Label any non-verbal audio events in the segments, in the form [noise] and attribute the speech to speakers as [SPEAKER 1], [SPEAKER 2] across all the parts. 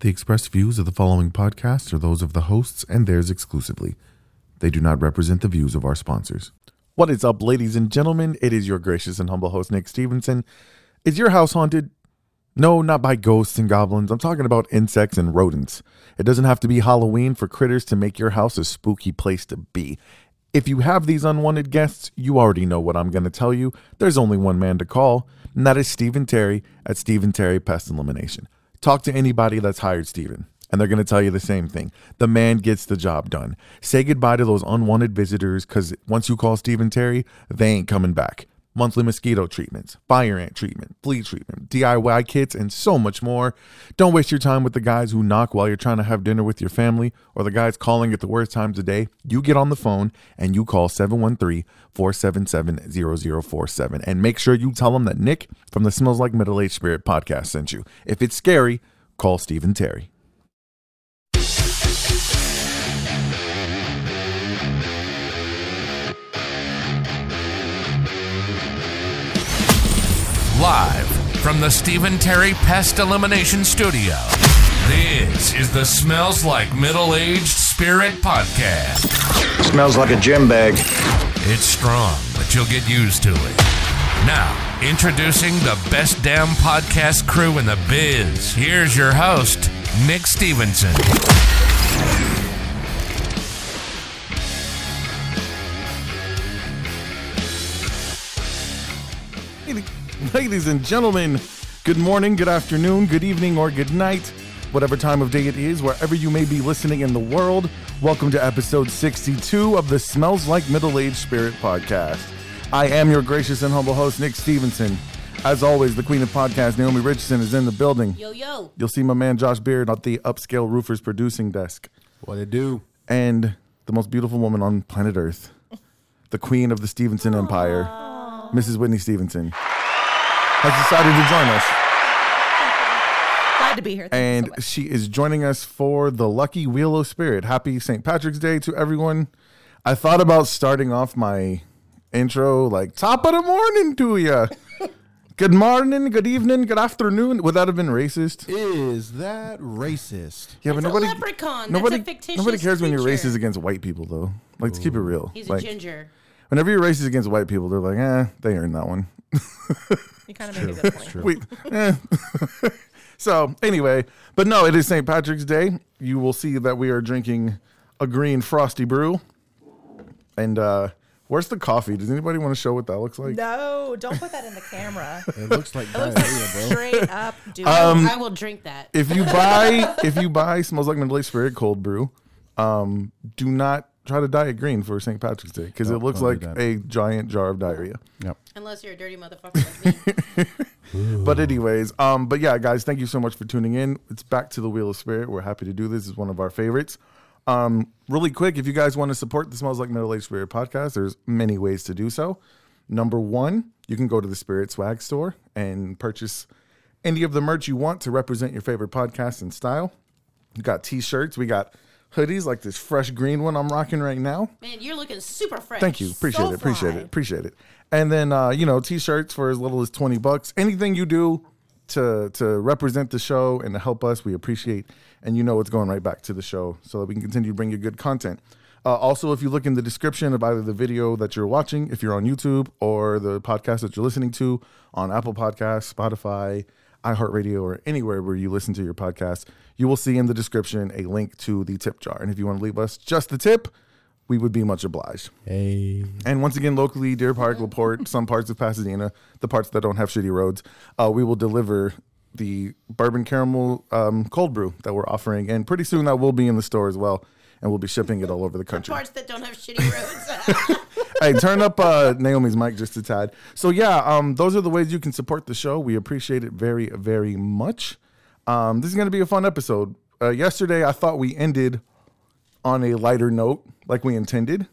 [SPEAKER 1] The expressed views of the following podcast are those of the hosts and theirs exclusively. They do not represent the views of our sponsors. What is up, ladies and gentlemen? It is your gracious and humble host, Nick Stevenson. Is your house haunted? No, not by ghosts and goblins. I'm talking about insects and rodents. It doesn't have to be Halloween for critters to make your house a spooky place to be. If you have these unwanted guests, you already know what I'm going to tell you. There's only one man to call, and that is Stephen Terry at Stephen Terry Pest Elimination. Talk to anybody that's hired Stephen, and they're going to tell you the same thing. The man gets the job done. Say goodbye to those unwanted visitors because once you call Stephen Terry, they ain't coming back monthly mosquito treatments, fire ant treatment, flea treatment, DIY kits, and so much more. Don't waste your time with the guys who knock while you're trying to have dinner with your family or the guys calling at the worst times of day. You get on the phone and you call 713 477 0047 and make sure you tell them that Nick from the Smells Like Middle Age Spirit podcast sent you. If it's scary, call Stephen Terry.
[SPEAKER 2] Live from the Stephen Terry Pest Elimination Studio, this is the Smells Like Middle Aged Spirit Podcast.
[SPEAKER 3] Smells like a gym bag.
[SPEAKER 2] It's strong, but you'll get used to it. Now, introducing the best damn podcast crew in the biz, here's your host, Nick Stevenson.
[SPEAKER 1] Ladies and gentlemen, good morning, good afternoon, good evening, or good night, whatever time of day it is, wherever you may be listening in the world. Welcome to episode 62 of the Smells Like Middle Aged Spirit podcast. I am your gracious and humble host, Nick Stevenson. As always, the queen of podcasts, Naomi Richardson, is in the building.
[SPEAKER 4] Yo yo.
[SPEAKER 1] You'll see my man Josh Beard at the upscale roofers producing desk.
[SPEAKER 5] What it do?
[SPEAKER 1] and the most beautiful woman on planet Earth, the queen of the Stevenson Empire, Mrs. Whitney Stevenson, has decided to join us.
[SPEAKER 4] Glad to be here. Thank
[SPEAKER 1] And
[SPEAKER 4] you so much.
[SPEAKER 1] she is joining us for the Lucky Wheel of Spirit. Happy St. Patrick's Day to everyone. I thought about starting off my intro like top of the morning to
[SPEAKER 4] [laughs]
[SPEAKER 1] ya. good morning, good evening, good afternoon. Would that have been racist?
[SPEAKER 5] Is that racist?
[SPEAKER 1] Yeah,
[SPEAKER 4] That's a leprechaun. That's a
[SPEAKER 1] Nobody,
[SPEAKER 4] fictitious
[SPEAKER 1] nobody cares when you're
[SPEAKER 4] creature.
[SPEAKER 1] racist against white people, though. Like, to keep it real.
[SPEAKER 4] He's
[SPEAKER 1] like,
[SPEAKER 4] a ginger.
[SPEAKER 1] Whenever you're racist against white people, they're like, eh, they earned that one.
[SPEAKER 4] You kind of made a good point.
[SPEAKER 1] Wait, eh. [laughs] so anyway, but no, it is St. Patrick's Day. You will see that we are drinking a green frosty brew. And uh where's the coffee? Does anybody want to show what that looks like?
[SPEAKER 6] No, don't put that in the camera.
[SPEAKER 5] It looks like diarrhea, bro.
[SPEAKER 6] Straight up, dude.
[SPEAKER 4] I will drink that.
[SPEAKER 1] If you buy if you buy smells like Middle East Spirit cold brew, um, do not try to dye it green for St. Patrick's Day because it looks
[SPEAKER 5] don't
[SPEAKER 1] like
[SPEAKER 5] do that.
[SPEAKER 1] a giant jar of diarrhea.
[SPEAKER 5] Yep.
[SPEAKER 4] Unless you're a dirty motherfucker like me.
[SPEAKER 1] But anyways, um, but yeah, guys, thank you so much for tuning in. It's back to the Wheel of Spirit. We're happy to do this. It's one of our favorites. Um, really quick, if you guys want to support the Smells Like Middle Aged Spirit podcast, there's many ways to do so. Number one, you can go to the Spirit Swag Store and purchase any of the merch you want to represent your favorite podcast in style. We got t-shirts, we got hoodies like this fresh green one I'm rocking right now.
[SPEAKER 4] Man, you're looking super fresh.
[SPEAKER 1] Thank you. Appreciate
[SPEAKER 6] So
[SPEAKER 1] it. Appreciate
[SPEAKER 6] fly.
[SPEAKER 1] it. Appreciate it. And then uh, you know, t-shirts for as little as 20 bucks. Anything you do to to represent the show and to help us, we appreciate. And you know it's going right back to the show so that we can continue to bring you good content. Uh, also, if you look in the description of either the video that you're watching, if you're on YouTube or the podcast that you're listening to on Apple Podcasts, Spotify, iHeartRadio, or anywhere where you listen to your podcast, you will see in the description a link to the tip jar. And if you want to leave us just the tip, we would be much obliged.
[SPEAKER 5] Hey.
[SPEAKER 1] And once again, locally, Deer Park, LaPorte, some parts of Pasadena, the parts that don't have shitty roads, uh, we will deliver the bourbon caramel um, cold brew that we're offering. And pretty soon that will be in the store as well. And we'll be shipping it all over the country.
[SPEAKER 4] Parts that don't have shitty roads. [laughs]
[SPEAKER 1] hey, turn up uh, Naomi's mic just a tad. So, yeah, um, those are the ways you can support the show. We appreciate it very, very much. Um, this is going to be a fun episode. Uh, yesterday, I thought we ended on a lighter note like we intended.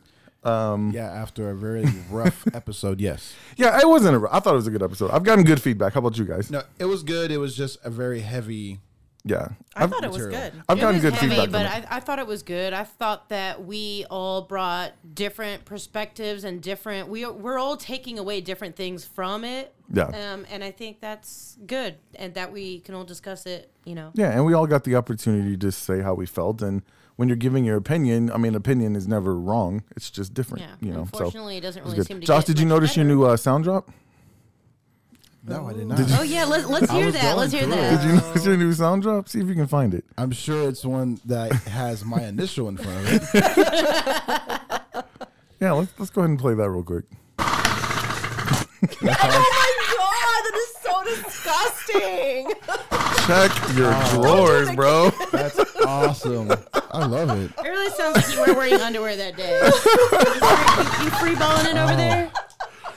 [SPEAKER 5] Yeah, after a very [laughs] rough episode, yes.
[SPEAKER 1] Yeah, it wasn't. A, I thought it was a good episode. I've gotten good feedback. How about you guys?
[SPEAKER 5] No, it was good. It was just a very heavy.
[SPEAKER 1] Yeah.
[SPEAKER 6] I
[SPEAKER 1] I've-
[SPEAKER 6] thought it was
[SPEAKER 5] material.
[SPEAKER 6] good.
[SPEAKER 1] I've
[SPEAKER 4] It
[SPEAKER 1] gotten
[SPEAKER 4] was
[SPEAKER 1] good
[SPEAKER 4] heavy,
[SPEAKER 1] feedback.
[SPEAKER 4] But
[SPEAKER 1] on it.
[SPEAKER 4] I, I thought it was good. I thought that we all brought different perspectives and different. We are- we're all taking away different things from it,
[SPEAKER 1] Yeah.
[SPEAKER 4] Um, and I think that's good, and that we can all discuss it. You know,
[SPEAKER 1] Yeah, and we all got the opportunity to say how we felt. And when you're giving your opinion, I mean, opinion is never wrong. It's just different.
[SPEAKER 4] Yeah.
[SPEAKER 1] You know,
[SPEAKER 4] Unfortunately, it doesn't
[SPEAKER 1] was
[SPEAKER 4] really
[SPEAKER 1] good.
[SPEAKER 4] seem to
[SPEAKER 1] Josh,
[SPEAKER 4] get
[SPEAKER 1] did you
[SPEAKER 4] much
[SPEAKER 1] notice your
[SPEAKER 4] better.
[SPEAKER 1] new uh, sound drop?
[SPEAKER 5] No, I did not.
[SPEAKER 4] Oh yeah, let, let's
[SPEAKER 5] I
[SPEAKER 4] hear
[SPEAKER 5] was
[SPEAKER 4] that.
[SPEAKER 5] going
[SPEAKER 4] Let's hear
[SPEAKER 5] through it.
[SPEAKER 4] that.
[SPEAKER 1] Did you notice
[SPEAKER 4] Oh.
[SPEAKER 1] your new sound drop? See if you can find it.
[SPEAKER 5] I'm sure it's one that has my initial in front of it.
[SPEAKER 1] Yeah, let's let's go ahead and play that real quick.
[SPEAKER 6] [laughs] Oh my god, that is so disgusting.
[SPEAKER 1] Check your
[SPEAKER 5] Oh.
[SPEAKER 1] drawers, [laughs] bro.
[SPEAKER 5] [laughs] That's awesome. I love it.
[SPEAKER 4] It really sounds like you were wearing underwear
[SPEAKER 1] [laughs]
[SPEAKER 4] that day. you, free, you free balling it over there?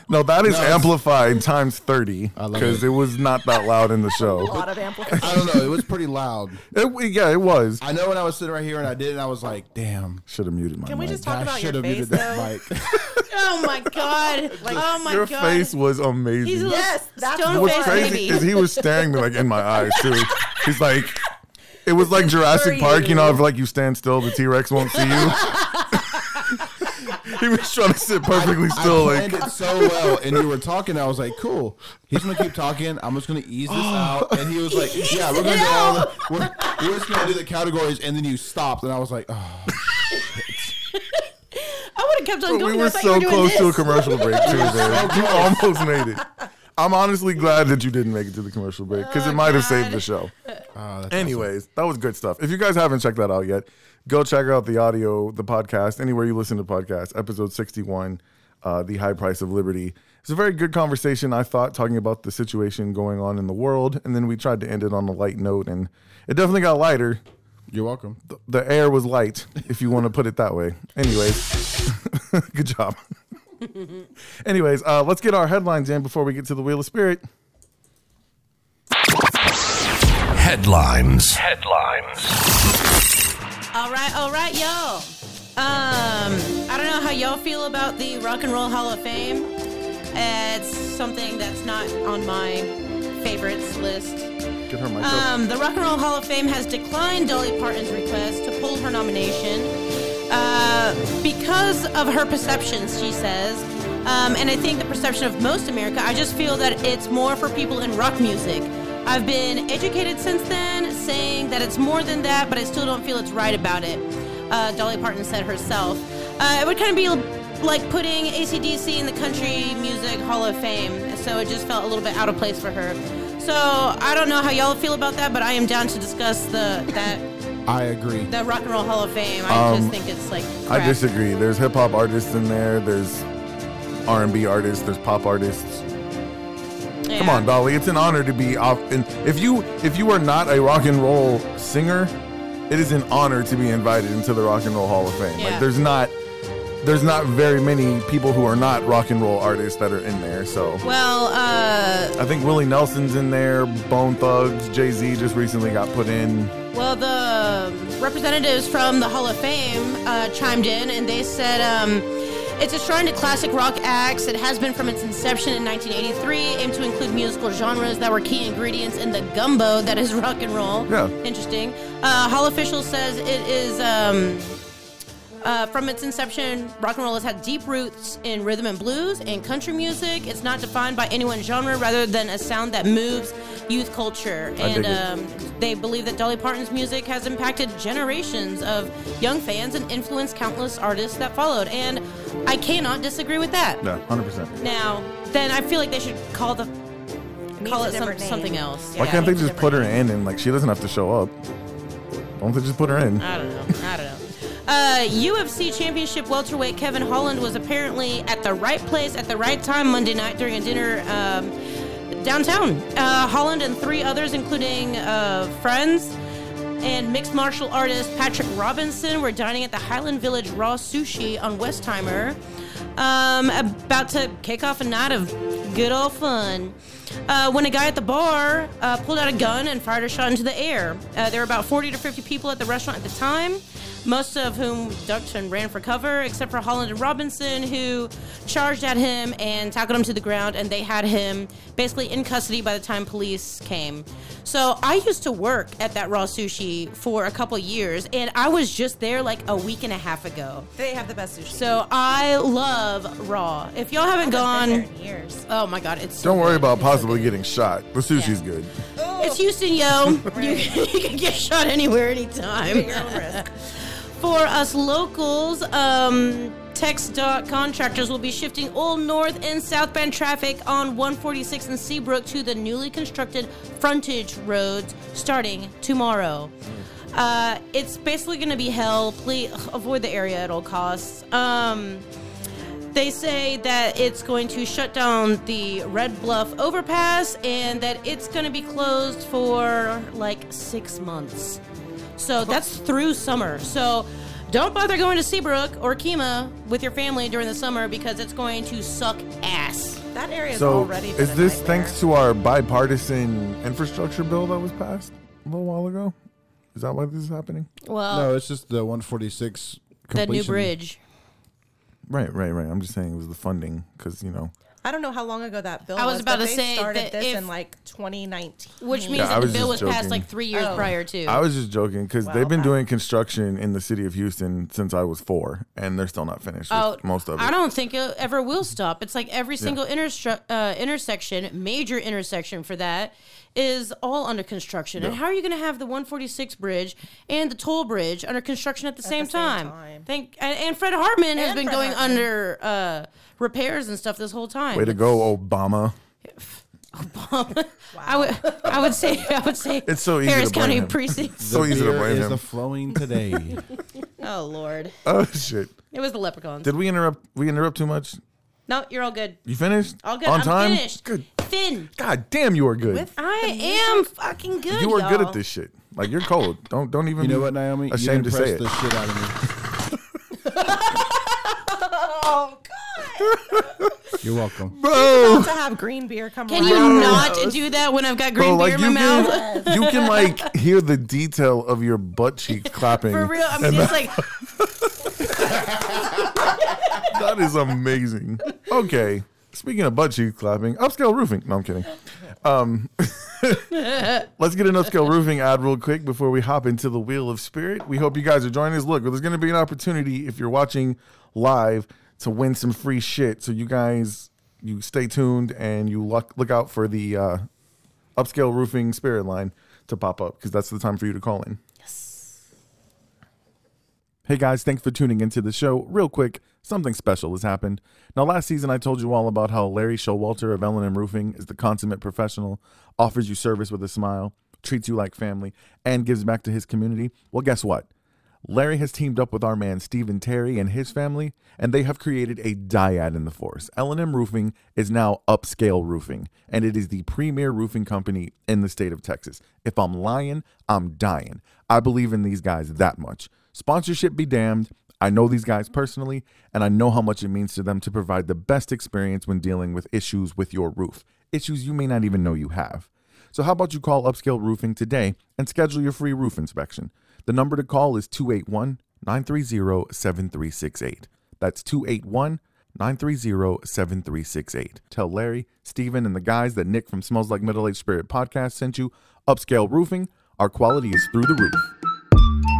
[SPEAKER 1] No, that is amplified times thirty
[SPEAKER 5] I love
[SPEAKER 1] because
[SPEAKER 5] it.
[SPEAKER 1] it was not that loud
[SPEAKER 4] [laughs]
[SPEAKER 1] in the
[SPEAKER 6] [laughs] a
[SPEAKER 1] show.
[SPEAKER 6] lot of [laughs] amplification.
[SPEAKER 5] I don't know. It was pretty loud.
[SPEAKER 1] It, yeah, it was.
[SPEAKER 5] I know when I was sitting right here and I did, and I was like, damn.
[SPEAKER 1] Should have muted my.
[SPEAKER 6] Can we
[SPEAKER 1] mic.
[SPEAKER 6] just talk
[SPEAKER 5] I
[SPEAKER 6] about your
[SPEAKER 5] should have
[SPEAKER 6] face
[SPEAKER 5] muted
[SPEAKER 6] though?
[SPEAKER 5] that mic.
[SPEAKER 4] Oh my god! Like, oh my
[SPEAKER 1] Your
[SPEAKER 4] god!
[SPEAKER 1] face was amazing.
[SPEAKER 4] He's a little
[SPEAKER 6] Yes, that's
[SPEAKER 4] stone
[SPEAKER 1] What's
[SPEAKER 4] faced
[SPEAKER 1] crazy
[SPEAKER 4] baby.
[SPEAKER 1] is he was staring me like in my eyes too. He's like, it was like Jurassic
[SPEAKER 6] for
[SPEAKER 1] Park, you.
[SPEAKER 6] you.
[SPEAKER 1] know, if like you stand still, the T Rex won't see you. [laughs] he was trying to sit perfectly still,
[SPEAKER 5] I
[SPEAKER 1] like
[SPEAKER 5] planned it so well, and you were talking. I was like, "Cool, he's gonna keep talking. I'm just gonna ease this
[SPEAKER 4] Oh.
[SPEAKER 5] out." And he was
[SPEAKER 4] [laughs]
[SPEAKER 5] like, "Yeah, we're gonna do all the, we're, we're just gonna do the categories." And then you stopped, and I was like, "Oh,
[SPEAKER 4] I would have kept on going.
[SPEAKER 1] we
[SPEAKER 4] I
[SPEAKER 1] were
[SPEAKER 4] thought you
[SPEAKER 1] so
[SPEAKER 4] doing
[SPEAKER 1] close to a
[SPEAKER 4] this.
[SPEAKER 1] commercial break
[SPEAKER 5] [laughs]
[SPEAKER 1] too, man. You almost made it. I'm honestly glad that you didn't make it to the commercial break
[SPEAKER 5] Oh,
[SPEAKER 1] because it might have saved the
[SPEAKER 5] [laughs]
[SPEAKER 1] show.
[SPEAKER 5] Ah,
[SPEAKER 1] Anyways, that was good stuff. If you guys haven't checked that out yet, go check out the audio, the podcast, anywhere you listen to podcasts, episode 61, uh, The High Price of Liberty. It's a very good conversation, I thought, talking about the situation going on in the world. And then we tried to end it on a light note, and it definitely got lighter.
[SPEAKER 5] you're welcome."
[SPEAKER 1] The air was light, if you want to put it that way. Anyways, [laughs] good job. Anyways, uh, let's get our headlines in before we get to the Wheel of Spirit.
[SPEAKER 2] Headlines. Headlines.
[SPEAKER 4] All right, all right, y'all. Um, I don't know how y'all feel about the Rock and Roll Hall of Fame. Uh, it's something that's not on my favorites list.
[SPEAKER 1] Get her mic up.
[SPEAKER 4] Um, the Rock and Roll Hall of Fame has declined Dolly Parton's request to pull her nomination uh, because of her perceptions, she says. Um, and I think the perception of most America, I just feel that it's more for people in rock music. I've been educated since then, saying that it's more than that, but I still don't feel it's right about it. Uh, Dolly Parton said herself. Uh, it would kind of be like putting ACDC in the Country Music Hall of Fame, so it just felt a little bit out of place for her. So I don't know how y'all feel about that, but I am down to discuss the that
[SPEAKER 5] I agree.
[SPEAKER 4] the Rock and Roll Hall of Fame. I just think it's like
[SPEAKER 1] Um, I
[SPEAKER 4] crap.
[SPEAKER 1] disagree. There's hip hop artists in there. There's R and B artists. There's pop artists.
[SPEAKER 4] Yeah.
[SPEAKER 1] Come on, Dolly. It's an honor to be off. And if you if you are not a rock and roll singer, it is an honor to be invited into the Rock and Roll Hall of Fame. Like
[SPEAKER 4] Yeah.
[SPEAKER 1] there's not there's not very many people who are not rock and roll artists that are in there. So
[SPEAKER 4] Well, uh,
[SPEAKER 1] I think Willie Nelson's in there. Bone Thugs, Jay Z just recently got put in.
[SPEAKER 4] well, the representatives from the Hall of Fame uh, chimed in and they said. Um, it's a shrine to classic rock acts. It has been from its inception in 1983, aimed to include musical genres that were key ingredients in the gumbo that is rock and roll.
[SPEAKER 1] Yeah.
[SPEAKER 4] Interesting. Uh, Hall official says it is um, Uh, from its inception, rock and roll has had deep roots in rhythm and blues and country music. It's not defined by any one genre rather than a sound that moves youth culture.
[SPEAKER 1] dig
[SPEAKER 4] And
[SPEAKER 1] it.
[SPEAKER 4] um, they believe that Dolly Parton's music has impacted generations of young fans and influenced countless artists that followed. And I cannot disagree with that.
[SPEAKER 1] Yeah, hundred percent.
[SPEAKER 4] Now, then I feel like they should call the
[SPEAKER 6] needs
[SPEAKER 4] call
[SPEAKER 6] a
[SPEAKER 4] it some,
[SPEAKER 6] different name.
[SPEAKER 4] something else.
[SPEAKER 1] Why
[SPEAKER 4] Yeah.
[SPEAKER 1] can't they
[SPEAKER 6] it's
[SPEAKER 1] just put her in and like she doesn't have to show up? Why don't they just put her in?
[SPEAKER 4] I don't know. I don't know. Uh, UFC Championship welterweight Kevin Holland was apparently at the right place at the right time Monday night during a dinner um, downtown. Uh, Holland and three others, including uh, friends and mixed martial artist Patrick Robinson, were dining at the Highland Village Raw Sushi on Westheimer. Um, about to kick off a night of good old fun. Uh, when a guy at the bar uh, pulled out a gun and fired a shot into the air. Uh, there were about 40 to 50 people at the restaurant at the time, most of whom ducked and ran for cover, except for Holland and Robinson, who charged at him and tackled him to the ground, and they had him basically in custody by the time police came. So I used to work at that raw sushi for a couple years, and I was just there like a week and a half ago.
[SPEAKER 6] They have the best sushi.
[SPEAKER 4] So I love raw. If y'all haven't
[SPEAKER 6] I've been there
[SPEAKER 4] gone,
[SPEAKER 6] in years.
[SPEAKER 4] Oh Oh my god, it's so
[SPEAKER 1] Don't worry
[SPEAKER 4] good.
[SPEAKER 1] about
[SPEAKER 4] It's so
[SPEAKER 1] possibly
[SPEAKER 4] good.
[SPEAKER 1] getting shot. The sushi's good.
[SPEAKER 4] It's Houston, yo. [laughs] you, you can get shot anywhere, anytime. [laughs] For us locals, um, Tex dot contractors will be shifting all north and southbound traffic on 146 and Seabrook to the newly constructed frontage roads starting tomorrow. Uh, it's basically going to be hell. Please ugh, avoid the area at all costs. Um, they say that it's going to shut down the Red Bluff overpass and that it's going to be closed for like six months. So that's through summer. So don't bother going to Seabrook or Kima with your family during the summer because it's going to suck ass.
[SPEAKER 6] That area is
[SPEAKER 1] So,
[SPEAKER 6] already. been
[SPEAKER 1] is
[SPEAKER 6] a
[SPEAKER 1] this
[SPEAKER 6] nightmare.
[SPEAKER 1] thanks to our bipartisan infrastructure bill that was passed a little while ago? Is that why this is happening?
[SPEAKER 4] Well,
[SPEAKER 5] No, it's just the 146.
[SPEAKER 4] the new
[SPEAKER 5] completion.
[SPEAKER 4] bridge.
[SPEAKER 1] Right, right, right. I'm just saying it was the funding because you know.
[SPEAKER 6] I don't know how long ago that bill.
[SPEAKER 4] I was
[SPEAKER 6] was
[SPEAKER 4] about
[SPEAKER 6] but
[SPEAKER 4] to
[SPEAKER 6] they
[SPEAKER 4] say
[SPEAKER 6] started
[SPEAKER 4] that
[SPEAKER 6] this
[SPEAKER 4] if-
[SPEAKER 6] in like 2019.
[SPEAKER 4] Which means
[SPEAKER 1] Yeah, I
[SPEAKER 4] that the
[SPEAKER 1] was
[SPEAKER 4] bill was
[SPEAKER 1] just
[SPEAKER 4] passed
[SPEAKER 1] joking.
[SPEAKER 4] like three years
[SPEAKER 6] Oh.
[SPEAKER 4] prior to.
[SPEAKER 1] I was just joking because they've been
[SPEAKER 6] Wow.
[SPEAKER 1] doing construction in the city of Houston since I was four, and they're still not finished. with most of it.
[SPEAKER 4] Oh, I don't think it ever will stop. It's like every single interstru- uh, intersection, major intersection for that, is all under construction. And how are you going to have the 146 bridge and the toll bridge under construction at the, same,
[SPEAKER 6] same
[SPEAKER 4] time?
[SPEAKER 6] time.
[SPEAKER 4] Thank and, and Fred Hartman has
[SPEAKER 6] And
[SPEAKER 4] been
[SPEAKER 6] Fred
[SPEAKER 4] going
[SPEAKER 6] Hartman.
[SPEAKER 4] under uh, repairs and stuff this whole time. Um,
[SPEAKER 1] Way
[SPEAKER 4] [laughs]
[SPEAKER 1] to go, Obama!
[SPEAKER 4] I would I would say I would say
[SPEAKER 1] [laughs] It's so easy to
[SPEAKER 4] Harris
[SPEAKER 1] blame
[SPEAKER 4] County
[SPEAKER 1] him.
[SPEAKER 4] precincts.
[SPEAKER 1] So easy to
[SPEAKER 5] Beer
[SPEAKER 1] blame
[SPEAKER 5] is
[SPEAKER 1] him.
[SPEAKER 5] the flowing today.
[SPEAKER 4] [laughs] oh lord,
[SPEAKER 1] oh shit!
[SPEAKER 4] it was the leprechauns.
[SPEAKER 1] Did we interrupt? We interrupt too much.
[SPEAKER 4] no, you're all good.
[SPEAKER 1] You finished?
[SPEAKER 4] All good.
[SPEAKER 1] On
[SPEAKER 4] I'm
[SPEAKER 1] time.
[SPEAKER 4] finished.
[SPEAKER 1] Good.
[SPEAKER 4] Finn,
[SPEAKER 1] God damn, you are good.
[SPEAKER 4] I am fucking good.
[SPEAKER 1] you are
[SPEAKER 4] y'all.
[SPEAKER 1] good at this shit. Like you're cold. Don't don't even.
[SPEAKER 5] you know
[SPEAKER 1] be [laughs]
[SPEAKER 5] what, Naomi?
[SPEAKER 1] Ashamed
[SPEAKER 5] you
[SPEAKER 1] to say it.
[SPEAKER 5] impressed the shit out of
[SPEAKER 4] [laughs]
[SPEAKER 6] Oh God!
[SPEAKER 5] me. You're welcome.
[SPEAKER 1] bro.
[SPEAKER 6] [laughs] to have green beer come
[SPEAKER 4] Can
[SPEAKER 6] around.
[SPEAKER 4] you not do that when I've got green
[SPEAKER 1] Bro,
[SPEAKER 4] beer
[SPEAKER 1] like
[SPEAKER 4] in
[SPEAKER 1] you
[SPEAKER 4] my
[SPEAKER 1] can, [laughs]
[SPEAKER 4] mouth?
[SPEAKER 1] you can like hear the detail of your butt
[SPEAKER 4] [laughs]
[SPEAKER 1] cheek clapping.
[SPEAKER 4] For real, I'm just like,
[SPEAKER 1] uh, That is amazing. Okay. Speaking of butt cheek clapping, upscale roofing. No, I'm kidding. Um, [laughs] let's get an upscale roofing ad real quick before we hop into the wheel of spirit. We hope you guys are joining us. Look, there's going to be an opportunity if you're watching live to win some free shit. So you guys, you stay tuned and you look look out for the uh, upscale roofing spirit line to pop up because that's the time for you to call in. Hey guys, thanks for tuning into the show. Real quick, something special has happened. Now, last season I told you all about how Larry Showalter of L&M Roofing is the consummate professional, offers you service with a smile, treats you like family, and gives back to his community. Well, guess what? Larry has teamed up with our man Stephen Terry and his family, and they have created a dyad in the forest. L&M Roofing is now upscale roofing, and it is the premier roofing company in the state of Texas. If I'm lying, I'm dying. I believe in these guys that much. Sponsorship be damned. I know these guys personally, and I know how much it means to them to provide the best experience when dealing with issues with your roof, issues you may not even know you have. So, how about you call Upscale Roofing today and schedule your free roof inspection? The number to call is 281 930 7368. That's 281 930 7368. Tell Larry, Steven, and the guys that Nick from Smells Like Middle Age Spirit podcast sent you Upscale Roofing. Our quality is through the roof.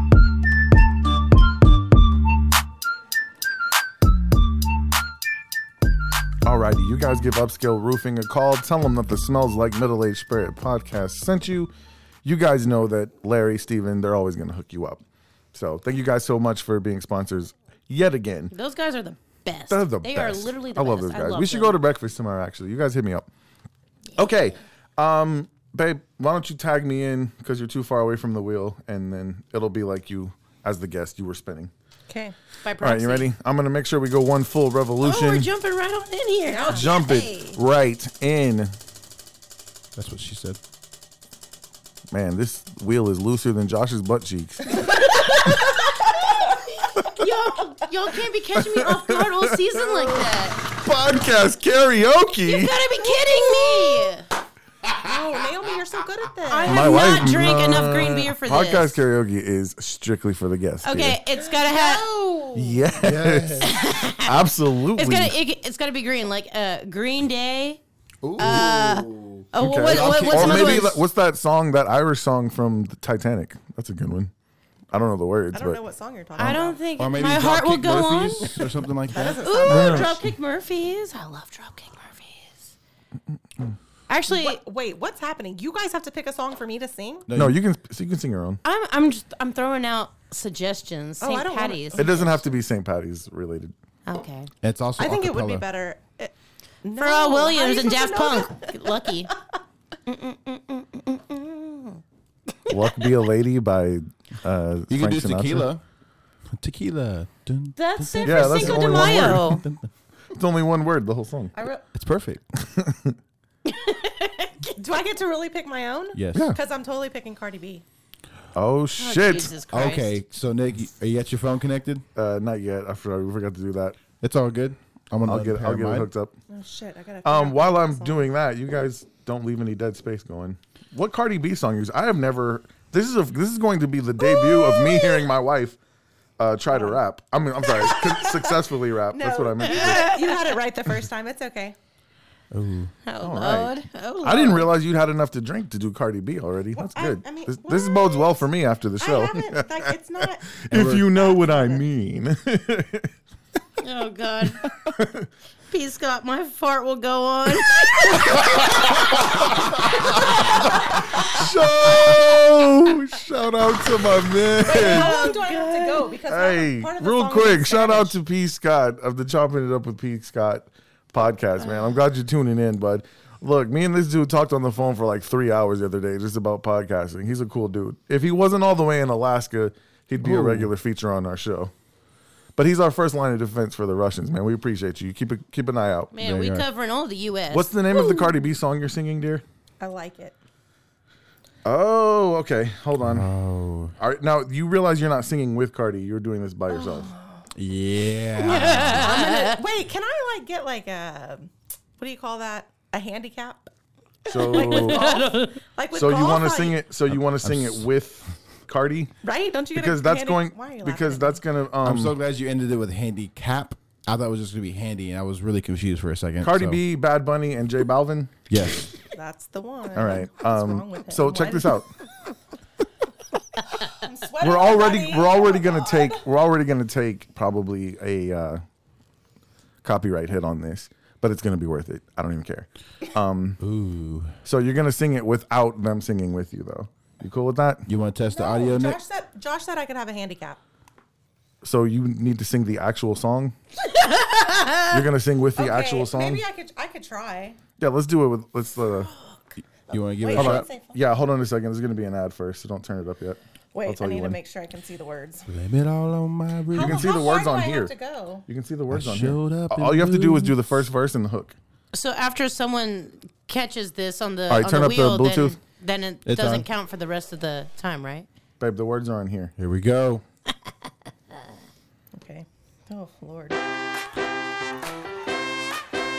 [SPEAKER 1] Alrighty, you guys give Upscale Roofing a call. Tell them that the Smells Like Middle Age Spirit podcast sent you. You guys know that Larry, Steven, they're always going to hook you up. So thank you guys so much for being sponsors yet again.
[SPEAKER 4] those guys are the best.
[SPEAKER 1] They're the
[SPEAKER 4] they
[SPEAKER 1] best.
[SPEAKER 4] are literally the
[SPEAKER 1] I love
[SPEAKER 4] best.
[SPEAKER 1] those guys.
[SPEAKER 4] love
[SPEAKER 1] we should
[SPEAKER 4] them.
[SPEAKER 1] go to breakfast tomorrow, actually. You guys hit me up. Okay. Um, babe, why don't you tag me in because you're too far away from the wheel and then it'll be like you as the guest, you were spinning.
[SPEAKER 6] Okay.
[SPEAKER 4] By
[SPEAKER 1] All right, you
[SPEAKER 4] proxy.
[SPEAKER 1] ready? I'm going to make sure we go one full
[SPEAKER 4] Oh,
[SPEAKER 1] revolution.
[SPEAKER 4] we're jumping right on in here.
[SPEAKER 1] Jump it right in.
[SPEAKER 5] That's what she said.
[SPEAKER 1] Man, this wheel is looser than Josh's butt
[SPEAKER 5] [laughs]
[SPEAKER 1] cheeks.
[SPEAKER 4] y'all,
[SPEAKER 1] [laughs]
[SPEAKER 4] y'all can't be catching me off guard all season like that.
[SPEAKER 1] Podcast karaoke.
[SPEAKER 4] You gotta be kidding me.
[SPEAKER 6] Oh, Naomi, you're so good at this.
[SPEAKER 4] I have not drank enough green beer for
[SPEAKER 1] podcast Podcast
[SPEAKER 4] this.
[SPEAKER 1] karaoke is strictly for the guests.
[SPEAKER 4] Okay, it's gotta have.
[SPEAKER 1] dear. Yes. [laughs] Absolutely.
[SPEAKER 4] It's gotta. It, it's gotta be green, like uh, Green Day.
[SPEAKER 5] Ooh.
[SPEAKER 4] Oh,
[SPEAKER 1] Okay.
[SPEAKER 4] Uh, what, what, what's
[SPEAKER 1] or
[SPEAKER 4] another
[SPEAKER 1] maybe
[SPEAKER 4] one?
[SPEAKER 1] that- what's that song? That Irish song from the Titanic. That's a good one. I don't know the words,
[SPEAKER 6] I don't
[SPEAKER 1] but
[SPEAKER 6] know what song you're talking
[SPEAKER 4] I
[SPEAKER 1] Um,
[SPEAKER 6] about.
[SPEAKER 4] don't think
[SPEAKER 5] or maybe
[SPEAKER 4] my heart will
[SPEAKER 5] Dropkick
[SPEAKER 4] go on.
[SPEAKER 7] [laughs]
[SPEAKER 5] Murphys or something like that.
[SPEAKER 4] Ooh, Dropkick Murphys. I love Dropkick Murphys. Actually,
[SPEAKER 7] What, wait, what's happening? You guys have to pick a song for me to sing?
[SPEAKER 1] No, you can so you can sing your own.
[SPEAKER 4] I'm I'm just I'm throwing out suggestions.
[SPEAKER 7] Oh,
[SPEAKER 4] St.
[SPEAKER 7] I don't wanna-
[SPEAKER 4] Patty's.
[SPEAKER 1] It doesn't have to be St. Patty's related.
[SPEAKER 4] okay.
[SPEAKER 5] It's also.
[SPEAKER 7] I think it would be
[SPEAKER 5] acapella.
[SPEAKER 7] better. It, no,
[SPEAKER 4] Pharrell
[SPEAKER 7] how are
[SPEAKER 4] Williams
[SPEAKER 7] you
[SPEAKER 4] and
[SPEAKER 7] supposed
[SPEAKER 4] Daft
[SPEAKER 7] to know that?
[SPEAKER 4] Punk. Lucky.
[SPEAKER 1] Luck Be a Lady by uh,
[SPEAKER 5] You
[SPEAKER 1] Frank
[SPEAKER 5] can do
[SPEAKER 1] Sinatra.
[SPEAKER 5] tequila. Tequila. Dun,
[SPEAKER 4] [laughs] That's it
[SPEAKER 1] Yeah,
[SPEAKER 4] for
[SPEAKER 1] that's
[SPEAKER 4] Cinco
[SPEAKER 1] only
[SPEAKER 4] de
[SPEAKER 1] one
[SPEAKER 4] Mayo.
[SPEAKER 5] dun, dun.
[SPEAKER 1] It's only one word, the whole song.
[SPEAKER 7] I re-
[SPEAKER 5] It's perfect.
[SPEAKER 7] do I get to really pick my own?
[SPEAKER 5] Yes.
[SPEAKER 1] Yeah.
[SPEAKER 7] Because I'm totally picking Cardi B.
[SPEAKER 1] Oh,
[SPEAKER 4] Oh,
[SPEAKER 1] shit!
[SPEAKER 4] Jesus Christ.
[SPEAKER 5] Okay, so Nick, you- are you at your phone connected?
[SPEAKER 1] Uh, not yet. I forgot, we forgot to do that.
[SPEAKER 5] It's all good. I'm gonna
[SPEAKER 1] I'll
[SPEAKER 5] let
[SPEAKER 1] get
[SPEAKER 5] him
[SPEAKER 1] I'll
[SPEAKER 5] pair
[SPEAKER 1] get it
[SPEAKER 5] mine.
[SPEAKER 1] hooked up.
[SPEAKER 7] Oh, shit. I got to.
[SPEAKER 1] Um, while I'm
[SPEAKER 7] [laughs]
[SPEAKER 1] doing that, you guys don't leave any dead space going. What Cardi B song is? I have never. This is a, this is going to be the debut of me hearing my wife uh, try to rap. I mean, I'm sorry,
[SPEAKER 7] [laughs]
[SPEAKER 1] c- successfully rap. That's what I meant. to
[SPEAKER 7] You had it right the first time. It's okay.
[SPEAKER 1] [laughs]
[SPEAKER 4] Oh,
[SPEAKER 1] right.
[SPEAKER 4] Lord. Oh, Lord.
[SPEAKER 1] do. I didn't realize you'd had enough to drink to do Cardi B already. That's
[SPEAKER 7] I-
[SPEAKER 1] good.
[SPEAKER 7] I mean,
[SPEAKER 1] this, this bodes well for me after the
[SPEAKER 7] I
[SPEAKER 1] show.
[SPEAKER 7] haven't. Like, it's not.
[SPEAKER 1] [laughs] if you know what I mean. [laughs]
[SPEAKER 4] Oh, God. Peace, Scott. My fart will go
[SPEAKER 1] [laughs]
[SPEAKER 4] on.
[SPEAKER 1] show shout out to my man.
[SPEAKER 7] How long do I have to go? Because part of-
[SPEAKER 1] Hey,
[SPEAKER 7] part of the
[SPEAKER 1] real
[SPEAKER 7] song
[SPEAKER 1] quick,
[SPEAKER 7] is
[SPEAKER 1] shout out
[SPEAKER 7] Spanish.
[SPEAKER 1] to P. Scott of the Chopping It Up with P. Scott podcast, man. I'm glad you're tuning in, bud. Look, me and this dude talked on the phone for like three hours the other day just about podcasting. He's a cool dude. If he wasn't all the way in Alaska, he'd be a regular feature on our show. But he's our first line of defense for the Russians, man. We appreciate you. Keep a, keep an eye out.
[SPEAKER 4] Man, we
[SPEAKER 5] you are.
[SPEAKER 4] covering all the U.S.
[SPEAKER 1] What's the name of the Cardi B song you're singing, dear?
[SPEAKER 7] I like it.
[SPEAKER 1] Oh, okay. Hold on. Oh. All right. Now you realize you're not singing with Cardi. You're doing this by yourself.
[SPEAKER 5] Yeah.
[SPEAKER 7] [laughs] Wait, can I like get like a what do you call that? A handicap? [laughs]
[SPEAKER 1] So [laughs]
[SPEAKER 7] Like with
[SPEAKER 1] so you
[SPEAKER 7] golf,
[SPEAKER 1] want to
[SPEAKER 7] how
[SPEAKER 1] sing it? So you want to sing it with Cardi?
[SPEAKER 7] right? Don't you get
[SPEAKER 1] Because
[SPEAKER 7] a
[SPEAKER 1] that's
[SPEAKER 7] handi-
[SPEAKER 1] going.
[SPEAKER 7] Why are you
[SPEAKER 1] Because
[SPEAKER 7] laughing?
[SPEAKER 1] that's gonna. Um,
[SPEAKER 5] I'm so glad you ended it with handicap. I thought it was just gonna be handy, and I was really confused for a second.
[SPEAKER 1] Cardi
[SPEAKER 5] so-
[SPEAKER 1] B, Bad Bunny, and J Balvin.
[SPEAKER 5] Yes.
[SPEAKER 7] that's the one.
[SPEAKER 1] All right.
[SPEAKER 7] What's wrong
[SPEAKER 1] Um,
[SPEAKER 7] with it?
[SPEAKER 1] so check
[SPEAKER 7] Why
[SPEAKER 1] this
[SPEAKER 7] did- [laughs]
[SPEAKER 1] out.
[SPEAKER 7] I'm sweating, Oh,
[SPEAKER 1] We're already
[SPEAKER 7] buddy.
[SPEAKER 1] we're already gonna
[SPEAKER 7] [laughs]
[SPEAKER 1] take we're already gonna take probably a uh, copyright hit on this, but it's gonna be worth it. I don't even care. Um, So you're gonna sing it without them singing with you, though. You cool with that?
[SPEAKER 5] You want to test
[SPEAKER 7] No,
[SPEAKER 5] the audio, Nick?
[SPEAKER 7] Josh said Josh said I could have a handicap.
[SPEAKER 1] So you need to sing the actual
[SPEAKER 7] [laughs]
[SPEAKER 1] song. You're gonna sing with the
[SPEAKER 7] Okay,
[SPEAKER 1] actual song.
[SPEAKER 7] Maybe I could I could try.
[SPEAKER 1] yeah, let's do it with let's.
[SPEAKER 7] [gasps]
[SPEAKER 1] Uh,
[SPEAKER 5] You want to give it
[SPEAKER 7] Wait,
[SPEAKER 5] a
[SPEAKER 7] hold
[SPEAKER 5] shot?
[SPEAKER 1] Uh,
[SPEAKER 7] Say fuck.
[SPEAKER 1] yeah, hold on a second. There's gonna be an ad first, so don't turn it up yet. I'll
[SPEAKER 7] Wait, I
[SPEAKER 1] tell you
[SPEAKER 7] need to
[SPEAKER 1] when.
[SPEAKER 7] make sure I can see the words.
[SPEAKER 5] Blame it all on my roof.
[SPEAKER 1] can
[SPEAKER 7] How-
[SPEAKER 1] see the
[SPEAKER 7] how
[SPEAKER 1] words
[SPEAKER 7] far
[SPEAKER 1] on
[SPEAKER 7] do I
[SPEAKER 1] here.
[SPEAKER 7] Have to go?
[SPEAKER 1] You can see the words
[SPEAKER 5] I
[SPEAKER 1] on here.
[SPEAKER 5] showed up
[SPEAKER 1] All
[SPEAKER 5] in
[SPEAKER 1] you have to do is do the first verse and the hook.
[SPEAKER 4] So after someone catches this on the
[SPEAKER 1] right,
[SPEAKER 4] on
[SPEAKER 1] turn
[SPEAKER 4] the
[SPEAKER 1] up the
[SPEAKER 4] wheel,
[SPEAKER 1] Bluetooth.
[SPEAKER 4] then, then it
[SPEAKER 5] It's
[SPEAKER 4] doesn't
[SPEAKER 5] on.
[SPEAKER 4] count for the rest of the time, right?
[SPEAKER 1] Babe, the words are on here.
[SPEAKER 5] Here we go.
[SPEAKER 7] Okay. Oh Lord.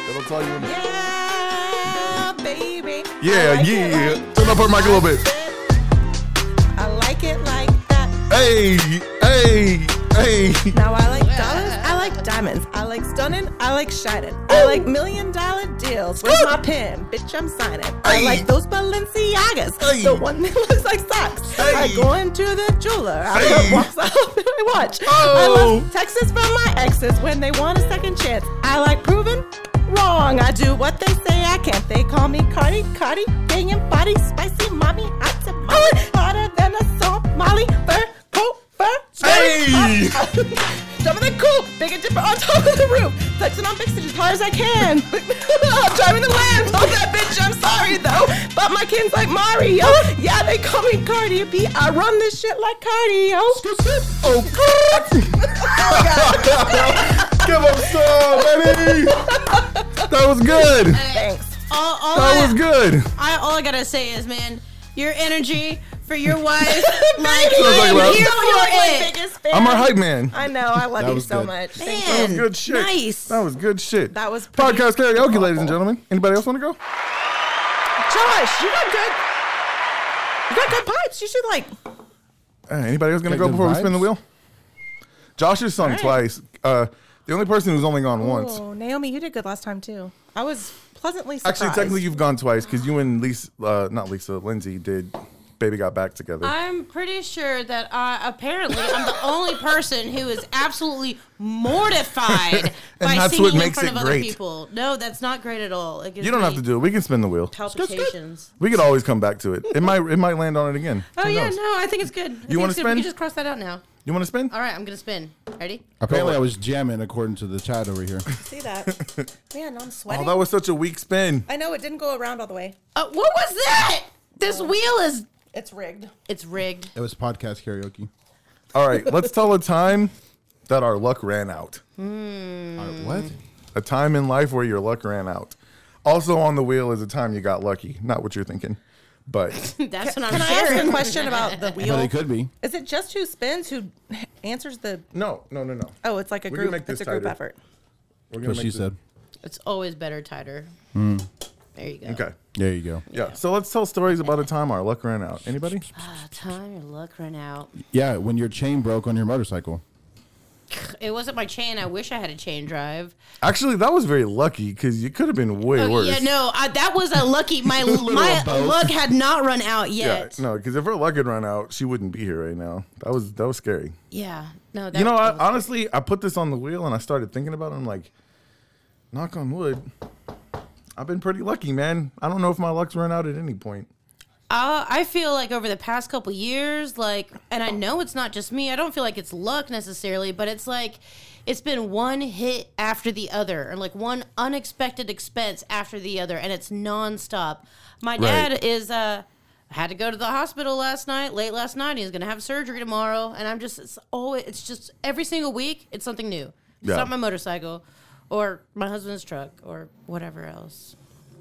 [SPEAKER 1] It'll tell you. When-
[SPEAKER 7] Yeah, baby.
[SPEAKER 1] yeah,
[SPEAKER 7] I like it
[SPEAKER 1] yeah.
[SPEAKER 7] like
[SPEAKER 1] turn up her mic a little bit.
[SPEAKER 7] that. I like it like that.
[SPEAKER 1] Hey, hey, hey.
[SPEAKER 7] Now I like dollars. I like diamonds. I like stunning. I like shining. I like million dollar deals. Where's my pen? Bitch, I'm signing. I
[SPEAKER 1] Hey.
[SPEAKER 7] like those Balenciagas.
[SPEAKER 1] Hey.
[SPEAKER 7] The one that [laughs] looks like socks. I
[SPEAKER 1] Hey.
[SPEAKER 7] like going to the jeweler. I
[SPEAKER 1] Hey.
[SPEAKER 7] put walks off and [laughs] I watch.
[SPEAKER 1] Oh.
[SPEAKER 7] I love texts from my exes when they want a second chance. I like proving wrong. I do what they say I can't. They call me Cardi, Cardi, banging body, spicy mommy. I
[SPEAKER 1] Oh,
[SPEAKER 7] tamale hotter than a Somali fur coat, fur. [laughs]
[SPEAKER 1] Hey!
[SPEAKER 7] Jumping the coop, big and dipper on top of the roof, flexing on fixing as hard as I can. [laughs] I'm driving the lamb, told that bitch I'm sorry though, but my kin's like Mario.
[SPEAKER 1] Oh.
[SPEAKER 7] Yeah, they call me Cardi B. I run this shit like cardio.
[SPEAKER 1] Oh, Give up some, baby. That was good.
[SPEAKER 7] Thanks.
[SPEAKER 4] All, all I,
[SPEAKER 1] That was good.
[SPEAKER 4] I all I gotta say is, man, your energy for your
[SPEAKER 1] [laughs]
[SPEAKER 4] wife, like
[SPEAKER 7] Baby,
[SPEAKER 1] Sounds like
[SPEAKER 4] I'm
[SPEAKER 1] love.
[SPEAKER 4] here
[SPEAKER 7] you know you're my
[SPEAKER 4] for it.
[SPEAKER 7] biggest fan.
[SPEAKER 1] I'm our hype man.
[SPEAKER 7] I know. I love
[SPEAKER 5] That
[SPEAKER 7] you
[SPEAKER 5] was
[SPEAKER 7] so
[SPEAKER 5] good.
[SPEAKER 7] much. Thank you.
[SPEAKER 4] Man,
[SPEAKER 1] Good shit.
[SPEAKER 4] Nice.
[SPEAKER 1] That was good shit.
[SPEAKER 7] That was pretty
[SPEAKER 1] podcast karaoke,
[SPEAKER 7] awful.
[SPEAKER 1] ladies and gentlemen. Anybody else want to go?
[SPEAKER 7] Josh, you got good. You got good pipes. You should like.
[SPEAKER 1] Uh, anybody else gonna
[SPEAKER 5] Got
[SPEAKER 1] go
[SPEAKER 5] good
[SPEAKER 1] before we spin
[SPEAKER 5] vibes?
[SPEAKER 1] the wheel? Josh has sung twice. Uh, the only person who's only gone once.
[SPEAKER 7] Oh, Naomi, you did good last time too. I was pleasantly surprised.
[SPEAKER 1] Actually, technically, you've gone twice because you and Lisa, uh, not Lisa, Lindsay did Baby got back together.
[SPEAKER 4] I'm pretty sure that I apparently I'm the only person who is absolutely
[SPEAKER 1] [laughs]
[SPEAKER 4] mortified by
[SPEAKER 1] that's
[SPEAKER 4] singing
[SPEAKER 1] what makes
[SPEAKER 4] in
[SPEAKER 1] it
[SPEAKER 4] front of
[SPEAKER 1] great.
[SPEAKER 4] other people. No, that's not great at all. It gives
[SPEAKER 1] you don't have
[SPEAKER 4] me
[SPEAKER 1] to do it. We can spin the wheel.
[SPEAKER 4] palpitations.
[SPEAKER 1] We could always come back to it. It might it might land on it again.
[SPEAKER 4] Oh
[SPEAKER 1] Who
[SPEAKER 4] yeah,
[SPEAKER 1] knows?
[SPEAKER 4] no, I think it's good. I think
[SPEAKER 1] wanna
[SPEAKER 4] it's good. We
[SPEAKER 1] spin?
[SPEAKER 4] can just cross that out now.
[SPEAKER 1] You want to spin?
[SPEAKER 4] All right, I'm gonna spin. Ready?
[SPEAKER 5] Apparently, I was jamming according to the chat over here.
[SPEAKER 6] See that?
[SPEAKER 1] [laughs]
[SPEAKER 6] Man, I'm
[SPEAKER 1] Oh,
[SPEAKER 6] sweating.
[SPEAKER 1] that was such a weak spin.
[SPEAKER 6] I know it didn't go around all the way.
[SPEAKER 4] Uh, what was that? This wheel is
[SPEAKER 6] It's rigged.
[SPEAKER 4] it's rigged.
[SPEAKER 5] [laughs]
[SPEAKER 4] [laughs]
[SPEAKER 5] It was podcast karaoke.
[SPEAKER 1] All right, let's tell a time that our luck ran out.
[SPEAKER 5] All right, what?
[SPEAKER 1] Mm. A time in life where your luck ran out. Also on the wheel is a time you got lucky. Not what you're thinking, but
[SPEAKER 4] That's what I'm
[SPEAKER 6] Can I ask
[SPEAKER 4] sharing.
[SPEAKER 6] a question about
[SPEAKER 1] [laughs]
[SPEAKER 6] the
[SPEAKER 5] But
[SPEAKER 6] wheel?
[SPEAKER 5] it could be.
[SPEAKER 6] Is it just who spins who answers the?
[SPEAKER 1] no, no, no, no.
[SPEAKER 6] Oh, it's like a
[SPEAKER 1] We can
[SPEAKER 6] group.
[SPEAKER 1] make this
[SPEAKER 6] It's a group
[SPEAKER 1] tighter.
[SPEAKER 6] effort.
[SPEAKER 1] We're gonna
[SPEAKER 5] What
[SPEAKER 1] make
[SPEAKER 5] she
[SPEAKER 1] this-
[SPEAKER 5] said.
[SPEAKER 4] It's always better tighter. There you go.
[SPEAKER 1] Hmm. Okay.
[SPEAKER 5] There you go.
[SPEAKER 1] Yeah. So let's tell stories about a time our luck ran out. Anybody?
[SPEAKER 4] Ah, time your luck ran out.
[SPEAKER 5] Yeah, when your chain broke on your motorcycle.
[SPEAKER 4] It wasn't my chain. I wish I had a chain drive.
[SPEAKER 1] Actually, that was very lucky because you could have been way
[SPEAKER 4] Oh,
[SPEAKER 1] worse.
[SPEAKER 4] Yeah, no, I, that was a
[SPEAKER 1] [laughs]
[SPEAKER 4] lucky. My my luck had not run out
[SPEAKER 1] Yeah,
[SPEAKER 4] yet. Yeah,
[SPEAKER 1] no, because if her luck had run out, she wouldn't be here right now. That was that was scary.
[SPEAKER 4] no. That
[SPEAKER 1] You know, I,
[SPEAKER 4] that was-
[SPEAKER 1] honestly, I put this on the wheel and I started thinking about it. I'm like, knock on wood, I've been pretty lucky, man. I don't know if my luck's run out at any point.
[SPEAKER 4] I, Uh, I feel like over the past couple years, like, and I know it's not just me. I don't feel like it's luck necessarily, but it's like it's been one hit after the other, and like one unexpected expense after the other, and it's nonstop. My dad is uh had to go to the hospital last night, late last night. He's gonna have surgery tomorrow, and I'm just it's always it's just every single week it's something new. It's
[SPEAKER 1] Yeah.
[SPEAKER 4] not my motorcycle, or my husband's truck, or whatever else.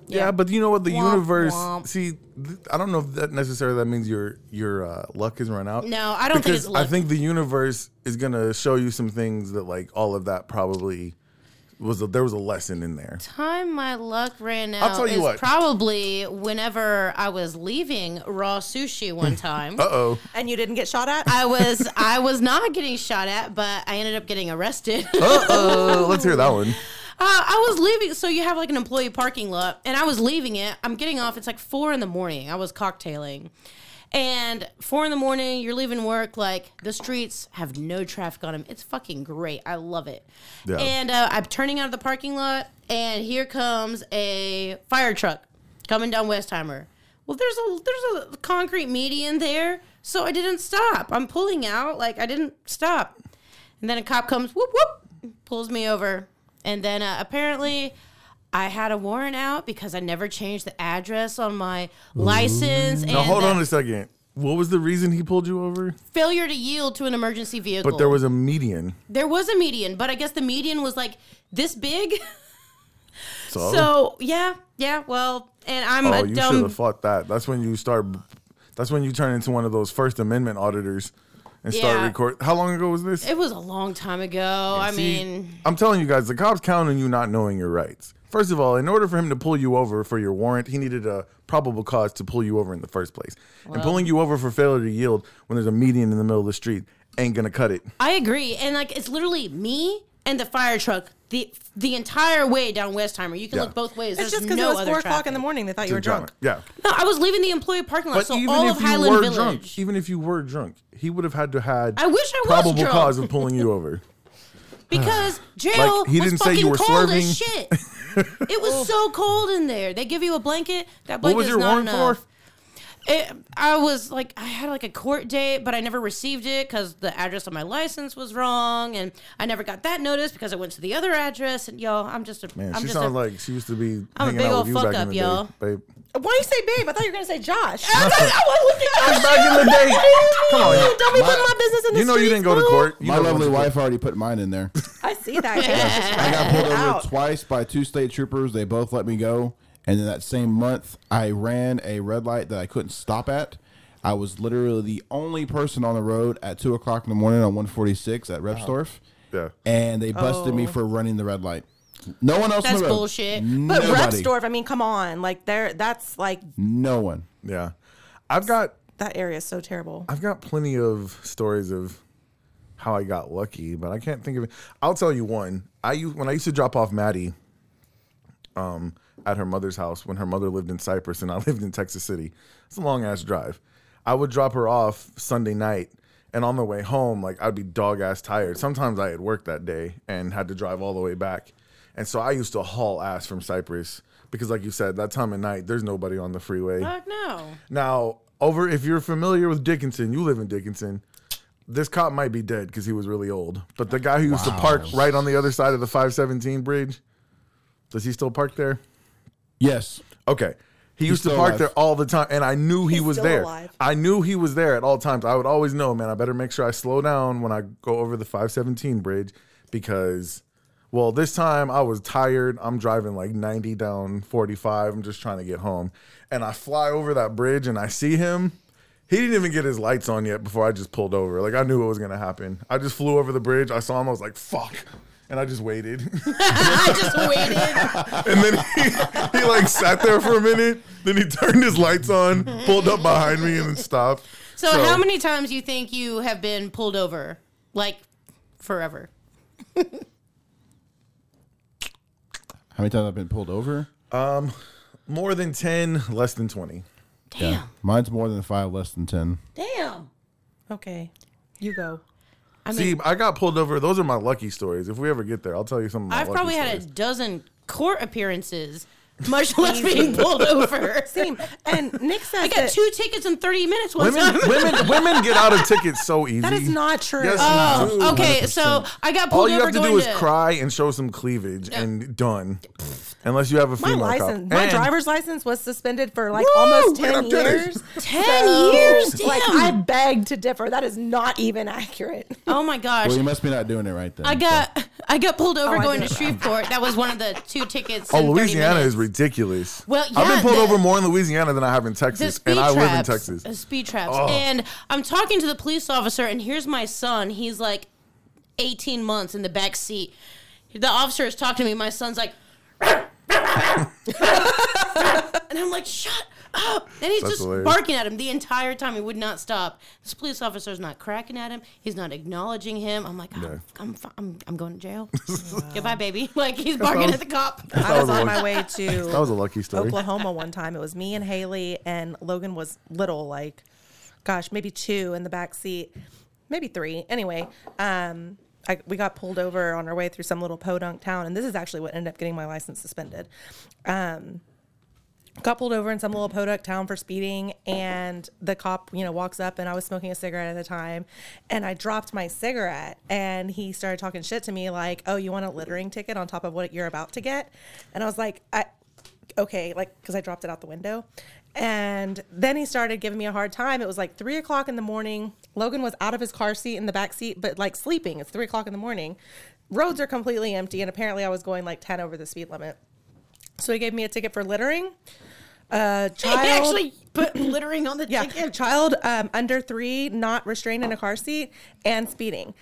[SPEAKER 1] Yeah, but you know what? The
[SPEAKER 4] Womp,
[SPEAKER 1] universe.
[SPEAKER 4] womp.
[SPEAKER 1] See, th- I don't know if that necessarily that means your your uh, luck has run out.
[SPEAKER 4] No, I don't think
[SPEAKER 1] Because
[SPEAKER 4] it's
[SPEAKER 1] I
[SPEAKER 4] luck.
[SPEAKER 1] think the universe is gonna show you some things that like all of that probably was. A, there was a lesson in
[SPEAKER 4] [laughs]
[SPEAKER 1] there.
[SPEAKER 4] time my luck ran out
[SPEAKER 1] I'll tell you
[SPEAKER 4] is
[SPEAKER 1] what.
[SPEAKER 4] probably whenever I was leaving Raw Sushi one
[SPEAKER 1] [laughs]
[SPEAKER 4] time.
[SPEAKER 1] Uh oh.
[SPEAKER 6] And you didn't get shot at.
[SPEAKER 4] I was I was not getting shot at, but I ended up getting arrested.
[SPEAKER 1] Uh oh. Let's hear that one.
[SPEAKER 4] Uh, I was leaving. So you have like an employee parking lot, and I was leaving it. I'm getting off. It's like four in the morning. I was cocktailing. And four in the morning, you're leaving work. Like the streets have no traffic on them. It's fucking great. I love it.
[SPEAKER 1] Yeah.
[SPEAKER 4] And uh, I'm turning out of the parking lot, and here comes a fire truck coming down Westheimer. Well, there's a there's a concrete median there, so I didn't stop. I'm pulling out, like I didn't stop. And then a cop comes, whoop whoop, pulls me over. And then uh, apparently, I had a warrant out because I never changed the address on my license.
[SPEAKER 1] Now
[SPEAKER 4] [laughs] and
[SPEAKER 1] hold
[SPEAKER 4] the
[SPEAKER 1] on a second. What was the reason he pulled you over?
[SPEAKER 4] failure to yield to an emergency vehicle.
[SPEAKER 1] But there was a median.
[SPEAKER 4] there was a median, but I guess the median was like this big.
[SPEAKER 1] So,
[SPEAKER 4] So yeah, yeah. Well, and I'm
[SPEAKER 1] oh,
[SPEAKER 4] a
[SPEAKER 1] you should
[SPEAKER 4] dumb
[SPEAKER 1] have fought that. That's when you start. That's when you turn into one of those First Amendment auditors and start
[SPEAKER 4] Yeah.
[SPEAKER 1] record. How long ago was this?
[SPEAKER 4] It was a long time ago. I
[SPEAKER 1] See,
[SPEAKER 4] mean,
[SPEAKER 1] I'm telling you guys, the cops count on you not knowing your rights. First of all, in order for him to pull you over for your warrant, he needed a probable cause to pull you over in the first place. and pulling you over for failure to yield when there's a median in the middle of the street ain't gonna cut it.
[SPEAKER 4] I agree. And like, it's literally me and the fire truck the the entire way down Westheimer. You can
[SPEAKER 1] Yeah.
[SPEAKER 4] look both ways.
[SPEAKER 6] It's
[SPEAKER 4] There's
[SPEAKER 6] just because
[SPEAKER 4] no
[SPEAKER 6] it was
[SPEAKER 4] other
[SPEAKER 6] four o'clock in the
[SPEAKER 4] traffic.
[SPEAKER 6] morning. They thought you were drunk.
[SPEAKER 1] Yeah.
[SPEAKER 4] No, I was leaving the employee parking lot,
[SPEAKER 1] But
[SPEAKER 4] so
[SPEAKER 1] even
[SPEAKER 4] all
[SPEAKER 1] if
[SPEAKER 4] of
[SPEAKER 1] you
[SPEAKER 4] Highland
[SPEAKER 1] were
[SPEAKER 4] Village.
[SPEAKER 1] drunk, even if you were drunk, he would have had to had
[SPEAKER 4] I wish I was
[SPEAKER 1] probable
[SPEAKER 4] drunk.
[SPEAKER 1] cause of pulling
[SPEAKER 4] [laughs]
[SPEAKER 1] you over.
[SPEAKER 4] because
[SPEAKER 1] [sighs]
[SPEAKER 4] jail
[SPEAKER 1] Like, he
[SPEAKER 4] was
[SPEAKER 1] didn't say
[SPEAKER 4] fucking
[SPEAKER 1] you were
[SPEAKER 4] cold
[SPEAKER 1] swerving.
[SPEAKER 4] as shit.
[SPEAKER 1] [laughs]
[SPEAKER 4] it was so cold in there. They give you a blanket. That
[SPEAKER 1] what
[SPEAKER 4] blanket
[SPEAKER 1] was
[SPEAKER 4] is
[SPEAKER 1] your
[SPEAKER 4] not
[SPEAKER 1] warrant
[SPEAKER 4] enough.
[SPEAKER 1] for?
[SPEAKER 4] It, I was like, I had like a court date, but I never received it because the address on my license was wrong, and I never got that notice because I went to the other address. And y'all, I'm just a,
[SPEAKER 1] Man,
[SPEAKER 4] am
[SPEAKER 1] she
[SPEAKER 4] just
[SPEAKER 1] sounds
[SPEAKER 4] a-
[SPEAKER 1] like she used to be
[SPEAKER 4] I'm a
[SPEAKER 1] hanging
[SPEAKER 4] big
[SPEAKER 1] out
[SPEAKER 4] old
[SPEAKER 1] with you
[SPEAKER 4] fuck
[SPEAKER 1] back
[SPEAKER 4] up,
[SPEAKER 1] in the
[SPEAKER 4] y'all.
[SPEAKER 1] day, babe.
[SPEAKER 6] Why do you say babe? I thought you were gonna say
[SPEAKER 1] [laughs]
[SPEAKER 6] Josh.
[SPEAKER 4] I was- I was looking at
[SPEAKER 1] Back in the day,
[SPEAKER 7] [laughs]
[SPEAKER 1] come on, y'all.
[SPEAKER 6] Don't be
[SPEAKER 5] My-
[SPEAKER 6] putting my business in the
[SPEAKER 1] you know you
[SPEAKER 6] streets,
[SPEAKER 1] didn't go to
[SPEAKER 6] Mom.
[SPEAKER 1] court. You
[SPEAKER 5] My
[SPEAKER 1] never went
[SPEAKER 5] lovely
[SPEAKER 1] to court.
[SPEAKER 5] wife already put mine
[SPEAKER 1] [laughs]
[SPEAKER 5] in there.
[SPEAKER 6] I see
[SPEAKER 7] [laughs]
[SPEAKER 6] that. Josh.
[SPEAKER 5] I got pulled over
[SPEAKER 6] Out.
[SPEAKER 5] twice by two state troopers. They both let me go. And then that same month, I ran a red light that I couldn't stop at. I was literally the only person on the road at two o'clock in the morning on 146 at Repsdorf.
[SPEAKER 1] Uh-huh. Yeah.
[SPEAKER 5] And they busted me for running the red light. No one else.
[SPEAKER 4] Oh.
[SPEAKER 5] on
[SPEAKER 4] That's
[SPEAKER 5] the road.
[SPEAKER 4] bullshit.
[SPEAKER 6] But
[SPEAKER 5] Nobody.
[SPEAKER 6] Repsdorf, I mean, come on, like there, that's like
[SPEAKER 5] No one.
[SPEAKER 1] Yeah, I've got
[SPEAKER 6] that area is so terrible.
[SPEAKER 1] I've got plenty of stories of how I got lucky, but I can't think of it. I'll tell you one. I u- when I used to drop off Maddie um, [laughs] at her mother's house when her mother lived in Cyprus and I lived in Texas City. It's a long ass drive. I would drop her off Sunday night. And on the way home, like I'd be dog ass tired. Sometimes I had worked that day and had to drive all the way back. And so I used to haul ass from Cypress because, like you said, that time of night, there's nobody on the freeway.
[SPEAKER 4] Fuck no.
[SPEAKER 1] [laughs] Now, over if you're familiar with Dickinson, you live in Dickinson. This cop might be dead because he was really old. But the guy who used to park right on the other side of the 517 bridge, does he still park there?
[SPEAKER 5] Yes.
[SPEAKER 1] Okay. He used to
[SPEAKER 5] still
[SPEAKER 1] park
[SPEAKER 5] alive.
[SPEAKER 1] there all the time, and I knew he
[SPEAKER 7] He's
[SPEAKER 1] was
[SPEAKER 7] still
[SPEAKER 1] there.
[SPEAKER 7] alive.
[SPEAKER 1] I knew he was there at all times. I would always know, man. I better make sure I slow down when I go over the 517 bridge because, well, this time I was tired. I'm driving like 90 down 45. I'm just trying to get home, and I fly over that bridge and I see him. He didn't even get his lights on yet before I just pulled over. Like I knew what was gonna happen. I just flew over the bridge. I saw him. I was like, "Fuck," and I just waited. [laughs]
[SPEAKER 4] I just waited.
[SPEAKER 1] And then he, [laughs] he like sat there for a minute. Then he turned his lights on, pulled up behind me, and then stopped.
[SPEAKER 4] So, how many times you think you have been pulled over? Like forever.
[SPEAKER 5] How many times I've been pulled over?
[SPEAKER 1] More than ten, less than twenty.
[SPEAKER 4] Damn.
[SPEAKER 5] Mine's more than five, less than ten.
[SPEAKER 4] Damn.
[SPEAKER 7] Okay, you go.
[SPEAKER 4] I mean,
[SPEAKER 1] See, I got pulled over. Those are my lucky stories. If we ever get there, I'll tell you some. Of my
[SPEAKER 4] I've
[SPEAKER 1] lucky
[SPEAKER 4] probably had a
[SPEAKER 1] stories.
[SPEAKER 4] dozen court appearances, [laughs] much less
[SPEAKER 1] [laughs]
[SPEAKER 4] being pulled over.
[SPEAKER 7] Same. And Nick says
[SPEAKER 4] I got
[SPEAKER 7] that,
[SPEAKER 4] two tickets in 30 minutes one
[SPEAKER 1] Women,
[SPEAKER 4] time.
[SPEAKER 1] women, women get out of tickets so easy.
[SPEAKER 7] that is not true. Uh,
[SPEAKER 1] Yes, you do.
[SPEAKER 4] Oh, okay, so I got pulled
[SPEAKER 1] All you
[SPEAKER 4] over
[SPEAKER 1] have to
[SPEAKER 4] going
[SPEAKER 1] do is
[SPEAKER 4] to
[SPEAKER 1] cry and show some cleavage, and done. Unless you have a
[SPEAKER 7] my
[SPEAKER 1] female
[SPEAKER 7] license,
[SPEAKER 1] cop.
[SPEAKER 7] my
[SPEAKER 1] And-
[SPEAKER 7] driver's license was suspended for like
[SPEAKER 1] Woo!
[SPEAKER 7] almost
[SPEAKER 1] Get
[SPEAKER 7] ten
[SPEAKER 1] up, Jenny. [laughs]
[SPEAKER 7] years.
[SPEAKER 4] 10 years. Damn.
[SPEAKER 7] Like I beg to differ. That is not even accurate.
[SPEAKER 4] oh my gosh.
[SPEAKER 5] Well, you must be not doing it right then.
[SPEAKER 4] I got I got pulled over
[SPEAKER 7] Oh, I
[SPEAKER 4] going to
[SPEAKER 7] did it
[SPEAKER 4] Shreveport. That was one of the two tickets.
[SPEAKER 1] Oh,
[SPEAKER 4] in 30
[SPEAKER 1] Louisiana
[SPEAKER 4] minutes.
[SPEAKER 1] is ridiculous.
[SPEAKER 4] Well,
[SPEAKER 1] I've been
[SPEAKER 4] yeah,
[SPEAKER 1] pulled
[SPEAKER 4] the-
[SPEAKER 1] over more in Louisiana than I have in
[SPEAKER 4] the
[SPEAKER 1] Texas,
[SPEAKER 4] speed
[SPEAKER 1] and I
[SPEAKER 4] traps,
[SPEAKER 1] live in Texas.
[SPEAKER 4] uh, speed traps.
[SPEAKER 1] Oh.
[SPEAKER 4] And I'm talking to the police officer, and here's my son. He's like 18 months in the back seat. The officer is talking to me. My son's like, [laughs] and I'm like, shut up. And he's
[SPEAKER 1] That's
[SPEAKER 4] just
[SPEAKER 1] hilarious.
[SPEAKER 4] barking at him the entire time. He would not stop. This police officer's not cracking at him. He's not acknowledging him. I'm like, I'm, I'm, fi- I'm, I'm going
[SPEAKER 1] [laughs]
[SPEAKER 4] to jail. Goodbye, baby. [laughs] Like, he's barking
[SPEAKER 1] was-
[SPEAKER 4] at the cop. [laughs]
[SPEAKER 7] I was
[SPEAKER 1] was a lucky-
[SPEAKER 7] on my way to
[SPEAKER 1] that was a lucky story.
[SPEAKER 7] Oklahoma one time. It was me and Haley, and Logan was little, like, gosh, maybe two in the back seat, maybe three. Anyway, um, I, we got pulled over on our way through some little podunk town, and this is actually what ended up getting my license suspended. Um, got pulled over in some little podunk town for speeding, and the cop, you know, walks up, and I was smoking a cigarette at the time, and I dropped my cigarette, and he started talking shit to me like, "Oh, you want a littering ticket on top of what you're about to get?" And I was like, "I." okay, like, because I dropped it out the window. And then he started giving me a hard time. It was like three o'clock in the morning. Logan was out of his car seat in the back seat, but like sleeping. It's three o'clock in the morning. Roads are completely empty. And apparently I was going like 10 over the speed limit. So he gave me a ticket for littering. Uh, child,
[SPEAKER 4] [laughs] He actually put littering on the
[SPEAKER 7] yeah,
[SPEAKER 4] ticket.
[SPEAKER 7] child um, under three, not restrained in a car seat, and speeding.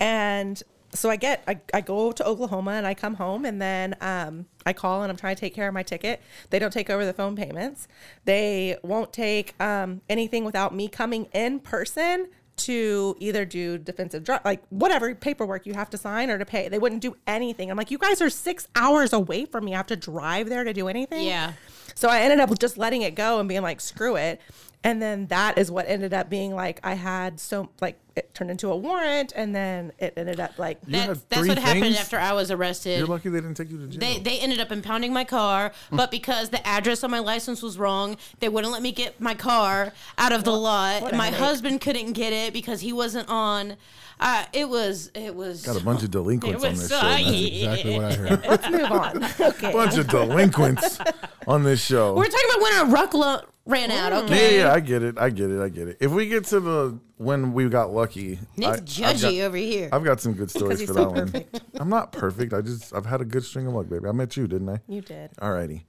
[SPEAKER 7] And so I get, I, I go to Oklahoma and I come home and then um, I call and I'm trying to take care of my ticket. They don't take over the phone payments. They won't take um, anything without me coming in person to either do defensive drug, like whatever paperwork you have to sign or to pay. They wouldn't do anything. I'm like, you guys are six hours away from me. I have to drive there to do anything.
[SPEAKER 4] Yeah.
[SPEAKER 7] So I ended up just letting it go and being like, screw it. And then that is what ended up being like, I had so, like, it turned into a warrant. And then it ended up like,
[SPEAKER 1] You
[SPEAKER 4] That's,
[SPEAKER 1] had
[SPEAKER 4] that's
[SPEAKER 1] three
[SPEAKER 4] what happened
[SPEAKER 1] things?
[SPEAKER 4] after I was arrested.
[SPEAKER 1] You're lucky they didn't take you to jail.
[SPEAKER 4] They, they ended up impounding my car, but because the address on my license was wrong, they wouldn't let me get my car out of the lot.
[SPEAKER 7] what a
[SPEAKER 4] My
[SPEAKER 7] headache.
[SPEAKER 4] husband couldn't get it because he wasn't on. Uh, it was it was
[SPEAKER 1] Got a bunch of
[SPEAKER 4] it
[SPEAKER 1] delinquents on this
[SPEAKER 4] was so,
[SPEAKER 1] show.
[SPEAKER 4] [laughs]
[SPEAKER 1] man.
[SPEAKER 5] exactly what I
[SPEAKER 7] [laughs]
[SPEAKER 5] heard.
[SPEAKER 7] [laughs] let's
[SPEAKER 1] [laughs]
[SPEAKER 7] move on. Okay.
[SPEAKER 1] Bunch of delinquents on this show.
[SPEAKER 4] We're talking about when our ruckla ran out.
[SPEAKER 1] yeah, yeah,
[SPEAKER 4] Okay,
[SPEAKER 1] yeah, I get it. I get it. I get it. If we get to the when we got lucky,
[SPEAKER 4] Nick's
[SPEAKER 1] I- I've
[SPEAKER 4] judgy
[SPEAKER 1] got,
[SPEAKER 4] over here.
[SPEAKER 1] I've got some
[SPEAKER 4] [laughs]
[SPEAKER 1] good stories
[SPEAKER 7] he's
[SPEAKER 1] for
[SPEAKER 7] so
[SPEAKER 1] that
[SPEAKER 7] perfect.
[SPEAKER 1] one. [laughs] I'm not perfect. I just I've had a good string of luck, baby. I met you, didn't I?
[SPEAKER 7] You did.
[SPEAKER 1] Alrighty.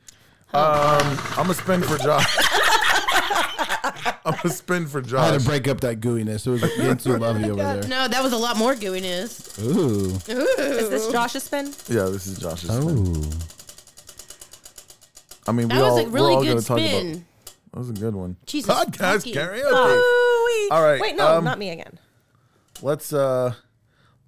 [SPEAKER 1] Um, I'm gonna spend for Josh. [laughs] I'm gonna spend for
[SPEAKER 5] I had
[SPEAKER 1] Josh.
[SPEAKER 5] to break up that gooiness. It was getting too lovey over there.
[SPEAKER 4] no, that was a lot more gooiness.
[SPEAKER 5] Ooh.
[SPEAKER 7] Is
[SPEAKER 1] Uh,
[SPEAKER 7] this Josh's spin?
[SPEAKER 1] Yeah, this is Josh's.
[SPEAKER 5] Oh.
[SPEAKER 1] Spin.
[SPEAKER 5] Ooh.
[SPEAKER 1] I mean,
[SPEAKER 4] That
[SPEAKER 1] we all
[SPEAKER 4] was a really
[SPEAKER 1] we're all
[SPEAKER 4] good
[SPEAKER 1] gonna talk
[SPEAKER 4] spin.
[SPEAKER 1] about. That was a good one.
[SPEAKER 4] Jesus
[SPEAKER 1] Podcast
[SPEAKER 4] fucking-
[SPEAKER 1] karaoke.
[SPEAKER 7] Ooh-wee.
[SPEAKER 1] um, All right,
[SPEAKER 7] Wait, no,
[SPEAKER 1] um,
[SPEAKER 7] not me again.
[SPEAKER 1] Let's uh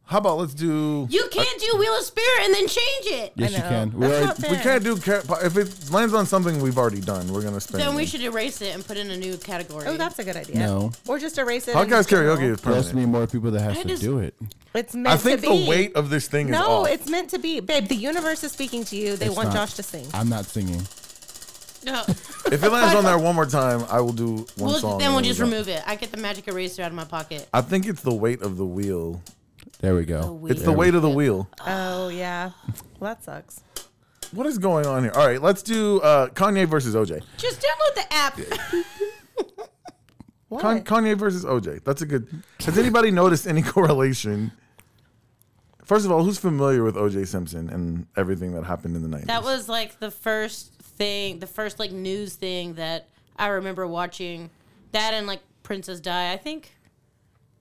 [SPEAKER 1] How about let's do?
[SPEAKER 4] You can't do Wheel of Spirit and then change it.
[SPEAKER 5] Yes, you
[SPEAKER 7] know.
[SPEAKER 5] can. We
[SPEAKER 7] That's
[SPEAKER 5] already-
[SPEAKER 7] not fair.
[SPEAKER 1] We can't do car- if it lands on something we've already done. We're gonna spend.
[SPEAKER 4] Then we
[SPEAKER 1] it.
[SPEAKER 4] should erase it and put in a new category.
[SPEAKER 7] Oh, that's a good idea.
[SPEAKER 5] No.
[SPEAKER 7] Or just erase it.
[SPEAKER 1] Podcast
[SPEAKER 7] and-
[SPEAKER 1] karaoke is
[SPEAKER 5] we also
[SPEAKER 1] permanent.
[SPEAKER 5] need more people that has
[SPEAKER 4] I
[SPEAKER 5] to
[SPEAKER 4] just-
[SPEAKER 5] do it.
[SPEAKER 7] It's meant
[SPEAKER 1] I think
[SPEAKER 7] to
[SPEAKER 1] the
[SPEAKER 7] be.
[SPEAKER 1] weight of this thing is
[SPEAKER 7] No,
[SPEAKER 1] off.
[SPEAKER 7] it's meant to be. Babe, the universe is speaking to you. They
[SPEAKER 5] It's
[SPEAKER 7] want
[SPEAKER 5] not. Ah.
[SPEAKER 7] Josh to sing.
[SPEAKER 5] I'm not singing.
[SPEAKER 4] no. [laughs]
[SPEAKER 1] if it lands on there one more time, I will do one
[SPEAKER 4] We'll,
[SPEAKER 1] song.
[SPEAKER 4] then
[SPEAKER 1] and
[SPEAKER 4] we'll just
[SPEAKER 1] go.
[SPEAKER 4] remove it. I get the magic eraser out of my pocket.
[SPEAKER 1] I think it's the weight of the wheel.
[SPEAKER 5] There we go.
[SPEAKER 1] It's the weight of the wheel.
[SPEAKER 7] Oh, yeah. Well, that sucks.
[SPEAKER 1] What is going on here? All right, let's do uh, Kanye versus OJ.
[SPEAKER 4] Just download the app.
[SPEAKER 7] What?
[SPEAKER 1] Con- Kanye versus OJ. That's a good. Has anybody [laughs] noticed any correlation? First of all, who's familiar with OJ Simpson and everything that happened in the 90s?
[SPEAKER 4] That was like the first thing, the first like news thing that I remember watching. That and like Princess Di, I think.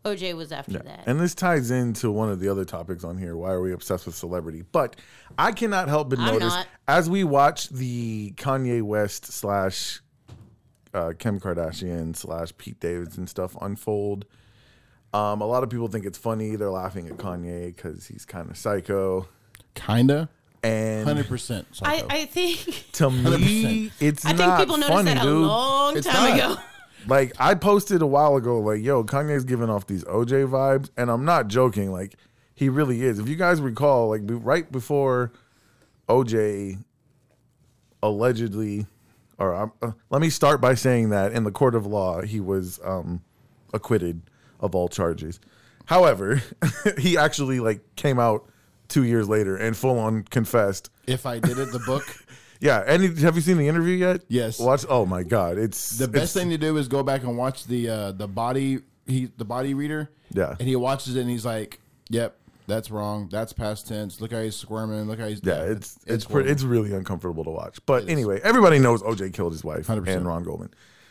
[SPEAKER 4] OJ was after that.
[SPEAKER 1] And this ties into one of the other topics on here. Why are we obsessed with celebrity? But I cannot help but
[SPEAKER 4] I'm
[SPEAKER 1] notice
[SPEAKER 4] not.
[SPEAKER 1] as we watch the Kanye West slash uh, Kim Kardashian slash Pete Davidson stuff unfold. Um, a lot of people think it's funny. They're laughing at Kanye because he's kind of psycho.
[SPEAKER 5] Kinda.
[SPEAKER 1] And
[SPEAKER 5] Hundred percent.
[SPEAKER 4] I, I think
[SPEAKER 1] to me,
[SPEAKER 5] 100%.
[SPEAKER 1] it's
[SPEAKER 4] I think
[SPEAKER 1] not
[SPEAKER 4] people noticed
[SPEAKER 1] funny,
[SPEAKER 4] that a
[SPEAKER 1] dude.
[SPEAKER 4] long
[SPEAKER 5] It's
[SPEAKER 4] time
[SPEAKER 5] not.
[SPEAKER 4] ago.
[SPEAKER 1] Like I posted a while ago, like, yo, Kanye's giving off these OJ vibes, and I'm not joking. Like, he really is. If you guys recall, like, be- right before OJ allegedly, or um, uh, let me start by saying that in the court of law, he was um, acquitted of all charges. However, [laughs] he actually like came out two years later and full on confessed.
[SPEAKER 5] if I did it, the [laughs] book.
[SPEAKER 1] Yeah, and have you seen the interview yet?
[SPEAKER 5] Yes.
[SPEAKER 1] Watch. Oh my God, it's
[SPEAKER 5] The best
[SPEAKER 1] it's-
[SPEAKER 5] thing to do is go back and watch the uh, the body he the body reader.
[SPEAKER 1] Yeah.
[SPEAKER 5] And he watches it and he's like, "Yep, that's wrong. That's past tense. Look how he's squirming. Look how he's
[SPEAKER 1] Yeah, it's it's it's,
[SPEAKER 5] horrible.
[SPEAKER 1] pretty, it's really uncomfortable to watch. But anyway, everybody knows OJ killed his wife
[SPEAKER 5] 100%.
[SPEAKER 1] and Ron Goldman.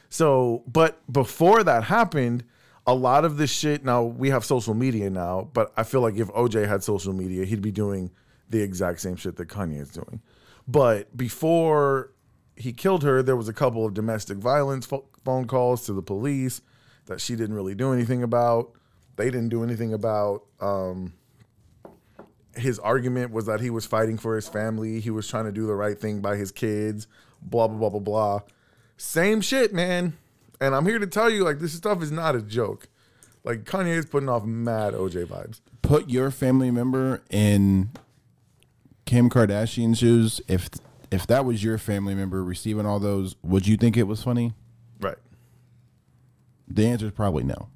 [SPEAKER 1] So, but before that happened, a lot of this shit. Now we have social media now, but I feel like if OJ had social media, he'd be doing the exact same shit that Kanye is doing. But before he killed her, there was a couple of domestic violence pho- phone calls to the police that she didn't really do anything about. They didn't do anything about. Um, his argument was that he was fighting for his family. He was trying to do the right thing by his kids. Blah blah blah blah blah. Same shit, man. And I'm here to tell you, like, this stuff is not a joke. Like Kanye is putting off mad OJ vibes.
[SPEAKER 5] put your family member in Kim Kardashian's shoes. If if that was your family member receiving all those, would you think it was funny?
[SPEAKER 1] Right.
[SPEAKER 5] The answer is probably no.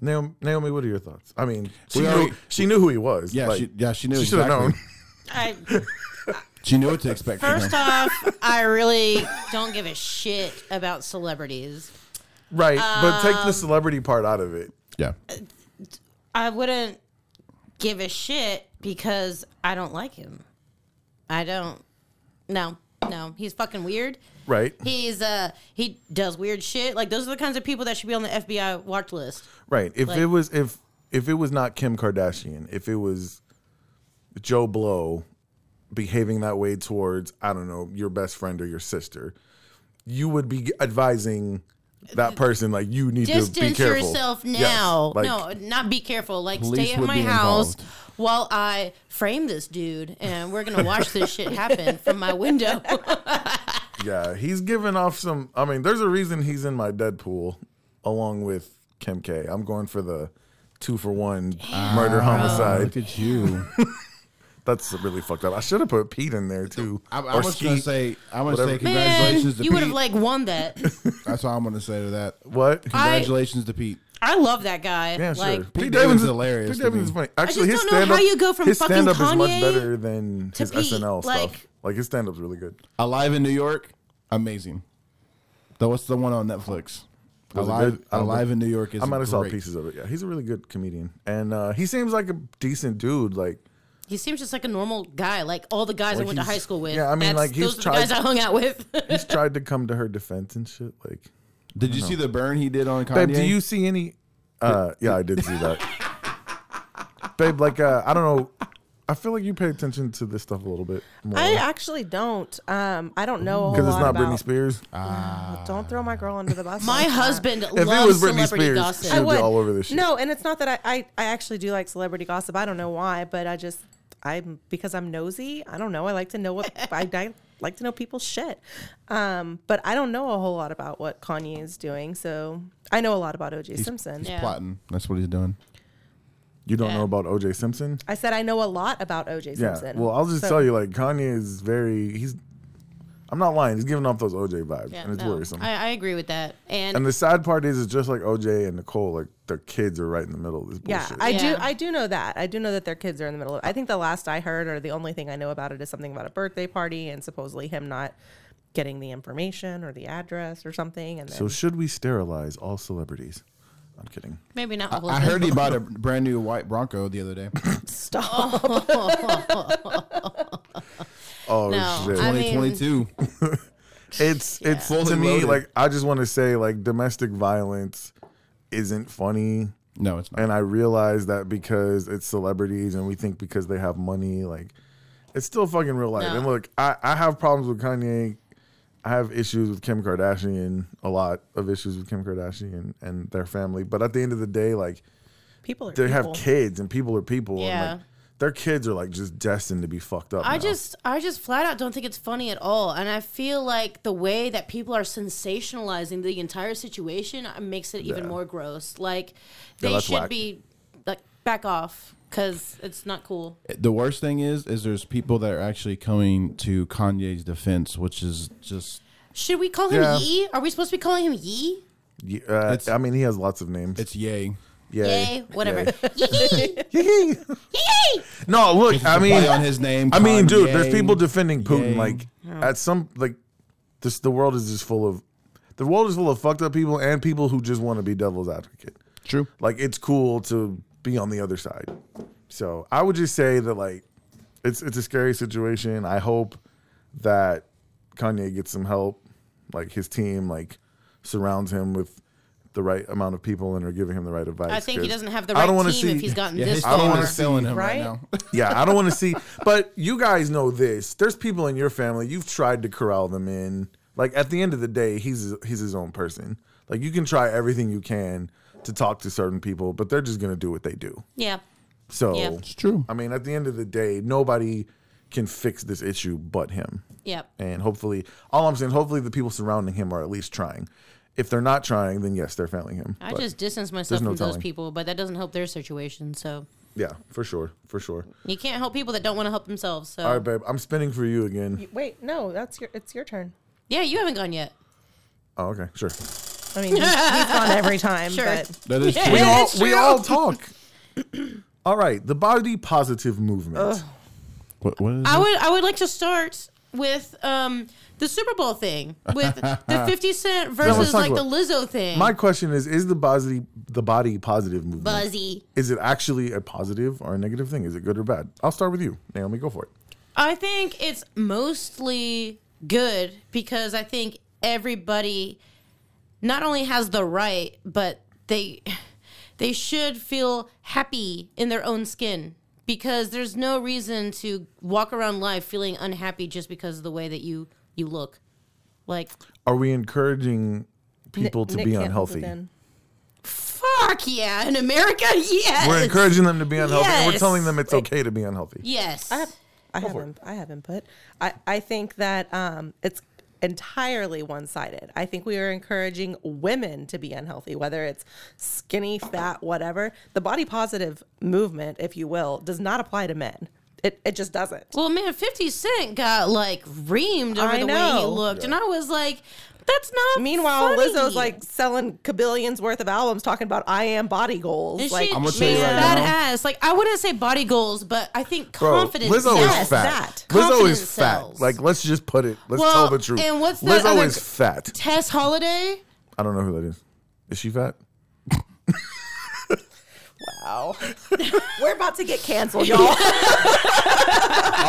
[SPEAKER 1] Naomi, Naomi, what are your thoughts? I mean, she,
[SPEAKER 5] We
[SPEAKER 1] knew,
[SPEAKER 5] already-
[SPEAKER 1] she knew who he was.
[SPEAKER 5] Yeah,
[SPEAKER 1] Like,
[SPEAKER 5] she, yeah, she knew.
[SPEAKER 1] she should have known. [laughs]
[SPEAKER 4] I,
[SPEAKER 5] She knew what to expect. from
[SPEAKER 4] first
[SPEAKER 5] him.
[SPEAKER 4] off, I really don't give a shit about celebrities.
[SPEAKER 1] right. but take the celebrity part out of it.
[SPEAKER 5] yeah,
[SPEAKER 4] uh, I wouldn't give a shit because I don't like him. I don't. No, no, he's fucking weird.
[SPEAKER 1] Right.
[SPEAKER 4] He's uh he does weird shit. Like those are the kinds of people that should be on the FBI watch list.
[SPEAKER 1] Right. If
[SPEAKER 4] Like-
[SPEAKER 1] it was if if it was not Kim Kardashian, if it was Joe Blow behaving that way towards I don't know your best friend or your sister, you would be advising that person like you need to be
[SPEAKER 4] Uh, Distance
[SPEAKER 1] careful.
[SPEAKER 4] yourself
[SPEAKER 1] Yes,
[SPEAKER 4] now.
[SPEAKER 1] like,
[SPEAKER 4] no, not be careful. Like
[SPEAKER 5] Police
[SPEAKER 4] stay at
[SPEAKER 5] would
[SPEAKER 4] my
[SPEAKER 5] be
[SPEAKER 4] house
[SPEAKER 5] involved.
[SPEAKER 4] while I frame this dude, and we're gonna watch this shit happen from my window.
[SPEAKER 1] Yeah, he's giving off some. I mean, there's a reason he's in my Deadpool along with Kim K. I'm going for the two for one murder homicide.
[SPEAKER 5] look at you.
[SPEAKER 1] That's really fucked up. I should have put Pete in there too.
[SPEAKER 5] I, I
[SPEAKER 1] Or
[SPEAKER 5] was gonna
[SPEAKER 1] Skeet.
[SPEAKER 5] say, I want to
[SPEAKER 1] whatever.
[SPEAKER 5] say
[SPEAKER 4] Man,
[SPEAKER 5] congratulations to
[SPEAKER 4] you would have
[SPEAKER 5] Pete.
[SPEAKER 4] like won that.
[SPEAKER 5] That's all I'm gonna say to that.
[SPEAKER 1] what?
[SPEAKER 5] Congratulations to Pete.
[SPEAKER 4] I love that guy.
[SPEAKER 1] Yeah,
[SPEAKER 4] like,
[SPEAKER 1] sure. Pete,
[SPEAKER 5] Pete
[SPEAKER 1] Davidson's
[SPEAKER 5] Davidson's hilarious
[SPEAKER 1] Pete
[SPEAKER 5] to
[SPEAKER 1] Davidson's
[SPEAKER 5] me.
[SPEAKER 1] funny. Actually,
[SPEAKER 4] just
[SPEAKER 1] his
[SPEAKER 4] don't know how
[SPEAKER 1] stand up,
[SPEAKER 4] you go from
[SPEAKER 1] his
[SPEAKER 4] fucking
[SPEAKER 1] stand up is much
[SPEAKER 4] Kanye
[SPEAKER 1] better than his
[SPEAKER 4] Pete,
[SPEAKER 1] SNL stuff.
[SPEAKER 4] like-
[SPEAKER 1] Like his stand up's really good.
[SPEAKER 5] Alive in New York, amazing. Though what's the one on Netflix?
[SPEAKER 1] Was it
[SPEAKER 5] Alive,
[SPEAKER 1] good? I don't
[SPEAKER 5] Alive
[SPEAKER 1] think-
[SPEAKER 5] in New York is.
[SPEAKER 1] I might have saw
[SPEAKER 5] great.
[SPEAKER 1] pieces of it. Yeah, he's a really good comedian, and uh, he seems like a decent dude. Like
[SPEAKER 4] He seems just like a normal guy, like all the guys
[SPEAKER 1] Like
[SPEAKER 4] I went to
[SPEAKER 1] he's-
[SPEAKER 4] high school with.
[SPEAKER 1] yeah, I mean,
[SPEAKER 4] That's-
[SPEAKER 1] like, he's
[SPEAKER 4] those are the
[SPEAKER 1] tried-
[SPEAKER 4] guys I hung out with.
[SPEAKER 1] [laughs]
[SPEAKER 4] [laughs]
[SPEAKER 1] he's tried to come to her defense and shit. Like,
[SPEAKER 5] Did you see the burn he did on Kanye?
[SPEAKER 1] babe, do you see any? Uh, yeah, I did see that. babe, like uh, I don't know. I feel like you pay attention to this stuff a little bit more
[SPEAKER 7] I actually don't. Um, I don't know a whole
[SPEAKER 1] because Mm. it's
[SPEAKER 7] lot
[SPEAKER 1] not
[SPEAKER 7] about.
[SPEAKER 1] Britney Spears.
[SPEAKER 4] Ah,
[SPEAKER 7] Oh, don't throw [laughs] my girl under the bus.
[SPEAKER 4] My
[SPEAKER 7] like that.
[SPEAKER 4] husband
[SPEAKER 1] it
[SPEAKER 4] loves
[SPEAKER 1] was Britney
[SPEAKER 4] celebrity
[SPEAKER 1] Spears,
[SPEAKER 4] gossip.
[SPEAKER 1] she
[SPEAKER 7] I
[SPEAKER 1] would be
[SPEAKER 7] would
[SPEAKER 1] all over this shit.
[SPEAKER 7] No, and it's not that I, I I actually do like celebrity gossip. I don't know why, but I just I'm because I'm nosy. I don't know. I like to [laughs] know what I, I like to know people's shit. Um, but I don't know a whole lot about what Kanye is doing. So I know a lot about OJ Simpson.
[SPEAKER 5] He's
[SPEAKER 4] Yeah.
[SPEAKER 5] plotting. That's what he's doing.
[SPEAKER 1] You don't
[SPEAKER 4] Yeah.
[SPEAKER 1] know about O.J. Simpson?
[SPEAKER 7] I said I know a lot about OJ
[SPEAKER 1] Yeah.
[SPEAKER 7] Simpson.
[SPEAKER 1] Well, I'll just
[SPEAKER 7] So-
[SPEAKER 1] tell you, like Kanye is very. He's. I'm not lying. He's giving off those OJ vibes,
[SPEAKER 4] Yeah,
[SPEAKER 1] and it's
[SPEAKER 4] no,
[SPEAKER 1] worrisome.
[SPEAKER 4] I, I agree with that. And,
[SPEAKER 1] and the sad part is, it's just like OJ and Nicole. Like their kids are right in the middle of this
[SPEAKER 7] Yeah,
[SPEAKER 1] bullshit.
[SPEAKER 7] I
[SPEAKER 4] Yeah.
[SPEAKER 7] do. I do know that. I do know that their kids are in the middle of. I think the last I heard, or the only thing I know about it, is something about a birthday party and supposedly him not getting the information or the address or something. And then,
[SPEAKER 1] so should we sterilize all celebrities? I'm kidding.
[SPEAKER 4] maybe not.
[SPEAKER 5] I heard he bought a brand new white Bronco the other day.
[SPEAKER 1] Oh
[SPEAKER 4] No,
[SPEAKER 1] shit!
[SPEAKER 4] [laughs] I mean-
[SPEAKER 5] 2022.
[SPEAKER 1] it's it's
[SPEAKER 5] Fully
[SPEAKER 1] to me
[SPEAKER 5] loaded.
[SPEAKER 1] like I just want to say like domestic violence isn't funny,
[SPEAKER 5] no, it's not.
[SPEAKER 1] and I realize that because it's celebrities and we think because they have money, like it's still fucking real life.
[SPEAKER 4] No.
[SPEAKER 1] And look, I I have problems with Kanye. I have issues with Kim Kardashian, a lot of issues with Kim Kardashian and their family. But at the end of the day, like
[SPEAKER 7] people are.
[SPEAKER 1] they
[SPEAKER 7] people.
[SPEAKER 1] have kids and people are people. And
[SPEAKER 4] Yeah.
[SPEAKER 1] like, their kids are like just destined to be fucked up.
[SPEAKER 4] I
[SPEAKER 1] now.
[SPEAKER 4] just, I just flat out don't think it's funny at all, and I feel like the way that people are sensationalizing the entire situation uh, makes it even
[SPEAKER 1] Yeah.
[SPEAKER 4] more gross. Like they
[SPEAKER 1] that's
[SPEAKER 4] should
[SPEAKER 1] whack.
[SPEAKER 4] be like back off because it's not cool.
[SPEAKER 5] The worst thing is, is there's people that are actually coming to Kanye's defense, which is just
[SPEAKER 4] Should we call him
[SPEAKER 1] Yeah.
[SPEAKER 4] Yee? Are we supposed to be calling him Yee?
[SPEAKER 1] Yeah, uh,
[SPEAKER 5] It's-
[SPEAKER 1] I mean, he has lots of names.
[SPEAKER 5] it's yay.
[SPEAKER 4] Yay, whatever.
[SPEAKER 1] [laughs]
[SPEAKER 4] Yee yee
[SPEAKER 1] Yay.
[SPEAKER 4] yee.
[SPEAKER 1] No, look, I mean,
[SPEAKER 5] play on his name,
[SPEAKER 1] I mean, dude,
[SPEAKER 5] Kanye.
[SPEAKER 1] there's people defending Putin.
[SPEAKER 5] Yay.
[SPEAKER 1] Like, at some, like, this, the world is just full of, the world is full of fucked up people and people who just want to be devil's advocate.
[SPEAKER 5] True.
[SPEAKER 1] Like, it's cool to be on the other side. So I would just say that, like, it's it's a scary situation. I hope that Kanye gets some help. Like, his team, like, surrounds him with the right amount of people and are giving him the right advice.
[SPEAKER 4] I think he
[SPEAKER 1] 'cause
[SPEAKER 4] doesn't have the
[SPEAKER 1] I
[SPEAKER 4] right
[SPEAKER 1] don't
[SPEAKER 4] team
[SPEAKER 1] wanna
[SPEAKER 4] if
[SPEAKER 1] see- [laughs]
[SPEAKER 4] he's gotten
[SPEAKER 5] Yeah,
[SPEAKER 4] this
[SPEAKER 5] his
[SPEAKER 1] I don't
[SPEAKER 4] far.
[SPEAKER 1] wanna
[SPEAKER 5] family's failing him right,
[SPEAKER 7] Right?
[SPEAKER 5] now.
[SPEAKER 1] Yeah, I don't want to see. But you guys know this. There's people in your family. You've tried to corral them in. Like at the end of the day, he's he's his own person. Like you can try everything you can to talk to certain people, but they're just gonna do what they do.
[SPEAKER 4] yeah,
[SPEAKER 1] So
[SPEAKER 4] Yeah.
[SPEAKER 5] It's true.
[SPEAKER 1] I mean, at the end of the day, nobody can fix this issue but him.
[SPEAKER 4] yeah.
[SPEAKER 1] And hopefully, all I'm saying, hopefully, the people surrounding him are at least trying. If they're not trying, then yes, they're failing him.
[SPEAKER 4] I
[SPEAKER 1] But,
[SPEAKER 4] just distance myself
[SPEAKER 1] no
[SPEAKER 4] from those
[SPEAKER 1] telling.
[SPEAKER 4] people, but that doesn't help their situation. So
[SPEAKER 1] yeah, for sure, for sure.
[SPEAKER 4] you can't help people that don't want to help themselves. So
[SPEAKER 1] All right, babe, I'm spinning for you again.
[SPEAKER 7] Wait, no, that's your. It's your turn.
[SPEAKER 4] yeah, you haven't gone yet.
[SPEAKER 1] Oh, okay, sure.
[SPEAKER 7] I mean, he's,
[SPEAKER 4] [laughs]
[SPEAKER 7] he's gone every time,
[SPEAKER 4] Sure.
[SPEAKER 7] but
[SPEAKER 5] That is true.
[SPEAKER 1] we
[SPEAKER 4] [laughs] Yeah,
[SPEAKER 1] all
[SPEAKER 4] it's
[SPEAKER 1] we
[SPEAKER 4] true.
[SPEAKER 1] all talk. [clears throat] all right, the body positive movement.
[SPEAKER 5] What, what is
[SPEAKER 4] I
[SPEAKER 5] it?
[SPEAKER 4] would I would like to start with um, the Super Bowl thing
[SPEAKER 1] [laughs]
[SPEAKER 4] with the Fifty Cent versus
[SPEAKER 1] talk
[SPEAKER 4] like the
[SPEAKER 1] about-
[SPEAKER 4] Lizzo thing.
[SPEAKER 1] My question is: Is the body the body positive movement?
[SPEAKER 4] Buzzy.
[SPEAKER 1] Is it actually a positive or a negative thing? Is it good or bad? I'll start with you, Naomi. Go for it.
[SPEAKER 4] I think it's mostly good because I think everybody not only has the right, but they they should feel happy in their own skin because there's no reason to walk around life feeling unhappy just because of the way that you you look. Like
[SPEAKER 1] Are we encouraging people to
[SPEAKER 7] Nick
[SPEAKER 1] be
[SPEAKER 7] can't hold it
[SPEAKER 1] unhealthy?
[SPEAKER 7] in.
[SPEAKER 4] fuck yeah, in America, [laughs] yes.
[SPEAKER 1] We're encouraging them to be unhealthy. and We're
[SPEAKER 4] Yes.
[SPEAKER 1] telling them it's okay to be unhealthy.
[SPEAKER 4] Yes.
[SPEAKER 7] I have, I have, imp- I have input. I, I think that um, it's entirely one sided. I think we are encouraging women to be unhealthy, whether it's skinny, fat, whatever. The body positive movement, if you will, does not apply to men. It, it just doesn't.
[SPEAKER 4] Well, man, 50 Cent got like reamed over
[SPEAKER 7] I
[SPEAKER 4] the way he
[SPEAKER 7] know.
[SPEAKER 4] looked. And I was like, that's not.
[SPEAKER 7] Meanwhile,
[SPEAKER 4] funny.
[SPEAKER 7] Lizzo's like selling cabillions worth of albums talking about I am body goals.
[SPEAKER 4] And
[SPEAKER 7] like,
[SPEAKER 4] she,
[SPEAKER 5] I'm gonna
[SPEAKER 4] she's
[SPEAKER 5] tell you right now.
[SPEAKER 4] badass. Like I wouldn't say body goals, but I think
[SPEAKER 1] Bro,
[SPEAKER 4] confidence.
[SPEAKER 1] Lizzo
[SPEAKER 4] sells.
[SPEAKER 1] is fat.
[SPEAKER 7] that.
[SPEAKER 1] Lizzo
[SPEAKER 4] Confidence
[SPEAKER 1] is fat.
[SPEAKER 4] sells.
[SPEAKER 1] Like, let's just put it. Let's
[SPEAKER 4] Well,
[SPEAKER 1] tell the truth.
[SPEAKER 4] and what's that
[SPEAKER 1] Lizzo
[SPEAKER 4] other
[SPEAKER 1] is
[SPEAKER 4] g-
[SPEAKER 1] fat.
[SPEAKER 4] Tess Holiday.
[SPEAKER 1] I don't know who that is. Is she fat?
[SPEAKER 7] wow. [laughs] We're about to get
[SPEAKER 4] [laughs]
[SPEAKER 7] canceled, y'all.
[SPEAKER 5] All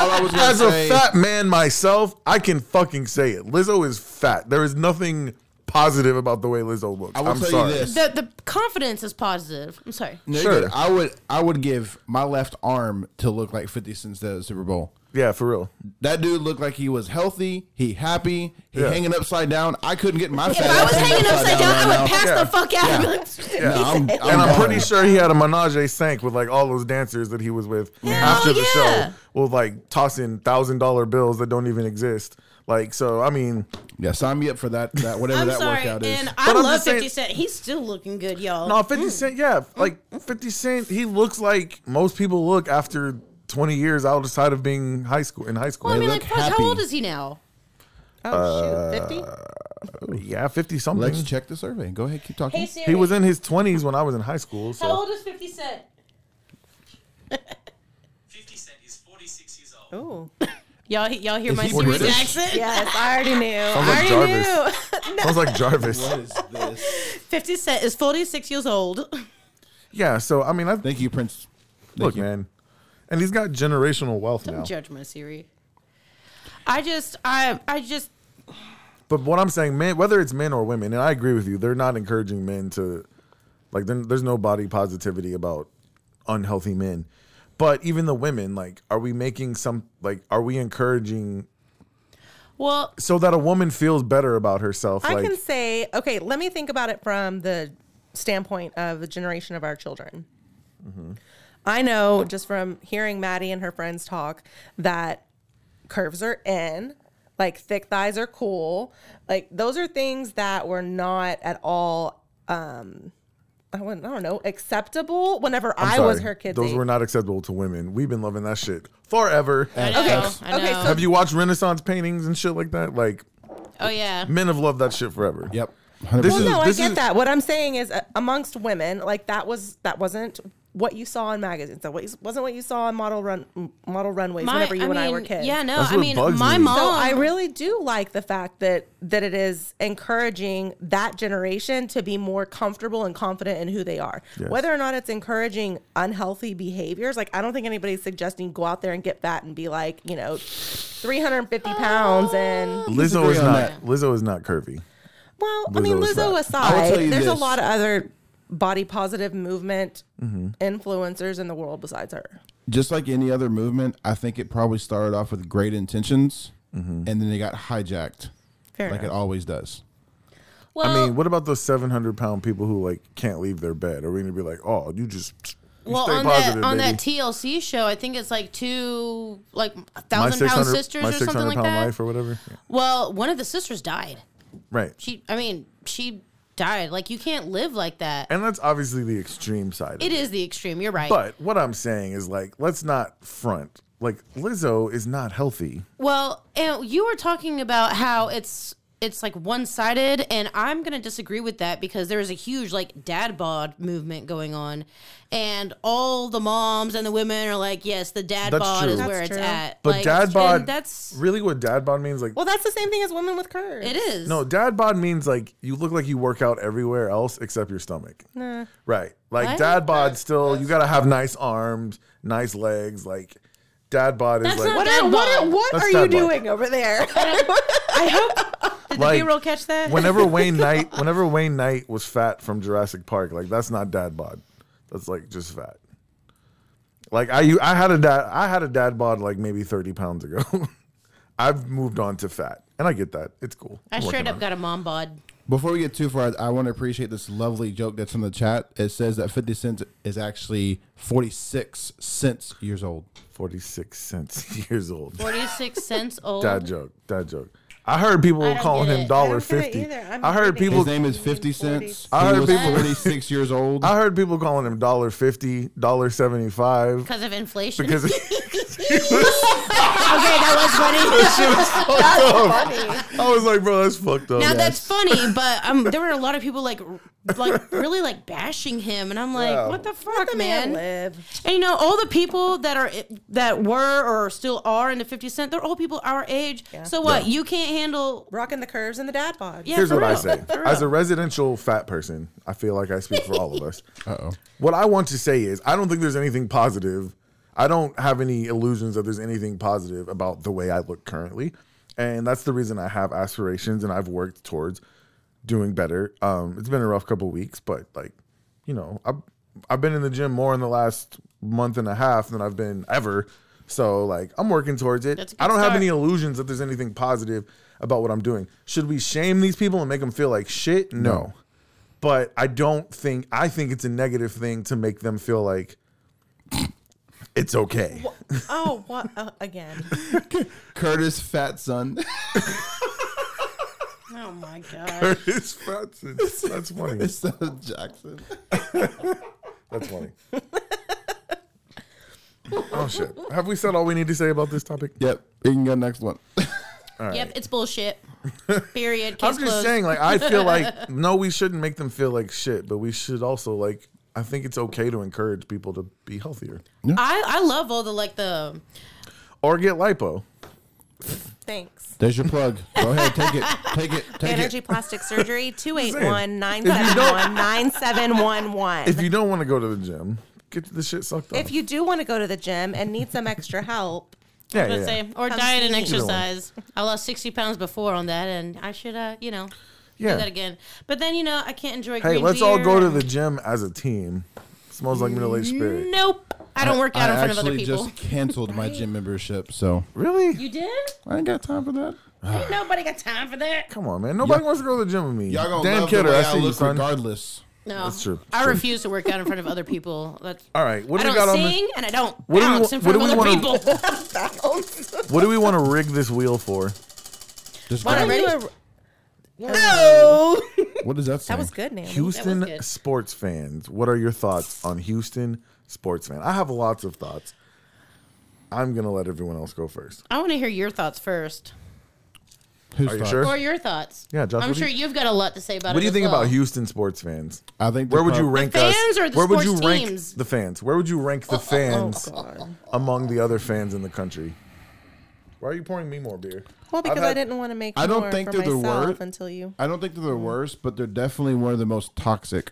[SPEAKER 5] I was gonna
[SPEAKER 1] As a
[SPEAKER 5] say-
[SPEAKER 1] fat man myself, I can fucking say it. Lizzo is fat. There is nothing positive about the way Lizzo looks.
[SPEAKER 5] I will
[SPEAKER 1] I'm
[SPEAKER 5] tell
[SPEAKER 1] sorry.
[SPEAKER 5] you this.
[SPEAKER 4] The the confidence is positive. I'm sorry.
[SPEAKER 5] No,
[SPEAKER 1] Sure.
[SPEAKER 5] sure. I would I would give my left arm to look like 50 since the Super Bowl.
[SPEAKER 1] Yeah, for real.
[SPEAKER 5] That dude looked like he was healthy, he happy, he
[SPEAKER 1] Yeah.
[SPEAKER 5] hanging upside down. I couldn't get my
[SPEAKER 4] If I was hanging upside down, I would pass
[SPEAKER 1] Yeah.
[SPEAKER 4] the fuck out.
[SPEAKER 5] Yeah.
[SPEAKER 4] [laughs] Yeah.
[SPEAKER 5] No, I'm,
[SPEAKER 1] And I'm
[SPEAKER 5] gone.
[SPEAKER 1] pretty sure he had a menage a sank with like all those dancers that he was with after the
[SPEAKER 4] yeah.
[SPEAKER 1] show with like tossing thousand dollar bills that don't even exist. Like, so I mean,
[SPEAKER 5] Yeah, sign me up for that.
[SPEAKER 4] [laughs]
[SPEAKER 5] That whatever
[SPEAKER 4] I'm
[SPEAKER 5] that
[SPEAKER 4] sorry,
[SPEAKER 5] workout is.
[SPEAKER 4] and I
[SPEAKER 1] But I'm
[SPEAKER 4] love
[SPEAKER 1] just saying-
[SPEAKER 4] 50 Cent. He's still looking good, y'all.
[SPEAKER 1] no, 50 Cent, yeah, like 50 Cent, he looks like most people look after 20 years outside of being high school in high school.
[SPEAKER 4] well, I
[SPEAKER 5] they
[SPEAKER 4] mean,
[SPEAKER 5] look
[SPEAKER 4] like, fuck, how
[SPEAKER 5] happy.
[SPEAKER 4] old is he now?
[SPEAKER 1] Uh,
[SPEAKER 7] Oh, shoot. 50?
[SPEAKER 1] yeah, 50 something.
[SPEAKER 5] Let's check the survey. Go ahead, keep talking.
[SPEAKER 4] Hey Siri,
[SPEAKER 1] He was in his 20s when I was in high school. So
[SPEAKER 4] how old is 50 Cent?
[SPEAKER 8] 50 Cent is 46 years old.
[SPEAKER 7] Ooh.
[SPEAKER 4] Y'all, he- y'all hear my
[SPEAKER 5] he
[SPEAKER 4] Siri's
[SPEAKER 5] British?
[SPEAKER 4] accent?
[SPEAKER 7] Yes, I already knew.
[SPEAKER 1] Sounds like
[SPEAKER 7] I already
[SPEAKER 1] Jarvis. [laughs]
[SPEAKER 7] knew.
[SPEAKER 1] Sounds like Jarvis.
[SPEAKER 5] what is this?
[SPEAKER 4] 50 Cent is 46 years old. [laughs]
[SPEAKER 1] Yeah, so I mean, I think
[SPEAKER 5] Thank you, Prince. Thank
[SPEAKER 1] look,
[SPEAKER 5] you.
[SPEAKER 1] man, and he's got generational wealth now.
[SPEAKER 4] Don't judge my Siri. I just, I, I just,
[SPEAKER 1] But what I'm saying, men, whether it's men or women, and I agree with you, they're not encouraging men to, like, there- there's no body positivity about unhealthy men. But even the women, like, are we making some, like, are we encouraging
[SPEAKER 4] well,
[SPEAKER 1] so that a woman feels better about herself?
[SPEAKER 7] I
[SPEAKER 1] like,
[SPEAKER 7] can say, okay, let me think about it from the standpoint of the generation of our children. I know just from hearing Maddie and her friends talk that curves are in, like thick thighs are cool. Like those are things that were not at all, um, I, wouldn't, I don't know, acceptable whenever i
[SPEAKER 1] I'm
[SPEAKER 7] was
[SPEAKER 1] sorry,
[SPEAKER 7] her kid.
[SPEAKER 1] Those were not acceptable to women. We've been loving that shit forever.
[SPEAKER 4] I know,
[SPEAKER 5] Okay,
[SPEAKER 4] I know.
[SPEAKER 7] okay, so-
[SPEAKER 1] Have you watched Renaissance paintings and shit like that? Like,
[SPEAKER 4] oh yeah,
[SPEAKER 1] men have loved that shit forever.
[SPEAKER 5] Yep.
[SPEAKER 1] This
[SPEAKER 5] This
[SPEAKER 1] is-
[SPEAKER 5] is
[SPEAKER 7] Well, no, I
[SPEAKER 1] this
[SPEAKER 7] get
[SPEAKER 1] is-
[SPEAKER 7] that. What I'm saying is, uh, amongst women, like that was that wasn't what you saw in magazines. That was- wasn't what you saw on model run m- model runways whenever you and I were
[SPEAKER 4] mean,
[SPEAKER 7] kids.
[SPEAKER 4] Yeah, no,
[SPEAKER 1] That's
[SPEAKER 4] I
[SPEAKER 1] what
[SPEAKER 4] mean,
[SPEAKER 1] bugs
[SPEAKER 4] my
[SPEAKER 1] me.
[SPEAKER 4] mom.
[SPEAKER 7] So I really do like the fact that that it is encouraging that generation to be more comfortable and confident in who they are.
[SPEAKER 1] Yes.
[SPEAKER 7] Whether or not it's encouraging unhealthy behaviors, like I don't think anybody's suggesting go out there and get fat and be like, you know, 350 pounds and
[SPEAKER 1] Lizzo is
[SPEAKER 5] Disagree on
[SPEAKER 1] not.
[SPEAKER 5] that.
[SPEAKER 1] Lizzo is not curvy.
[SPEAKER 7] Well, I mean,
[SPEAKER 1] Lizzo is
[SPEAKER 7] Lizzo
[SPEAKER 1] not.
[SPEAKER 5] I will
[SPEAKER 7] aside,
[SPEAKER 5] tell you
[SPEAKER 7] there's a
[SPEAKER 5] this.
[SPEAKER 7] lot of other body positive movement
[SPEAKER 1] Mm-hmm.
[SPEAKER 7] influencers in the world besides her.
[SPEAKER 5] just like any other movement. I think it probably started off with great intentions,
[SPEAKER 1] Mm-hmm.
[SPEAKER 5] and then they got hijacked,
[SPEAKER 7] Fair
[SPEAKER 5] like it
[SPEAKER 7] enough.
[SPEAKER 5] always does.
[SPEAKER 4] well,
[SPEAKER 5] Oh.
[SPEAKER 1] I mean, what about those 700 pound people who like can't leave their bed? Are we gonna be like, oh, you just you
[SPEAKER 4] well,
[SPEAKER 1] stay
[SPEAKER 4] on
[SPEAKER 1] positive,
[SPEAKER 4] that on
[SPEAKER 1] baby.
[SPEAKER 4] that TLC show, I think it's like two like
[SPEAKER 1] my
[SPEAKER 4] thousand
[SPEAKER 1] 600
[SPEAKER 4] pound sisters
[SPEAKER 1] my
[SPEAKER 4] or something
[SPEAKER 1] 600
[SPEAKER 4] like
[SPEAKER 1] pound
[SPEAKER 4] that.
[SPEAKER 1] life or whatever. Yeah.
[SPEAKER 4] well, one of the sisters died.
[SPEAKER 1] Right.
[SPEAKER 4] She, I mean, she died. Like you can't live like that.
[SPEAKER 1] and that's obviously the extreme side. Of
[SPEAKER 4] it is the extreme. You're right.
[SPEAKER 1] But what I'm saying is like, let's not front. Like Lizzo is not healthy.
[SPEAKER 4] Well, and you were talking about how it's it's like one sided, and I'm gonna disagree with that because there is a huge like dad bod movement going on, and all the moms and the women are like, yes, the dad
[SPEAKER 1] That's
[SPEAKER 4] bod
[SPEAKER 1] true.
[SPEAKER 4] is
[SPEAKER 1] That's
[SPEAKER 4] where it's
[SPEAKER 7] true.
[SPEAKER 4] at.
[SPEAKER 1] But
[SPEAKER 4] like,
[SPEAKER 1] dad
[SPEAKER 4] and
[SPEAKER 1] bod.
[SPEAKER 4] That's
[SPEAKER 1] really what dad bod means. Like
[SPEAKER 7] Well, that's the same thing as women with curves.
[SPEAKER 4] it is.
[SPEAKER 1] no, dad bod means like you look like you work out everywhere else except your stomach. Right. Like
[SPEAKER 4] What?
[SPEAKER 1] dad bod. Still, you gotta have nice arms, nice legs. Like dad bod is
[SPEAKER 4] That's
[SPEAKER 1] like
[SPEAKER 4] not
[SPEAKER 7] What,
[SPEAKER 4] Dad
[SPEAKER 7] are, what,
[SPEAKER 4] bod.
[SPEAKER 7] are, what
[SPEAKER 1] That's
[SPEAKER 7] are
[SPEAKER 1] dad
[SPEAKER 7] you
[SPEAKER 1] bod.
[SPEAKER 7] doing over there? [laughs] I hope.
[SPEAKER 4] did
[SPEAKER 1] like-
[SPEAKER 4] the B-roll catch that?
[SPEAKER 1] whenever Wayne Knight, whenever Wayne Knight was fat from Jurassic Park, like that's not dad bod. That's like just fat. Like I, u- I had a dad, I had a dad bod like maybe thirty pounds ago. [laughs] I've moved on to fat, and I get that. It's cool.
[SPEAKER 4] [laughs] I
[SPEAKER 1] I'm
[SPEAKER 4] straight
[SPEAKER 1] working
[SPEAKER 4] up
[SPEAKER 1] on it.
[SPEAKER 4] got a mom bod.
[SPEAKER 5] Before we get too far, I want to appreciate this lovely joke that's in the chat. It says that 50 Cent is actually 46 cents years old.
[SPEAKER 1] forty-six cents [laughs] years old.
[SPEAKER 4] Forty
[SPEAKER 1] [laughs]
[SPEAKER 4] six cents old. [laughs]
[SPEAKER 1] Dad joke. Dad joke. I heard people
[SPEAKER 4] I don't
[SPEAKER 1] calling
[SPEAKER 4] get
[SPEAKER 1] him
[SPEAKER 4] it. I
[SPEAKER 1] dollar
[SPEAKER 7] don't get it
[SPEAKER 1] fifty.
[SPEAKER 7] either. I'm
[SPEAKER 1] I heard
[SPEAKER 7] kidding.
[SPEAKER 1] people.
[SPEAKER 5] His name is 50 Cents.
[SPEAKER 1] I
[SPEAKER 5] He
[SPEAKER 1] heard
[SPEAKER 5] was
[SPEAKER 1] people-
[SPEAKER 5] 46 years old.
[SPEAKER 1] I heard people calling him dollar fifty, dollar seventy-five. [laughs]
[SPEAKER 4] Because of inflation.
[SPEAKER 1] Because
[SPEAKER 4] okay, [laughs] that was funny.
[SPEAKER 1] [laughs] Oh. I was like, bro, that's fucked up.
[SPEAKER 4] Now that's
[SPEAKER 1] [laughs]
[SPEAKER 4] funny, but um, there were a lot of people like, r- like really like bashing him, and I'm like, what the fuck,
[SPEAKER 7] the
[SPEAKER 4] man?
[SPEAKER 7] man live.
[SPEAKER 4] And you know, all the people that are that were or still are in the 50 Cent, they're all people our age. So what? You can't handle.
[SPEAKER 7] Rocking the curves and the dad bod.
[SPEAKER 4] Yeah,
[SPEAKER 1] Here's
[SPEAKER 4] for
[SPEAKER 1] what I
[SPEAKER 4] real.
[SPEAKER 1] say.
[SPEAKER 4] [laughs] For
[SPEAKER 1] As a
[SPEAKER 4] real.
[SPEAKER 1] residential fat person, I feel like I speak for all of
[SPEAKER 4] [laughs]
[SPEAKER 1] us. Uh-oh. What I want to say is I don't think there's anything positive. I don't have any illusions that there's anything positive about the way I look currently. And that's the reason I have aspirations and I've worked towards doing better. Um, it's been a rough couple weeks, but like, you know, I've I've been in the gym more in the last month and a half than I've been ever. So like, I'm working towards it.
[SPEAKER 4] That's a good
[SPEAKER 1] I don't have
[SPEAKER 4] start.
[SPEAKER 1] any illusions that there's anything positive about what I'm doing. Should we shame these people and make them feel like shit? no. But I don't think I think it's a negative thing to make them feel like it's okay.
[SPEAKER 7] Oh, what uh, again?
[SPEAKER 5] Curtis Fat Son. [laughs]
[SPEAKER 4] Oh my god.
[SPEAKER 1] [laughs] It's- that's, it's- that's funny.
[SPEAKER 5] It's the Jackson.
[SPEAKER 1] That's funny. [laughs] oh shit! Have we said all we need to say about this topic?
[SPEAKER 5] Yep. You can go next one.
[SPEAKER 4] Yep, it's
[SPEAKER 1] [laughs]
[SPEAKER 4] bullshit. Period. Case
[SPEAKER 1] I'm just
[SPEAKER 4] closed.
[SPEAKER 1] saying, like, I feel
[SPEAKER 4] [laughs]
[SPEAKER 1] like no, we shouldn't make them feel like shit, but we should also like. I think it's okay to encourage people to be healthier
[SPEAKER 4] I, I love all the like the
[SPEAKER 1] or get lipo.
[SPEAKER 7] Thanks.
[SPEAKER 5] There's your plug. Go ahead, take it. Take it. Take
[SPEAKER 7] Energy
[SPEAKER 5] it.
[SPEAKER 1] [laughs]
[SPEAKER 7] plastic surgery
[SPEAKER 1] If you don't-
[SPEAKER 7] 281-971-9711.
[SPEAKER 1] If you don't want to go to the gym, get the shit sucked up.
[SPEAKER 7] If you do want to go to the gym and need some extra help,
[SPEAKER 1] yeah,
[SPEAKER 4] let's
[SPEAKER 1] yeah, yeah.
[SPEAKER 4] say or
[SPEAKER 7] Come
[SPEAKER 4] diet and
[SPEAKER 7] see me.
[SPEAKER 1] Either one.
[SPEAKER 4] exercise. I lost sixty pounds before on that, and I should uh you know
[SPEAKER 1] Yeah.
[SPEAKER 4] do that again. But then you know I can't enjoy.
[SPEAKER 1] Hey,
[SPEAKER 4] green
[SPEAKER 1] let's all
[SPEAKER 4] beer
[SPEAKER 1] go to
[SPEAKER 4] and-
[SPEAKER 1] the gym as a team. Smells like middle aged spirit.
[SPEAKER 4] Nope, I don't work out in front of other
[SPEAKER 5] actually
[SPEAKER 4] people.
[SPEAKER 5] just canceled my gym membership, so
[SPEAKER 1] Really?
[SPEAKER 4] You did?
[SPEAKER 5] I ain't got time for that.
[SPEAKER 4] Ain't nobody got time for that.
[SPEAKER 1] Come on, man. Nobody wants to go to the gym with me.
[SPEAKER 5] Y'all gonna
[SPEAKER 1] Dan
[SPEAKER 5] love
[SPEAKER 1] Kidder,
[SPEAKER 5] the way
[SPEAKER 1] I see you,
[SPEAKER 5] look
[SPEAKER 1] son.
[SPEAKER 5] regardless.
[SPEAKER 4] No,
[SPEAKER 1] That's true.
[SPEAKER 4] I
[SPEAKER 1] True.
[SPEAKER 4] refuse to work out in front of other people. That's
[SPEAKER 1] [laughs] All right, what
[SPEAKER 4] I
[SPEAKER 1] do we
[SPEAKER 4] don't
[SPEAKER 1] got on this?
[SPEAKER 4] sing and I don't
[SPEAKER 1] What do we
[SPEAKER 4] bounce
[SPEAKER 1] wa-
[SPEAKER 4] in front
[SPEAKER 1] what
[SPEAKER 4] of
[SPEAKER 1] do
[SPEAKER 4] other
[SPEAKER 1] we
[SPEAKER 4] people.
[SPEAKER 1] [laughs] What do we want to rig this wheel for?
[SPEAKER 5] Just
[SPEAKER 4] What,
[SPEAKER 5] grab
[SPEAKER 4] I'm
[SPEAKER 5] it.
[SPEAKER 4] ready?
[SPEAKER 7] no.
[SPEAKER 5] what does that say?
[SPEAKER 7] That was good, Naomi.
[SPEAKER 1] Houston
[SPEAKER 4] good.
[SPEAKER 1] sports fans, what are your thoughts on Houston sports fan? I have lots of thoughts. I'm gonna let everyone else go first.
[SPEAKER 4] I want to hear your thoughts first,
[SPEAKER 5] Who's
[SPEAKER 1] Are you
[SPEAKER 5] thought?
[SPEAKER 1] sure?
[SPEAKER 4] or your thoughts.
[SPEAKER 1] Yeah, Josh,
[SPEAKER 4] I'm
[SPEAKER 1] what do
[SPEAKER 4] sure
[SPEAKER 1] you-
[SPEAKER 4] you, have got a lot to say about it.
[SPEAKER 1] What do you
[SPEAKER 4] as
[SPEAKER 1] think
[SPEAKER 4] well.
[SPEAKER 1] about Houston sports fans?
[SPEAKER 5] I think
[SPEAKER 1] Where
[SPEAKER 5] they're
[SPEAKER 1] would you
[SPEAKER 5] prob-
[SPEAKER 1] rank us?
[SPEAKER 4] fans or the
[SPEAKER 1] Where would you
[SPEAKER 4] sports
[SPEAKER 1] rank
[SPEAKER 4] teams? Oh,
[SPEAKER 1] the fans? Where would you rank the
[SPEAKER 7] Oh,
[SPEAKER 1] fans among the other fans in the country? Why are you pouring me more beer?
[SPEAKER 7] Well, because
[SPEAKER 1] had-
[SPEAKER 7] I didn't want to make
[SPEAKER 5] I don't
[SPEAKER 7] more
[SPEAKER 5] think
[SPEAKER 7] for
[SPEAKER 5] they're the
[SPEAKER 7] myself
[SPEAKER 5] word-
[SPEAKER 7] until you.
[SPEAKER 5] I don't think they're the worst, but they're definitely one of the most toxic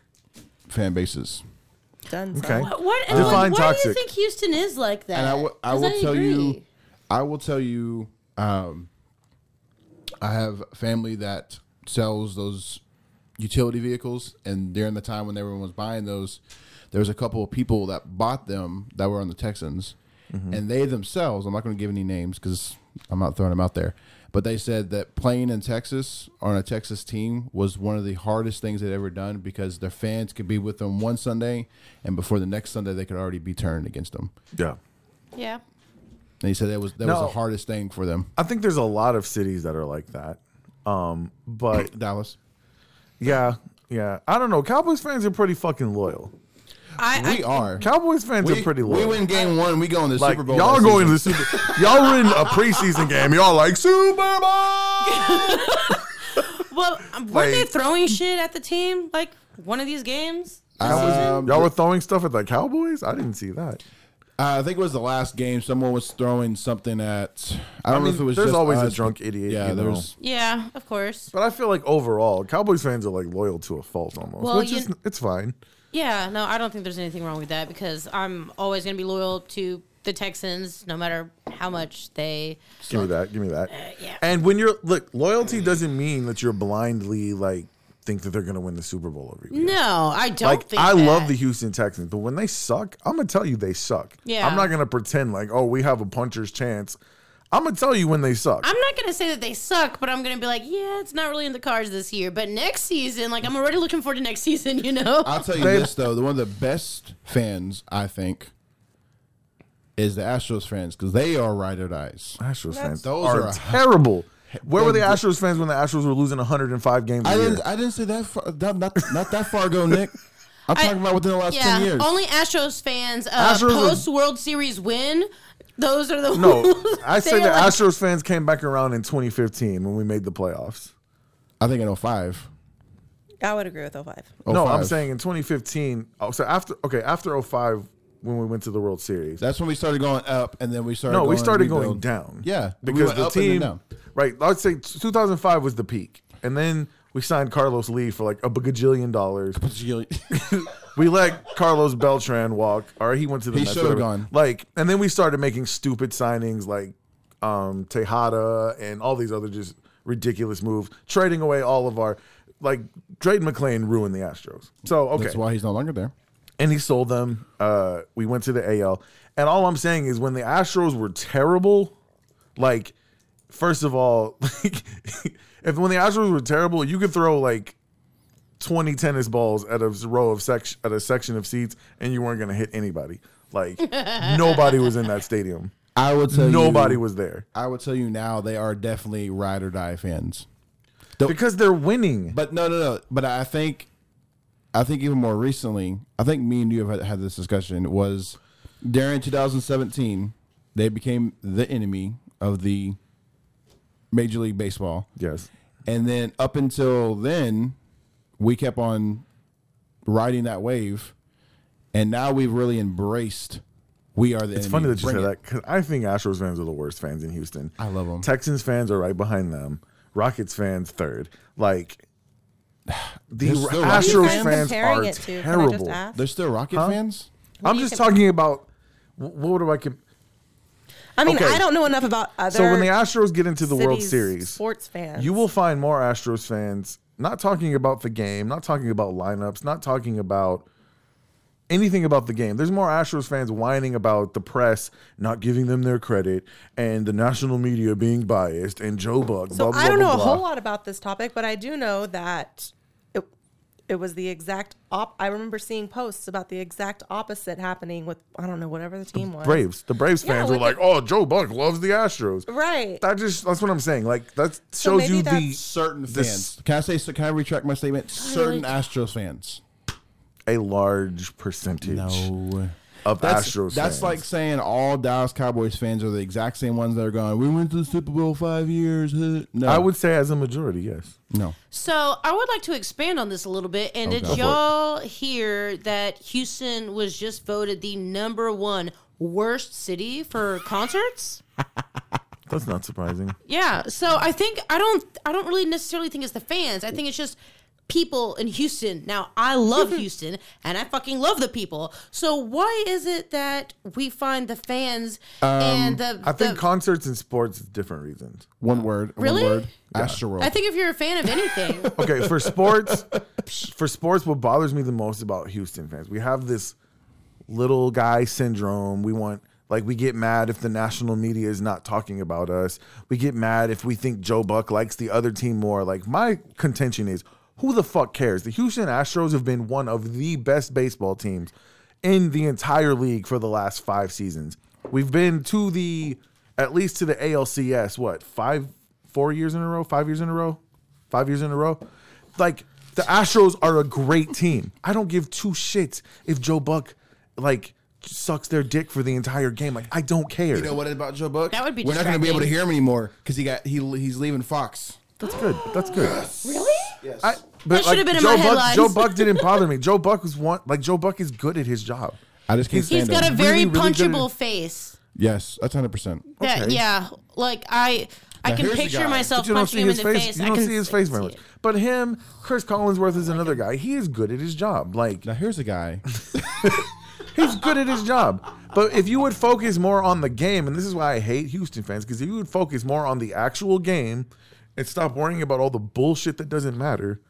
[SPEAKER 5] fan bases.
[SPEAKER 7] done
[SPEAKER 1] Okay.
[SPEAKER 7] some.
[SPEAKER 4] What,
[SPEAKER 1] Uh, Define
[SPEAKER 4] why do
[SPEAKER 1] toxic.
[SPEAKER 4] you think Houston is like that?
[SPEAKER 5] And I will- I
[SPEAKER 4] 'Cause
[SPEAKER 5] will tell you,
[SPEAKER 4] agree.
[SPEAKER 5] I will tell you, um, I have family that sells those utility vehicles, and during the time when everyone was buying those, there was a couple of people that bought them that were on the Texans, and they themselves, I'm not going to give any names because I'm not throwing them out there, but they said that playing in Texas on a Texas team was one of the hardest things they'd ever done because their fans could be with them one Sunday, and before the next Sunday, they could already be turned against them.
[SPEAKER 1] Yeah.
[SPEAKER 4] Yeah.
[SPEAKER 5] And he said that was that was
[SPEAKER 1] No.
[SPEAKER 5] the hardest thing for them.
[SPEAKER 1] I think there's a lot of cities that are like that. Um,
[SPEAKER 5] [coughs]
[SPEAKER 1] but
[SPEAKER 5] Dallas.
[SPEAKER 1] yeah, yeah. I don't know. Cowboys fans are pretty fucking loyal.
[SPEAKER 4] I,
[SPEAKER 5] We are.
[SPEAKER 1] Cowboys fans
[SPEAKER 5] we,
[SPEAKER 1] are pretty
[SPEAKER 5] we
[SPEAKER 1] loyal.
[SPEAKER 5] win game one. We go in the
[SPEAKER 1] Like
[SPEAKER 5] Super Bowl.
[SPEAKER 1] y'all
[SPEAKER 5] that
[SPEAKER 1] going to
[SPEAKER 5] season.
[SPEAKER 1] the Super. [laughs] y'all in a preseason game. Y'all like Super
[SPEAKER 4] [laughs]
[SPEAKER 1] Bowl.
[SPEAKER 4] Well, um, weren't
[SPEAKER 1] Like-
[SPEAKER 4] they throwing shit at the team like one of these games?
[SPEAKER 5] Um,
[SPEAKER 1] y'all were throwing stuff at the Cowboys. I didn't see that.
[SPEAKER 5] uh, I think it was the last game. Someone was throwing something at. I don't know
[SPEAKER 1] mean,
[SPEAKER 5] if it was.
[SPEAKER 1] there's
[SPEAKER 5] just
[SPEAKER 1] always a
[SPEAKER 5] us,
[SPEAKER 1] drunk
[SPEAKER 5] but-
[SPEAKER 1] idiot,
[SPEAKER 5] Yeah,
[SPEAKER 1] you
[SPEAKER 5] there
[SPEAKER 1] know.
[SPEAKER 5] was.
[SPEAKER 4] Yeah, of course.
[SPEAKER 1] But I feel like overall, Cowboys fans are like loyal to a fault almost,
[SPEAKER 4] Well,
[SPEAKER 1] which
[SPEAKER 4] you-
[SPEAKER 1] is it's fine.
[SPEAKER 4] Yeah, no, I don't think there's anything wrong with that because I'm always going to be loyal to the Texans no matter how much they.
[SPEAKER 1] Give me that. Give me that.
[SPEAKER 4] Uh, yeah.
[SPEAKER 1] And when you're look, loyalty doesn't mean that you're blindly like think that they're gonna win the Super Bowl every year.
[SPEAKER 4] No, I don't
[SPEAKER 1] Like
[SPEAKER 4] think
[SPEAKER 1] I love the
[SPEAKER 4] that.
[SPEAKER 1] Houston Texans, but when they suck, I'm gonna tell you they suck.
[SPEAKER 4] Yeah.
[SPEAKER 1] I'm not gonna pretend like oh we have a puncher's chance. I'm gonna tell you when they suck.
[SPEAKER 4] I'm not going to say that they suck, but I'm going to be like, yeah, it's not really in the cards this year. But next season, like, I'm already looking forward to next [laughs] season, you know?
[SPEAKER 5] I'll tell you
[SPEAKER 1] They-
[SPEAKER 5] this though. The one of the best fans I think is the Astros fans because they are ride or dies.
[SPEAKER 1] Astros fans
[SPEAKER 5] Those
[SPEAKER 1] are,
[SPEAKER 5] are a-
[SPEAKER 1] terrible. Where were the Astros fans when the Astros were losing 105 games
[SPEAKER 5] I
[SPEAKER 1] a year?
[SPEAKER 5] didn't. I didn't say that. Far, not, not not that far
[SPEAKER 4] [laughs]
[SPEAKER 5] ago, Nick. I'm talking about within the last
[SPEAKER 4] yeah,
[SPEAKER 5] ten years.
[SPEAKER 4] only Astros fans uh,
[SPEAKER 1] Astros are-
[SPEAKER 4] post World Series win. Those are the [laughs]
[SPEAKER 5] [laughs]
[SPEAKER 1] No, I
[SPEAKER 4] They
[SPEAKER 1] say the
[SPEAKER 4] are like-
[SPEAKER 1] Astros fans came back around in 2015 when we made the playoffs.
[SPEAKER 5] I think in 05.
[SPEAKER 7] I would agree with 05.
[SPEAKER 1] No, I'm
[SPEAKER 5] 05.
[SPEAKER 1] saying in 2015. Oh, so after okay, after 05 when we went to the World Series.
[SPEAKER 5] That's when we started going up, and then we started.
[SPEAKER 1] no, we
[SPEAKER 5] going
[SPEAKER 1] started
[SPEAKER 5] rebuild.
[SPEAKER 1] going down.
[SPEAKER 5] Yeah, we
[SPEAKER 1] because
[SPEAKER 5] went
[SPEAKER 1] the
[SPEAKER 5] up and then
[SPEAKER 1] team. [laughs]
[SPEAKER 5] down.
[SPEAKER 1] Right, I'd say 2005 was the peak, and then we signed Carlos Lee for like a gajillion dollars. We let Carlos Beltran walk, or he went to the.
[SPEAKER 5] He
[SPEAKER 1] Mets,
[SPEAKER 5] should've
[SPEAKER 1] whatever.
[SPEAKER 5] gone.
[SPEAKER 1] Like, and then we started making stupid signings like um Tejada and all these other just ridiculous moves, trading away all of our like Drayden McLean ruined the Astros. So okay,
[SPEAKER 5] That's why he's no longer there.
[SPEAKER 1] and he sold them. Uh, we went to the AL, and all I'm saying is when the Astros were terrible, like first of all, [laughs] like, if when the Astros were terrible, you could throw like 20 tennis balls at a row of section at a section of seats, and you weren't gonna hit anybody. Like nobody was in that stadium.
[SPEAKER 5] I would tell
[SPEAKER 1] Nobody
[SPEAKER 5] you,
[SPEAKER 1] was there
[SPEAKER 5] I would tell you now they are definitely ride or die fans. The-
[SPEAKER 1] because they're winning.
[SPEAKER 5] But no, no, no. But I think, I think even more recently, I think me and you have had- had this discussion. Was during 2017, they became the enemy of the Major League Baseball,
[SPEAKER 1] Yes,
[SPEAKER 5] and then up until then, we kept on riding that wave, and now we've really embraced. We are the.
[SPEAKER 1] it's funny that you say that because I think Astros fans are the worst fans in Houston.
[SPEAKER 5] I love 'em.
[SPEAKER 1] Texans fans are right behind them. Rockets fans third. Like [sighs] the
[SPEAKER 5] They're still Rockets
[SPEAKER 1] Astros
[SPEAKER 7] fans.
[SPEAKER 1] fans
[SPEAKER 7] Comparing
[SPEAKER 1] are
[SPEAKER 7] it to, can I just
[SPEAKER 1] terrible.
[SPEAKER 7] ask?
[SPEAKER 5] They're still Rocket fans.
[SPEAKER 1] I'm
[SPEAKER 7] you
[SPEAKER 1] just
[SPEAKER 7] com-
[SPEAKER 1] talking about wh- what do I com-
[SPEAKER 7] I mean,
[SPEAKER 1] Okay.
[SPEAKER 7] I don't know enough about other.
[SPEAKER 1] so when the Astros get into the World
[SPEAKER 7] cities'
[SPEAKER 1] Series,
[SPEAKER 7] sports fans.
[SPEAKER 1] you will find more Astros fans not talking about the game, not talking about lineups, not talking about anything about the game. There's more Astros fans whining about the press not giving them their credit and the national media being biased and Joe Buck.
[SPEAKER 7] So
[SPEAKER 1] blah,
[SPEAKER 7] I
[SPEAKER 1] blah,
[SPEAKER 7] don't
[SPEAKER 1] blah,
[SPEAKER 7] know
[SPEAKER 1] blah.
[SPEAKER 7] a whole lot about this topic, but I do know that it, it was the exact op. I remember seeing posts about the exact opposite happening with I don't know whatever the team was.
[SPEAKER 1] Braves. The Braves
[SPEAKER 7] Yeah,
[SPEAKER 1] fans were
[SPEAKER 7] with
[SPEAKER 1] like,
[SPEAKER 7] the-
[SPEAKER 1] "Oh, Joe Buck loves the Astros."
[SPEAKER 7] Right.
[SPEAKER 1] That just that's what I'm saying. Like that
[SPEAKER 7] So
[SPEAKER 1] shows
[SPEAKER 7] maybe
[SPEAKER 1] you the
[SPEAKER 7] that's-
[SPEAKER 5] Certain
[SPEAKER 1] This-
[SPEAKER 5] fans. Can I say? so- Can I retract my statement? Certain Astros fans.
[SPEAKER 1] a large percentage of
[SPEAKER 5] That's,
[SPEAKER 1] Astros.
[SPEAKER 5] that's
[SPEAKER 1] fans.
[SPEAKER 5] like saying all Dallas Cowboys fans are the exact same ones that are going, we went to the Super Bowl five years. [laughs] huh." No.
[SPEAKER 1] I would say as a majority, yes.
[SPEAKER 5] No.
[SPEAKER 4] So I would like to expand on this a little bit. And
[SPEAKER 5] Go for
[SPEAKER 4] did
[SPEAKER 5] it.
[SPEAKER 4] y'all hear that Houston was just voted the number one worst city for concerts?
[SPEAKER 1] That's not surprising.
[SPEAKER 4] Yeah. So I think I don't I don't really necessarily think it's the fans. I think it's just people in Houston. Now I
[SPEAKER 1] Mm-hmm.
[SPEAKER 4] love Houston and I fucking love the people. So why is it that we find the fans and the
[SPEAKER 1] Um, I think
[SPEAKER 4] the-
[SPEAKER 1] concerts and sports is different reasons.
[SPEAKER 5] One word.
[SPEAKER 4] Really?
[SPEAKER 5] One word. Astroworld.
[SPEAKER 4] I think if you're a fan of anything,
[SPEAKER 1] [laughs] Okay, for sports, for sports, what bothers me the most about Houston fans, we have this little guy syndrome. We want like we get mad if the national media is not talking about us. We get mad if we think Joe Buck likes the other team more. Like my contention is, who the fuck cares? The Houston Astros have been one of the best baseball teams in the entire league for the last 5 seasons. We've been to the at least to the ALCS what? 5 4 years in a row, 5 years in a row, 5 years in a row. Like the Astros are a great team. I don't give two shits if Joe Buck like sucks their dick for the entire game. Like I don't care.
[SPEAKER 5] you know what about Joe Buck?
[SPEAKER 4] That would be
[SPEAKER 5] We're not going to be able to
[SPEAKER 4] distracting.
[SPEAKER 5] hear him anymore because he got he he's leaving Fox.
[SPEAKER 1] That's good. That's good.
[SPEAKER 4] really?
[SPEAKER 1] I, but
[SPEAKER 4] That
[SPEAKER 1] like,
[SPEAKER 4] should've been in
[SPEAKER 1] Joe
[SPEAKER 4] my
[SPEAKER 1] Buck,
[SPEAKER 4] headlines.
[SPEAKER 1] Joe Buck didn't bother me. Joe Buck was one like Joe Buck is good at his job.
[SPEAKER 5] I just can't
[SPEAKER 4] He's
[SPEAKER 5] stand
[SPEAKER 4] got a
[SPEAKER 5] him.
[SPEAKER 4] very
[SPEAKER 1] Really, really good at-
[SPEAKER 4] punchable face.
[SPEAKER 5] yes, that's hundred percent.
[SPEAKER 4] That
[SPEAKER 1] Okay.
[SPEAKER 4] yeah, like I I can
[SPEAKER 5] here's the guy.
[SPEAKER 4] picture
[SPEAKER 1] But
[SPEAKER 4] myself
[SPEAKER 1] you don't see
[SPEAKER 4] punching him in
[SPEAKER 1] his
[SPEAKER 4] the
[SPEAKER 1] face.
[SPEAKER 4] face.
[SPEAKER 1] You
[SPEAKER 4] I
[SPEAKER 1] don't
[SPEAKER 4] can
[SPEAKER 1] see his face very
[SPEAKER 4] see
[SPEAKER 1] much.
[SPEAKER 4] it.
[SPEAKER 1] But him, Chris Collinsworth is another guy. He is good at his job.
[SPEAKER 5] [laughs]
[SPEAKER 1] Like
[SPEAKER 5] Now here's a guy.
[SPEAKER 1] He's good at his job. But if you would focus more on the game, and this is why I hate Houston fans, because if you would focus more on the actual game and stop worrying about all the bullshit that doesn't matter,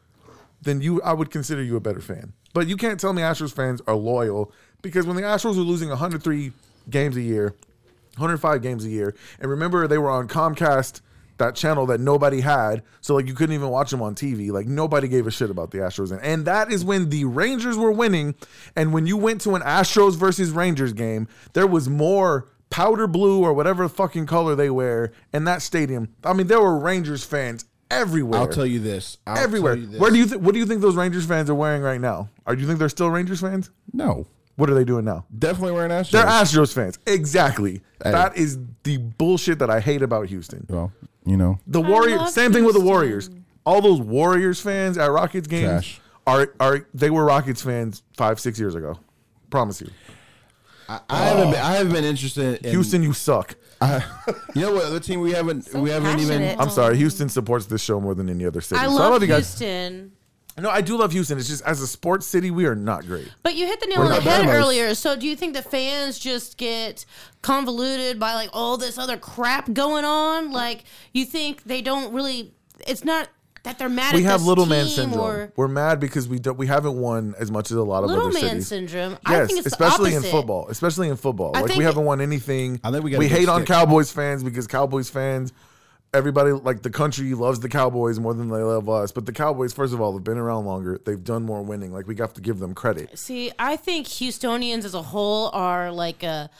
[SPEAKER 1] then you I would consider you a better fan. But you can't tell me Astros fans are loyal because when the Astros were losing 103 games a year, 105 games a year, and remember they were on Comcast, that channel that nobody had, so like you couldn't even watch them on TV. Like nobody gave a shit about the Astros, and, and that is when the Rangers were winning, and when you went to an Astros versus Rangers game, there was more. Powder blue or whatever fucking color they wear in that stadium. I mean, there were Rangers fans everywhere
[SPEAKER 5] I'll tell you this. I'll tell
[SPEAKER 1] everywhere.
[SPEAKER 5] you this.
[SPEAKER 1] Where do you th- what do you think those Rangers fans are wearing right now? Are you think they're still Rangers fans?
[SPEAKER 5] No,
[SPEAKER 1] What are they doing now?
[SPEAKER 5] definitely wearing Astros.
[SPEAKER 1] They're Astros fans. Exactly.
[SPEAKER 5] Hey.
[SPEAKER 1] That is the bullshit that I hate about Houston.
[SPEAKER 5] well, you know,
[SPEAKER 1] The Warriors.
[SPEAKER 4] love
[SPEAKER 1] Same thing with the
[SPEAKER 4] Houston.
[SPEAKER 1] Warriors. All those Warriors fans at Rockets games
[SPEAKER 5] Trash.
[SPEAKER 1] are are they were Rockets fans five six years ago. Promise you,
[SPEAKER 5] I, I haven't been, I haven't been interested in
[SPEAKER 1] Houston, you suck.
[SPEAKER 5] You know what other team we haven't we haven't even
[SPEAKER 7] passionate.
[SPEAKER 1] I'm sorry. Houston supports this show more than any other city.
[SPEAKER 4] Oh. I
[SPEAKER 1] So
[SPEAKER 4] love,
[SPEAKER 1] you guys.
[SPEAKER 4] Houston.
[SPEAKER 1] No, I do love Houston. It's just as a sports city, we are not great.
[SPEAKER 4] But you hit the nail
[SPEAKER 1] We're
[SPEAKER 4] on the
[SPEAKER 1] not
[SPEAKER 4] head
[SPEAKER 1] Dynamos.
[SPEAKER 4] earlier. So do you think the fans just get convoluted by like all this other crap going on? Like you think they don't really it's not that they're mad
[SPEAKER 1] we
[SPEAKER 4] at
[SPEAKER 1] have
[SPEAKER 4] this
[SPEAKER 1] little man
[SPEAKER 4] team
[SPEAKER 1] syndrome.
[SPEAKER 4] or
[SPEAKER 1] We're mad because we don't, we haven't won as much as a lot of
[SPEAKER 4] little
[SPEAKER 1] other
[SPEAKER 4] man
[SPEAKER 1] cities.
[SPEAKER 4] syndrome. I
[SPEAKER 1] Yes,
[SPEAKER 4] think it's
[SPEAKER 1] especially
[SPEAKER 4] the
[SPEAKER 1] in
[SPEAKER 4] opposite.
[SPEAKER 1] football. Especially in football,
[SPEAKER 4] I
[SPEAKER 1] like we
[SPEAKER 4] think-
[SPEAKER 1] haven't won anything.
[SPEAKER 5] I think we got a
[SPEAKER 1] we
[SPEAKER 5] big
[SPEAKER 1] hate on
[SPEAKER 5] stick.
[SPEAKER 1] Cowboys fans because Cowboys fans, everybody like the country loves the Cowboys more than they love us. But the Cowboys, first of all, have been around longer. They've done more winning. Like we have to give them credit.
[SPEAKER 4] See, I think Houstonians as a whole are like a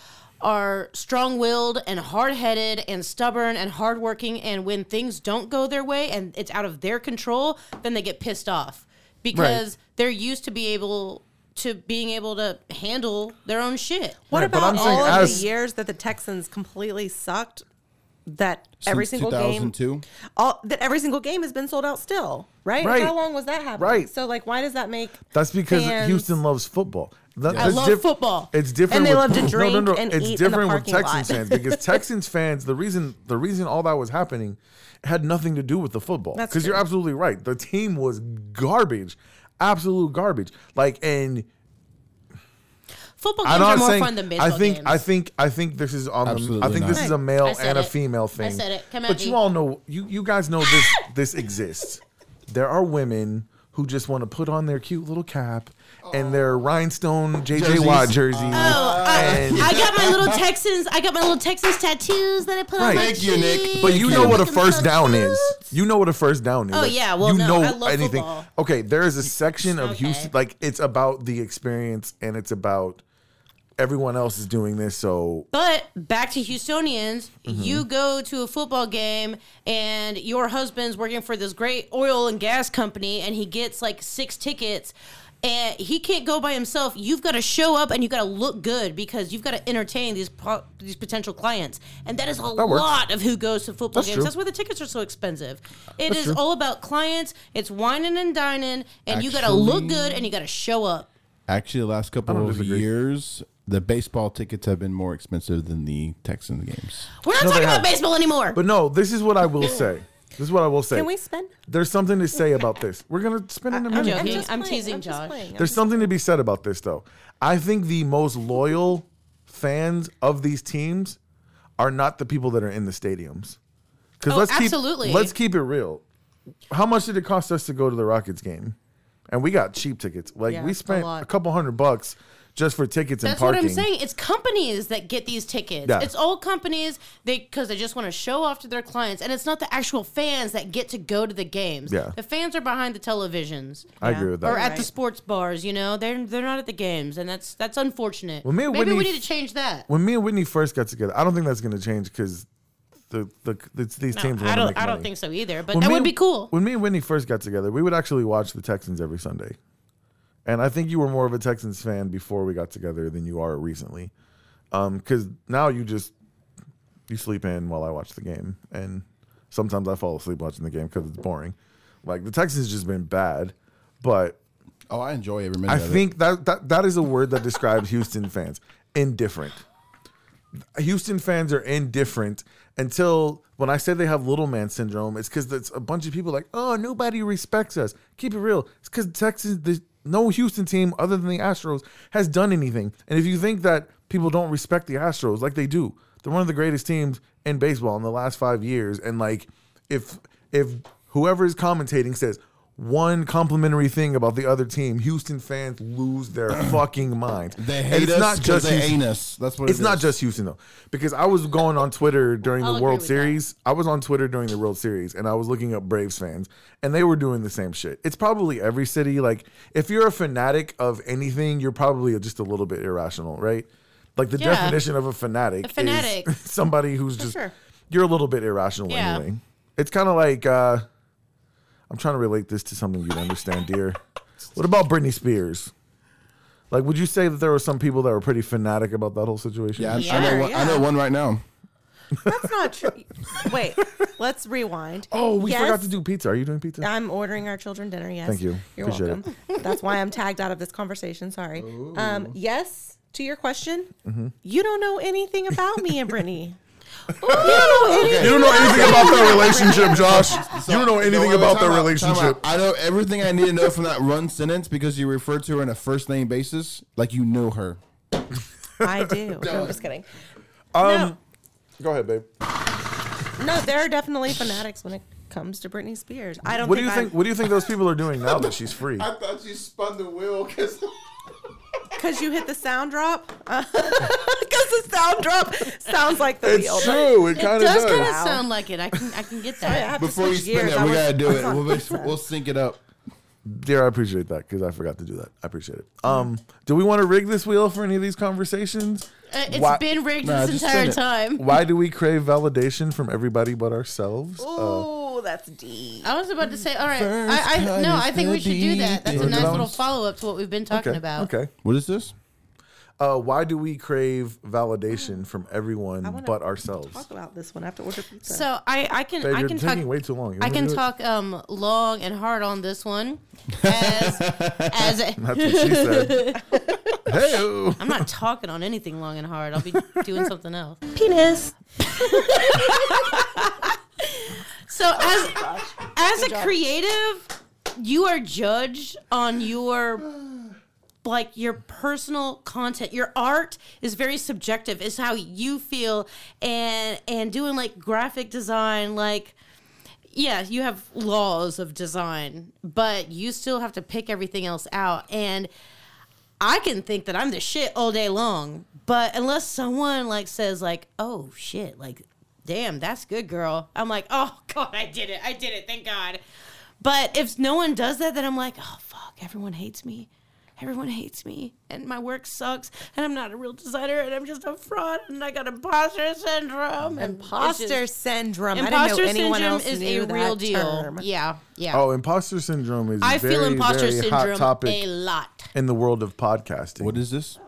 [SPEAKER 4] are strong-willed and hard-headed and stubborn and hardworking and when things don't go their way and it's out of their control, then they get pissed off because they're used to be able to being able to handle their own shit.
[SPEAKER 7] What
[SPEAKER 1] Right, but
[SPEAKER 7] about
[SPEAKER 1] I'm saying
[SPEAKER 7] all of the
[SPEAKER 1] as-
[SPEAKER 7] years that the Texans completely sucked? That every
[SPEAKER 5] Since
[SPEAKER 7] single game,
[SPEAKER 5] 2002?
[SPEAKER 7] all that every single game has been sold out still, right?
[SPEAKER 1] Right.
[SPEAKER 7] How long was that happening?
[SPEAKER 1] Right.
[SPEAKER 7] So like, why does that make?
[SPEAKER 1] That's because
[SPEAKER 7] fans-
[SPEAKER 1] Houston loves football. That-
[SPEAKER 4] I
[SPEAKER 1] that's
[SPEAKER 4] love football.
[SPEAKER 1] It's different.
[SPEAKER 7] And they
[SPEAKER 1] with,
[SPEAKER 7] love to
[SPEAKER 1] [laughs]
[SPEAKER 7] drink
[SPEAKER 1] no, no, no.
[SPEAKER 7] and
[SPEAKER 1] it's
[SPEAKER 7] eat in the
[SPEAKER 1] different with
[SPEAKER 7] parking lot.
[SPEAKER 1] Texans fans
[SPEAKER 7] [laughs]
[SPEAKER 1] because Texans fans, the reason the reason all that was happening had nothing to do with the football.
[SPEAKER 7] That's
[SPEAKER 1] Because you're
[SPEAKER 7] true.
[SPEAKER 1] absolutely right. The team was garbage, absolute garbage. Like and
[SPEAKER 4] Football games
[SPEAKER 1] I'm
[SPEAKER 4] are
[SPEAKER 1] not
[SPEAKER 4] more
[SPEAKER 1] saying.
[SPEAKER 4] fun than baseball
[SPEAKER 1] I think
[SPEAKER 4] games.
[SPEAKER 1] I think I think this is on. The, I
[SPEAKER 5] Absolutely
[SPEAKER 1] think this
[SPEAKER 5] not.
[SPEAKER 1] is a
[SPEAKER 4] I
[SPEAKER 1] male
[SPEAKER 4] said
[SPEAKER 1] and a
[SPEAKER 4] it.
[SPEAKER 1] female thing.
[SPEAKER 4] I said it. Come at
[SPEAKER 1] but
[SPEAKER 4] me.
[SPEAKER 1] you all know you you guys know
[SPEAKER 4] [laughs]
[SPEAKER 1] this this exists. There are women who just want to put on their cute little cap and
[SPEAKER 4] Oh.
[SPEAKER 1] their rhinestone JJ Watt jersey.
[SPEAKER 5] Oh.
[SPEAKER 1] and,
[SPEAKER 4] I got my little Texans. I got my little Texans tattoos that I put on
[SPEAKER 1] Right.
[SPEAKER 4] my
[SPEAKER 1] Thank
[SPEAKER 5] you, Nick.
[SPEAKER 4] cheek.
[SPEAKER 1] But you know what a first
[SPEAKER 4] Look
[SPEAKER 1] down
[SPEAKER 4] cute.
[SPEAKER 1] is. You know what a first down is.
[SPEAKER 4] Oh,
[SPEAKER 1] Like,
[SPEAKER 4] yeah. Well,
[SPEAKER 1] you
[SPEAKER 4] no, I love football.
[SPEAKER 1] Okay, there is a section of
[SPEAKER 4] Okay.
[SPEAKER 1] Houston like it's about the experience and it's about everyone else is doing this. So
[SPEAKER 4] But back to Houstonians,
[SPEAKER 1] Mm-hmm.
[SPEAKER 4] you go to a football game and your husband's working for this great oil and gas company and he gets like six tickets and he can't go by himself. You've got to show up and you've got to look good because you've got to entertain these po- these potential clients. And that is a
[SPEAKER 1] works.
[SPEAKER 4] lot of who goes to football
[SPEAKER 1] That's
[SPEAKER 4] games.
[SPEAKER 1] true. Uh,
[SPEAKER 4] That's why the tickets are so expensive. It is
[SPEAKER 1] true.
[SPEAKER 4] all about clients, it's whining and dining and you got to look
[SPEAKER 5] Actually-
[SPEAKER 4] good and you got to show up.
[SPEAKER 5] Actually, the
[SPEAKER 1] I
[SPEAKER 5] last couple
[SPEAKER 1] don't
[SPEAKER 5] of
[SPEAKER 1] disagree.
[SPEAKER 5] years, the baseball tickets have been more expensive than the Texans games.
[SPEAKER 4] We're not
[SPEAKER 1] No, they
[SPEAKER 4] talking about
[SPEAKER 1] haven't.
[SPEAKER 4] baseball anymore.
[SPEAKER 1] But no, this is what I will say. This is what I will say.
[SPEAKER 7] Can we spend?
[SPEAKER 1] There's something to say about this. We're gonna spend in a minute.
[SPEAKER 4] joking.
[SPEAKER 7] just
[SPEAKER 4] I'm
[SPEAKER 7] playing,
[SPEAKER 4] teasing
[SPEAKER 7] just
[SPEAKER 4] Josh.
[SPEAKER 7] playing, I'm
[SPEAKER 1] There's
[SPEAKER 7] just-
[SPEAKER 1] something to be said about this, though. I think the most loyal fans of these teams are not the people that are in the stadiums. Because
[SPEAKER 4] Oh,
[SPEAKER 1] let's keep
[SPEAKER 4] absolutely.
[SPEAKER 1] let's keep it real. How much did it cost us to go to the Rockets game? And we got cheap tickets. Like
[SPEAKER 4] Yeah,
[SPEAKER 1] we
[SPEAKER 4] a
[SPEAKER 1] spent a,
[SPEAKER 4] lot.
[SPEAKER 1] couple hundred bucks just for tickets and
[SPEAKER 4] That's
[SPEAKER 1] parking.
[SPEAKER 4] what I'm saying. It's companies that get these tickets.
[SPEAKER 1] Yeah.
[SPEAKER 4] It's all companies they because they just want to show off to their clients, and it's not the actual fans that get to go to the games.
[SPEAKER 1] Yeah.
[SPEAKER 4] the fans are behind the televisions
[SPEAKER 1] I agree with that.
[SPEAKER 4] or at the sports bars. You know, they're they're not at the games, and that's that's unfortunate.
[SPEAKER 1] Well, me and
[SPEAKER 4] Maybe we
[SPEAKER 1] Whitney-
[SPEAKER 4] need to change that.
[SPEAKER 1] when me and Whitney first got together, I don't think that's going to change because the, the, it's these
[SPEAKER 4] No,
[SPEAKER 1] teams.
[SPEAKER 4] I
[SPEAKER 1] wanna
[SPEAKER 4] don't.
[SPEAKER 1] make
[SPEAKER 4] I don't
[SPEAKER 1] money.
[SPEAKER 4] think so either. But
[SPEAKER 1] When
[SPEAKER 4] that
[SPEAKER 1] me
[SPEAKER 4] would
[SPEAKER 1] and-
[SPEAKER 4] be cool.
[SPEAKER 1] When me and Whitney first got together, we would actually watch the Texans every Sunday. And I think you were more of a Texans fan before we got together than you are recently. Because now you just you sleep in while I watch the game, and sometimes I fall asleep watching the game because it's boring. Like the Texans just been bad, but
[SPEAKER 5] Oh, I enjoy every minute.
[SPEAKER 1] I
[SPEAKER 5] of it.
[SPEAKER 1] think that, that that is a word that describes Houston fans. Indifferent. Houston fans are indifferent until when I say they have little man syndrome, it's because it's a bunch of people like, oh, nobody respects us. Keep it real. It's because Texas, the, no Houston team other than the Astros has done anything. And if you think that people don't respect the Astros, like they do, they're one of the greatest teams in baseball in the last five years. And like, if if whoever is commentating says one complimentary thing about the other team, Houston fans lose their [clears throat] fucking mind.
[SPEAKER 5] They
[SPEAKER 1] And
[SPEAKER 5] hate
[SPEAKER 1] it's
[SPEAKER 5] us
[SPEAKER 1] not
[SPEAKER 5] 'cause
[SPEAKER 1] just
[SPEAKER 5] they
[SPEAKER 1] Houston-
[SPEAKER 5] ain't us. That's what
[SPEAKER 1] it's
[SPEAKER 5] it
[SPEAKER 1] not
[SPEAKER 5] is.
[SPEAKER 1] just Houston though, because I was going on Twitter during
[SPEAKER 4] I'll
[SPEAKER 1] the
[SPEAKER 4] agree
[SPEAKER 1] World
[SPEAKER 4] with
[SPEAKER 1] Series. I was on Twitter during the World Series, and I was looking up Braves fans, and they were doing the same shit. It's probably every city. Like, if you're a fanatic of anything, you're probably just a little bit irrational, right? Like the
[SPEAKER 4] Yeah.
[SPEAKER 1] definition of a fanatic,
[SPEAKER 4] A fanatic.
[SPEAKER 1] is [laughs] somebody who's just
[SPEAKER 7] sure.
[SPEAKER 1] you're a little bit irrational
[SPEAKER 4] Yeah.
[SPEAKER 1] anyway. It's kind of like uh, I'm trying to relate this to something you'd understand, dear. What about Britney Spears? Like, would you say that there were some people that were pretty fanatic about that whole situation?
[SPEAKER 5] Yeah, I,
[SPEAKER 4] Yeah,
[SPEAKER 5] I know. One, I
[SPEAKER 7] yeah.
[SPEAKER 5] know one right now.
[SPEAKER 7] That's not true.
[SPEAKER 1] [laughs]
[SPEAKER 7] Wait, let's rewind.
[SPEAKER 1] Oh, we
[SPEAKER 7] Yes,
[SPEAKER 1] forgot to do pizza. Are you doing pizza?
[SPEAKER 7] I'm ordering our children dinner. Yes.
[SPEAKER 1] Thank you.
[SPEAKER 7] You're
[SPEAKER 1] Appreciate
[SPEAKER 7] welcome. That's why I'm tagged out of this conversation. Sorry. Um, yes. To your question,
[SPEAKER 1] Mm-hmm.
[SPEAKER 7] you don't know anything about me
[SPEAKER 1] [laughs]
[SPEAKER 7] and Brittany.
[SPEAKER 1] you don't know anything about their relationship, Josh. you don't know anything
[SPEAKER 5] No, wait, wait,
[SPEAKER 1] about their
[SPEAKER 5] time out, time
[SPEAKER 1] relationship.
[SPEAKER 5] out. I know everything I need to know from that run sentence because you refer to her on a first name basis, like you know her.
[SPEAKER 7] I do. [laughs] No, I'm just kidding.
[SPEAKER 1] Um, Go ahead, babe.
[SPEAKER 7] No, there are definitely fanatics when it comes to Britney Spears. I don't
[SPEAKER 1] What do
[SPEAKER 7] think,
[SPEAKER 1] you think?
[SPEAKER 7] I'm-
[SPEAKER 1] What do you think those people are doing now that she's [laughs] free?
[SPEAKER 5] I thought you spun the
[SPEAKER 1] [laughs]
[SPEAKER 5] wheel because
[SPEAKER 7] Because you hit the sound drop. [laughs] Because the sound drop sounds like the wheel.
[SPEAKER 5] it's true. It,
[SPEAKER 4] It
[SPEAKER 5] kind of
[SPEAKER 4] does
[SPEAKER 5] does.
[SPEAKER 4] kind of sound like it. I can I can get
[SPEAKER 7] I
[SPEAKER 1] [laughs]
[SPEAKER 4] that.
[SPEAKER 7] have to
[SPEAKER 5] Before you
[SPEAKER 7] switch
[SPEAKER 5] spin
[SPEAKER 7] gears.
[SPEAKER 5] it,
[SPEAKER 7] I
[SPEAKER 5] we
[SPEAKER 7] was-
[SPEAKER 5] gotta do it. We'll, make- we'll sync it up.
[SPEAKER 1] Dear, I appreciate that because I forgot to do that. I appreciate it. Um, do we want to rig this wheel for any of these conversations?
[SPEAKER 4] Uh, It's
[SPEAKER 1] Why-
[SPEAKER 4] been [laughs] rigged
[SPEAKER 5] Nah,
[SPEAKER 4] this
[SPEAKER 5] just
[SPEAKER 4] entire time.
[SPEAKER 5] spin
[SPEAKER 1] Why do we crave validation from everybody but ourselves? Uh,
[SPEAKER 7] Ooh, that's deep.
[SPEAKER 4] I was about to say, all right,
[SPEAKER 5] First
[SPEAKER 4] I, I
[SPEAKER 5] cut
[SPEAKER 4] no,
[SPEAKER 5] is
[SPEAKER 4] I think
[SPEAKER 5] the
[SPEAKER 4] we should do that. That's a
[SPEAKER 1] deepest.
[SPEAKER 4] nice little
[SPEAKER 1] Dum-dums.
[SPEAKER 4] follow up to what we've been talking
[SPEAKER 1] okay.
[SPEAKER 4] about.
[SPEAKER 1] Okay.
[SPEAKER 5] What is this?
[SPEAKER 1] Uh, why do we crave validation from everyone
[SPEAKER 7] wanna
[SPEAKER 1] but ourselves?
[SPEAKER 7] Talk about this one. I have to order pizza.
[SPEAKER 4] So I, I can
[SPEAKER 1] Babe,
[SPEAKER 4] I
[SPEAKER 1] you're
[SPEAKER 4] can
[SPEAKER 1] taking
[SPEAKER 4] talk
[SPEAKER 1] way too long. You
[SPEAKER 4] I
[SPEAKER 1] wanna
[SPEAKER 4] can
[SPEAKER 1] do it?
[SPEAKER 4] talk um long and hard on this one.
[SPEAKER 1] [laughs]
[SPEAKER 4] As as
[SPEAKER 1] That's what she said.
[SPEAKER 4] [laughs]
[SPEAKER 1] hey,
[SPEAKER 4] I'm not talking on anything long and hard. I'll be doing something else.
[SPEAKER 6] Penis.
[SPEAKER 4] [laughs] So as as a creative, you are judged on your like your personal content. Your art is very subjective. It's how you feel and and doing like graphic design like yeah, you have laws of design, but you still have to pick everything else out and I can think that I'm the shit all day long, but unless someone like says like, "Oh shit," like, "Damn, that's good, girl," I'm like, "Oh [laughs] god, I did it, I did it, thank God." But if no one does that, then I'm like, "Oh fuck, everyone hates me, everyone hates me, and my work sucks, and I'm not a real designer, and I'm just a fraud, and I got imposter syndrome, and it's
[SPEAKER 7] imposter
[SPEAKER 4] just-
[SPEAKER 7] syndrome. Um, I didn't
[SPEAKER 4] Imposter
[SPEAKER 7] know anyone
[SPEAKER 4] syndrome
[SPEAKER 7] else
[SPEAKER 4] is
[SPEAKER 7] knew
[SPEAKER 4] a real
[SPEAKER 7] that
[SPEAKER 4] deal.
[SPEAKER 7] term.
[SPEAKER 4] Yeah, yeah.
[SPEAKER 1] oh, imposter syndrome is
[SPEAKER 4] I
[SPEAKER 1] very,
[SPEAKER 4] feel imposter
[SPEAKER 1] very hot
[SPEAKER 4] syndrome
[SPEAKER 1] topic
[SPEAKER 4] a lot.
[SPEAKER 1] in the world of podcasting.
[SPEAKER 5] What is this?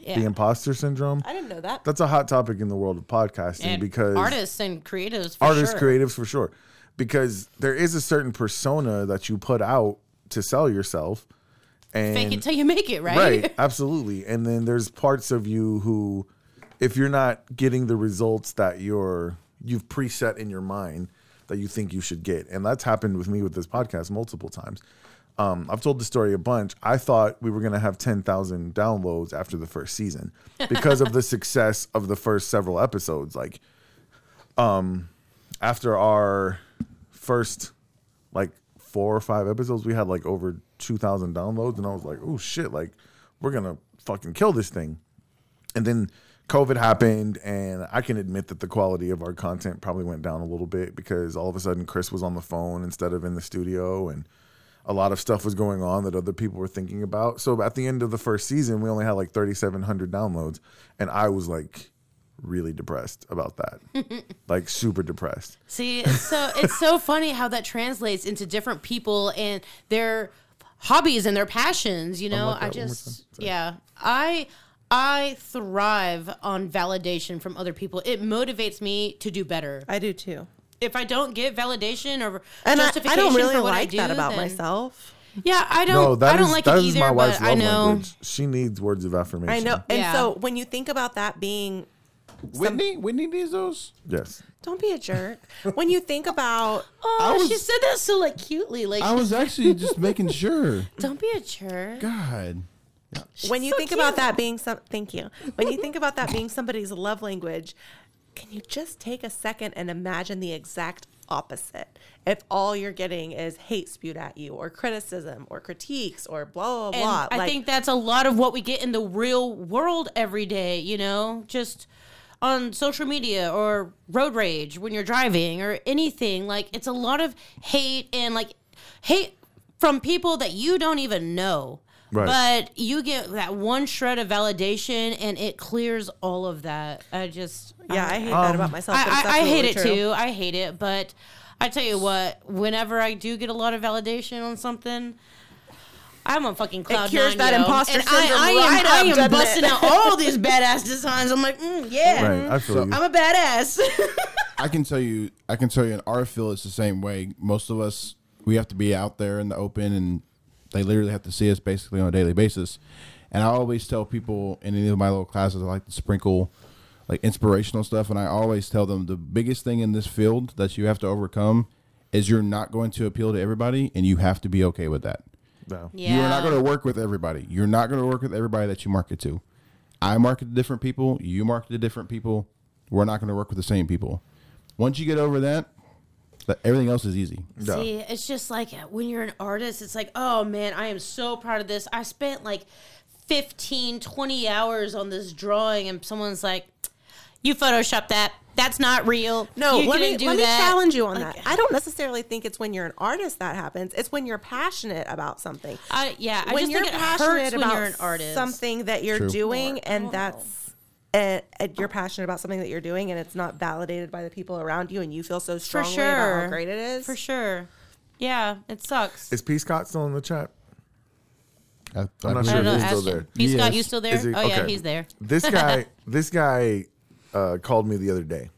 [SPEAKER 4] Yeah.
[SPEAKER 1] the imposter syndrome?
[SPEAKER 7] I didn't know that.
[SPEAKER 1] That's a hot topic in the world of podcasting
[SPEAKER 4] and
[SPEAKER 1] because
[SPEAKER 4] artists and creatives, for
[SPEAKER 1] artists
[SPEAKER 4] sure.
[SPEAKER 1] creatives for sure because there is a certain persona that you put out to sell yourself and
[SPEAKER 4] fake it till you make it, right?
[SPEAKER 1] right
[SPEAKER 4] [laughs]
[SPEAKER 1] absolutely and then there's parts of you who if you're not getting the results that you're you've preset in your mind that you think you should get and that's happened with me with this podcast multiple times um, I've told the story a bunch. I thought we were going to have 10,000 downloads after the first season because of the [laughs] success of the first several episodes. Like, after our first like four or five episodes, we had like over 2,000 downloads. And I was like, oh shit, like we're going to fucking kill this thing. And then COVID happened. And I can admit that the quality of our content probably went down a little bit because all of a sudden Chris was on the phone instead of in the studio. And a lot of stuff was going on that other people were thinking about. So at the end of the first season, we only had like 3,700 downloads. And I was like, really depressed about that like super depressed
[SPEAKER 4] See, it's so it's so funny how that translates into different people and their hobbies and their passions. You know,
[SPEAKER 1] Unlock
[SPEAKER 4] I
[SPEAKER 1] that one more
[SPEAKER 4] just
[SPEAKER 1] time. Sorry.
[SPEAKER 4] yeah, I I thrive on validation from other people. It motivates me to do better.
[SPEAKER 7] I do too.
[SPEAKER 4] If I don't get validation or
[SPEAKER 7] And I,
[SPEAKER 4] justification
[SPEAKER 7] I don't really
[SPEAKER 4] for what I
[SPEAKER 7] like
[SPEAKER 4] do,
[SPEAKER 7] that about
[SPEAKER 4] then-
[SPEAKER 7] myself.
[SPEAKER 4] Yeah, I don't.
[SPEAKER 1] No, that
[SPEAKER 4] I
[SPEAKER 1] is
[SPEAKER 4] don't like
[SPEAKER 1] that
[SPEAKER 4] it
[SPEAKER 1] is
[SPEAKER 4] either.
[SPEAKER 1] my wife's
[SPEAKER 4] but I
[SPEAKER 1] love
[SPEAKER 4] know.
[SPEAKER 1] language. She needs words of affirmation.
[SPEAKER 7] I know. And
[SPEAKER 4] Yeah.
[SPEAKER 7] so when you think about that being
[SPEAKER 5] Whitney? Whitney needs those.
[SPEAKER 1] Yes.
[SPEAKER 7] Don't be a jerk. when you
[SPEAKER 4] [laughs]
[SPEAKER 7] think about
[SPEAKER 4] Oh,
[SPEAKER 5] I was-
[SPEAKER 4] she said that so like cutely. Like,
[SPEAKER 5] I was actually just making sure.
[SPEAKER 4] don't be a jerk.
[SPEAKER 5] God.
[SPEAKER 7] when you think about that being some thank you. When you think about that being somebody's love language, can you just take a second and imagine the exact opposite? If all you're getting is hate spewed at you or criticism or critiques or blah blah
[SPEAKER 4] And
[SPEAKER 7] blah.
[SPEAKER 4] I think that's a lot of what we get in the real world every day, you know, just on social media or road rage when you're driving or anything. Like, it's a lot of hate and like hate from people that you don't even know.
[SPEAKER 1] Right.
[SPEAKER 4] But you get that one shred of validation and it clears all of that. I just,
[SPEAKER 7] yeah, I hate that about myself. but it's
[SPEAKER 4] I, I, I hate it
[SPEAKER 7] absolutely true.
[SPEAKER 4] too. I hate it, but I tell you what, whenever I do get a lot of validation on something, I'm on fucking cloud
[SPEAKER 7] cures
[SPEAKER 4] nine,
[SPEAKER 7] that
[SPEAKER 4] yo.
[SPEAKER 7] imposter
[SPEAKER 4] and
[SPEAKER 7] syndrome
[SPEAKER 4] I, I am,
[SPEAKER 7] right
[SPEAKER 4] I
[SPEAKER 7] up,
[SPEAKER 4] am
[SPEAKER 7] doesn't
[SPEAKER 4] busting
[SPEAKER 7] it?
[SPEAKER 4] out all these badass designs. I'm like, mm, yeah,
[SPEAKER 1] Right. I feel you.
[SPEAKER 4] I'm a
[SPEAKER 7] [laughs]
[SPEAKER 4] badass.
[SPEAKER 5] I can tell you, I can tell you in our field, it's the same way. Most of us, we have to be out there in the open and they literally have to see us basically on a daily basis. And I always tell people in any of my little classes, I like to sprinkle like inspirational stuff. And I always tell them the biggest thing in this field that you have to overcome is you're not going to appeal to everybody and you have to be okay with that.
[SPEAKER 1] No.
[SPEAKER 4] yeah.
[SPEAKER 5] You are not going to work with everybody. You're not going to work with everybody that you market to. I market to different people. You market to different people. We're not going to work with the same people. Once you get over that, That, everything else is easy.
[SPEAKER 1] Yeah.
[SPEAKER 4] See, it's just like uh, when you're an artist, it's like, oh man, I am so proud of this. I spent like 15, 20 hours on this drawing, and someone's like, you photoshopped that. That's not real.
[SPEAKER 7] No,
[SPEAKER 4] you
[SPEAKER 7] let
[SPEAKER 4] didn't
[SPEAKER 7] me
[SPEAKER 4] do
[SPEAKER 7] let
[SPEAKER 4] that."
[SPEAKER 7] me challenge you on
[SPEAKER 4] Like,
[SPEAKER 7] that. I don't necessarily think it's when you're an artist that happens. It's when you're passionate about something.
[SPEAKER 4] I, yeah, I
[SPEAKER 7] when
[SPEAKER 4] just
[SPEAKER 7] you're
[SPEAKER 4] think it
[SPEAKER 7] passionate
[SPEAKER 4] hurts when
[SPEAKER 7] about
[SPEAKER 4] you're an artist.
[SPEAKER 7] something that you're
[SPEAKER 5] True.
[SPEAKER 7] doing,
[SPEAKER 4] Oh.
[SPEAKER 7] and that's and, and you're passionate about something that you're doing, and it's not validated by the people around you, and you feel so
[SPEAKER 4] for
[SPEAKER 7] strongly
[SPEAKER 4] sure.
[SPEAKER 7] about how great it is.
[SPEAKER 4] For sure. Yeah, it sucks.
[SPEAKER 1] Is P. Scott still in the chat?
[SPEAKER 5] I,
[SPEAKER 1] I'm not
[SPEAKER 4] I
[SPEAKER 1] sure
[SPEAKER 4] don't know.
[SPEAKER 1] if he's
[SPEAKER 4] ask
[SPEAKER 1] still
[SPEAKER 4] him.
[SPEAKER 1] there.
[SPEAKER 4] P. Scott,
[SPEAKER 5] Yes.
[SPEAKER 4] you still there?
[SPEAKER 1] Is he-
[SPEAKER 4] Oh yeah,
[SPEAKER 1] okay.
[SPEAKER 4] he's there. [laughs]
[SPEAKER 1] this guy this guy uh, called me the other day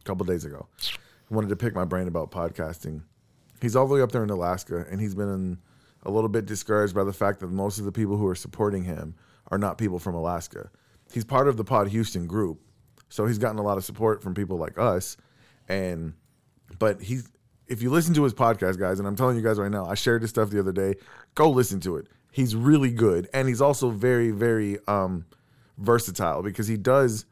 [SPEAKER 1] a couple days ago wanted to pick my brain about podcasting he's all the way up there in alaska and he's been a little bit discouraged by the fact that most of the people who are supporting him are not people from alaska he's part of the pod houston group so he's gotten a lot of support from people like us and but he's if you listen to his podcast guys and i'm telling you guys right now i shared his stuff the other day go listen to it he's really good and he's also very very um versatile because he does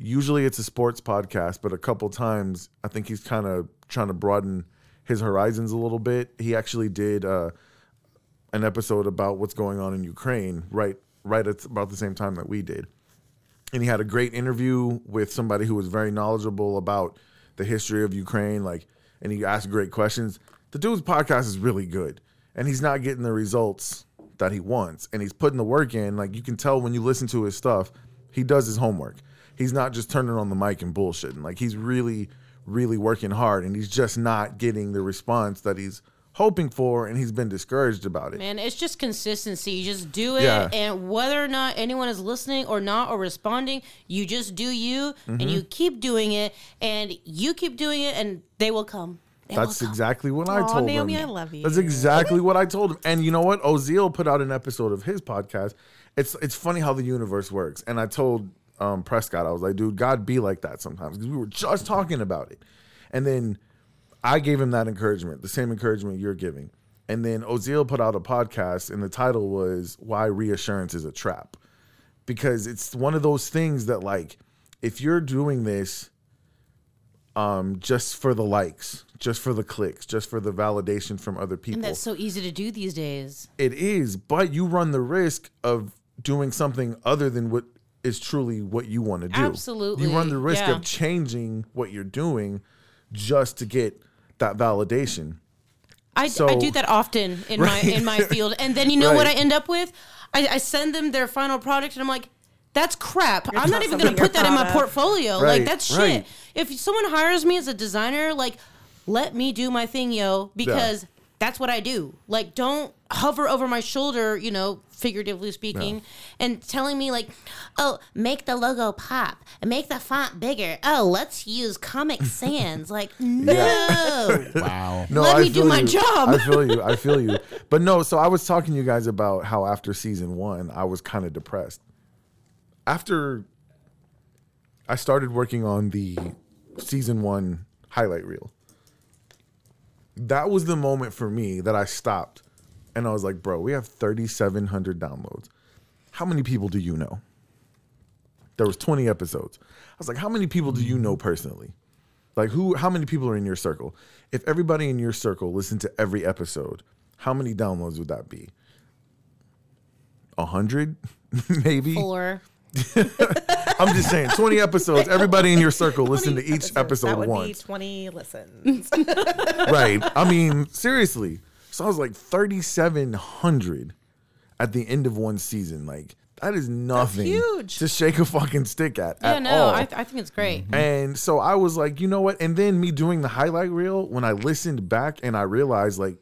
[SPEAKER 1] usually it's a sports podcast but a couple times i think he's kind of trying to broaden his horizons a little bit he actually did uh, an episode about what's going on in ukraine right right at about the same time that we did and he had a great interview with somebody who was very knowledgeable about the history of Ukraine. Like, and he asked great questions. The dude's podcast is really good, and he's not getting the results that he wants, and he's putting the work in. Like, you can tell when you listen to his stuff, he does his homework. He's not just turning on the mic and bullshitting. Like, he's really, really working hard, and he's just not getting the response that he's hoping for, and he's been discouraged about it.
[SPEAKER 4] Man, it's just consistency. You just do it,
[SPEAKER 1] Yeah.
[SPEAKER 4] and whether or not anyone is listening or not or responding, you just do you,
[SPEAKER 1] Mm-hmm.
[SPEAKER 4] and you keep doing it, and you keep doing it, and they will come. They will
[SPEAKER 1] That's
[SPEAKER 4] come.
[SPEAKER 1] exactly what I
[SPEAKER 7] Aw,
[SPEAKER 1] told
[SPEAKER 7] Naomi,
[SPEAKER 1] him.
[SPEAKER 7] I love you.
[SPEAKER 1] That's exactly what I told him. And you know what? Ozil put out an episode of his podcast. It's it's funny how the universe works. And I told um, Prescott, I was like, dude, God be like that sometimes because we were just talking about it. And then I gave him that encouragement, the same encouragement you're giving. And then Ozil put out a podcast, and the title was "Why Reassurance Is a Trap," because it's one of those things that like if you're doing this um, just for the likes, just for the clicks, just for the validation from other people.
[SPEAKER 4] And that's so easy to do these days.
[SPEAKER 1] it is, but you run the risk of doing something other than what is truly what you want to do.
[SPEAKER 4] Absolutely,
[SPEAKER 1] You run the risk
[SPEAKER 4] yeah.
[SPEAKER 1] of changing what you're doing just to get that validation.
[SPEAKER 4] I, I
[SPEAKER 1] So-
[SPEAKER 4] do that often in my in my field, and then you know what I end up with? I, I send them their final product, and I'm like, "That's crap. I'm not,
[SPEAKER 7] not
[SPEAKER 4] even
[SPEAKER 7] something
[SPEAKER 4] going to put
[SPEAKER 7] you're
[SPEAKER 4] that in my
[SPEAKER 7] proud of."
[SPEAKER 4] portfolio.
[SPEAKER 1] Right,
[SPEAKER 4] like that's
[SPEAKER 1] right.
[SPEAKER 4] shit. If someone hires me as a designer, like, let me do my thing, yo, because that's what I do. Like, don't hover over my shoulder, you know, figuratively speaking, and telling me like, "Oh, make the logo pop, make the font bigger. Oh, let's use Comic
[SPEAKER 1] [laughs]
[SPEAKER 4] Sans." like, no.
[SPEAKER 5] wow.
[SPEAKER 1] No,
[SPEAKER 4] Let me do
[SPEAKER 1] feel
[SPEAKER 4] my
[SPEAKER 1] you.
[SPEAKER 4] job.
[SPEAKER 1] I feel you. I feel you. But no, so I was talking to you guys about how after season one, I was kind of depressed. After I started working on the season one highlight reel, that was the moment for me that I stopped and I was like, bro, we have 3,700 downloads. How many people do you know? There was 20 episodes. I was like, how many people do you know
[SPEAKER 7] Mm-hmm.
[SPEAKER 1] personally? Like who how many people are in your circle? If everybody in your circle listened to every episode, how many downloads would that be? A hundred? [laughs] Maybe.
[SPEAKER 4] Or
[SPEAKER 1] I'm just saying, 20 episodes. Everybody in your
[SPEAKER 7] [laughs]
[SPEAKER 1] circle listen to each
[SPEAKER 7] that
[SPEAKER 1] episode
[SPEAKER 7] would be
[SPEAKER 1] once.
[SPEAKER 7] twenty
[SPEAKER 4] [laughs]
[SPEAKER 7] listens.
[SPEAKER 1] right. I mean, seriously. So I was like 3,700 at the end of one season. Like, that is nothing
[SPEAKER 7] huge.
[SPEAKER 1] to shake a fucking stick at.
[SPEAKER 4] yeah,
[SPEAKER 1] at
[SPEAKER 4] no,
[SPEAKER 1] all.
[SPEAKER 4] I, I think it's [laughs] great.
[SPEAKER 1] And so I was like, you know what? And then me doing the highlight reel, when I listened back and I realized, like,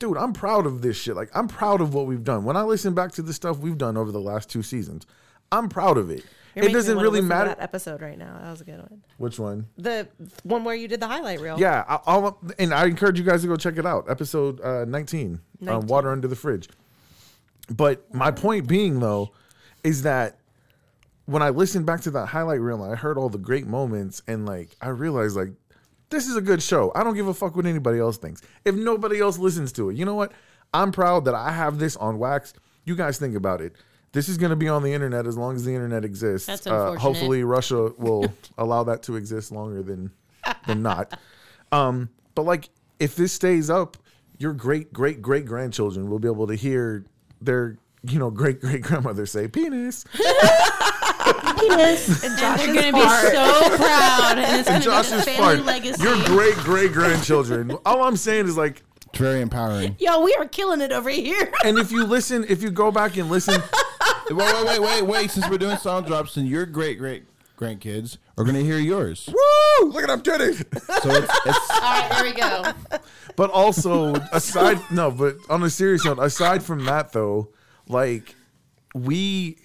[SPEAKER 1] dude, I'm proud of this shit. Like, I'm proud of what we've done. When I listen back to the stuff we've done over the last two seasons, I'm proud of it.
[SPEAKER 7] You're making
[SPEAKER 1] it
[SPEAKER 7] me
[SPEAKER 1] doesn't
[SPEAKER 7] wanna
[SPEAKER 1] really
[SPEAKER 7] listen to
[SPEAKER 1] matter.
[SPEAKER 7] That episode right now, that was a good one.
[SPEAKER 1] Which one?
[SPEAKER 7] The one where you did the highlight reel.
[SPEAKER 1] Yeah, I, I'll, and I encourage you guys to go check it out. Episode uh, 19, Um,
[SPEAKER 7] 19.
[SPEAKER 1] Water Under the Fridge. But my point being, though, is that when I listened back to that highlight reel, I heard all the great moments, and like I realized, like this is a good show. I don't give a fuck what anybody else thinks. If nobody else listens to it, you know what? I'm proud that I have this on wax. You guys think about it. This is going to be on the internet as long as the internet exists.
[SPEAKER 4] That's
[SPEAKER 1] Uh,
[SPEAKER 4] [laughs] unfortunate.
[SPEAKER 1] hopefully, Russia will allow that to exist longer than than not. Um, but like, if this stays up, your great great great grandchildren will be able to hear their you know great great grandmother say penis.
[SPEAKER 4] and they're going to be so proud. And
[SPEAKER 1] [laughs] And
[SPEAKER 4] it's going to be the
[SPEAKER 1] Josh's
[SPEAKER 4] family
[SPEAKER 1] part,
[SPEAKER 4] legacy.
[SPEAKER 1] your great great grandchildren. All I'm saying is like,
[SPEAKER 5] It's very
[SPEAKER 4] [laughs]
[SPEAKER 5] empowering.
[SPEAKER 4] Yo, we are killing it over here.
[SPEAKER 1] and if you listen, if you go back and listen,
[SPEAKER 5] wait, wait, wait, wait, wait. Since we're doing song drops, and your great great grandkids are gonna hear yours.
[SPEAKER 1] woo, look at them titties.
[SPEAKER 5] [laughs] So it's,
[SPEAKER 4] [laughs]
[SPEAKER 5] it's
[SPEAKER 4] All right, there we go.
[SPEAKER 1] But also, aside no, but on a serious note, aside from that though, like we,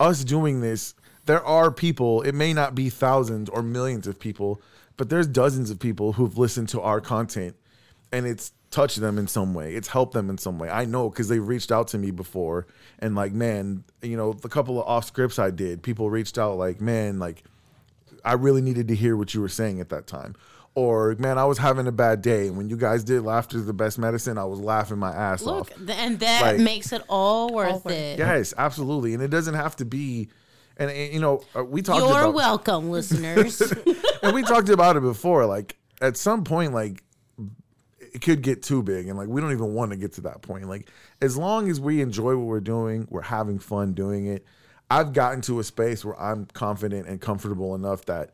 [SPEAKER 1] us doing this, there are people. It may not be thousands or millions of people, but there's dozens of people who've listened to our content, and it's touched them in some way. It's helped them in some way. I know because they reached out to me before, and like, man, you know, the couple of off scripts I did, people reached out like, man, like. I really needed to hear what you were saying at that time. Or man, I was having a bad day. When you guys did laughter's the best medicine, I was laughing my ass
[SPEAKER 4] [laughs] Look,
[SPEAKER 1] off.
[SPEAKER 4] th- and that
[SPEAKER 1] Like-
[SPEAKER 4] makes it all worth it.
[SPEAKER 1] Yes, absolutely. And it doesn't have to be. And, and, you know, uh, we talked.
[SPEAKER 4] You're
[SPEAKER 1] about, [laughs]
[SPEAKER 4] welcome, listeners.
[SPEAKER 1] and we talked about it before. Like at some point, like it could get too big, and like we don't even want to get to that point. Like as long as we enjoy what we're doing, we're having fun doing it. I've gotten to a space where I'm confident and comfortable enough that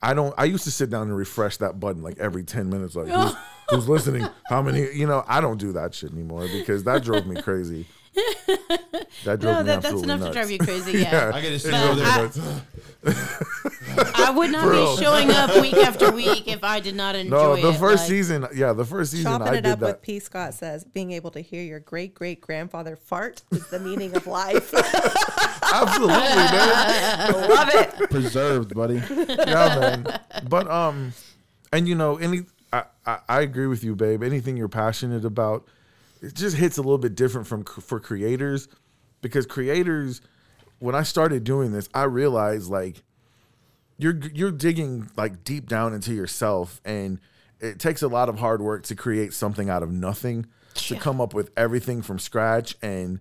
[SPEAKER 1] I don't. I used to sit down and refresh that button like every ten minutes, like
[SPEAKER 4] [laughs]
[SPEAKER 1] who's, who's listening, how many. You know, I don't do that shit anymore because that drove me
[SPEAKER 4] [laughs]
[SPEAKER 1] crazy. That drove me
[SPEAKER 4] no, that, that's
[SPEAKER 1] absolutely
[SPEAKER 4] enough
[SPEAKER 1] nuts.
[SPEAKER 4] to drive
[SPEAKER 1] [laughs]
[SPEAKER 4] you crazy. Yeah,
[SPEAKER 5] I gotta sit
[SPEAKER 4] But
[SPEAKER 5] over there.
[SPEAKER 4] I,
[SPEAKER 5] and go,
[SPEAKER 4] I would not
[SPEAKER 1] Bro.
[SPEAKER 4] be
[SPEAKER 1] [laughs]
[SPEAKER 4] showing up week after week if I did not
[SPEAKER 1] No,
[SPEAKER 4] enjoy it.
[SPEAKER 1] the first
[SPEAKER 4] like-
[SPEAKER 1] season, yeah, the first season
[SPEAKER 7] Chopping
[SPEAKER 1] I
[SPEAKER 7] it
[SPEAKER 1] did
[SPEAKER 7] up
[SPEAKER 1] that.
[SPEAKER 7] with P. Scott says, being able to hear your great great grandfather fart is the meaning
[SPEAKER 4] [laughs]
[SPEAKER 7] of life.
[SPEAKER 1] Absolutely,
[SPEAKER 7] [laughs]
[SPEAKER 1] man.
[SPEAKER 7] Love it.
[SPEAKER 1] [laughs]
[SPEAKER 5] preserved, buddy.
[SPEAKER 1] Yeah, man. But um, and you know, any I, I I agree with you, babe. Anything you're passionate about, it just hits a little bit different from cr- for creators, because creators, when I started doing this, I realized like you're you're digging like deep down into yourself and it takes a lot of hard work to create something out of nothing to come up with everything from scratch and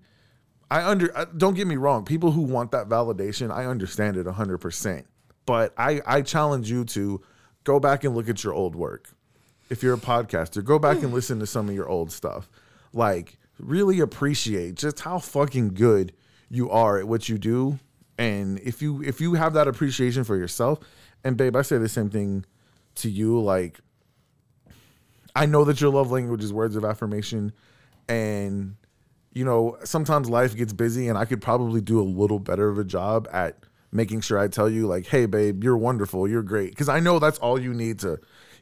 [SPEAKER 1] I under uh, don't get me wrong people who want that validation I understand it 100% but I I challenge you to go back and look at your old work if you're a podcaster go back and listen to some of your old stuff like really appreciate just how fucking good you are at what you do and if you if you have that appreciation for yourself and babe i say the same thing to you like i know that your love language is words of affirmation and you know sometimes life gets busy and i could probably do a little better of a job at making sure i tell you like hey babe you're wonderful you're great because i know that's all you need to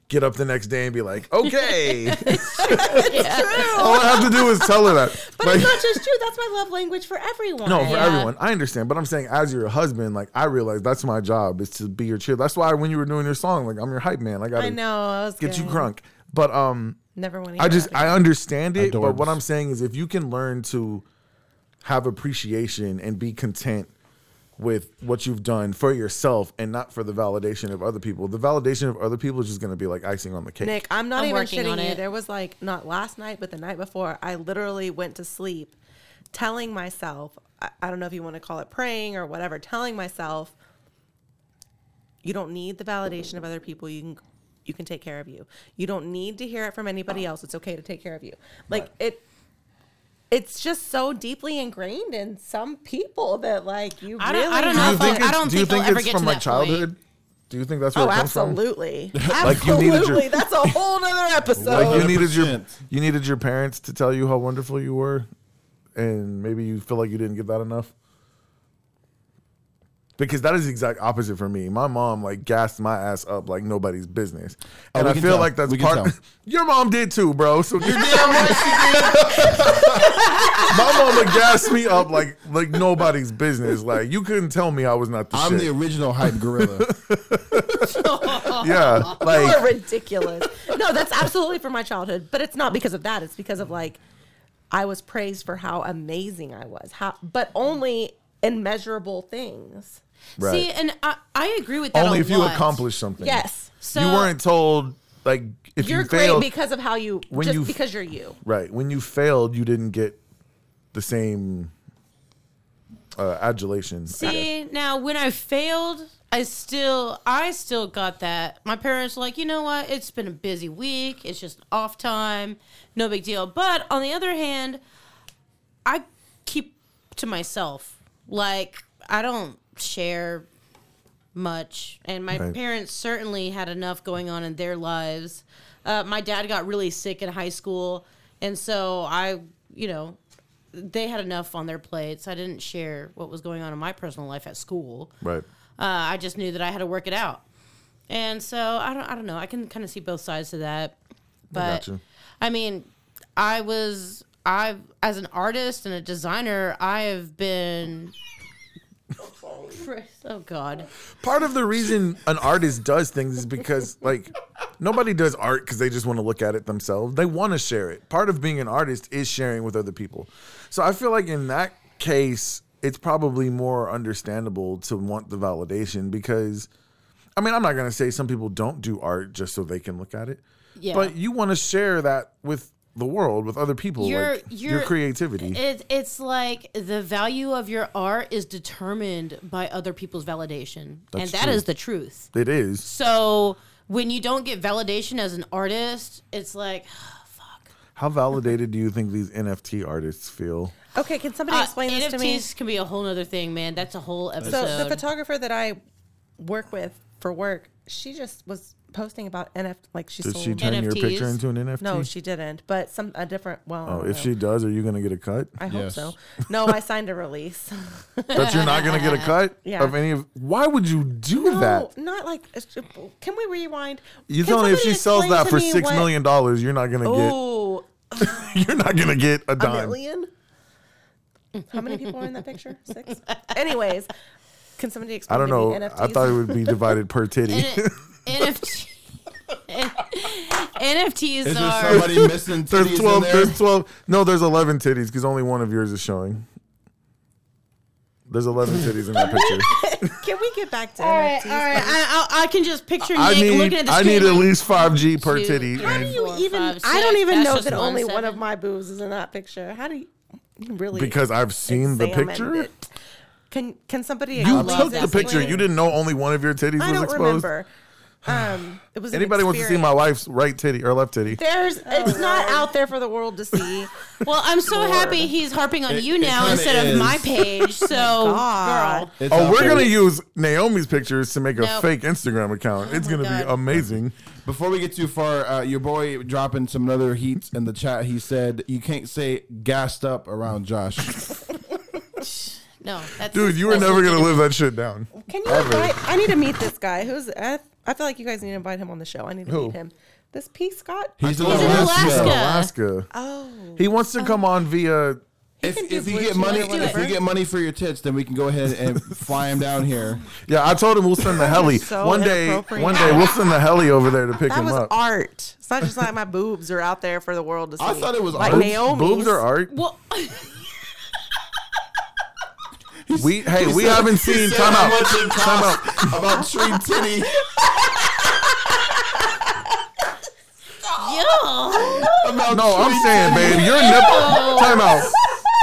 [SPEAKER 1] get up the next day and be like
[SPEAKER 7] [laughs]
[SPEAKER 1] okay [laughs] all i have to do is tell her that
[SPEAKER 7] But it's not just you. That's my love language for everyone.
[SPEAKER 1] no, for everyone. I understand, but I'm saying as your husband, like I realize that's my job is to be your cheer. That's why when you were doing your song, like I'm your hype man. Like I gotta
[SPEAKER 7] I know. I was
[SPEAKER 1] get you
[SPEAKER 7] gonna-
[SPEAKER 1] crunk. But um
[SPEAKER 7] Never want to.
[SPEAKER 1] I just I understand it, but what
[SPEAKER 5] Adorbs.
[SPEAKER 1] I'm saying is if you can learn to have appreciation and be content with what you've done for yourself and not for the validation of other people. The validation of other people is just gonna be like icing on the cake.
[SPEAKER 7] Nick, I'm not
[SPEAKER 4] I'm
[SPEAKER 7] even
[SPEAKER 4] working on
[SPEAKER 7] shitting you.
[SPEAKER 4] it.
[SPEAKER 7] There was like not last night, but the night before, I literally went to sleep telling myself, I, I don't know if you want to call it praying or whatever, telling myself, you don't need the validation of other people. You can you can take care of you. You don't need to hear it from anybody else. It's okay to take care of you. Like it it's just so deeply ingrained in some people that like you
[SPEAKER 4] I
[SPEAKER 7] really
[SPEAKER 4] don't- I don't know
[SPEAKER 1] do you
[SPEAKER 4] if I-
[SPEAKER 1] think it's,
[SPEAKER 4] don't
[SPEAKER 1] do you
[SPEAKER 4] think I'll
[SPEAKER 1] think
[SPEAKER 4] ever
[SPEAKER 1] it's
[SPEAKER 4] get
[SPEAKER 1] from
[SPEAKER 4] to
[SPEAKER 1] like
[SPEAKER 4] that point.
[SPEAKER 1] childhood? Do you think that's where
[SPEAKER 7] Oh,
[SPEAKER 1] it comes from?
[SPEAKER 7] absolutely.
[SPEAKER 1] [laughs] Like, you needed your-
[SPEAKER 7] absolutely. That's a whole nother
[SPEAKER 1] [laughs]
[SPEAKER 7] episode.
[SPEAKER 1] like you needed your
[SPEAKER 5] 100%.
[SPEAKER 1] you needed your parents to tell you how wonderful you were and maybe you feel like you didn't get that enough because that is the exact opposite for me my mom like gassed my ass up like nobody's business and
[SPEAKER 5] Oh, we
[SPEAKER 1] i
[SPEAKER 5] can
[SPEAKER 1] feel
[SPEAKER 5] tell.
[SPEAKER 1] like that's
[SPEAKER 5] We can
[SPEAKER 1] part
[SPEAKER 5] tell.
[SPEAKER 1] [laughs] your mom did too bro
[SPEAKER 5] [laughs]
[SPEAKER 1] so you're damn right she did [laughs] my mama gassed me up like like nobody's business like you couldn't tell me i was not the
[SPEAKER 5] I'm
[SPEAKER 1] shit
[SPEAKER 5] the original hype gorilla. [laughs]
[SPEAKER 1] yeah
[SPEAKER 7] you
[SPEAKER 1] like
[SPEAKER 7] are ridiculous. No, that's absolutely from my childhood, but it's not because of that. It's because of like I was praised for how amazing I was, how, but only in measurable things.
[SPEAKER 1] Right.
[SPEAKER 4] See, and I, I agree with that.
[SPEAKER 1] only
[SPEAKER 4] a
[SPEAKER 1] if you
[SPEAKER 4] lot.
[SPEAKER 1] accomplish something
[SPEAKER 7] Yes,
[SPEAKER 4] So
[SPEAKER 1] you weren't told like if
[SPEAKER 7] you're
[SPEAKER 1] you
[SPEAKER 7] great
[SPEAKER 1] failed
[SPEAKER 7] because of how you,
[SPEAKER 1] when
[SPEAKER 7] just
[SPEAKER 1] you-
[SPEAKER 7] because you're you.
[SPEAKER 1] Right. When you failed, you didn't get the same uh, adulation. I guess.
[SPEAKER 4] See, now when I failed, I still, I still got that. My parents were like, you know what? It's been a busy week. It's just off time. No big deal. But on the other hand, I keep to myself. Like I don't share much, and my
[SPEAKER 1] Right.
[SPEAKER 4] parents certainly had enough going on in their lives. Uh, my dad got really sick in high school, and so I, you know, they had enough on their plates. I didn't share what was going on in my personal life at school.
[SPEAKER 1] Right.
[SPEAKER 4] Uh, I just knew that I had to work it out. And so I don't, I don't know. I can kind of see both sides to that. But
[SPEAKER 1] gotcha.
[SPEAKER 4] I mean, I was, I, as an artist and a designer, I have been. Oh, God.
[SPEAKER 1] Part of the reason an artist does things is because like nobody does art because they just want to look at it themselves. They want to share it. Part of being an artist is sharing with other people. So I feel like in that case, it's probably more understandable to want the validation because I mean, I'm not gonna say some people don't do art just so they can look at it.
[SPEAKER 4] Yeah.
[SPEAKER 1] But you want to share that with the world, with other people,
[SPEAKER 4] You're-
[SPEAKER 1] like your
[SPEAKER 4] you're-
[SPEAKER 1] creativity.
[SPEAKER 4] It, it's like the value of your art is determined by other people's validation.
[SPEAKER 1] That's
[SPEAKER 4] and that is
[SPEAKER 1] true.
[SPEAKER 4] the truth.
[SPEAKER 1] it is.
[SPEAKER 4] So when you don't get validation as an artist, it's like
[SPEAKER 1] How validated do you think these NFT artists feel?
[SPEAKER 7] Okay, can somebody
[SPEAKER 4] uh,
[SPEAKER 7] explain this
[SPEAKER 4] NFTs
[SPEAKER 7] to me?
[SPEAKER 4] can be a whole other thing, man. That's a whole
[SPEAKER 7] So
[SPEAKER 4] episode.
[SPEAKER 7] the photographer that I work with for work, she just was posting about NFT. Like she
[SPEAKER 1] Did
[SPEAKER 7] sold.
[SPEAKER 1] she turn your
[SPEAKER 4] NFTs.
[SPEAKER 1] picture into an NFT?
[SPEAKER 7] no, she didn't. But some a different. Well, I
[SPEAKER 1] Oh,
[SPEAKER 7] don't
[SPEAKER 1] if
[SPEAKER 7] know.
[SPEAKER 1] she does, are you gonna get a cut?
[SPEAKER 7] I hope
[SPEAKER 5] Yes.
[SPEAKER 7] so. No, I signed a release.
[SPEAKER 1] That you're not gonna get a
[SPEAKER 7] [laughs]
[SPEAKER 1] cut
[SPEAKER 7] Yeah.
[SPEAKER 1] of any of. Why would you do
[SPEAKER 7] no,
[SPEAKER 1] that?
[SPEAKER 7] not like. Can we rewind?
[SPEAKER 1] You
[SPEAKER 7] Can
[SPEAKER 1] tell me if she
[SPEAKER 7] somebody
[SPEAKER 1] sells
[SPEAKER 7] explain
[SPEAKER 1] that
[SPEAKER 7] to
[SPEAKER 1] for
[SPEAKER 7] me
[SPEAKER 1] six
[SPEAKER 7] what-
[SPEAKER 1] million dollars, you're not gonna
[SPEAKER 7] Oh,
[SPEAKER 1] get. [laughs] You're not gonna get a
[SPEAKER 7] a
[SPEAKER 1] dime.
[SPEAKER 7] million. How many people are in that picture? Six. Anyways, can somebody
[SPEAKER 1] I
[SPEAKER 7] explain?
[SPEAKER 1] don't
[SPEAKER 7] to
[SPEAKER 1] know.
[SPEAKER 7] me
[SPEAKER 1] I
[SPEAKER 7] NFTs?
[SPEAKER 1] thought it would be divided
[SPEAKER 7] [laughs]
[SPEAKER 1] per titty.
[SPEAKER 4] NFT NFTs
[SPEAKER 5] Is there
[SPEAKER 4] are
[SPEAKER 5] somebody missing
[SPEAKER 1] there's
[SPEAKER 5] titties
[SPEAKER 1] twelve.
[SPEAKER 5] in there?
[SPEAKER 1] There's twelve. No, there's eleven titties because only one of yours is showing. There's eleven titties in
[SPEAKER 7] [laughs]
[SPEAKER 1] that picture.
[SPEAKER 7] Can we get back to
[SPEAKER 4] all right,
[SPEAKER 7] NFTs?
[SPEAKER 4] all right. I, I, I can just picture
[SPEAKER 1] I
[SPEAKER 4] Nick looking
[SPEAKER 1] need.
[SPEAKER 4] at the
[SPEAKER 1] I
[SPEAKER 4] screen
[SPEAKER 1] need at
[SPEAKER 4] like,
[SPEAKER 1] least five G per
[SPEAKER 4] two,
[SPEAKER 1] titty.
[SPEAKER 4] three,
[SPEAKER 1] and-
[SPEAKER 4] four,
[SPEAKER 7] even
[SPEAKER 4] five,
[SPEAKER 7] I don't
[SPEAKER 4] six.
[SPEAKER 7] even
[SPEAKER 4] That's
[SPEAKER 7] know
[SPEAKER 4] just
[SPEAKER 7] that only one
[SPEAKER 4] seven.
[SPEAKER 7] of my boobs is in that picture. How do you you really?
[SPEAKER 1] Because I've seen the
[SPEAKER 7] examined
[SPEAKER 1] picture.
[SPEAKER 7] it. Can can somebody?
[SPEAKER 1] You
[SPEAKER 4] love
[SPEAKER 1] took
[SPEAKER 4] that
[SPEAKER 1] the picture.
[SPEAKER 4] story.
[SPEAKER 1] You didn't know only one of your titties
[SPEAKER 7] I
[SPEAKER 1] was
[SPEAKER 7] don't
[SPEAKER 1] exposed.
[SPEAKER 7] remember. Um, it was an
[SPEAKER 1] Anybody wants to see my
[SPEAKER 7] experience.
[SPEAKER 1] wife's right titty or left titty?
[SPEAKER 7] There's, it's not out there for the world
[SPEAKER 1] [laughs]
[SPEAKER 7] to see.
[SPEAKER 4] Well, I'm so happy he's harping on
[SPEAKER 5] It-
[SPEAKER 4] you
[SPEAKER 5] it
[SPEAKER 4] now
[SPEAKER 5] kinda
[SPEAKER 4] instead of
[SPEAKER 5] is.
[SPEAKER 4] my
[SPEAKER 7] [laughs]
[SPEAKER 4] page. So,
[SPEAKER 7] Oh God.
[SPEAKER 4] girl,
[SPEAKER 5] It's
[SPEAKER 1] Oh,
[SPEAKER 5] out
[SPEAKER 1] we're
[SPEAKER 5] there.
[SPEAKER 1] gonna use Naomi's pictures to make a
[SPEAKER 4] Nope.
[SPEAKER 1] fake Instagram account. it's
[SPEAKER 4] my
[SPEAKER 1] gonna be
[SPEAKER 4] God.
[SPEAKER 1] amazing.
[SPEAKER 5] Before we get too far, uh, your boy dropping some other heat in the chat. He said you can't say gassed up around Josh.
[SPEAKER 4] no, that's
[SPEAKER 1] Dude, you were
[SPEAKER 4] that's
[SPEAKER 1] never
[SPEAKER 4] just-
[SPEAKER 1] gonna live that shit down.
[SPEAKER 7] Can you invite? I need to meet this guy. Who's? I, I feel like you guys need to invite him on the show. I need to
[SPEAKER 1] Who?
[SPEAKER 7] meet him. This P. Scott.
[SPEAKER 5] He's in
[SPEAKER 4] He's in
[SPEAKER 5] Alaska.
[SPEAKER 4] Alaska.
[SPEAKER 1] Alaska. Oh. He wants to come on via.
[SPEAKER 5] If,
[SPEAKER 7] can do
[SPEAKER 5] if you
[SPEAKER 7] Blue
[SPEAKER 5] get
[SPEAKER 7] Chew
[SPEAKER 5] money,
[SPEAKER 7] whatever.
[SPEAKER 5] if we get money for your tits, then we can go ahead [laughs] and fly him down here.
[SPEAKER 1] Yeah, I told him we'll send the heli.
[SPEAKER 7] so
[SPEAKER 1] one day,
[SPEAKER 7] inappropriate.
[SPEAKER 1] one day we'll send the heli over there to pick
[SPEAKER 7] That
[SPEAKER 1] him
[SPEAKER 7] was
[SPEAKER 1] up.
[SPEAKER 7] art. It's not just like my boobs are out there for the world to see.
[SPEAKER 5] I thought it was
[SPEAKER 7] like
[SPEAKER 5] art.
[SPEAKER 7] Naomi's.
[SPEAKER 1] Boobs are art.
[SPEAKER 7] [laughs]
[SPEAKER 4] Well, [laughs]
[SPEAKER 1] We hey, we haven't seen. Time
[SPEAKER 5] How
[SPEAKER 1] out.
[SPEAKER 5] much it costs about tree titty.
[SPEAKER 4] yo,
[SPEAKER 5] About
[SPEAKER 1] No, I'm
[SPEAKER 5] tree
[SPEAKER 1] saying,
[SPEAKER 5] titty.
[SPEAKER 1] babe, your nipple.
[SPEAKER 7] [laughs]
[SPEAKER 1] Time out.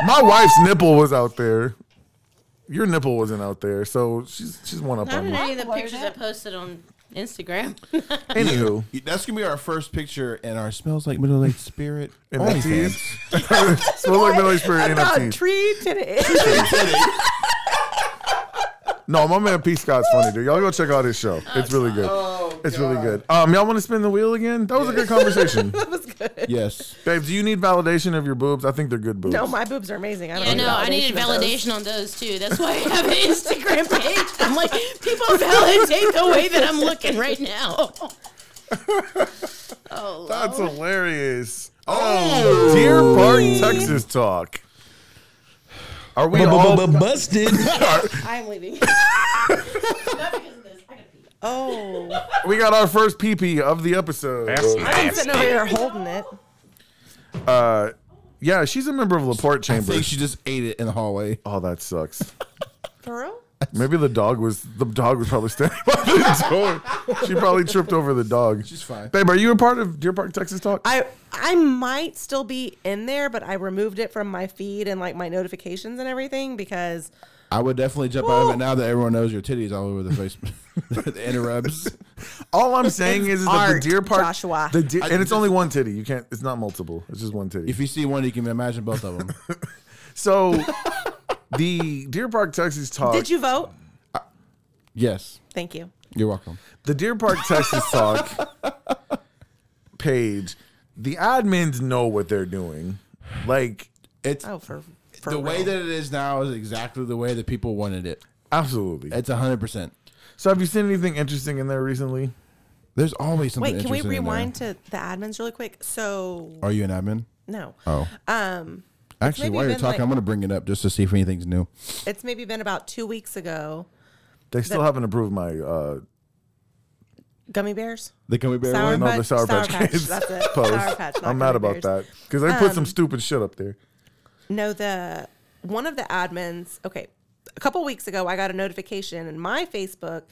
[SPEAKER 1] My wife's nipple was out there. Your nipple wasn't out there, so she's she's one up
[SPEAKER 4] not
[SPEAKER 1] on
[SPEAKER 4] in
[SPEAKER 1] me.
[SPEAKER 4] any of the pictures I posted on Instagram.
[SPEAKER 7] [laughs]
[SPEAKER 1] Anywho,
[SPEAKER 5] That's gonna be our first picture in our smells like middle aged spirit.
[SPEAKER 1] NFTs. [laughs]
[SPEAKER 5] OnlyFans.
[SPEAKER 1] Smells like Middle East Spirit
[SPEAKER 7] About
[SPEAKER 1] NFTs.
[SPEAKER 7] tree [laughs] today.
[SPEAKER 1] No, my man P Scott's funny, dude. Y'all go check out his show. It's really good.
[SPEAKER 7] oh,
[SPEAKER 1] it's really good. Um, y'all want to spin the wheel again? That was a good
[SPEAKER 7] [laughs]
[SPEAKER 1] conversation.
[SPEAKER 5] Yes.
[SPEAKER 1] Babe, do you need validation of your boobs? I think they're good boobs.
[SPEAKER 7] no, my boobs are amazing. I don't
[SPEAKER 4] Yeah, no, uh, I
[SPEAKER 7] need
[SPEAKER 4] needed validation
[SPEAKER 7] of
[SPEAKER 4] on those too. That's why I have an
[SPEAKER 1] [laughs]
[SPEAKER 4] Instagram page. I'm like, people validate the way that I'm looking right
[SPEAKER 1] [laughs]
[SPEAKER 4] now. Oh,
[SPEAKER 1] That's hilarious. Oh, Deer Park, Texas talk. Are we all
[SPEAKER 9] Busted.
[SPEAKER 1] [laughs]
[SPEAKER 4] I'm leaving.
[SPEAKER 5] [laughs]
[SPEAKER 7] those. Oh,
[SPEAKER 1] We got our first pee of the episode.
[SPEAKER 7] I'm sitting over here holding it.
[SPEAKER 1] Yeah, she's a member of Laporte
[SPEAKER 5] I
[SPEAKER 1] Chamber.
[SPEAKER 5] think she just ate it in the hallway.
[SPEAKER 1] Oh, that sucks.
[SPEAKER 7] For real?
[SPEAKER 1] Maybe the dog was the dog was probably standing [laughs] by the door. She probably tripped over the dog.
[SPEAKER 5] She's fine.
[SPEAKER 1] Babe, are you a part of Deer Park, Texas talk?
[SPEAKER 7] [laughs] I I might still be in there, but I removed it from my feed and like my notifications and everything because
[SPEAKER 5] I would definitely jump out of it now that everyone knows your titties all over the face, [laughs] the inner rubs.
[SPEAKER 1] All
[SPEAKER 7] [laughs]
[SPEAKER 1] I'm saying is, is that the
[SPEAKER 7] art,
[SPEAKER 1] deer part,
[SPEAKER 7] Joshua.
[SPEAKER 1] the deer, and it's only one titty. You can't. It's not multiple. It's just one titty.
[SPEAKER 5] If you see one, you can imagine both of them. [laughs]
[SPEAKER 1] so, the Deer Park Texas talk.
[SPEAKER 7] Did you vote?
[SPEAKER 5] yes,
[SPEAKER 7] Thank you.
[SPEAKER 5] you're welcome.
[SPEAKER 1] the Deer Park Texas Talk page, the admins know what they're doing. Like,
[SPEAKER 5] It's
[SPEAKER 7] Oh, for, for
[SPEAKER 5] the way
[SPEAKER 7] real.
[SPEAKER 5] that it is now is exactly the way that people wanted it.
[SPEAKER 1] absolutely.
[SPEAKER 5] It's hundred percent.
[SPEAKER 1] So, have you seen anything interesting in there recently?
[SPEAKER 5] There's always something.
[SPEAKER 7] Wait, can we
[SPEAKER 5] interesting in there.
[SPEAKER 7] rewind to the admins really quick? So
[SPEAKER 5] Are you an admin?
[SPEAKER 7] no,
[SPEAKER 5] Oh,
[SPEAKER 7] um,
[SPEAKER 5] actually,
[SPEAKER 7] maybe
[SPEAKER 5] while you're
[SPEAKER 7] been
[SPEAKER 5] talking,
[SPEAKER 7] like-
[SPEAKER 5] I'm going to bring it up just to see if anything's new.
[SPEAKER 7] it's maybe been about two weeks ago.
[SPEAKER 1] They still haven't approved my. uh
[SPEAKER 7] Gummy bears,
[SPEAKER 5] The gummy bear
[SPEAKER 7] sour
[SPEAKER 5] one.
[SPEAKER 1] no,
[SPEAKER 7] patch,
[SPEAKER 1] the Sour Patch, Kids
[SPEAKER 7] That's it.
[SPEAKER 1] post.
[SPEAKER 7] Sour patch. Um, not
[SPEAKER 1] I'm mad
[SPEAKER 7] gummy
[SPEAKER 1] about
[SPEAKER 7] bears.
[SPEAKER 1] that because they put some stupid shit up there.
[SPEAKER 7] No, the one of the admins. Okay, a couple weeks ago, I got a notification in my Facebook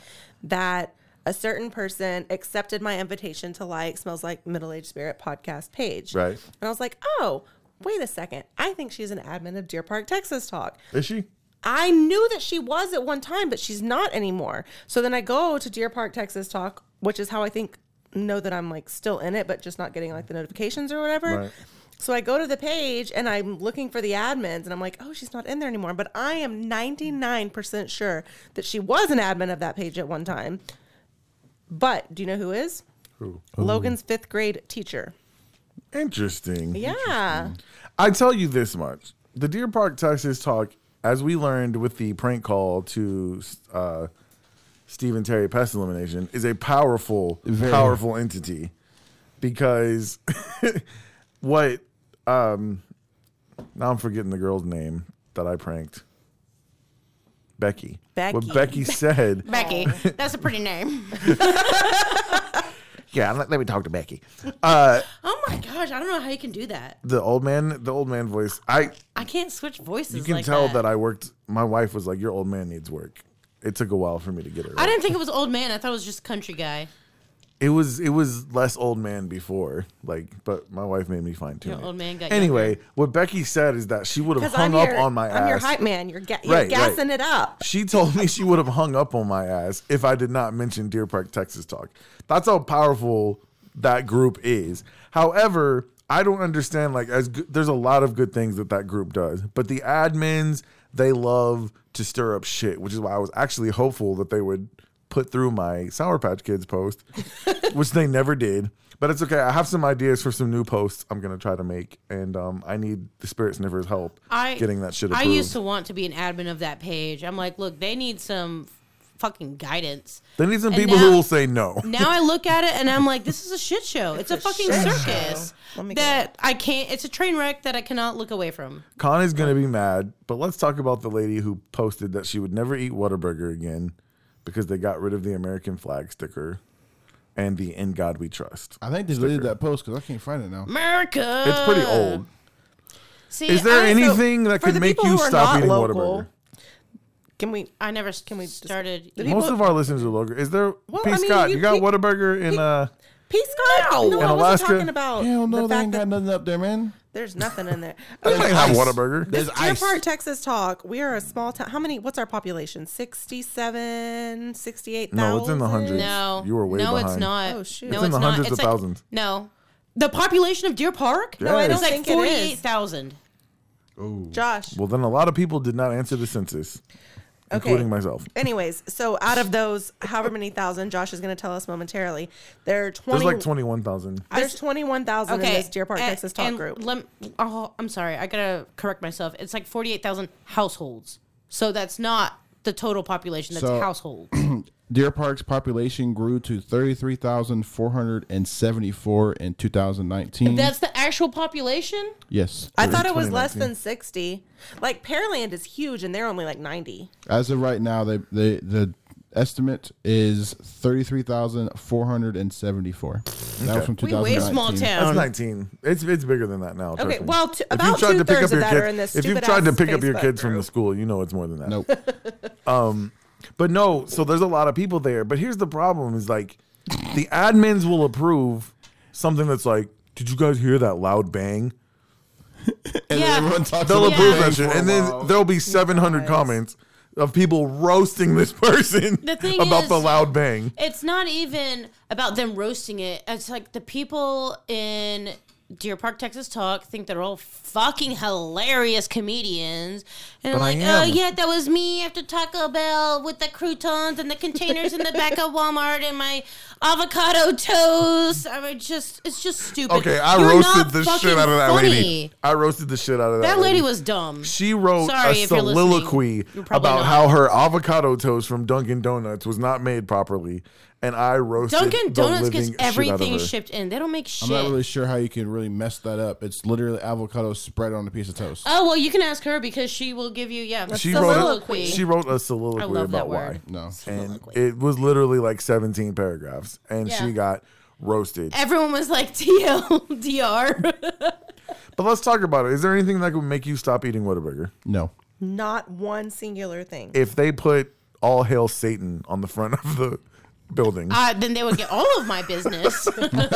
[SPEAKER 7] that a certain person accepted my invitation to like "Smells Like Middle Aged Spirit" podcast page.
[SPEAKER 1] Right.
[SPEAKER 7] and I was like, oh. Wait a second. I think she's an admin of Deer Park, Texas Talk.
[SPEAKER 1] Is she?
[SPEAKER 7] I knew that she was at one time, but she's not anymore. So then I go to Deer Park, Texas Talk, which is how I think know that I'm like still in it, but just not getting like the notifications or whatever.
[SPEAKER 1] Right.
[SPEAKER 7] So I go to the page and I'm looking for the admins and I'm like, oh, she's not in there anymore. But I am 99% sure that she was an admin of that page at one time. But do you know who is?
[SPEAKER 1] Who?
[SPEAKER 7] Logan's fifth grade teacher.
[SPEAKER 1] Interesting.
[SPEAKER 7] Yeah.
[SPEAKER 1] I tell you this much: the Deer Park Texas talk, as we learned with the prank call to uh, Stephen Terry Pest Elimination, is a powerful,
[SPEAKER 5] Very.
[SPEAKER 1] powerful entity because [laughs] what? Um, now I'm forgetting the girl's name that I pranked. Becky.
[SPEAKER 7] Becky.
[SPEAKER 1] What Becky said
[SPEAKER 4] Becky,
[SPEAKER 1] Oh.
[SPEAKER 4] that's a pretty name.
[SPEAKER 1] Yeah, let, let me talk to Becky. Uh,
[SPEAKER 4] Oh my gosh, I don't know how you can do that.
[SPEAKER 1] the old man, the old man voice. I
[SPEAKER 4] I can't switch voices.
[SPEAKER 1] you can
[SPEAKER 4] like
[SPEAKER 1] tell
[SPEAKER 4] that.
[SPEAKER 1] that. I worked. My wife was like, "Your old man needs work." It took a while for me to get it. Right.
[SPEAKER 4] I didn't think it was old man. I thought it was just country guy.
[SPEAKER 1] it was it was less old man before, like, but my wife made me fine tune
[SPEAKER 4] Your
[SPEAKER 1] it.
[SPEAKER 4] old man got
[SPEAKER 1] anyway, what Becky said is that she would have
[SPEAKER 7] Because
[SPEAKER 1] hung
[SPEAKER 7] I'm,
[SPEAKER 1] up
[SPEAKER 7] your-
[SPEAKER 1] on my
[SPEAKER 7] I'm
[SPEAKER 1] ass.
[SPEAKER 7] your hype man. You're, ga- you're
[SPEAKER 1] Right, right.
[SPEAKER 7] gassing it up.
[SPEAKER 1] She told me she would have hung up on my ass if I did not mention Deer Park, Texas talk. That's how powerful that group is. However, I don't understand like as good, there's a lot of good things that that group does, but the admins they love to stir up shit, which is why I was actually hopeful that they would put through my Sour Patch Kids post,
[SPEAKER 4] [laughs]
[SPEAKER 1] which they never did. But it's okay. I have some ideas for some new posts I'm gonna try to make, and um, I need the Spirit Sniffers' help
[SPEAKER 4] I
[SPEAKER 1] getting that shit.
[SPEAKER 4] I
[SPEAKER 1] Approved.
[SPEAKER 4] used to want to be an admin of that page. I'm like, look, they need some fucking guidance.
[SPEAKER 1] They need some
[SPEAKER 4] And
[SPEAKER 1] people who
[SPEAKER 4] now-
[SPEAKER 1] will say no.
[SPEAKER 4] now I look at it and I'm like, this is a shit show. It's, a, fucking circus
[SPEAKER 7] Let me go.
[SPEAKER 4] that I can't. It's a train wreck that I cannot look away from.
[SPEAKER 1] Con is going to be mad, but let's talk about the lady who posted that she would never eat Whataburger again because they got rid of the American flag sticker and the In God We Trust.
[SPEAKER 5] I think they deleted that post because I can't find it now.
[SPEAKER 4] America.
[SPEAKER 1] It's pretty
[SPEAKER 7] Uh,
[SPEAKER 1] old.
[SPEAKER 4] See,
[SPEAKER 1] Is there
[SPEAKER 4] I,
[SPEAKER 1] anything that
[SPEAKER 7] for
[SPEAKER 1] could
[SPEAKER 7] the
[SPEAKER 1] make
[SPEAKER 7] people
[SPEAKER 1] you
[SPEAKER 7] who are
[SPEAKER 1] stop
[SPEAKER 7] not
[SPEAKER 1] eating
[SPEAKER 7] local,
[SPEAKER 1] Whataburger?
[SPEAKER 7] Can we?
[SPEAKER 4] I never. Can
[SPEAKER 7] Can
[SPEAKER 4] we
[SPEAKER 7] we
[SPEAKER 4] started?
[SPEAKER 7] The
[SPEAKER 4] eating-
[SPEAKER 1] Most of our listeners are local. Is there
[SPEAKER 7] Well,
[SPEAKER 1] P.
[SPEAKER 7] I mean,
[SPEAKER 1] Scott? You,
[SPEAKER 7] you
[SPEAKER 1] got
[SPEAKER 7] keep-
[SPEAKER 1] Whataburger in uh
[SPEAKER 7] Peace God. No,
[SPEAKER 1] In
[SPEAKER 7] I wasn't
[SPEAKER 1] Alaska?
[SPEAKER 7] talking about
[SPEAKER 5] Hell no,
[SPEAKER 7] Mm, the
[SPEAKER 5] they
[SPEAKER 7] fact
[SPEAKER 5] ain't
[SPEAKER 7] that
[SPEAKER 5] got nothing up there, man.
[SPEAKER 7] there's nothing in there.
[SPEAKER 1] [laughs] they might have
[SPEAKER 5] ice.
[SPEAKER 1] Whataburger.
[SPEAKER 5] There's
[SPEAKER 7] Deer
[SPEAKER 5] ice.
[SPEAKER 7] Park, Texas talk. We are a small town. How many? What's our population? 67, 68,000?
[SPEAKER 1] No, it's in the hundreds.
[SPEAKER 4] no,
[SPEAKER 1] You were way
[SPEAKER 4] No, it's
[SPEAKER 1] behind.
[SPEAKER 4] not.
[SPEAKER 7] Oh, shoot.
[SPEAKER 4] No,
[SPEAKER 7] It's
[SPEAKER 1] in the
[SPEAKER 4] not.
[SPEAKER 1] hundreds
[SPEAKER 4] It's
[SPEAKER 1] of
[SPEAKER 4] like-
[SPEAKER 1] thousands.
[SPEAKER 4] No, the population of Deer Park.
[SPEAKER 1] No, I
[SPEAKER 4] It's
[SPEAKER 1] don't
[SPEAKER 4] like
[SPEAKER 7] think it is.
[SPEAKER 4] forty-eight thousand.
[SPEAKER 7] Josh.
[SPEAKER 1] Well, then a lot of people did not answer the census, including myself.
[SPEAKER 7] Anyways, so out of those, however many thousand, Josh is going to tell us momentarily. There are 20,
[SPEAKER 1] There's like 21,000.
[SPEAKER 7] There's 21,000 in this Deer Park,
[SPEAKER 4] and-
[SPEAKER 7] Texas talk
[SPEAKER 4] and
[SPEAKER 7] group.
[SPEAKER 4] lem- oh, I'm sorry. I gotta correct myself. It's like 48,000 households. So that's not the total population. That's
[SPEAKER 5] So-
[SPEAKER 1] [clears throat]
[SPEAKER 4] households.
[SPEAKER 5] Deer Park's population grew to 33,474 in 2019.
[SPEAKER 4] that's the actual population.
[SPEAKER 5] yes.
[SPEAKER 7] I thought it was less than 60. Like, Pearland is huge, and they're only like 90.
[SPEAKER 5] As of right now, they, they, the estimate is 33,474. That was from
[SPEAKER 4] We
[SPEAKER 5] 2019.
[SPEAKER 4] way small town.
[SPEAKER 1] That's 19. It's it's bigger than that now. trust
[SPEAKER 7] Okay,
[SPEAKER 1] me.
[SPEAKER 7] well, t- about two-thirds of
[SPEAKER 1] your
[SPEAKER 7] that
[SPEAKER 1] kids,
[SPEAKER 7] are in this
[SPEAKER 1] if you've
[SPEAKER 7] stupid
[SPEAKER 1] tried to
[SPEAKER 7] ass
[SPEAKER 1] pick up your
[SPEAKER 7] Facebook
[SPEAKER 1] kids from the
[SPEAKER 7] group.
[SPEAKER 1] school, you know it's more than that.
[SPEAKER 5] Nope. [laughs]
[SPEAKER 1] But no, so there's a lot of people there. But here's the problem: is like the admins will approve something that's like, did you guys hear that loud bang?
[SPEAKER 5] and
[SPEAKER 4] Yeah.
[SPEAKER 5] everyone talks
[SPEAKER 1] They'll
[SPEAKER 5] about
[SPEAKER 4] Yeah.
[SPEAKER 1] approve
[SPEAKER 5] it
[SPEAKER 1] that
[SPEAKER 5] for
[SPEAKER 1] shit,
[SPEAKER 5] a
[SPEAKER 1] and then
[SPEAKER 5] while.
[SPEAKER 1] there'll be 700
[SPEAKER 7] Guys.
[SPEAKER 1] comments. of people roasting this [laughs] person
[SPEAKER 4] The thing
[SPEAKER 1] about the
[SPEAKER 4] is-
[SPEAKER 1] loud bang.
[SPEAKER 4] It's not even about them roasting it. It's like the people in Deer Park, Texas Talk think they're all fucking hilarious comedians. And
[SPEAKER 1] But I
[SPEAKER 4] like, oh
[SPEAKER 1] am."
[SPEAKER 4] yeah, that was me after Taco Bell with the croutons and the containers in the back of Walmart and my avocado toast. I mean, just it's just stupid.
[SPEAKER 1] Okay, I
[SPEAKER 4] You're
[SPEAKER 1] roasted
[SPEAKER 4] not
[SPEAKER 1] the
[SPEAKER 4] fucking
[SPEAKER 1] shit out of that
[SPEAKER 4] funny.
[SPEAKER 1] lady. I roasted the shit out of that.
[SPEAKER 4] That lady was dumb.
[SPEAKER 1] She wrote
[SPEAKER 4] Sorry
[SPEAKER 1] a
[SPEAKER 4] if you're listening.
[SPEAKER 1] soliloquy
[SPEAKER 4] You're probably
[SPEAKER 1] about
[SPEAKER 4] not.
[SPEAKER 1] how her avocado toast from Dunkin' Donuts was not made properly, and I roasted.
[SPEAKER 4] Dunkin'
[SPEAKER 1] the
[SPEAKER 4] Donuts
[SPEAKER 1] living
[SPEAKER 4] gets
[SPEAKER 1] shit out of
[SPEAKER 4] everything
[SPEAKER 1] her.
[SPEAKER 4] shipped in. They don't make shit.
[SPEAKER 5] I'm not really sure how you can really mess that up. It's literally avocado spread on a piece of toast.
[SPEAKER 4] Oh well, you can ask her because she will give you yeah.
[SPEAKER 1] She
[SPEAKER 4] a
[SPEAKER 1] wrote.
[SPEAKER 4] soliloquy.
[SPEAKER 1] A, she wrote a soliloquy
[SPEAKER 4] I love
[SPEAKER 1] about
[SPEAKER 4] that
[SPEAKER 1] why,
[SPEAKER 4] word.
[SPEAKER 5] no.
[SPEAKER 1] and it was literally like 17 paragraphs, and
[SPEAKER 4] Yeah.
[SPEAKER 1] she got roasted.
[SPEAKER 4] Everyone was like [laughs] TLDR.
[SPEAKER 1] But let's talk about it. Is there anything that could make you stop eating Whataburger?
[SPEAKER 5] No.
[SPEAKER 7] Not one singular thing.
[SPEAKER 1] If they put "All Hail Satan" on the front of the building,
[SPEAKER 4] uh, then they would get all of
[SPEAKER 1] [laughs]
[SPEAKER 4] my business.
[SPEAKER 1] like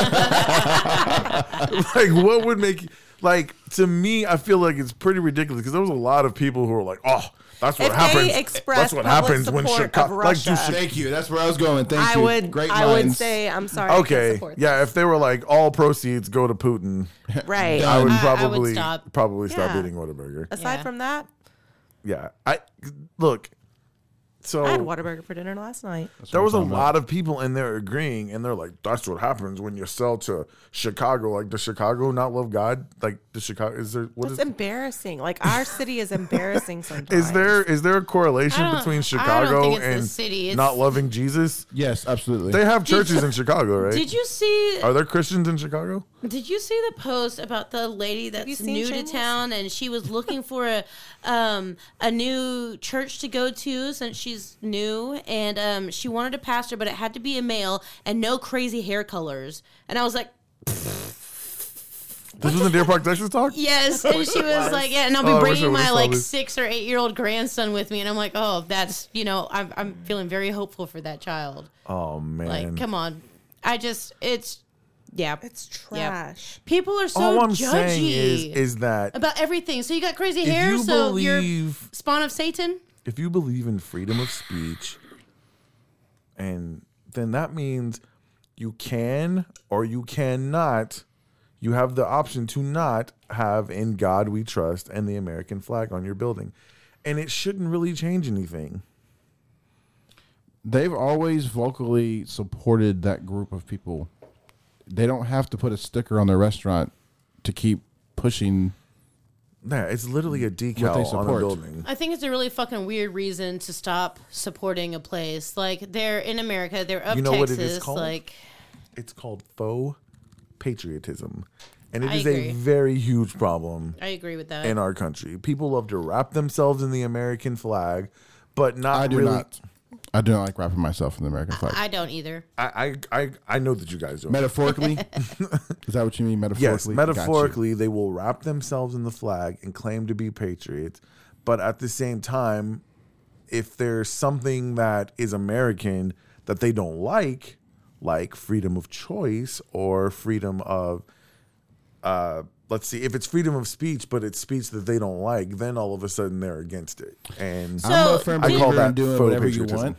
[SPEAKER 1] what would make like to me i feel like it's pretty ridiculous because there was a lot of people who were like oh that's what
[SPEAKER 7] If they
[SPEAKER 1] happens
[SPEAKER 7] express
[SPEAKER 1] that's what
[SPEAKER 7] public
[SPEAKER 1] happens when
[SPEAKER 7] support of
[SPEAKER 1] chicago like do
[SPEAKER 7] Russia.
[SPEAKER 1] Chi-
[SPEAKER 5] Thank you. That's where I was going. Thank
[SPEAKER 7] I
[SPEAKER 5] you.
[SPEAKER 7] would.
[SPEAKER 5] Great
[SPEAKER 7] I would
[SPEAKER 5] minds.
[SPEAKER 7] say I'm sorry. I can't
[SPEAKER 1] okay
[SPEAKER 7] support
[SPEAKER 1] yeah
[SPEAKER 7] this.
[SPEAKER 1] if they were like all proceeds go to putin
[SPEAKER 7] right.
[SPEAKER 1] i would
[SPEAKER 4] I- I would
[SPEAKER 1] probably
[SPEAKER 4] stop.
[SPEAKER 1] probably stop
[SPEAKER 7] Yeah.
[SPEAKER 1] eating whataburger
[SPEAKER 7] Aside
[SPEAKER 4] Yeah.
[SPEAKER 7] from that,
[SPEAKER 1] yeah i look so
[SPEAKER 5] Oh.
[SPEAKER 7] I had Whataburger for dinner last night.
[SPEAKER 1] there was a lot of people in there agreeing and they're like that's what happens when you sell to chicago like does chicago not love god like the chicago is there what is
[SPEAKER 7] It's embarrassing.
[SPEAKER 5] [laughs]
[SPEAKER 7] Like our city is embarrassing sometimes.
[SPEAKER 1] Is there is there a
[SPEAKER 4] I
[SPEAKER 1] correlation
[SPEAKER 4] don't- I
[SPEAKER 1] between
[SPEAKER 4] don't
[SPEAKER 1] Chicago
[SPEAKER 4] think it's the
[SPEAKER 1] and
[SPEAKER 4] city, it's-
[SPEAKER 1] not loving Jesus?
[SPEAKER 5] Yes, absolutely.
[SPEAKER 1] They have
[SPEAKER 4] Did
[SPEAKER 1] churches
[SPEAKER 4] you-
[SPEAKER 1] in Chicago, right?
[SPEAKER 4] Did you see?
[SPEAKER 1] Are there Christians in Chicago?
[SPEAKER 4] Did you see the post about the lady
[SPEAKER 7] you
[SPEAKER 4] that's
[SPEAKER 7] seen
[SPEAKER 4] new to
[SPEAKER 7] Shameless?
[SPEAKER 4] town and she was looking for a [laughs] um, a new church to go to since she's new and um, she wanted a pastor but it had to be a male and no crazy hair colors and I was like
[SPEAKER 1] This was in Deer Park, Texas talk?
[SPEAKER 4] [laughs] Yes, and she was like, "Yeah," and I'll be
[SPEAKER 1] Oh, I wish I would've
[SPEAKER 4] bringing my
[SPEAKER 1] saw
[SPEAKER 4] like
[SPEAKER 1] this.
[SPEAKER 4] six or eight year old grandson with me, and I'm like, "Oh, that's you know, I'm I'm feeling very hopeful for that child."
[SPEAKER 1] Oh man.
[SPEAKER 4] Like, come on, I just it's yeah,
[SPEAKER 7] It's trash.
[SPEAKER 4] people are so
[SPEAKER 1] All I'm
[SPEAKER 4] judgy
[SPEAKER 1] saying is is that
[SPEAKER 4] about everything. So you got crazy
[SPEAKER 1] if
[SPEAKER 4] hair,
[SPEAKER 1] you
[SPEAKER 4] so you're
[SPEAKER 1] believe
[SPEAKER 4] spawn of Satan.
[SPEAKER 1] if you believe in freedom of speech and then that means you can or you cannot you have the option to not have in God we trust and the American flag on your building. And it shouldn't really change anything.
[SPEAKER 5] They've always vocally supported that group of people. They don't have to put a sticker on their restaurant to keep pushing.
[SPEAKER 1] Yeah, it's literally a
[SPEAKER 5] they
[SPEAKER 1] decal on a
[SPEAKER 5] support.
[SPEAKER 1] building.
[SPEAKER 4] I think it's a really fucking weird reason to stop supporting a place. Like they're in America, they're up
[SPEAKER 1] You know what it
[SPEAKER 4] Texas,
[SPEAKER 1] is called?
[SPEAKER 4] like
[SPEAKER 1] It's called faux patriotism. And it
[SPEAKER 4] I
[SPEAKER 1] is
[SPEAKER 4] agree.
[SPEAKER 1] a very huge problem
[SPEAKER 4] I agree with that.
[SPEAKER 1] in our country. People love to wrap themselves in the American flag, but not
[SPEAKER 5] I do
[SPEAKER 1] really.
[SPEAKER 5] not. I do not like wrapping myself in the American flag.
[SPEAKER 1] [laughs]
[SPEAKER 4] I don't either.
[SPEAKER 1] I, I, I, I know that you guys don't.
[SPEAKER 5] metaphorically, is that what you mean?
[SPEAKER 1] yes,
[SPEAKER 5] Metaphorically, Got you.
[SPEAKER 1] metaphorically, they will wrap themselves in the flag and claim to be patriots. But at the same time, if there's something that is American that they don't like, like freedom of choice or freedom of, uh, let's see, if it's freedom of speech, but it's speech that they don't like, then all of a sudden they're against it. And
[SPEAKER 5] I'm
[SPEAKER 4] So,
[SPEAKER 5] a firm
[SPEAKER 4] I
[SPEAKER 5] believer
[SPEAKER 1] call that
[SPEAKER 5] in doing
[SPEAKER 1] faux
[SPEAKER 5] whatever you
[SPEAKER 1] patriotism.
[SPEAKER 5] want.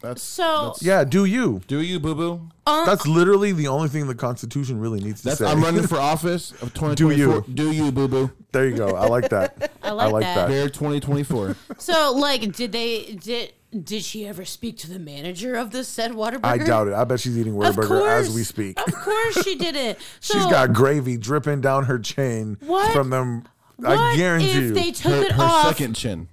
[SPEAKER 5] That's
[SPEAKER 4] So
[SPEAKER 1] yeah, do you?
[SPEAKER 5] do you, boo boo?
[SPEAKER 1] That's literally the only thing the Constitution really needs to
[SPEAKER 5] Uh, That's
[SPEAKER 1] say.
[SPEAKER 5] I'm running for office of 2024.
[SPEAKER 1] Do you.
[SPEAKER 5] Do you, boo boo?
[SPEAKER 1] there you go. I like that.
[SPEAKER 4] [laughs] I like that.
[SPEAKER 1] [laughs]
[SPEAKER 5] Bear 2024.
[SPEAKER 4] So, like, did they did did she ever speak to the manager of the said Waterburger?
[SPEAKER 1] I doubt it. I bet she's eating
[SPEAKER 4] Of
[SPEAKER 1] Whataburger as
[SPEAKER 4] course.
[SPEAKER 1] we speak.
[SPEAKER 4] Of course, she didn't.
[SPEAKER 1] [laughs]
[SPEAKER 4] So
[SPEAKER 1] She's got gravy dripping down her chain
[SPEAKER 4] What?
[SPEAKER 1] from them. I
[SPEAKER 4] what
[SPEAKER 1] guarantee
[SPEAKER 4] if
[SPEAKER 1] you.
[SPEAKER 4] they took
[SPEAKER 5] her
[SPEAKER 4] it
[SPEAKER 5] her
[SPEAKER 4] off?
[SPEAKER 5] second chin.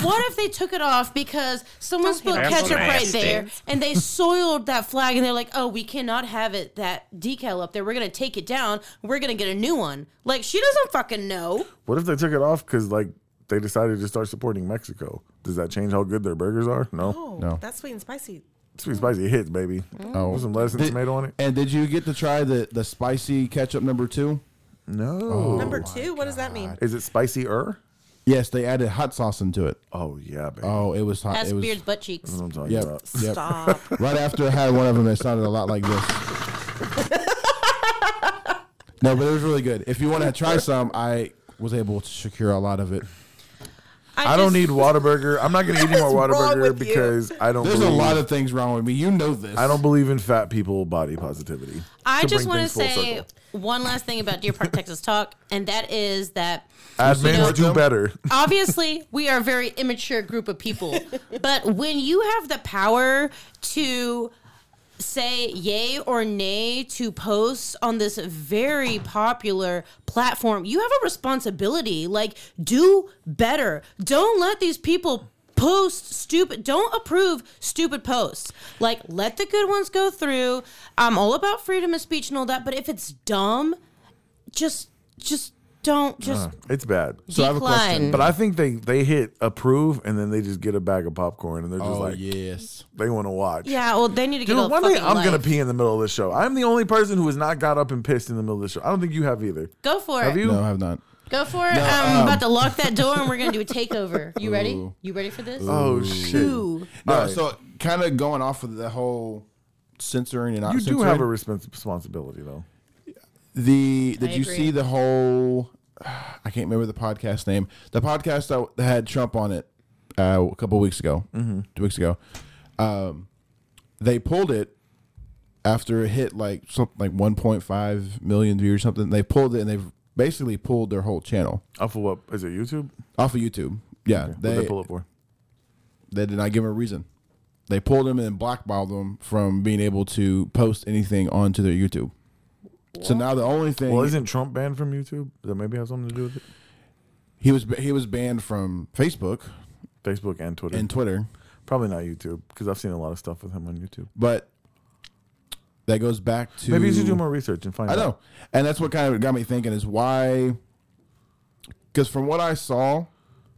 [SPEAKER 4] What if they took it off because someone spilled
[SPEAKER 7] hate
[SPEAKER 4] ketchup right there and they soiled that flag and they're like, "Oh, we cannot have it that decal up there. We're gonna take it down. We're gonna get a new one." Like she doesn't fucking know.
[SPEAKER 1] what if they took it off because like they decided to start supporting Mexico? Does that change how good their burgers are? No.
[SPEAKER 7] Oh,
[SPEAKER 5] No.
[SPEAKER 7] that's sweet and spicy.
[SPEAKER 1] Sweet spicy hits, baby.
[SPEAKER 5] Oh.
[SPEAKER 1] Put some lettuce and
[SPEAKER 5] Did-
[SPEAKER 1] tomato on it.
[SPEAKER 5] And did you get to try the, the spicy ketchup number two?
[SPEAKER 1] No.
[SPEAKER 5] Oh
[SPEAKER 7] Number two. What does that mean?
[SPEAKER 1] Is it spicier?
[SPEAKER 5] Yes, they added hot sauce into it.
[SPEAKER 1] Oh yeah, baby.
[SPEAKER 5] Oh, it was
[SPEAKER 1] Uh,
[SPEAKER 5] hot.
[SPEAKER 4] That's
[SPEAKER 5] it was
[SPEAKER 4] Beard's butt cheeks.
[SPEAKER 1] That's what I'm talking
[SPEAKER 5] Yep,
[SPEAKER 1] about.
[SPEAKER 5] yep. [laughs]
[SPEAKER 7] Stop.
[SPEAKER 5] Right after I had one of them, it sounded a lot like this. No, but it was really good. If you want to try some, I was able to secure a lot of it.
[SPEAKER 1] I, don't need Whataburger. I'm not going to eat any more
[SPEAKER 7] What's wrong
[SPEAKER 1] Whataburger
[SPEAKER 7] with you?
[SPEAKER 1] because I don't.
[SPEAKER 5] There's a
[SPEAKER 1] believe,
[SPEAKER 5] lot of things wrong with me. You know this.
[SPEAKER 1] I don't believe in fat people body positivity.
[SPEAKER 4] I
[SPEAKER 1] To
[SPEAKER 4] just
[SPEAKER 1] bring
[SPEAKER 4] want to
[SPEAKER 1] things full
[SPEAKER 4] say
[SPEAKER 1] circle.
[SPEAKER 4] one last thing about Deer Park, Texas talk, and that is that
[SPEAKER 1] admins
[SPEAKER 4] support
[SPEAKER 1] do
[SPEAKER 5] them?
[SPEAKER 1] better. [laughs]
[SPEAKER 4] obviously we are a very immature group of people but when you have the power to say yay or nay to posts on this very popular platform you have a responsibility like do better don't let these people post stupid don't approve stupid posts like let the good ones go through i'm all about freedom of speech and all that but if it's dumb just just don't just
[SPEAKER 1] It's bad.
[SPEAKER 4] so decline.
[SPEAKER 5] Uh-huh. I have a question,
[SPEAKER 1] But I think they they hit approve and then they just get a bag of popcorn and they're just
[SPEAKER 5] Oh
[SPEAKER 1] like
[SPEAKER 5] yes.
[SPEAKER 1] they want to watch.
[SPEAKER 4] Yeah, well, they need to get a
[SPEAKER 1] Dude, one day
[SPEAKER 4] fucking
[SPEAKER 1] I'm gonna
[SPEAKER 4] life.
[SPEAKER 1] pee in the middle of this show. I'm the only person who has not got up and pissed in the middle of the show. I don't think you have either.
[SPEAKER 4] Go for
[SPEAKER 1] Have
[SPEAKER 4] it.
[SPEAKER 1] you? um,
[SPEAKER 5] No, I have not.
[SPEAKER 4] Go for it. I'm about to lock that door and we're gonna do a takeover. You ready? You ready for this?
[SPEAKER 1] Oh shit!
[SPEAKER 4] Two.
[SPEAKER 5] No,
[SPEAKER 1] right.
[SPEAKER 5] so kind of going off of the whole censoring and not
[SPEAKER 1] You do
[SPEAKER 5] censoring,
[SPEAKER 1] have a respons- responsibility though.
[SPEAKER 5] the did
[SPEAKER 4] I
[SPEAKER 5] you
[SPEAKER 4] agree.
[SPEAKER 5] see the whole [sighs] I can't remember the podcast name. The podcast that had Trump on it uh, a couple weeks ago, mm-hmm. two weeks ago. Um, they pulled it after it hit like something like 1.5 million views or something. They pulled it and they've basically pulled their whole channel
[SPEAKER 1] Off of what is it? YouTube?
[SPEAKER 5] off of YouTube. Yeah,
[SPEAKER 1] What they pull it for?
[SPEAKER 5] They did not give him a reason. They pulled him and blackballed him from being able to post anything onto their YouTube. So now the only thing
[SPEAKER 1] Well, isn't Trump banned from YouTube? Does that maybe have something to do with it?
[SPEAKER 5] he was he was banned from Facebook
[SPEAKER 1] Facebook and Twitter.
[SPEAKER 5] and Twitter,
[SPEAKER 1] Probably not YouTube because I've seen a lot of stuff with him on YouTube.
[SPEAKER 5] but that goes back to
[SPEAKER 1] Maybe you should do more research and find
[SPEAKER 5] I
[SPEAKER 1] out.
[SPEAKER 5] know, and that's what kind of got me thinking is why. Because from what I saw,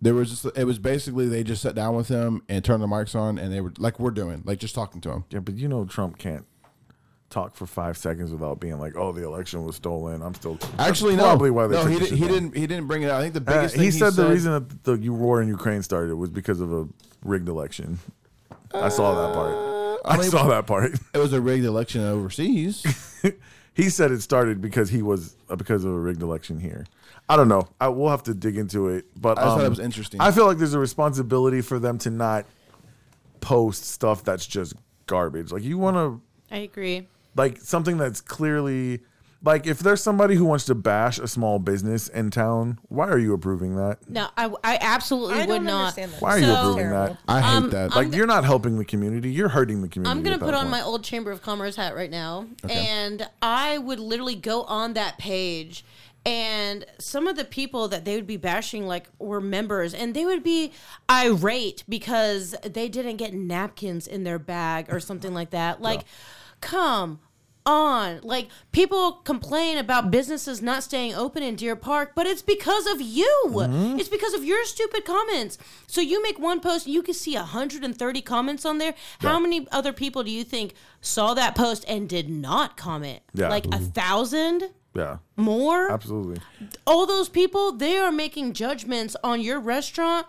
[SPEAKER 5] there was just it was basically they just sat down with him and turned the mics on and they were like we're doing like just talking to him.
[SPEAKER 1] Yeah, but you know Trump can't talk for five seconds without being like, "Oh, the election was stolen." I'm still
[SPEAKER 5] Actually,
[SPEAKER 1] That's
[SPEAKER 5] no.
[SPEAKER 1] probably why they
[SPEAKER 5] no,
[SPEAKER 1] took
[SPEAKER 5] he,
[SPEAKER 1] the
[SPEAKER 5] did,
[SPEAKER 1] shit
[SPEAKER 5] he
[SPEAKER 1] down.
[SPEAKER 5] didn't. He didn't bring it out. I think the
[SPEAKER 1] Uh,
[SPEAKER 5] biggest
[SPEAKER 1] he,
[SPEAKER 5] thing
[SPEAKER 1] said, the reason that the you- war in Ukraine started was because of a rigged election. I saw that part. I
[SPEAKER 5] Uh, mean-
[SPEAKER 1] saw that part.
[SPEAKER 5] it was a rigged election
[SPEAKER 1] [laughs]
[SPEAKER 5] overseas.
[SPEAKER 1] he said it started because he was uh, because of a rigged election here. I don't know. I will have to dig into it, but
[SPEAKER 5] I just thought
[SPEAKER 1] um,
[SPEAKER 5] it was interesting.
[SPEAKER 1] I feel like there's a responsibility for them to not post stuff that's just garbage. Like you want to
[SPEAKER 4] I agree.
[SPEAKER 1] like something that's clearly like if there's somebody who wants to bash a small business in town, why are you approving that?
[SPEAKER 4] No, I, I absolutely
[SPEAKER 7] I
[SPEAKER 4] would
[SPEAKER 7] don't
[SPEAKER 4] not.
[SPEAKER 7] understand that.
[SPEAKER 1] Why are you
[SPEAKER 4] So-
[SPEAKER 1] approving that?
[SPEAKER 7] Terrible.
[SPEAKER 5] I hate
[SPEAKER 4] Um,
[SPEAKER 5] that.
[SPEAKER 4] I'm
[SPEAKER 1] Like you're not helping the community, you're hurting the community.
[SPEAKER 4] I'm gonna
[SPEAKER 1] at that
[SPEAKER 4] put on
[SPEAKER 1] point.
[SPEAKER 4] my old Chamber of Commerce hat right now, and I would literally go on that page, and some of the people that they would be bashing like were members, and they would be irate because they didn't get napkins in their bag or something like that. Like, come. On like people complain about businesses not staying open in Deer Park, but it's because of you. It's because of your stupid comments. So you make one post, you can see 130 comments on there. How many other people do you think saw that post and did not comment?
[SPEAKER 1] Yeah. Mm-hmm.
[SPEAKER 4] Like a thousand
[SPEAKER 1] Yeah.
[SPEAKER 4] more?
[SPEAKER 1] Absolutely.
[SPEAKER 4] All those people, they are making judgments on your restaurant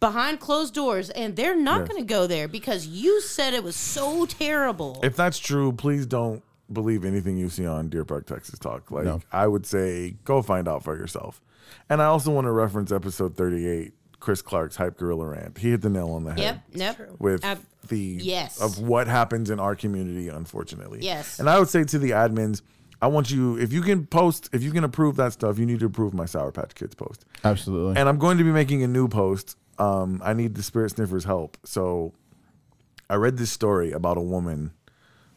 [SPEAKER 4] behind closed doors, and they're not
[SPEAKER 1] Yes.
[SPEAKER 4] going to go there because you said it was so terrible.
[SPEAKER 1] If that's true, please don't believe anything you see on Deer Park Texas Talk. Like I would say go find out for yourself. And I also want to reference episode 38, Chris Clark's Hype Gorilla Rant. He hit the nail on the head.
[SPEAKER 4] yep, yep.
[SPEAKER 1] with
[SPEAKER 4] Ab-
[SPEAKER 1] the
[SPEAKER 4] yes.
[SPEAKER 1] of what happens in our community unfortunately
[SPEAKER 4] Yes.
[SPEAKER 1] and i would say to the admins i want you if you can post if you can approve that stuff you need to approve my sour patch kids post
[SPEAKER 5] Absolutely.
[SPEAKER 1] and i'm going to be making a new post um, i need the spirit sniffers help so i read this story about a woman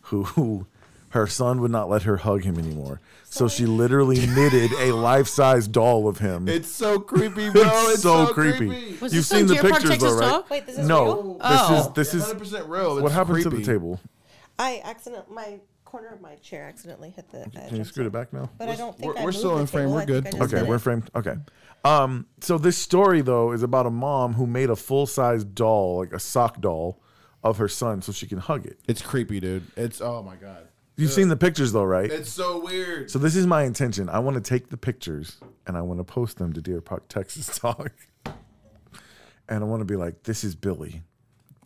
[SPEAKER 1] who, who her son would not let her hug him anymore so she
[SPEAKER 4] [laughs]
[SPEAKER 1] literally knitted a life-size doll of him
[SPEAKER 5] it's so creepy, bro.
[SPEAKER 1] [laughs] It's
[SPEAKER 5] It's,
[SPEAKER 1] so creepy.
[SPEAKER 4] Was
[SPEAKER 1] You've
[SPEAKER 4] this on
[SPEAKER 1] seen the
[SPEAKER 4] Deer Park,
[SPEAKER 1] pictures though,
[SPEAKER 4] Texas
[SPEAKER 1] right?
[SPEAKER 4] Talk?
[SPEAKER 7] Wait, this is
[SPEAKER 1] no,
[SPEAKER 7] real?
[SPEAKER 4] Oh.
[SPEAKER 1] this is
[SPEAKER 5] Hundred
[SPEAKER 1] this is
[SPEAKER 5] percent real. It's
[SPEAKER 1] what happens to
[SPEAKER 5] creepy.
[SPEAKER 1] the table.
[SPEAKER 7] I accident my corner of my chair accidentally hit the edge.
[SPEAKER 1] Can you
[SPEAKER 7] I'm
[SPEAKER 1] scoot
[SPEAKER 7] sorry.
[SPEAKER 1] it back now?
[SPEAKER 7] But I don't think
[SPEAKER 5] We're-
[SPEAKER 7] I
[SPEAKER 5] we're
[SPEAKER 7] moved
[SPEAKER 5] still
[SPEAKER 7] the
[SPEAKER 5] in frame.
[SPEAKER 7] table.
[SPEAKER 5] We're
[SPEAKER 7] I think
[SPEAKER 5] good.
[SPEAKER 7] I just
[SPEAKER 1] Okay,
[SPEAKER 7] did
[SPEAKER 1] we're
[SPEAKER 7] it.
[SPEAKER 1] framed. Okay. Um, so this story though is about a mom who made a full size doll, like a sock doll, of her son so she can hug it.
[SPEAKER 5] It's creepy, dude. It's oh my god.
[SPEAKER 7] Uh,
[SPEAKER 1] You've seen the pictures though, right?
[SPEAKER 5] It's so weird.
[SPEAKER 1] So this is my intention. I want to take the pictures and I want to post them to Deer Park [laughs] Texas Talk. And I want to be like, this is Billy.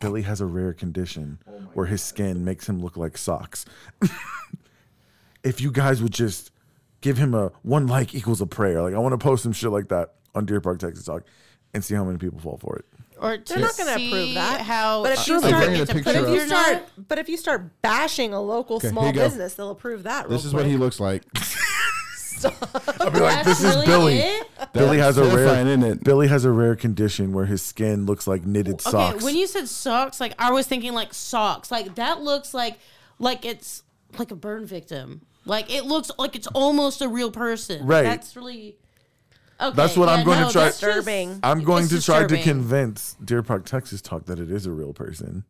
[SPEAKER 1] Billy has a rare condition
[SPEAKER 4] Oh
[SPEAKER 1] where his skin makes him look like socks. [laughs] if you guys would just give him a one like equals a prayer. Like I want to post some shit like that on Deer Park Texas Talk. and see how many people fall for it.
[SPEAKER 4] Or to
[SPEAKER 7] They're not going to
[SPEAKER 4] see
[SPEAKER 7] approve that.
[SPEAKER 4] How
[SPEAKER 7] but if you
[SPEAKER 5] They're
[SPEAKER 7] start,
[SPEAKER 5] bringing a
[SPEAKER 7] but
[SPEAKER 5] picture
[SPEAKER 7] if
[SPEAKER 5] up.
[SPEAKER 7] you start, but if you start bashing a local
[SPEAKER 5] Okay,
[SPEAKER 7] small
[SPEAKER 5] here you go.
[SPEAKER 7] business, they'll approve that.
[SPEAKER 5] This
[SPEAKER 7] real
[SPEAKER 5] is what he
[SPEAKER 7] quick.
[SPEAKER 5] looks like.
[SPEAKER 1] I'll be like, this is
[SPEAKER 4] really
[SPEAKER 1] Billy.
[SPEAKER 4] it?
[SPEAKER 1] Billy has a
[SPEAKER 5] That's terrifying,
[SPEAKER 1] rare
[SPEAKER 5] isn't it?
[SPEAKER 1] Billy has a rare condition where his skin looks like knitted socks.
[SPEAKER 4] Okay, when you said socks, like I was thinking like socks. Like that looks like like it's like a burn victim. Like it looks like it's almost a real person.
[SPEAKER 1] Right.
[SPEAKER 4] That's really Okay.
[SPEAKER 1] That's what I'm going to try-
[SPEAKER 4] that's just-
[SPEAKER 7] Disturbing.
[SPEAKER 1] I'm going
[SPEAKER 4] it's
[SPEAKER 1] to try to
[SPEAKER 4] disturbing.
[SPEAKER 1] convince Deer Park, Texas Talk that it is a real person,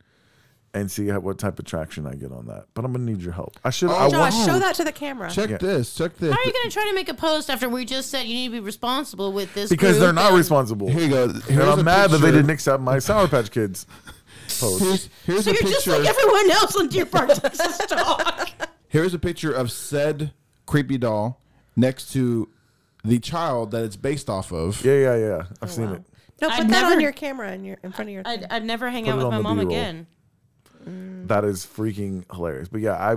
[SPEAKER 1] and see how, what type of traction I get on that. But I'm gonna need your help. I
[SPEAKER 4] Oh,
[SPEAKER 1] should. I
[SPEAKER 7] Josh,
[SPEAKER 1] want.
[SPEAKER 7] show that to the camera.
[SPEAKER 5] Check
[SPEAKER 1] Yeah.
[SPEAKER 5] this. Check this.
[SPEAKER 4] How are you going to try to make a post after we just said you need to be responsible with this?
[SPEAKER 1] because
[SPEAKER 4] group
[SPEAKER 1] they're not
[SPEAKER 4] and-
[SPEAKER 1] responsible.
[SPEAKER 5] Here you go.
[SPEAKER 1] And
[SPEAKER 5] Here's a
[SPEAKER 1] I'm mad that they
[SPEAKER 5] picture.
[SPEAKER 1] didn't accept
[SPEAKER 5] [laughs]
[SPEAKER 1] my Sour Patch Kids post.
[SPEAKER 5] Here's, here's
[SPEAKER 4] So
[SPEAKER 5] a
[SPEAKER 4] you're just
[SPEAKER 5] picture.
[SPEAKER 4] like everyone else on Deer Park, Texas Talk.
[SPEAKER 5] here's a picture of said creepy doll next to the child that it's based off of.
[SPEAKER 1] Yeah, yeah, yeah. I've
[SPEAKER 4] Oh,
[SPEAKER 1] seen it.
[SPEAKER 7] No,
[SPEAKER 4] I'd
[SPEAKER 7] put that
[SPEAKER 4] never-
[SPEAKER 7] on your camera in your in front of your.
[SPEAKER 4] [laughs] I'd, I'd never hang
[SPEAKER 1] Put
[SPEAKER 4] out
[SPEAKER 1] it
[SPEAKER 4] with
[SPEAKER 1] on
[SPEAKER 4] my
[SPEAKER 1] the
[SPEAKER 4] mom
[SPEAKER 1] B-roll.
[SPEAKER 4] again.
[SPEAKER 1] That is freaking hilarious. But yeah, I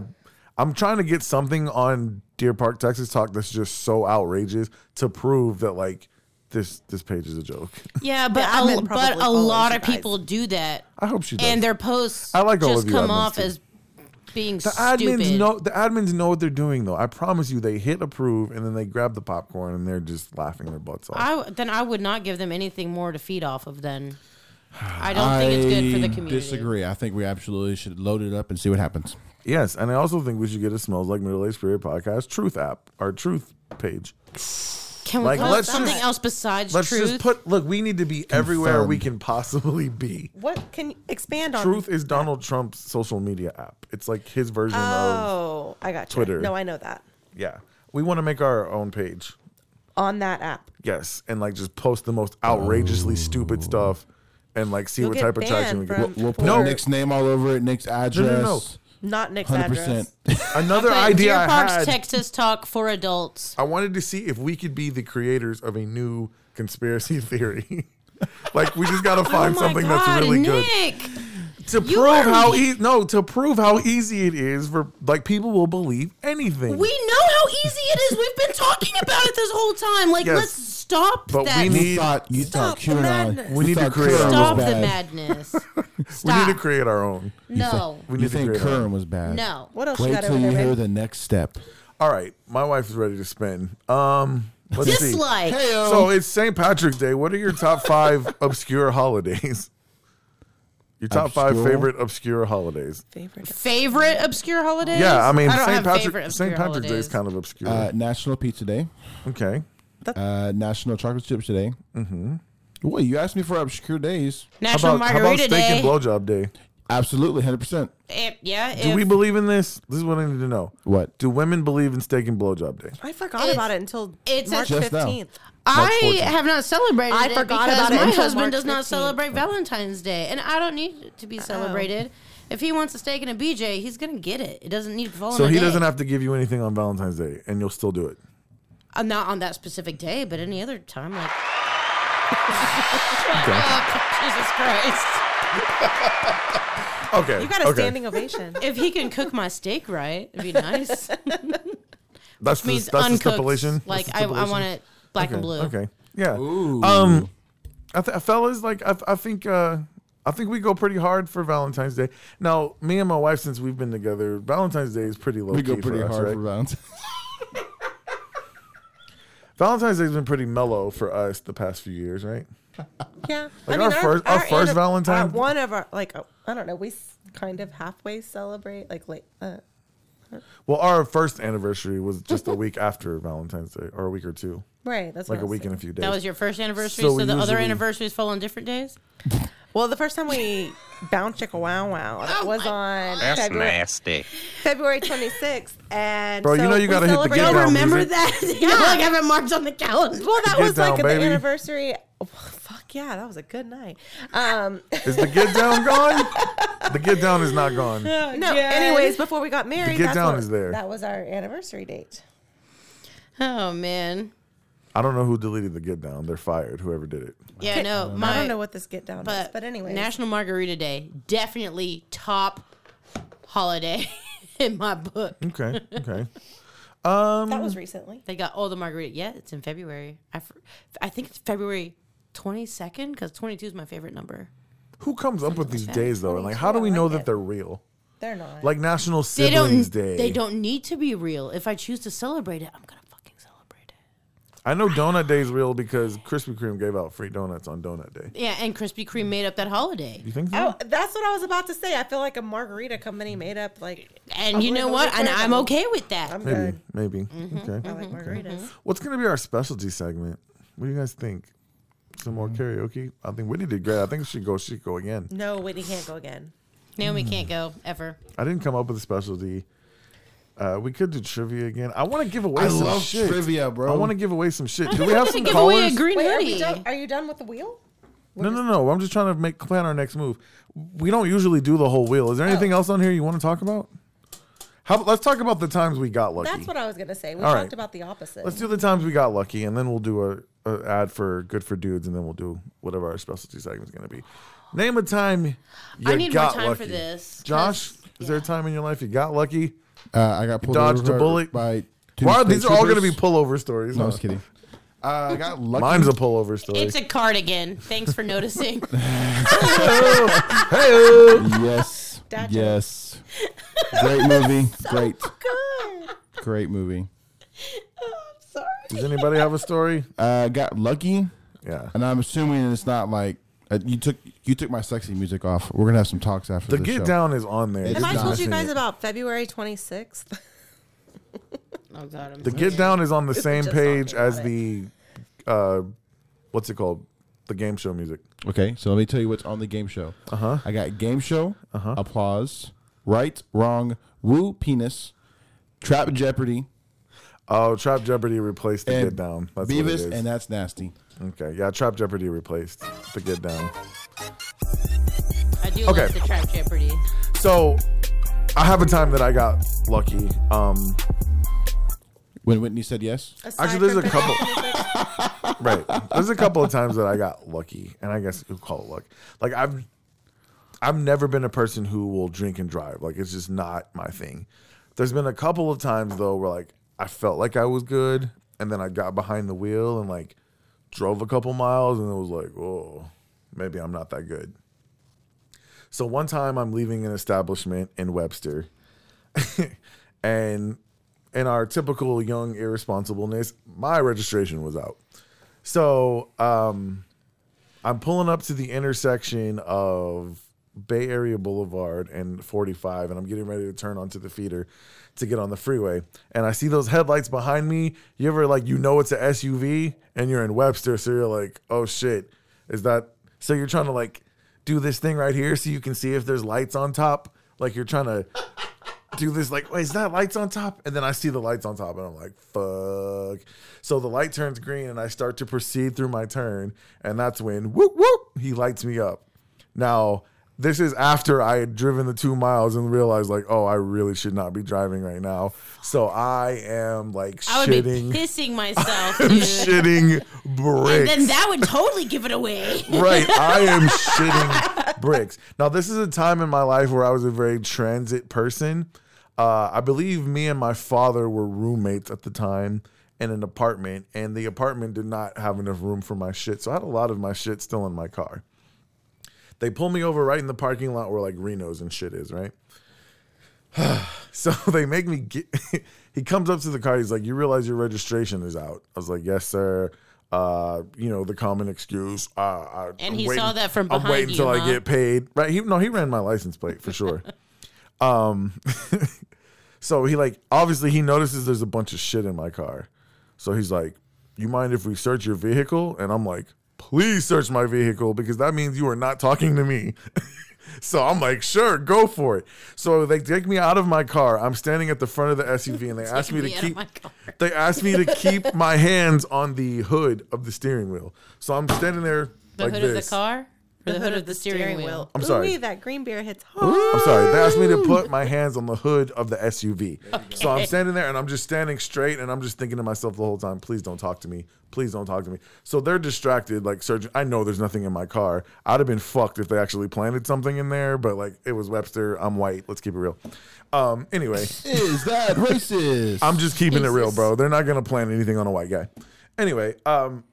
[SPEAKER 1] I'm trying to get something on Deer Park, Texas Talk that's just so outrageous to prove that like this this page is a joke. [laughs]
[SPEAKER 4] Yeah, but
[SPEAKER 7] Yeah, admin
[SPEAKER 4] a,
[SPEAKER 7] probably
[SPEAKER 4] but a
[SPEAKER 7] follows
[SPEAKER 4] lot
[SPEAKER 7] you
[SPEAKER 4] of
[SPEAKER 7] guys.
[SPEAKER 4] people do that,
[SPEAKER 1] I hope she does.
[SPEAKER 4] and their posts
[SPEAKER 1] I like all
[SPEAKER 4] just
[SPEAKER 1] of you
[SPEAKER 4] come
[SPEAKER 1] admins,
[SPEAKER 4] off
[SPEAKER 1] too.
[SPEAKER 4] as being
[SPEAKER 1] the
[SPEAKER 4] stupid.
[SPEAKER 1] admins know the admins know what they're doing though. I promise you they hit approve and then they grab the popcorn and they're just laughing their butts off.
[SPEAKER 4] I w- then I would not give them anything more to feed off of. Then I don't think it's good for the
[SPEAKER 5] I
[SPEAKER 4] community.
[SPEAKER 5] Disagree. I think we absolutely should load it up and see what happens.
[SPEAKER 1] yes, and I also think we should get a smells like middle aged period podcast truth app or truth page.
[SPEAKER 4] Can we
[SPEAKER 1] Like,
[SPEAKER 4] call it
[SPEAKER 1] let's
[SPEAKER 4] something
[SPEAKER 1] just-
[SPEAKER 4] else besides
[SPEAKER 1] Let's
[SPEAKER 4] truth?
[SPEAKER 1] just put look, we need to be everywhere we can
[SPEAKER 5] Confirmed.
[SPEAKER 1] possibly be.
[SPEAKER 7] what can you expand on?
[SPEAKER 1] Truth is Donald Trump's social media app. It's like his version of
[SPEAKER 7] Oh, I got you.
[SPEAKER 1] Twitter.
[SPEAKER 7] No, I know that
[SPEAKER 1] yeah. We want to make our own page.
[SPEAKER 7] on that app.
[SPEAKER 1] Yes, and like just post the most outrageously stupid stuff and like see
[SPEAKER 7] You'll
[SPEAKER 1] what
[SPEAKER 7] get
[SPEAKER 1] type of traction we
[SPEAKER 7] banned
[SPEAKER 1] get.
[SPEAKER 7] from-
[SPEAKER 5] We'll put
[SPEAKER 7] No.
[SPEAKER 5] Nick's name all over it, Nick's address.
[SPEAKER 7] Not Nick's address.
[SPEAKER 5] 100%.
[SPEAKER 1] Another
[SPEAKER 4] But
[SPEAKER 1] idea
[SPEAKER 4] Deer
[SPEAKER 1] I
[SPEAKER 4] Park's
[SPEAKER 1] had.
[SPEAKER 4] Texas Talk for adults.
[SPEAKER 1] I wanted to see if we could be the creators of a new conspiracy [laughs] theory. like we just gotta
[SPEAKER 4] [laughs] Oh
[SPEAKER 1] find
[SPEAKER 4] my
[SPEAKER 1] something that's
[SPEAKER 4] God,
[SPEAKER 1] really good
[SPEAKER 4] Nick.
[SPEAKER 1] to
[SPEAKER 4] you
[SPEAKER 1] prove
[SPEAKER 4] are-
[SPEAKER 1] how easy. No, to prove how easy it is for like people will believe anything.
[SPEAKER 4] We know how easy it is. We've been talking about it this whole time. Like,
[SPEAKER 1] Yes.
[SPEAKER 4] let's stop
[SPEAKER 1] But
[SPEAKER 4] that.
[SPEAKER 1] we
[SPEAKER 5] You
[SPEAKER 1] need-
[SPEAKER 5] thought you
[SPEAKER 7] Stop
[SPEAKER 5] thought
[SPEAKER 7] the madness.
[SPEAKER 5] QAnon.
[SPEAKER 1] We
[SPEAKER 5] you
[SPEAKER 1] need to
[SPEAKER 5] thought
[SPEAKER 1] create-
[SPEAKER 5] QAnon was
[SPEAKER 4] stop the
[SPEAKER 5] bad.
[SPEAKER 4] madness.
[SPEAKER 1] [laughs] we need to
[SPEAKER 4] Stop.
[SPEAKER 1] create our own.
[SPEAKER 4] No.
[SPEAKER 1] We need
[SPEAKER 5] You
[SPEAKER 1] to
[SPEAKER 5] think
[SPEAKER 1] create our
[SPEAKER 5] Curran
[SPEAKER 1] own.
[SPEAKER 5] was bad?
[SPEAKER 4] No.
[SPEAKER 7] What else you
[SPEAKER 5] Wait
[SPEAKER 7] got
[SPEAKER 5] till
[SPEAKER 7] over
[SPEAKER 5] you
[SPEAKER 7] there,
[SPEAKER 5] hear
[SPEAKER 7] babe?
[SPEAKER 5] the next step.
[SPEAKER 1] All right, my wife is ready to spin. Um, let's see.
[SPEAKER 4] Dislike.
[SPEAKER 1] So it's St. Patrick's Day. What are your top five [laughs] obscure holidays? Your top five
[SPEAKER 5] Obscure?
[SPEAKER 1] favorite obscure holidays.
[SPEAKER 7] Favorite.
[SPEAKER 4] Favorite obscure holidays?
[SPEAKER 1] Yeah, I mean
[SPEAKER 4] don't
[SPEAKER 1] St.
[SPEAKER 4] have favorite
[SPEAKER 1] Patrick
[SPEAKER 4] obscure
[SPEAKER 1] St. Patrick's Day is
[SPEAKER 4] holidays.
[SPEAKER 1] kind of obscure.
[SPEAKER 5] Uh, National Pizza Day.
[SPEAKER 1] okay.
[SPEAKER 5] Uh, National Chocolate Chips Day. Mm-hmm. Well, you asked me for obscure days.
[SPEAKER 4] National
[SPEAKER 1] how about
[SPEAKER 4] Margarita
[SPEAKER 1] steak
[SPEAKER 4] Day.
[SPEAKER 1] and blowjob day?
[SPEAKER 5] Absolutely, hundred percent.
[SPEAKER 4] Eh, yeah.
[SPEAKER 1] Do
[SPEAKER 4] if-
[SPEAKER 1] we believe in this? This is what I need to know.
[SPEAKER 5] What?
[SPEAKER 1] Do women believe in steak and blowjob day?
[SPEAKER 7] I forgot
[SPEAKER 4] It's-
[SPEAKER 7] about it until
[SPEAKER 4] it's a-
[SPEAKER 7] March
[SPEAKER 5] Just now.
[SPEAKER 7] fifteenth.
[SPEAKER 4] I
[SPEAKER 1] 14th.
[SPEAKER 4] have not celebrated.
[SPEAKER 7] I
[SPEAKER 4] it
[SPEAKER 7] forgot
[SPEAKER 4] because
[SPEAKER 7] about it
[SPEAKER 4] My
[SPEAKER 7] until
[SPEAKER 4] husband
[SPEAKER 7] March
[SPEAKER 4] does not
[SPEAKER 7] 15th.
[SPEAKER 4] celebrate Valentine's Day, and I don't need it to be celebrated. If he wants a steak and a BJ, he's gonna get it. It doesn't need to fall.
[SPEAKER 1] So
[SPEAKER 4] on a
[SPEAKER 1] he
[SPEAKER 4] day.
[SPEAKER 1] doesn't have to give you anything on Valentine's Day, and you'll still do it.
[SPEAKER 4] Uh, not on that specific day, but any other time.
[SPEAKER 1] [laughs]
[SPEAKER 4] Like, Oh, Jesus Christ!
[SPEAKER 1] Okay.
[SPEAKER 7] You got a
[SPEAKER 1] okay. [laughs]
[SPEAKER 7] standing ovation.
[SPEAKER 4] If he can cook my steak right, it'd be nice.
[SPEAKER 1] That's the,
[SPEAKER 4] means
[SPEAKER 1] that's the
[SPEAKER 4] uncooked.
[SPEAKER 1] stipulation.
[SPEAKER 4] Like
[SPEAKER 1] That's the
[SPEAKER 4] I, I
[SPEAKER 1] stipulation?
[SPEAKER 4] want it black and blue.
[SPEAKER 1] Okay. Yeah. Um, I th- fellas, like I, I think uh, I think we go pretty hard for Valentine's Day. Now, me and my wife, since we've been together, Valentine's Day is pretty low.
[SPEAKER 5] We go
[SPEAKER 1] key
[SPEAKER 5] pretty
[SPEAKER 1] for us,
[SPEAKER 5] hard
[SPEAKER 1] right?
[SPEAKER 5] for Valentine's.
[SPEAKER 1] Valentine's Day's been pretty mellow for us the past few years, right?
[SPEAKER 7] Yeah,
[SPEAKER 1] Like our first- our first
[SPEAKER 7] anniv-
[SPEAKER 1] Valentine-
[SPEAKER 7] our- one of our like uh, I don't know, we s- kind of halfway celebrate like late. Uh,
[SPEAKER 1] Well, our first anniversary was
[SPEAKER 4] [laughs]
[SPEAKER 1] just a week after Valentine's Day, or a week or two,
[SPEAKER 7] right, that's
[SPEAKER 1] like
[SPEAKER 7] what
[SPEAKER 1] a
[SPEAKER 7] I was
[SPEAKER 1] week and a
[SPEAKER 7] saying.
[SPEAKER 1] few days.
[SPEAKER 4] That was your first anniversary,
[SPEAKER 1] So
[SPEAKER 4] so,
[SPEAKER 1] we
[SPEAKER 4] the other
[SPEAKER 1] usually-
[SPEAKER 4] anniversaries fall on different days.
[SPEAKER 7] Well, the first time we [laughs] bounced chicka wow wow, that
[SPEAKER 4] Oh
[SPEAKER 7] was
[SPEAKER 4] my
[SPEAKER 7] on
[SPEAKER 4] God.
[SPEAKER 7] February,
[SPEAKER 8] nasty.
[SPEAKER 7] February twenty sixth, and
[SPEAKER 1] Bro, you
[SPEAKER 7] so
[SPEAKER 1] know you
[SPEAKER 7] we
[SPEAKER 1] gotta hit the
[SPEAKER 7] celebrated-
[SPEAKER 1] get
[SPEAKER 4] Y'all
[SPEAKER 1] down
[SPEAKER 4] remember
[SPEAKER 1] music.
[SPEAKER 4] that? [laughs] yeah, like I have it marked on the calendar.
[SPEAKER 7] Well, that
[SPEAKER 1] Get
[SPEAKER 7] was
[SPEAKER 1] down,
[SPEAKER 7] like
[SPEAKER 1] baby.
[SPEAKER 7] the anniversary. oh, fuck yeah, that was a good night.
[SPEAKER 1] [laughs]
[SPEAKER 7] Um,
[SPEAKER 1] is the get down gone?
[SPEAKER 4] [laughs]
[SPEAKER 1] the get down is not gone.
[SPEAKER 7] no, anyways, before we got married,
[SPEAKER 1] get
[SPEAKER 7] that's
[SPEAKER 1] down
[SPEAKER 7] what-
[SPEAKER 1] is there.
[SPEAKER 7] That was our anniversary date.
[SPEAKER 4] Oh man,
[SPEAKER 1] I don't know who deleted the get down. They're fired. Whoever did it.
[SPEAKER 4] yeah, no, my,
[SPEAKER 7] I don't know what this get down is, but anyway,
[SPEAKER 4] National Margarita Day definitely top holiday [laughs] in my book.
[SPEAKER 1] Okay.
[SPEAKER 4] [laughs]
[SPEAKER 1] Okay.
[SPEAKER 7] that was recently.
[SPEAKER 4] They got all the margarita. Yeah, it's in February. I, fr- I think it's February 22nd? Because 22 is my favorite number.
[SPEAKER 1] Who comes up with these
[SPEAKER 4] that.
[SPEAKER 1] days though? And like, how do we
[SPEAKER 7] I
[SPEAKER 1] know
[SPEAKER 7] like
[SPEAKER 1] that
[SPEAKER 7] it.
[SPEAKER 1] they're real?
[SPEAKER 7] They're not.
[SPEAKER 1] Like National
[SPEAKER 4] They don't,
[SPEAKER 1] Siblings Day.
[SPEAKER 4] they don't need to be real. If I choose to celebrate it, I'm going to fucking celebrate it.
[SPEAKER 1] I
[SPEAKER 4] [laughs]
[SPEAKER 1] know Donut Day's real because Krispy Kreme gave out free donuts on Donut Day.
[SPEAKER 4] Yeah, and Krispy Kreme made up that holiday.
[SPEAKER 1] You think so?
[SPEAKER 7] Oh, that's what I was about to say. I feel like a margarita company made up like.
[SPEAKER 4] And you
[SPEAKER 7] I'm
[SPEAKER 4] know
[SPEAKER 7] gonna
[SPEAKER 4] what?
[SPEAKER 7] go
[SPEAKER 4] And
[SPEAKER 7] there.
[SPEAKER 4] I'm okay with that. Mm-hmm.
[SPEAKER 7] I'm
[SPEAKER 1] maybe,
[SPEAKER 7] good.
[SPEAKER 1] maybe. Okay.
[SPEAKER 7] I like margaritas.
[SPEAKER 1] What's gonna be our specialty segment? What do you guys think? Some
[SPEAKER 5] Hmm.
[SPEAKER 1] more karaoke? I think Whitney did great. I think she should go. She should go again.
[SPEAKER 7] No, Whitney can't go again.
[SPEAKER 4] Naomi can't go ever.
[SPEAKER 1] I didn't come up with a specialty. Uh, we could do trivia again. I want to give away.
[SPEAKER 5] I
[SPEAKER 1] some
[SPEAKER 5] love
[SPEAKER 1] shit.
[SPEAKER 5] trivia, bro.
[SPEAKER 1] I want to give away some shit. Do
[SPEAKER 4] I'm
[SPEAKER 1] we have
[SPEAKER 4] [laughs] gonna
[SPEAKER 1] some
[SPEAKER 4] give
[SPEAKER 1] callers?
[SPEAKER 4] away a green
[SPEAKER 7] Wait, are, we
[SPEAKER 4] hoodie.
[SPEAKER 7] done, are you done with the wheel?
[SPEAKER 1] no, no, no. I'm just trying to make plan our next move. We don't usually do the whole wheel. Is there anything else on here you want to talk about? How, let's talk about the times we got lucky.
[SPEAKER 7] That's what I was gonna say. We
[SPEAKER 1] All
[SPEAKER 7] talked
[SPEAKER 1] right.
[SPEAKER 7] about the opposite.
[SPEAKER 1] Let's do the times we got lucky, and then we'll do a, a ad for good for dudes, and then we'll do whatever our specialty segment's going to be. Name a time you
[SPEAKER 4] I need more
[SPEAKER 1] got
[SPEAKER 4] time
[SPEAKER 1] lucky.
[SPEAKER 4] for this, 'cause-
[SPEAKER 1] Josh, is there a time in your life you got lucky?
[SPEAKER 5] [laughs] Uh, I got pulled
[SPEAKER 1] Dodged
[SPEAKER 5] over
[SPEAKER 1] a bullet.
[SPEAKER 5] by two
[SPEAKER 1] Why are
[SPEAKER 5] state
[SPEAKER 1] these are all going to be
[SPEAKER 5] troopers.
[SPEAKER 1] pullover stories?
[SPEAKER 5] No, I
[SPEAKER 1] huh?
[SPEAKER 5] was kidding. Uh, I
[SPEAKER 1] [laughs]
[SPEAKER 5] got lucky.
[SPEAKER 1] Mine's a pullover story.
[SPEAKER 4] It's a cardigan. Thanks for noticing.
[SPEAKER 5] yes,
[SPEAKER 7] Dad
[SPEAKER 5] yes. Great
[SPEAKER 7] [laughs]
[SPEAKER 5] movie. Great,
[SPEAKER 7] Good.
[SPEAKER 5] great movie.
[SPEAKER 1] Does anybody have a story?
[SPEAKER 5] Uh, got lucky,
[SPEAKER 1] Yeah.
[SPEAKER 5] and I'm assuming it's not like uh, you took you took my sexy music off. We're gonna have some talks after
[SPEAKER 1] The
[SPEAKER 5] this
[SPEAKER 1] get
[SPEAKER 5] show.
[SPEAKER 1] down is on there.
[SPEAKER 5] Have
[SPEAKER 7] Have
[SPEAKER 1] Just
[SPEAKER 7] I
[SPEAKER 1] not
[SPEAKER 7] told you
[SPEAKER 1] seen
[SPEAKER 7] guys
[SPEAKER 1] it.
[SPEAKER 7] about February 26th?
[SPEAKER 4] [laughs]
[SPEAKER 7] [laughs]
[SPEAKER 4] oh, God. I'm
[SPEAKER 1] The get down is on the same
[SPEAKER 7] just
[SPEAKER 1] page
[SPEAKER 7] talking
[SPEAKER 1] as
[SPEAKER 7] about
[SPEAKER 1] the uh, what's it called? The game show music.
[SPEAKER 5] Okay, so let me tell you what's on the game show. Uh huh. I got game show, uh-huh. applause, right, wrong, woo, penis, trap jeopardy,
[SPEAKER 1] Oh, Trap Jeopardy replaced the
[SPEAKER 5] and
[SPEAKER 1] get down. That's what it is.
[SPEAKER 5] Beavis, and that's nasty.
[SPEAKER 1] Okay, yeah, Trap Jeopardy replaced the Get Down.
[SPEAKER 4] I do
[SPEAKER 1] Okay.
[SPEAKER 4] love the Trap Jeopardy.
[SPEAKER 1] So, I have a time that I got lucky. Um,
[SPEAKER 5] When Whitney said yes,
[SPEAKER 1] actually, there's a couple. [laughs] right, there's a couple of times that I got lucky, and I guess you call it luck. Like I've, I've never been a person who will drink and drive. Like it's just not my thing. There's been a couple of times though where like I felt like I was good, and then I got behind the wheel and like drove a couple miles, and it was like, oh, maybe I'm not that good. So one time I'm leaving an establishment in Webster [laughs] and in our typical young irresponsibleness, my registration was out. So um, I'm pulling up to the intersection of Bay Area Boulevard and 45, and I'm getting ready to turn onto the feeder to get on the freeway. And I see those headlights behind me. You ever like, you know, it's a SUV and you're in Webster, so you're like, oh shit, is that? So you're trying to like do this thing right here so you can see if there's lights on top. Like you're trying to do this like wait is that lights on top and then i see the lights on top and i'm like fuck so the light turns green and i start to proceed through my turn and that's when whoop whoop he lights me up now this is after i had driven the two miles and realized like oh i really should not be driving right now so i am like
[SPEAKER 4] I would
[SPEAKER 1] shitting
[SPEAKER 4] be
[SPEAKER 1] [laughs]
[SPEAKER 4] pissing myself,
[SPEAKER 1] I'm [laughs]
[SPEAKER 4] dude.
[SPEAKER 1] shitting
[SPEAKER 4] And
[SPEAKER 1] bricks
[SPEAKER 4] then that would totally give
[SPEAKER 1] [laughs]
[SPEAKER 4] it away.
[SPEAKER 1] right. I am shitting bricks. Now, this is a time in my life where I was a very transit person. Uh, I believe me and my father were roommates at the time in an apartment, and the apartment did not have enough room for my shit. So I had a lot of my shit still in my car. They pull me over right in the parking lot where like Reno's and shit is, right? [sighs] So [laughs] they make me get. he comes up to the car. He's like, "You realize your registration is out." I was like, "Yes, sir." Uh, you know the common excuse. Uh, I, I'm
[SPEAKER 4] And he
[SPEAKER 1] waiting-
[SPEAKER 4] saw that from
[SPEAKER 1] I'm
[SPEAKER 4] behind
[SPEAKER 1] waiting
[SPEAKER 4] you,
[SPEAKER 1] till I
[SPEAKER 4] huh?
[SPEAKER 1] get paid. Right? He no, he ran my license plate for
[SPEAKER 4] [laughs]
[SPEAKER 1] sure. um, so he like obviously he notices there's a bunch of shit in my car. So he's like, "You mind if we search your vehicle?" And I'm like, "Please search my vehicle because that means you are not talking to me." [laughs] So I'm like, sure, go for it. So they take me out of my car. I'm standing at the front of the SUV
[SPEAKER 4] [laughs]
[SPEAKER 1] and they ask me to
[SPEAKER 4] me out of
[SPEAKER 1] keep
[SPEAKER 4] my car.
[SPEAKER 1] they asked me to keep my hands on the hood of the steering wheel. So I'm standing there
[SPEAKER 4] The
[SPEAKER 1] like
[SPEAKER 4] hood
[SPEAKER 1] this.
[SPEAKER 4] of the car? Or the, hood,
[SPEAKER 7] [laughs]
[SPEAKER 4] of the steering, wheel.
[SPEAKER 1] I'm sorry.
[SPEAKER 7] Ooh, that green beer hits hard.
[SPEAKER 1] I'm sorry. They asked me to put my hands on the hood of the SUV. So I'm standing there and I'm just standing straight and I'm just thinking to myself the whole time, please don't talk to me. Please don't talk to me. So they're distracted, like searching. I know there's nothing in my car. I'd have been fucked if they actually planted something in there, but like it was Webster. I'm white. Let's keep it real. Um, anyway.
[SPEAKER 5] is that racist?
[SPEAKER 1] I'm just keeping it real, bro. They're not gonna plan anything on a white guy. Anyway, um,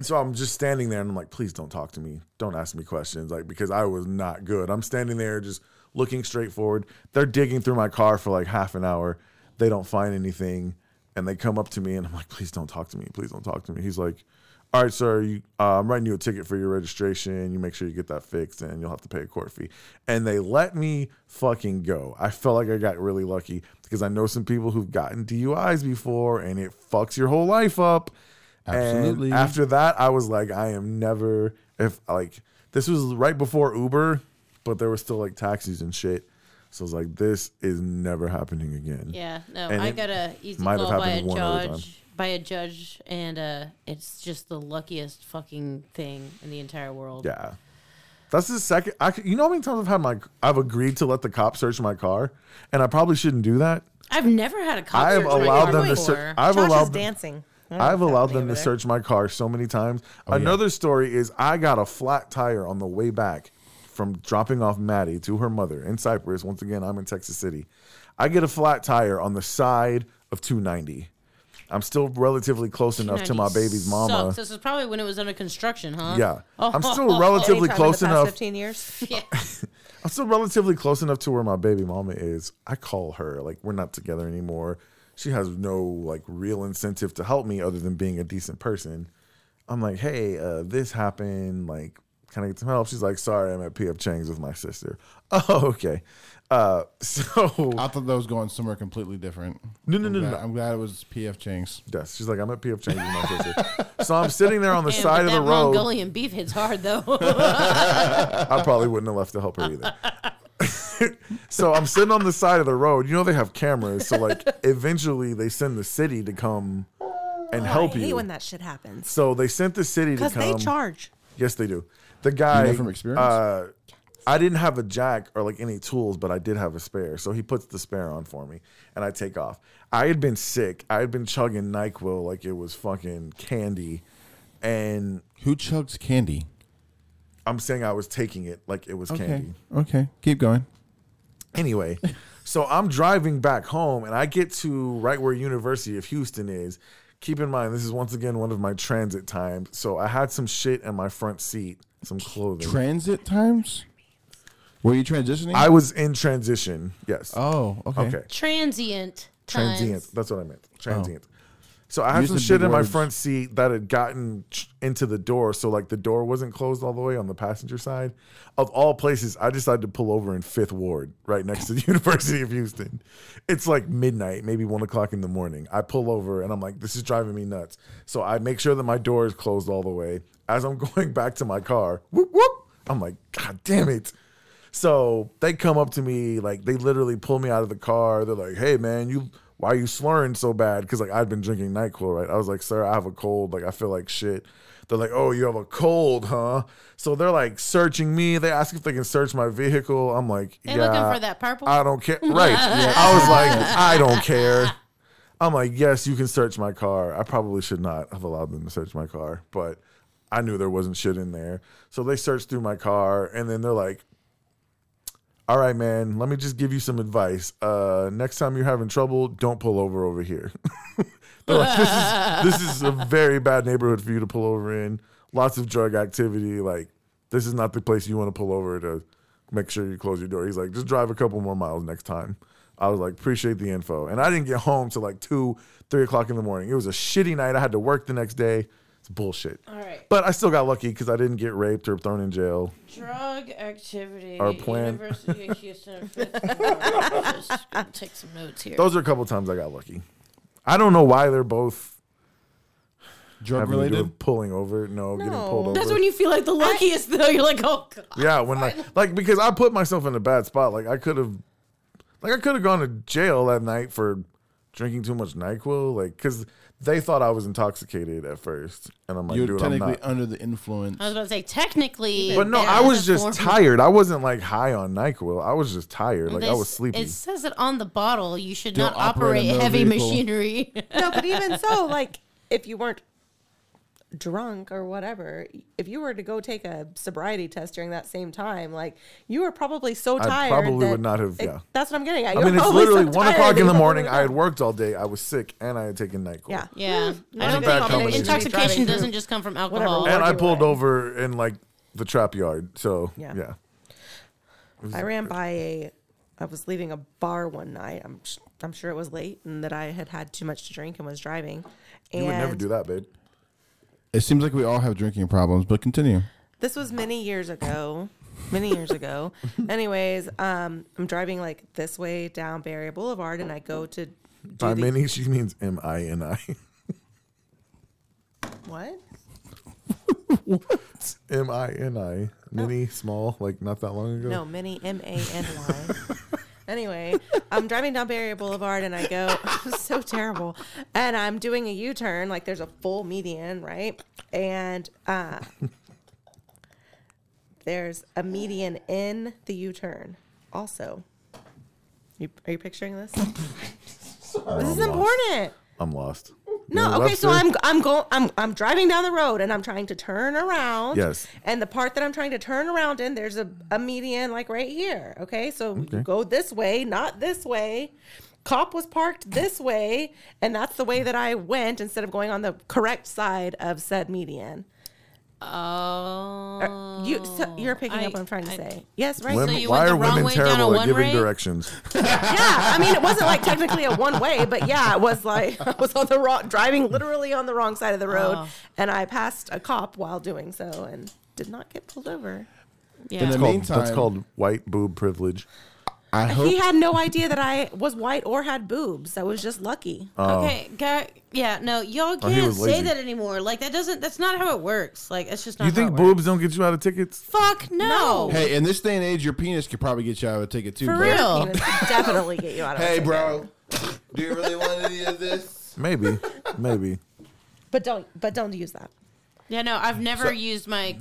[SPEAKER 1] so I'm just standing there and I'm like, please don't talk to me. Don't ask me questions. Like, because I was not good. I'm standing there just looking straight forward. They're digging through my car for like half an hour. They don't find anything. And they come up to me and I'm like, please don't talk to me. Please don't talk to me. He's like, all right, sir, you, uh, I'm writing you a ticket for your registration. You make sure you get that fixed and you'll have to pay a court fee. And they let me fucking go. I felt like I got really lucky because I know some people who've gotten DUIs before and it fucks your whole life up.
[SPEAKER 5] Absolutely.
[SPEAKER 1] And after that, I was like, I am never if like this was right before Uber, but there was still like taxis and shit. So I was like, this is never happening again.
[SPEAKER 4] Yeah, no,
[SPEAKER 1] And
[SPEAKER 4] I
[SPEAKER 1] it
[SPEAKER 4] got a easy
[SPEAKER 1] might have
[SPEAKER 4] call by a
[SPEAKER 1] happened one other time.
[SPEAKER 4] judge, by a judge, and uh, it's just the luckiest fucking thing in the entire world.
[SPEAKER 1] Yeah. That's the second. I, c- you know how many times I've had my I've agreed to let the cops search my car, and I probably shouldn't do that.
[SPEAKER 4] I've never had a cop.
[SPEAKER 1] I have
[SPEAKER 4] search my
[SPEAKER 1] allowed
[SPEAKER 4] car
[SPEAKER 1] them to
[SPEAKER 4] before.
[SPEAKER 1] search. I've
[SPEAKER 7] Josh
[SPEAKER 1] allowed
[SPEAKER 7] is
[SPEAKER 1] them-
[SPEAKER 7] dancing. I don't know
[SPEAKER 1] I've
[SPEAKER 7] what's
[SPEAKER 1] allowed
[SPEAKER 7] happening
[SPEAKER 1] them to
[SPEAKER 7] over there.
[SPEAKER 1] search my car so many times. Another story is I got a flat tire on the way back from dropping off Maddie to her mother in Cyprus. Once again, I'm in Texas City. I get a flat tire on the side of 290. I'm still relatively close enough to my
[SPEAKER 4] Nice.
[SPEAKER 1] baby's mama.
[SPEAKER 4] Sucks. This is probably when it was under construction, huh? Oh.
[SPEAKER 1] Yeah. I'm still
[SPEAKER 4] Anytime [laughs]
[SPEAKER 7] Oh,
[SPEAKER 1] relatively
[SPEAKER 7] Anytime in the
[SPEAKER 1] close
[SPEAKER 7] past
[SPEAKER 1] enough.
[SPEAKER 7] Fifteen years.
[SPEAKER 1] I'm still relatively close enough to where my baby mama is. I call her. Like we're not together anymore. She has no like real incentive to help me other than being a decent person. I'm like, hey, uh, this happened. Like, can I get some help? She's like, sorry, I'm at PF Chang's with my sister. [laughs] Oh, okay. Uh, [laughs] so
[SPEAKER 5] I thought that was going somewhere completely different.
[SPEAKER 1] No, no,
[SPEAKER 5] I'm
[SPEAKER 1] no,
[SPEAKER 5] glad,
[SPEAKER 1] no.
[SPEAKER 5] I'm glad it was PF Chang's.
[SPEAKER 1] yes, she's like, I'm at PF Chang's with my sister. So I'm sitting there on the
[SPEAKER 4] Damn,
[SPEAKER 1] side
[SPEAKER 4] but
[SPEAKER 1] of the
[SPEAKER 4] that
[SPEAKER 1] road.
[SPEAKER 4] Mongolian beef hits
[SPEAKER 1] [laughs]
[SPEAKER 4] hard though.
[SPEAKER 1] I probably wouldn't have left to help her either. [laughs] so I'm sitting on the side of the road. You know they have cameras, so
[SPEAKER 7] [laughs]
[SPEAKER 1] like eventually they send the city to come and help
[SPEAKER 7] Oh, I hate
[SPEAKER 1] you.
[SPEAKER 7] when that shit happens
[SPEAKER 1] so they sent the city to
[SPEAKER 7] because
[SPEAKER 1] come.
[SPEAKER 7] they charge.
[SPEAKER 1] Yes, they do. The guy
[SPEAKER 5] You know from experience?
[SPEAKER 1] Uh, I didn't have a jack or like any tools, but I did have a spare. So he puts the spare on for me, and I take off. I had been sick. I had been chugging Nyquil like it was fucking candy, and
[SPEAKER 5] Who chugs candy?
[SPEAKER 1] I'm saying I was taking it like it was candy.
[SPEAKER 5] Okay. Keep going.
[SPEAKER 1] Anyway, so I'm driving back home and I get to right where University of Houston is. Keep in mind, this is once again one of my transit times. So I had some shit in my front seat, some clothing.
[SPEAKER 5] Transit times? Were you transitioning?
[SPEAKER 1] I was in transition. Yes.
[SPEAKER 5] oh, okay.
[SPEAKER 1] okay.
[SPEAKER 4] Transient. times.
[SPEAKER 1] Transient. That's what I meant. Transient. So I had
[SPEAKER 5] Use
[SPEAKER 1] some
[SPEAKER 5] the
[SPEAKER 1] shit
[SPEAKER 5] big
[SPEAKER 1] in my
[SPEAKER 5] words.
[SPEAKER 1] front seat that had gotten ch- into the door. So, like, the door wasn't closed all the way on the passenger side. Of all places, I decided to pull over in Fifth Ward, right next to the [laughs] University of Houston. It's like midnight, maybe one o'clock in the morning. I pull over and I'm like, this is driving me nuts. So, I make sure that my door is closed all the way. As I'm [laughs] going back to my car, whoop, whoop, I'm like, God damn it. So they come up to me, like they literally pull me out of the car. They're like, "Hey, man, you why are you slurring so bad?" Because like I'd been drinking Nyquil, right? I was like, "Sir, I have a cold. Like I feel like shit." They're like, "Oh, you have a cold, huh?" So they're like searching me. They ask if they can search my vehicle. I'm like,
[SPEAKER 4] They
[SPEAKER 1] yeah,
[SPEAKER 4] looking for that purple?"
[SPEAKER 1] I don't
[SPEAKER 4] [laughs]
[SPEAKER 1] care." Right? I was like, "I don't care." I'm like, yes, you can search my car. I probably should not have allowed them to search my car, but I knew there wasn't shit in there. So they searched through my car and then they're like, all right, man, let me just give you some advice. Uh, next time you're having trouble, don't pull over over here. [laughs] They're like, this, is, this is a very bad neighborhood for you to pull over in. Lots of drug activity. Like, this is not the place you want to pull over to make sure you close your door. He's like, just drive a couple more miles next time. I was like, appreciate the info. And I didn't get home till like two, three o'clock in the morning. It was a shitty night. I had to work the next day. It's bullshit. All
[SPEAKER 4] right.
[SPEAKER 1] But I still got lucky because I didn't get raped or thrown in jail.
[SPEAKER 4] Drug activity.
[SPEAKER 1] Our plan.
[SPEAKER 4] University of
[SPEAKER 1] [laughs]
[SPEAKER 4] Houston. Fifth floor. Just gonna take some notes here.
[SPEAKER 1] Those are a couple times I got lucky. I don't know why they're both
[SPEAKER 5] Drug
[SPEAKER 1] having to do
[SPEAKER 5] related?
[SPEAKER 1] with pulling over. No, getting pulled over.
[SPEAKER 4] That's when you feel like the luckiest, though. You're like, oh god.
[SPEAKER 1] yeah, when I like because I put myself in a bad spot. Like I could have, like I could have gone to jail that night for drinking too much Nyquil. Like because they thought I was intoxicated at first, and I'm like,
[SPEAKER 5] You're
[SPEAKER 1] dude, I'm
[SPEAKER 5] technically
[SPEAKER 1] not.
[SPEAKER 5] under the influence.
[SPEAKER 4] I was about to say technically,
[SPEAKER 1] But no,
[SPEAKER 4] that
[SPEAKER 1] I
[SPEAKER 4] is
[SPEAKER 1] was
[SPEAKER 4] a
[SPEAKER 1] just
[SPEAKER 4] form-
[SPEAKER 1] tired. I wasn't like high on Nyquil. I was just tired. Like I
[SPEAKER 4] They-
[SPEAKER 1] was sleepy.
[SPEAKER 4] It says it on the bottle. You should
[SPEAKER 5] Don't
[SPEAKER 4] not
[SPEAKER 5] operate
[SPEAKER 4] operate
[SPEAKER 5] in no
[SPEAKER 4] heavy
[SPEAKER 1] [laughs]
[SPEAKER 5] vehicle.
[SPEAKER 4] machinery.
[SPEAKER 7] No, but even so, like if you weren't drunk or whatever, if you were to go take a sobriety test during that same time, like you were probably so
[SPEAKER 1] I
[SPEAKER 7] tired.
[SPEAKER 1] probably
[SPEAKER 7] that-
[SPEAKER 1] would not have-
[SPEAKER 7] it-
[SPEAKER 1] yeah.
[SPEAKER 7] That's what I'm getting at.
[SPEAKER 1] I
[SPEAKER 7] You
[SPEAKER 1] mean,
[SPEAKER 7] [laughs] were
[SPEAKER 1] it's
[SPEAKER 7] probably so
[SPEAKER 1] literally one
[SPEAKER 7] tired
[SPEAKER 1] o'clock
[SPEAKER 7] that
[SPEAKER 1] in the
[SPEAKER 7] you probably
[SPEAKER 1] morning.
[SPEAKER 7] would
[SPEAKER 1] I had
[SPEAKER 7] not-
[SPEAKER 1] worked all day. I was sick, and I had taken Nyquil.
[SPEAKER 7] Yeah.
[SPEAKER 4] Yeah. I
[SPEAKER 1] Wasn't
[SPEAKER 4] don't
[SPEAKER 1] bad
[SPEAKER 4] think
[SPEAKER 1] combination.
[SPEAKER 4] intoxication
[SPEAKER 7] Driving.
[SPEAKER 4] doesn't just come from alcohol.
[SPEAKER 7] Whatever.
[SPEAKER 1] And I
[SPEAKER 7] Lucky
[SPEAKER 1] pulled
[SPEAKER 7] way.
[SPEAKER 1] over in like the trap yard. So yeah,
[SPEAKER 7] Yeah. I ran by a. I was leaving a bar one night. I'm sh- I'm sure it was late and that I had had too much to drink and was driving. And
[SPEAKER 1] you would never do that, babe.
[SPEAKER 5] It seems like we all have drinking problems, but continue.
[SPEAKER 7] This was many years ago. Many
[SPEAKER 1] [laughs]
[SPEAKER 7] years ago. Anyways, um, I'm driving like this way down Barrier Boulevard, and I go to do
[SPEAKER 1] By
[SPEAKER 7] the-
[SPEAKER 1] many, [laughs] she means M I N I. [laughs]
[SPEAKER 7] what?
[SPEAKER 1] M I N I. Mini, small, like not that long ago.
[SPEAKER 7] Oh. No, mini M A N Y. Anyway, I'm driving down Barrier Boulevard and I go, [laughs] so terrible. And I'm doing a U turn, like there's a full median, right? And uh, there's a median in the U turn also. You, are you picturing this? this is important.
[SPEAKER 1] I'm lost.
[SPEAKER 7] No,
[SPEAKER 1] You're
[SPEAKER 7] okay,
[SPEAKER 1] left,
[SPEAKER 7] so
[SPEAKER 1] sir?
[SPEAKER 7] I'm I'm going I'm I'm driving down the road and I'm trying to turn around.
[SPEAKER 1] Yes.
[SPEAKER 7] And the part that I'm trying to turn around in, there's a, a median like right here. Okay. So you go this way, not this way. Cop was parked this way, and that's the way that I went instead of going on the correct side of said median. Uh,
[SPEAKER 4] Oh.
[SPEAKER 7] You so you're picking up what I'm trying to
[SPEAKER 4] I-
[SPEAKER 7] say. Yes, right.
[SPEAKER 1] Women-
[SPEAKER 4] so you went
[SPEAKER 1] why
[SPEAKER 4] the
[SPEAKER 1] are
[SPEAKER 4] wrong
[SPEAKER 1] women
[SPEAKER 4] way down a
[SPEAKER 1] terrible at
[SPEAKER 4] one
[SPEAKER 1] giving
[SPEAKER 4] way?
[SPEAKER 1] directions?
[SPEAKER 7] yeah, I mean, it wasn't like technically a one way, but yeah, it was like [laughs] I was on the wrong, driving literally on the wrong side of the road,
[SPEAKER 4] Oh.
[SPEAKER 7] and I passed a cop while doing so and did not get pulled over.
[SPEAKER 5] In
[SPEAKER 4] Yeah.
[SPEAKER 5] the
[SPEAKER 1] Called-
[SPEAKER 5] meantime,
[SPEAKER 1] that's called white boob privilege.
[SPEAKER 5] I hope
[SPEAKER 7] He had no idea that I was white or had boobs. I was just lucky.
[SPEAKER 5] Oh.
[SPEAKER 4] Okay, guy. Yeah, no, y'all
[SPEAKER 1] Oh. he
[SPEAKER 4] can't
[SPEAKER 1] was
[SPEAKER 4] say
[SPEAKER 1] lazy.
[SPEAKER 4] that anymore. Like that doesn't. That's not how it works. Like that's just not.
[SPEAKER 1] You
[SPEAKER 4] how
[SPEAKER 1] think
[SPEAKER 4] it works.
[SPEAKER 1] boobs don't get you out of tickets?
[SPEAKER 4] Fuck no.
[SPEAKER 5] Hey, in this day and age, your penis could probably get you out of a ticket too.
[SPEAKER 4] For
[SPEAKER 5] bro.
[SPEAKER 4] real.
[SPEAKER 7] You know, definitely get you out of
[SPEAKER 5] Hey,
[SPEAKER 7] it.
[SPEAKER 5] bro, do you really want any of this?
[SPEAKER 7] [laughs]
[SPEAKER 1] Maybe, maybe.
[SPEAKER 7] But don't, but don't use that.
[SPEAKER 4] Yeah, no, I've never used my.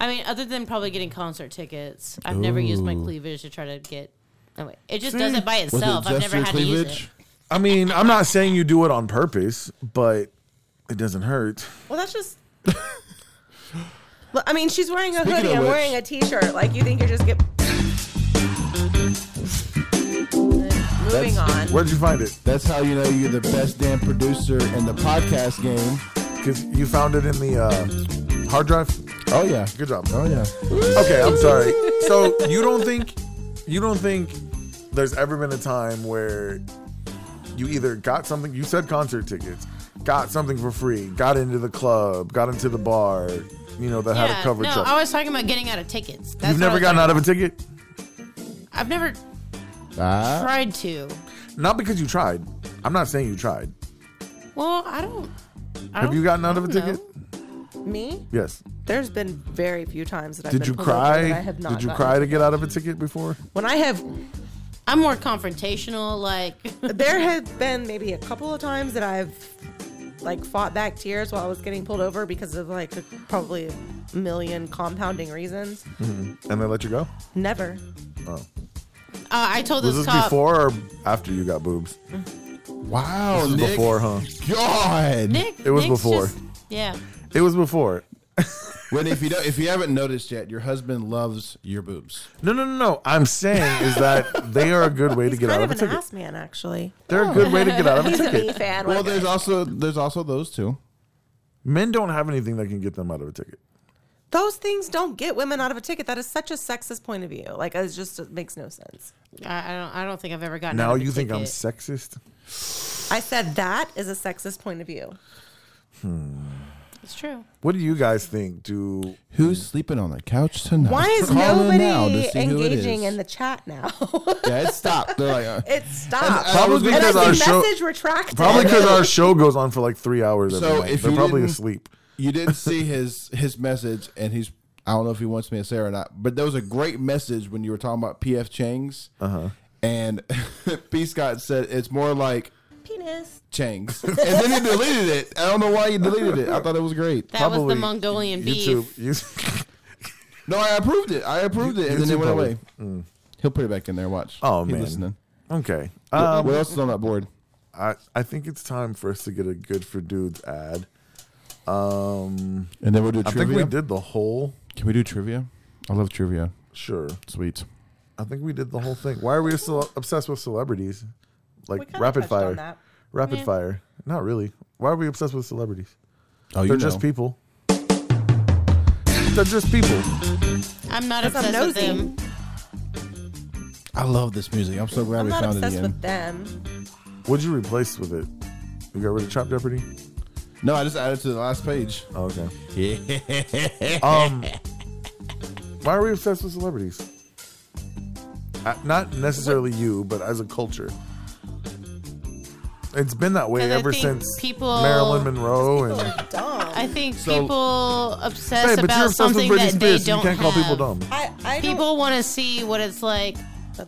[SPEAKER 4] I mean, other than probably getting concert tickets, I've never used my cleavage to try to get. Oh, wait, it just does
[SPEAKER 1] See?
[SPEAKER 4] it by
[SPEAKER 5] Was
[SPEAKER 4] itself.
[SPEAKER 5] it
[SPEAKER 4] I've
[SPEAKER 5] just
[SPEAKER 4] never
[SPEAKER 5] your
[SPEAKER 4] had
[SPEAKER 5] cleavage?
[SPEAKER 4] to use it.
[SPEAKER 1] I mean, I'm not saying you do it on purpose, but it doesn't hurt.
[SPEAKER 7] Well, that's just. Well, I mean, she's wearing a
[SPEAKER 5] Speaking
[SPEAKER 7] hoodie.
[SPEAKER 5] of
[SPEAKER 7] I'm
[SPEAKER 5] which-
[SPEAKER 7] wearing a t-shirt. Like, you think you're just get. Moving on.
[SPEAKER 1] Where'd you find it?
[SPEAKER 5] That's how you know you're the best damn producer in the podcast game.
[SPEAKER 1] Because you found it in the uh, hard drive.
[SPEAKER 5] Oh yeah.
[SPEAKER 1] Good job.
[SPEAKER 5] Oh yeah.
[SPEAKER 1] Okay, I'm sorry. So you don't think you don't think there's ever been a time where you either got something you said concert tickets, got something for free, got into the club, got into the bar, you know, that had
[SPEAKER 4] Yeah,
[SPEAKER 1] a
[SPEAKER 4] no,
[SPEAKER 1] covered show.
[SPEAKER 4] I was talking about getting out of tickets. That's
[SPEAKER 1] You've never
[SPEAKER 4] what I was
[SPEAKER 1] gotten
[SPEAKER 4] talking
[SPEAKER 1] out of a ticket?
[SPEAKER 4] about. I've never
[SPEAKER 5] Ah.
[SPEAKER 4] tried to.
[SPEAKER 1] Not because you tried. I'm not saying you tried.
[SPEAKER 4] Well, I don't. I
[SPEAKER 1] Have
[SPEAKER 4] don't-
[SPEAKER 1] you gotten out of a
[SPEAKER 4] I don't
[SPEAKER 1] ticket?
[SPEAKER 4] know.
[SPEAKER 7] Me?
[SPEAKER 1] Yes.
[SPEAKER 7] There's been very few times that I've
[SPEAKER 1] Did
[SPEAKER 7] been
[SPEAKER 1] you
[SPEAKER 7] pulled over that
[SPEAKER 1] cry?
[SPEAKER 7] I have not
[SPEAKER 1] Did you
[SPEAKER 7] gotten-
[SPEAKER 1] cry to get out of a ticket before?
[SPEAKER 7] When I have,
[SPEAKER 4] I'm more
[SPEAKER 1] [laughs]
[SPEAKER 4] confrontational. Like, uh,
[SPEAKER 7] there have been maybe a couple of times that I've like fought back tears while I was getting pulled over because of like a, probably a million compounding reasons.
[SPEAKER 1] And they let you go?
[SPEAKER 7] Never.
[SPEAKER 4] uh, I told
[SPEAKER 1] Was
[SPEAKER 4] this
[SPEAKER 1] this
[SPEAKER 4] cop.
[SPEAKER 1] before or after you got boobs?
[SPEAKER 5] Wow.
[SPEAKER 1] This was
[SPEAKER 5] Nick.
[SPEAKER 1] before, huh?
[SPEAKER 5] God.
[SPEAKER 4] Nick,
[SPEAKER 1] It was
[SPEAKER 4] Nick's
[SPEAKER 1] before.
[SPEAKER 4] just- yeah.
[SPEAKER 1] It was before.
[SPEAKER 5] When if you don't, if you haven't noticed yet, your husband loves your boobs.
[SPEAKER 1] No, no, no, no. I'm saying is that they are a good way to
[SPEAKER 7] He's
[SPEAKER 1] get out
[SPEAKER 7] kind
[SPEAKER 1] of
[SPEAKER 7] of
[SPEAKER 1] a
[SPEAKER 7] an
[SPEAKER 1] ticket.
[SPEAKER 7] ass man, actually.
[SPEAKER 1] They're a good way to get out of
[SPEAKER 4] [laughs]
[SPEAKER 1] a
[SPEAKER 7] He's a
[SPEAKER 1] ticket.
[SPEAKER 7] me fan.
[SPEAKER 5] Well,
[SPEAKER 7] like-
[SPEAKER 5] there's also there's also those too.
[SPEAKER 1] Men don't have anything that can get them out of a ticket.
[SPEAKER 7] those things don't get women out of a ticket. That is such a sexist point of view. Like, it just it makes no sense.
[SPEAKER 4] I, I don't. I don't think I've ever gotten.
[SPEAKER 1] Now
[SPEAKER 4] out of a
[SPEAKER 1] you think I'm
[SPEAKER 4] ticket.
[SPEAKER 1] sexist?
[SPEAKER 7] I said that is a sexist point of view.
[SPEAKER 4] It's true.
[SPEAKER 1] What do you guys think? Do
[SPEAKER 5] Who's sleeping on the couch tonight?
[SPEAKER 7] Why is
[SPEAKER 5] Call in now to
[SPEAKER 7] nobody
[SPEAKER 5] see who it
[SPEAKER 7] engaging
[SPEAKER 5] is.
[SPEAKER 7] in the chat now? [laughs]
[SPEAKER 5] Yeah, it stopped. They're like, uh,
[SPEAKER 7] It stopped.
[SPEAKER 5] I was
[SPEAKER 1] Probably
[SPEAKER 5] gonna-
[SPEAKER 1] because
[SPEAKER 7] and I
[SPEAKER 1] our
[SPEAKER 7] see
[SPEAKER 1] show
[SPEAKER 7] message retracted.
[SPEAKER 1] probably because our show goes on for like three hours. Every
[SPEAKER 5] So
[SPEAKER 1] night.
[SPEAKER 5] if
[SPEAKER 1] they're
[SPEAKER 5] you
[SPEAKER 1] probably
[SPEAKER 5] didn't-
[SPEAKER 1] asleep.
[SPEAKER 5] you didn't see his his message, and he's I don't know if he wants me to say it or not, but there was a great message when you were talking about PF Chang's, uh-huh. and [laughs] P Scott said it's more like
[SPEAKER 7] penis.
[SPEAKER 5] Chang's, and then he deleted it. I don't know why he deleted it. I thought it was great.
[SPEAKER 4] That
[SPEAKER 1] Probably
[SPEAKER 4] was the Mongolian
[SPEAKER 1] YouTube.
[SPEAKER 4] beef.
[SPEAKER 1] You-
[SPEAKER 5] No, I approved it. I approved it, and then
[SPEAKER 1] YouTube
[SPEAKER 5] it went
[SPEAKER 1] probably-
[SPEAKER 5] away. He'll put it back in there. Watch.
[SPEAKER 1] Mm. Oh,
[SPEAKER 5] He's
[SPEAKER 1] man.
[SPEAKER 5] listening.
[SPEAKER 1] [laughs] okay. Um,
[SPEAKER 5] what else is on that board?
[SPEAKER 1] I, I think it's time for us to get a good for dudes ad. Um,
[SPEAKER 5] And then we'll do
[SPEAKER 1] I
[SPEAKER 5] trivia.
[SPEAKER 1] think we did the whole.
[SPEAKER 5] Can we do trivia? I love trivia.
[SPEAKER 1] Sure.
[SPEAKER 5] Sweet.
[SPEAKER 1] I think we did the whole thing. Why are we so obsessed with celebrities?
[SPEAKER 7] We
[SPEAKER 1] Like
[SPEAKER 7] kinda
[SPEAKER 1] rapid
[SPEAKER 7] touched on
[SPEAKER 1] fire.
[SPEAKER 7] that.
[SPEAKER 1] Rapid fire. Not really. Why are we obsessed with celebrities?
[SPEAKER 5] Oh, you
[SPEAKER 1] They're just people. They're just people.
[SPEAKER 4] I'm not
[SPEAKER 7] That's
[SPEAKER 4] obsessed with
[SPEAKER 7] nosy.
[SPEAKER 4] them.
[SPEAKER 5] I love this music. I'm so glad
[SPEAKER 7] I'm
[SPEAKER 5] we
[SPEAKER 7] not
[SPEAKER 5] found it
[SPEAKER 7] obsessed
[SPEAKER 5] again.
[SPEAKER 7] with them.
[SPEAKER 1] What'd you replace with it? You got rid of Trap Jeopardy?
[SPEAKER 5] No, I just added to the last page.
[SPEAKER 1] Oh, okay. um, why are we obsessed with celebrities? Uh, not necessarily you, but as a culture. It's been that way
[SPEAKER 4] 'Cause I
[SPEAKER 1] ever
[SPEAKER 4] think
[SPEAKER 1] since
[SPEAKER 4] people-
[SPEAKER 1] Marilyn Monroe and
[SPEAKER 7] They're dumb.
[SPEAKER 4] I think
[SPEAKER 1] So-
[SPEAKER 4] people obsess
[SPEAKER 1] Hey, but
[SPEAKER 4] about
[SPEAKER 1] you're obsessed with
[SPEAKER 4] something
[SPEAKER 1] Britney
[SPEAKER 4] that they
[SPEAKER 1] Spears. so
[SPEAKER 4] don't
[SPEAKER 1] You can't
[SPEAKER 4] have.
[SPEAKER 1] call people dumb.
[SPEAKER 7] I, I don't-
[SPEAKER 4] People want to see what it's like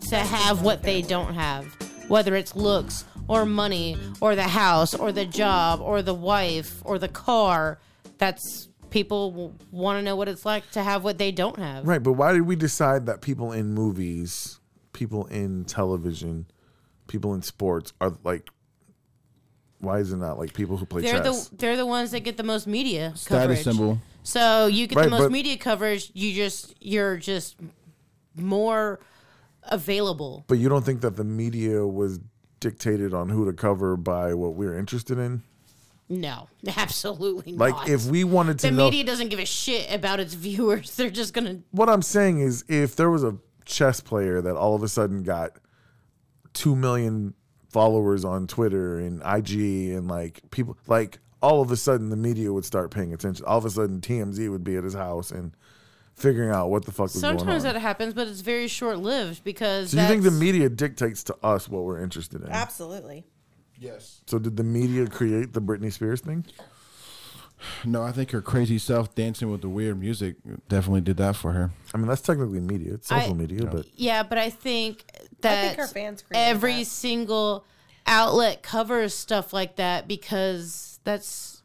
[SPEAKER 4] to have what they don't have, whether it's looks or money or the house or the job or the wife or the car. That's people want to know what it's like to have what they don't have.
[SPEAKER 1] Right, but why did we decide that people in movies, people in television, people in sports are like? Why is it not like people who play
[SPEAKER 4] They're
[SPEAKER 1] chess?
[SPEAKER 4] the they're the ones that get the most media
[SPEAKER 5] Status
[SPEAKER 4] coverage.
[SPEAKER 5] symbol.
[SPEAKER 4] So you get
[SPEAKER 1] Right,
[SPEAKER 4] the most
[SPEAKER 1] but-
[SPEAKER 4] media coverage. You just you're just more available.
[SPEAKER 1] but you don't think that the media was dictated on who to cover by what we're interested in?
[SPEAKER 4] No, [laughs] absolutely
[SPEAKER 1] Like,
[SPEAKER 4] not.
[SPEAKER 1] if we wanted to
[SPEAKER 4] the
[SPEAKER 1] know,
[SPEAKER 4] media doesn't give a shit about its viewers. [laughs] They're just gonna
[SPEAKER 1] what I'm saying is, if there was a chess player that all of a sudden got two million followers on Twitter and IG and like people, like all of a sudden the media would start paying attention. All of a sudden TMZ would be at his house and figuring out what the fuck was going on.
[SPEAKER 4] Sometimes that happens, but it's very short lived because
[SPEAKER 1] so you think the
[SPEAKER 4] that's-
[SPEAKER 1] media dictates to us what we're interested in?
[SPEAKER 7] Absolutely.
[SPEAKER 5] Yes.
[SPEAKER 1] So did the media create the Britney Spears thing?
[SPEAKER 5] No, I think her crazy self dancing with the weird music definitely did that for her.
[SPEAKER 1] I mean, that's technically media. It's social
[SPEAKER 4] I-
[SPEAKER 1] media, but
[SPEAKER 4] Yeah, but I think that
[SPEAKER 7] her fans created
[SPEAKER 4] every
[SPEAKER 7] that.
[SPEAKER 4] single outlet covers stuff like that because that's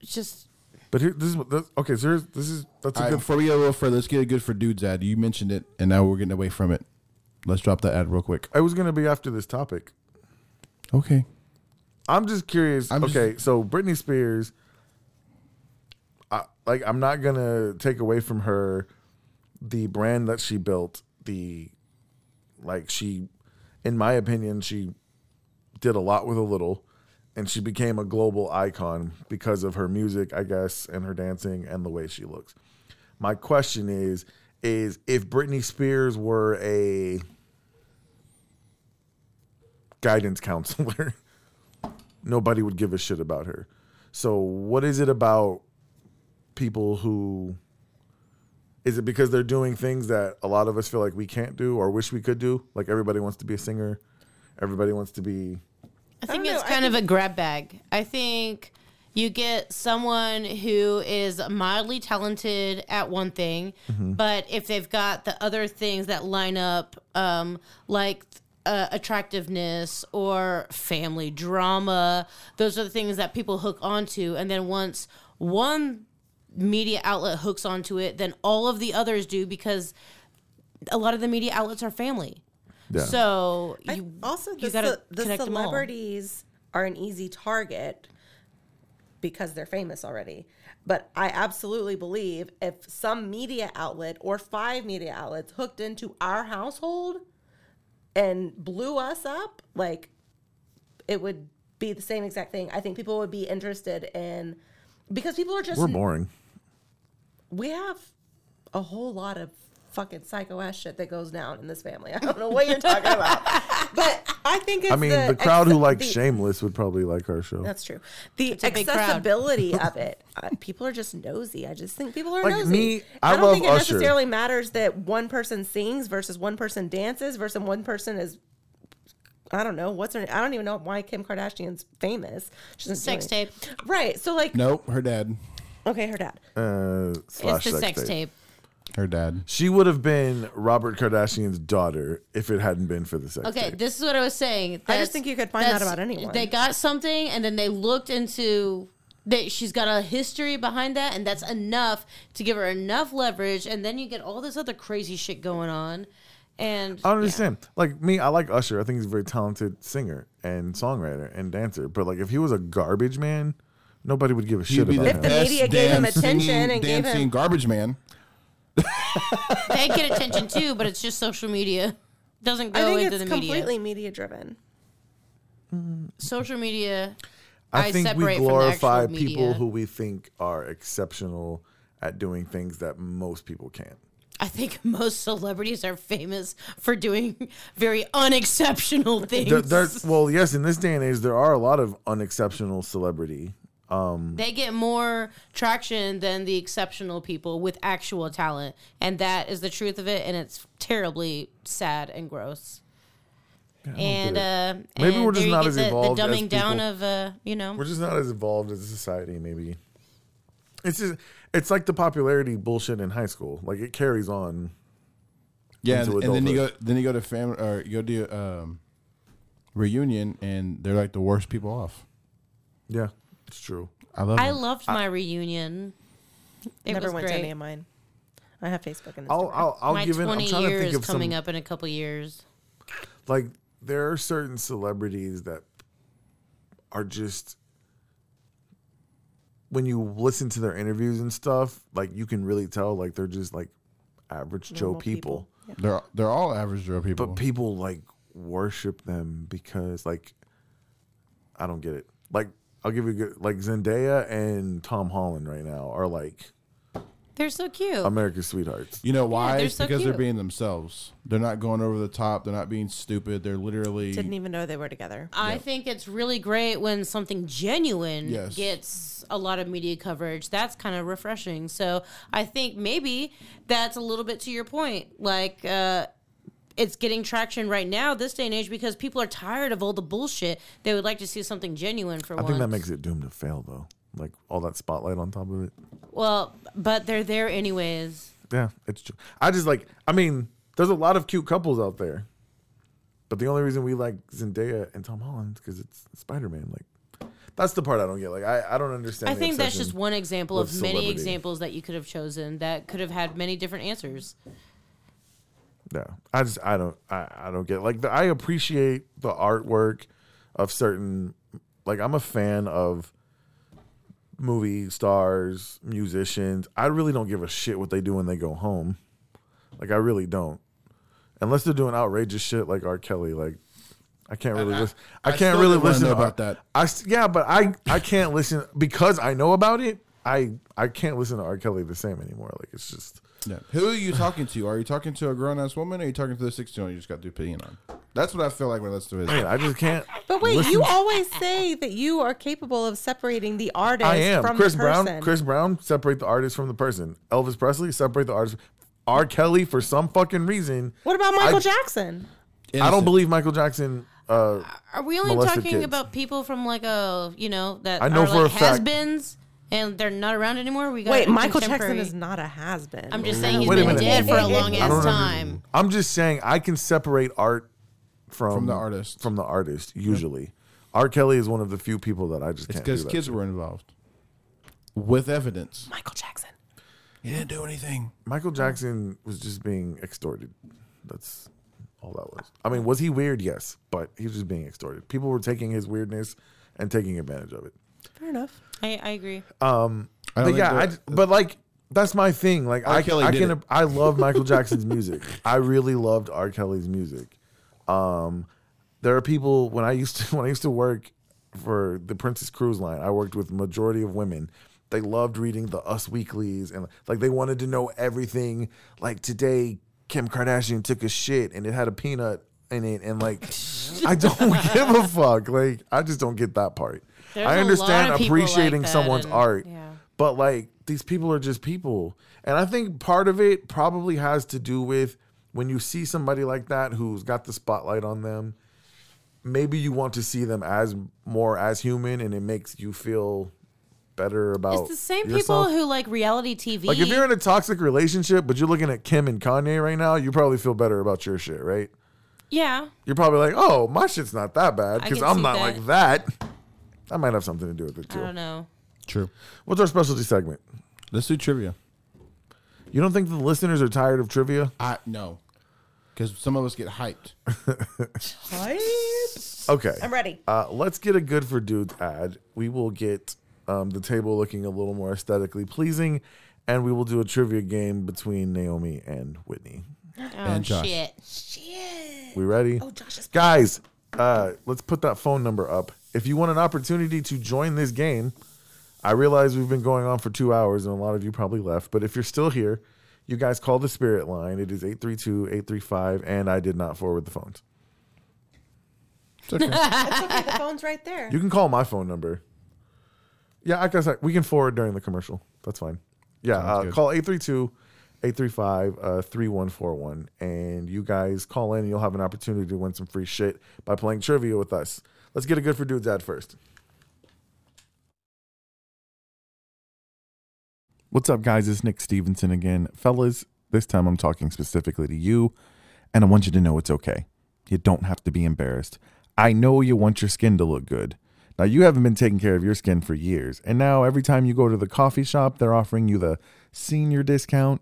[SPEAKER 4] just
[SPEAKER 1] but here, this is what- that's, okay. So here's, this is that's a
[SPEAKER 5] All right,
[SPEAKER 1] good.
[SPEAKER 5] before we go a little further, let's get a good for dudes ad. You mentioned it, and now we're getting away from it. Let's drop that ad real quick.
[SPEAKER 1] I was gonna be after this topic.
[SPEAKER 5] Okay.
[SPEAKER 1] I'm just curious.
[SPEAKER 5] I'm just-
[SPEAKER 1] okay, so Britney Spears, I, like, I'm not gonna take away from her the brand that she built. The like she, in my opinion, she did a lot with a little, and she became a global icon because of her music, I guess, and her dancing and the way she looks. My question is, is if Britney Spears were a guidance counselor. [laughs] nobody would give a shit about her. So what is it about people who is it because they're doing things that a lot of us feel like we can't do or wish we could do? Like everybody wants to be a singer, everybody wants to be
[SPEAKER 4] I think
[SPEAKER 7] don't
[SPEAKER 4] it's
[SPEAKER 7] know, I
[SPEAKER 4] kind of a grab bag. I think you get someone who is mildly talented at one thing, but if they've got the other things that line up, um, like uh, attractiveness or family drama, those are the things that people hook onto. And then once one media outlet hooks onto it, then all of the others do because a lot of the media outlets are family.
[SPEAKER 1] yeah.
[SPEAKER 4] So
[SPEAKER 7] I-
[SPEAKER 4] you,
[SPEAKER 6] Also,
[SPEAKER 4] you
[SPEAKER 6] the,
[SPEAKER 4] gotta
[SPEAKER 6] ce- the
[SPEAKER 4] connect them all.
[SPEAKER 6] celebrities are an easy target because they're famous already. But I absolutely believe if some media outlet or five media outlets hooked into our household and blew us up, like it would be the same exact thing. I think people would be interested in because people are just
[SPEAKER 1] we're boring.
[SPEAKER 6] we have a whole lot of fucking psycho ass shit that goes down in this family. I don't know what you're talking
[SPEAKER 4] [laughs]
[SPEAKER 6] about, but I think it's
[SPEAKER 1] I mean, the, crowd who
[SPEAKER 6] acce-
[SPEAKER 1] likes
[SPEAKER 6] the-
[SPEAKER 1] Shameless would probably like our
[SPEAKER 4] Uh,
[SPEAKER 1] show.
[SPEAKER 6] That's true. The
[SPEAKER 4] a big crowd.
[SPEAKER 6] accessibility
[SPEAKER 1] [laughs]
[SPEAKER 6] of it. Uh, people are just nosy. I just think people are
[SPEAKER 1] Like
[SPEAKER 6] nosy.
[SPEAKER 1] me, I
[SPEAKER 6] don't
[SPEAKER 1] love
[SPEAKER 6] think it
[SPEAKER 1] Usher.
[SPEAKER 6] necessarily matters that one person sings versus one person dances versus one person is. I don't know what's her. I don't even know why Kim Kardashian's famous. She doesn't do
[SPEAKER 4] Sex
[SPEAKER 6] anything.
[SPEAKER 4] tape. Oh,
[SPEAKER 6] right? So like,
[SPEAKER 5] No, her dad.
[SPEAKER 6] okay, her dad.
[SPEAKER 1] Uh,
[SPEAKER 4] It's
[SPEAKER 1] slash
[SPEAKER 4] the sex tape.
[SPEAKER 5] Her dad.
[SPEAKER 1] She would have been Robert Kardashian's daughter if it hadn't been for the sex
[SPEAKER 4] Okay,
[SPEAKER 1] tape.
[SPEAKER 4] this is what I was saying.
[SPEAKER 6] I just think you could find that
[SPEAKER 4] that's-
[SPEAKER 6] about anyone.
[SPEAKER 4] They got something, and then they looked into that. She's got a history behind that, and that's enough to give her enough leverage. And then you get all this other crazy shit going on. And
[SPEAKER 1] I don't understand. Like me, I like Usher. I think he's a very talented singer and songwriter and dancer. But like, if he was a garbage man, Nobody would give a
[SPEAKER 5] You'd
[SPEAKER 1] shit
[SPEAKER 5] be
[SPEAKER 1] about
[SPEAKER 7] If the
[SPEAKER 1] him.
[SPEAKER 5] best
[SPEAKER 7] media gave him
[SPEAKER 5] dancing-
[SPEAKER 7] attention and gave
[SPEAKER 5] dancing
[SPEAKER 7] him-
[SPEAKER 5] garbage man.
[SPEAKER 4] They get attention too, but it's just social media. Doesn't go
[SPEAKER 7] I think
[SPEAKER 4] into
[SPEAKER 7] it's
[SPEAKER 4] the media.
[SPEAKER 7] completely media driven.
[SPEAKER 4] Social media.
[SPEAKER 1] I
[SPEAKER 4] I
[SPEAKER 1] think we
[SPEAKER 4] separate from the
[SPEAKER 1] glorify
[SPEAKER 4] actual
[SPEAKER 1] people
[SPEAKER 4] media.
[SPEAKER 1] who we think are exceptional at doing things that most people can't.
[SPEAKER 4] I think [laughs] most celebrities are famous for doing very unexceptional things.
[SPEAKER 1] There, there's- well, yes, in this day and age, there are a lot of unexceptional celebrity.
[SPEAKER 4] they get more traction than the exceptional people with actual talent, and that is the truth of it. And it's terribly sad and gross. And uh,
[SPEAKER 1] Maybe
[SPEAKER 4] and
[SPEAKER 1] we're just
[SPEAKER 4] there you
[SPEAKER 1] not
[SPEAKER 4] get
[SPEAKER 1] as
[SPEAKER 4] the,
[SPEAKER 1] evolved
[SPEAKER 4] The
[SPEAKER 1] as
[SPEAKER 4] dumbing down
[SPEAKER 1] people.
[SPEAKER 4] of uh, you know.
[SPEAKER 1] We're just not as evolved as a society, maybe. It's just, it's like the popularity bullshit in high school. Like it carries on.
[SPEAKER 5] Yeah,
[SPEAKER 1] Into
[SPEAKER 5] and, and then you go
[SPEAKER 1] adulthood.
[SPEAKER 5] then you go to family or you go to um, reunion and they're like the worst people off.
[SPEAKER 1] Yeah, it's true.
[SPEAKER 5] I love.
[SPEAKER 4] I
[SPEAKER 5] it.
[SPEAKER 4] loved my reunion. It
[SPEAKER 7] Never
[SPEAKER 4] was
[SPEAKER 7] went
[SPEAKER 4] great.
[SPEAKER 7] to any of mine. I have Facebook and Instagram.
[SPEAKER 1] I'll I'll, I'll
[SPEAKER 4] my
[SPEAKER 1] give it. I'm
[SPEAKER 4] 20
[SPEAKER 1] trying to
[SPEAKER 4] year
[SPEAKER 1] think
[SPEAKER 4] is
[SPEAKER 1] of
[SPEAKER 4] coming
[SPEAKER 1] some
[SPEAKER 4] up in a couple years.
[SPEAKER 1] like there are certain celebrities that are just when you listen to their interviews and stuff, like you can really tell like they're just like average Joe
[SPEAKER 7] Normal
[SPEAKER 1] people.
[SPEAKER 5] they're they're all average Joe people.
[SPEAKER 1] But people like worship them because like I don't get it. Like I'll give you a good like Zendaya and Tom Holland right now are like
[SPEAKER 4] They're so cute.
[SPEAKER 1] America's sweethearts.
[SPEAKER 5] you know why?
[SPEAKER 4] they're
[SPEAKER 5] it's
[SPEAKER 4] so
[SPEAKER 5] because they're
[SPEAKER 4] cute.
[SPEAKER 5] being themselves. They're not going over the top. They're not being stupid. They're literally
[SPEAKER 7] Didn't even know they were together.
[SPEAKER 4] I think it's really great when something genuine
[SPEAKER 5] Yes.
[SPEAKER 4] gets a lot of media coverage. That's kind of refreshing. So I think maybe that's a little bit to your point. Like, uh, it's getting traction right now, this day and age, because people are tired of all the bullshit. They would like to see something genuine for
[SPEAKER 1] I
[SPEAKER 4] once.
[SPEAKER 1] think that makes it doomed to fail though. Like all that spotlight on top of it.
[SPEAKER 4] well, but they're there anyways.
[SPEAKER 1] Yeah, it's true. I just like, I mean, there's a lot of cute couples out there, but the only reason we like Zendaya and Tom Holland because it's Spider Man. Like, that's the part I don't get. Like, I, I don't understand.
[SPEAKER 4] I
[SPEAKER 1] the
[SPEAKER 4] think that's
[SPEAKER 1] obsession.
[SPEAKER 4] just one example of
[SPEAKER 1] with
[SPEAKER 4] many
[SPEAKER 1] celebrity.
[SPEAKER 4] examples that you could have chosen that could have had many different answers.
[SPEAKER 1] No, I just I don't I, I don't get like the, I appreciate the artwork of certain like I'm a fan of movie stars, musicians. I really don't give a shit what they do when they go home. Like I really don't. Unless they're doing outrageous shit like R. Kelly, like I can't really listen. I,
[SPEAKER 5] I
[SPEAKER 1] can't
[SPEAKER 5] still
[SPEAKER 1] really
[SPEAKER 5] didn't wanna
[SPEAKER 1] listen
[SPEAKER 5] know
[SPEAKER 1] to R-
[SPEAKER 5] about that.
[SPEAKER 1] I s- yeah, but I I can't listen because I know about it. I I can't listen to R. Kelly the same anymore. Like it's just
[SPEAKER 5] Yeah. Who are you talking to? Are you talking to a grown ass woman? Or are you talking to the sixteen year old you just got through peeing on? That's what I feel like when I listen to his.
[SPEAKER 1] man, I just can't.
[SPEAKER 7] But wait,
[SPEAKER 1] listen
[SPEAKER 7] you
[SPEAKER 1] to-
[SPEAKER 7] always say that you are capable of separating the artist
[SPEAKER 1] I am.
[SPEAKER 7] from
[SPEAKER 1] Chris
[SPEAKER 7] the person.
[SPEAKER 1] Brown. Chris Brown separate the artist from the person. Elvis Presley separate the artist. R. Kelly for some fucking reason.
[SPEAKER 7] what about Michael
[SPEAKER 1] I-
[SPEAKER 7] Jackson?
[SPEAKER 1] I don't believe Michael Jackson. Uh,
[SPEAKER 4] Are we only
[SPEAKER 1] molested
[SPEAKER 4] talking
[SPEAKER 1] kids.
[SPEAKER 4] about people from like a you know that
[SPEAKER 1] I know
[SPEAKER 4] are
[SPEAKER 1] for
[SPEAKER 4] like
[SPEAKER 1] a fact-
[SPEAKER 4] has-beens and they're not around anymore? We got
[SPEAKER 7] Wait, Michael Jackson
[SPEAKER 4] contemporary-
[SPEAKER 7] is not a has been.
[SPEAKER 4] I'm just saying he's
[SPEAKER 1] Wait a
[SPEAKER 4] been
[SPEAKER 1] minute.
[SPEAKER 4] dead for a long
[SPEAKER 1] I don't
[SPEAKER 4] ass time.
[SPEAKER 1] I'm just saying I can separate art from,
[SPEAKER 5] From the artist.
[SPEAKER 1] From the artist usually. R. Kelly is one of the few people that I just
[SPEAKER 5] It's
[SPEAKER 1] can't. do
[SPEAKER 5] because
[SPEAKER 1] that
[SPEAKER 5] kids
[SPEAKER 1] to.
[SPEAKER 5] were involved with evidence.
[SPEAKER 7] Michael Jackson.
[SPEAKER 5] He didn't do anything.
[SPEAKER 1] Michael Jackson was just being extorted. That's all that was. I mean, was he weird? Yes, but he was just being extorted. People were taking his weirdness and taking advantage of it.
[SPEAKER 7] Fair enough.
[SPEAKER 4] I, I agree.
[SPEAKER 1] Oh,
[SPEAKER 5] I don't
[SPEAKER 1] But
[SPEAKER 5] think
[SPEAKER 1] yeah,
[SPEAKER 5] there-
[SPEAKER 1] I, but like that's my thing. Like
[SPEAKER 5] R.
[SPEAKER 1] I,
[SPEAKER 5] Kelly
[SPEAKER 1] I
[SPEAKER 5] did
[SPEAKER 1] can
[SPEAKER 5] it.
[SPEAKER 1] I love Michael Jackson's music. I really loved R. Kelly's music. Um, there are people when I used to [laughs] when I used to work for the Princess Cruise Line, I worked with majority of women. They loved reading the Us Weeklies and like they wanted to know everything. Like today, Kim Kardashian took a shit and it had a peanut in it, and like
[SPEAKER 4] [laughs]
[SPEAKER 1] I don't give a fuck. Like I just don't get that part.
[SPEAKER 4] There's
[SPEAKER 1] I
[SPEAKER 4] a
[SPEAKER 1] understand
[SPEAKER 4] lot of people like
[SPEAKER 1] appreciating
[SPEAKER 4] that
[SPEAKER 1] someone's
[SPEAKER 4] and-
[SPEAKER 1] art,
[SPEAKER 4] yeah.
[SPEAKER 1] but like these people are just people. And I think part of it probably has to do with when you see somebody like that who's got the spotlight on them, maybe you want to see them as more as human and it makes you feel better about
[SPEAKER 4] It's the same
[SPEAKER 1] yourself.
[SPEAKER 4] people who like reality TV.
[SPEAKER 1] like if you're in a toxic relationship but you're looking at Kim and Kanye right now, you probably feel better about your shit, right?
[SPEAKER 4] yeah,
[SPEAKER 1] You're probably like, "Oh, my shit's not that bad
[SPEAKER 4] I
[SPEAKER 1] because
[SPEAKER 4] can
[SPEAKER 1] I'm
[SPEAKER 4] see
[SPEAKER 1] not
[SPEAKER 4] that.
[SPEAKER 1] like that." That might have something to do with it
[SPEAKER 4] I
[SPEAKER 1] too.
[SPEAKER 4] don't know.
[SPEAKER 5] True.
[SPEAKER 1] What's our specialty segment?
[SPEAKER 5] Let's do trivia.
[SPEAKER 1] You don't think the listeners are tired of trivia?
[SPEAKER 5] I no, because some of us get hyped.
[SPEAKER 1] Okay.
[SPEAKER 7] I'm ready. [laughs]
[SPEAKER 1] Uh, let's get a good for dudes ad. We will get um, the table looking a little more aesthetically pleasing, and we will do a trivia game between Naomi and Whitney.
[SPEAKER 4] Oh,
[SPEAKER 5] Josh.
[SPEAKER 4] shit.
[SPEAKER 1] We ready? Oh, Josh is Guys, uh, let's put that phone number up. If you want an opportunity to join this game, I realize we've been going on for two hours and a lot of you probably left, but if you're still here, you guys call the spirit line. It is 832 835, and I did not forward the phones.
[SPEAKER 7] Okay, the phone's right there.
[SPEAKER 1] You can call my phone number. Yeah, I guess I, we can forward during the commercial. That's fine. Yeah, uh, call 832 835 3141. And you guys call in and you'll have an opportunity to win some free shit by playing trivia with us. Let's get a good for dudes ad first. What's up, guys? It's Nick Stevenson again. Fellas, this time I'm talking specifically to you, and I want you to know it's okay. You don't have to be embarrassed. I know you want your skin to look good. Now, you haven't been taking care of your skin for years, and now every time you go to the coffee shop, they're offering you the senior discount.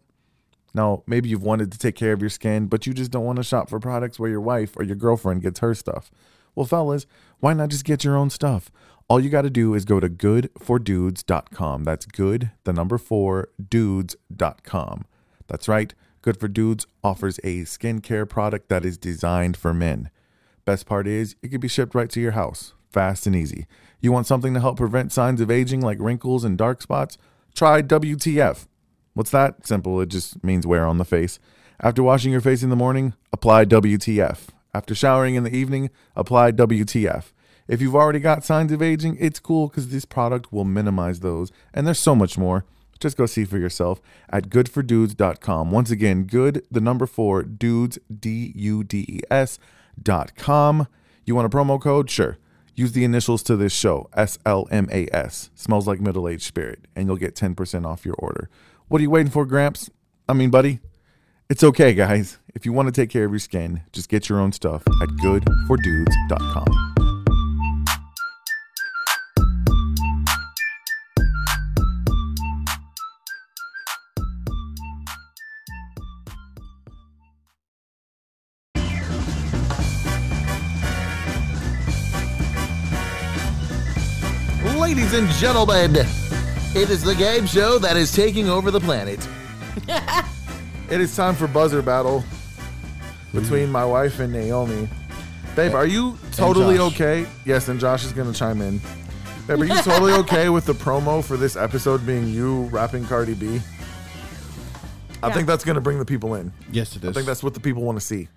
[SPEAKER 1] Now, maybe you've wanted to take care of your skin, but you just don't want to shop for products where your wife or your girlfriend gets her stuff. Well, fellas, why not just get your own stuff? All you got to do is go to goodfordudes.com. That's good, the number four, dudes.com. That's right. Good for Dudes offers a skincare product that is designed for men. Best part is, it can be shipped right to your house, fast and easy. You want something to help prevent signs of aging like wrinkles and dark spots? Try WTF. What's that? Simple. It just means wear on the face. After washing your face in the morning, apply WTF. After showering in the evening, apply WTF. If you've already got signs of aging, it's cool because this product will minimize those. And there's so much more. Just go see for yourself at goodfordudes.com. Once again, good, the number four, dudes, D U D E S dot com. You want a promo code? Sure. Use the initials to this show, S L M A S. Smells like middle aged spirit, and you'll get 10% off your order. What are you waiting for, Gramps? I mean, buddy, it's okay, guys. If you want to take care of your skin, just get your own stuff at goodfordudes.com.
[SPEAKER 9] Ladies and gentlemen, it is the game show that is taking over the planet.
[SPEAKER 1] [laughs] It is time for buzzer battle between my wife and Naomi. Babe, are you totally
[SPEAKER 5] Josh.
[SPEAKER 1] okay? Yes, and Josh is going to chime in. Babe, are you totally okay with the promo for this episode being you rapping Cardi B? I think that's going to bring the people in.
[SPEAKER 5] Yes, it is.
[SPEAKER 1] I think that's what the people want
[SPEAKER 9] [laughs]
[SPEAKER 1] to see.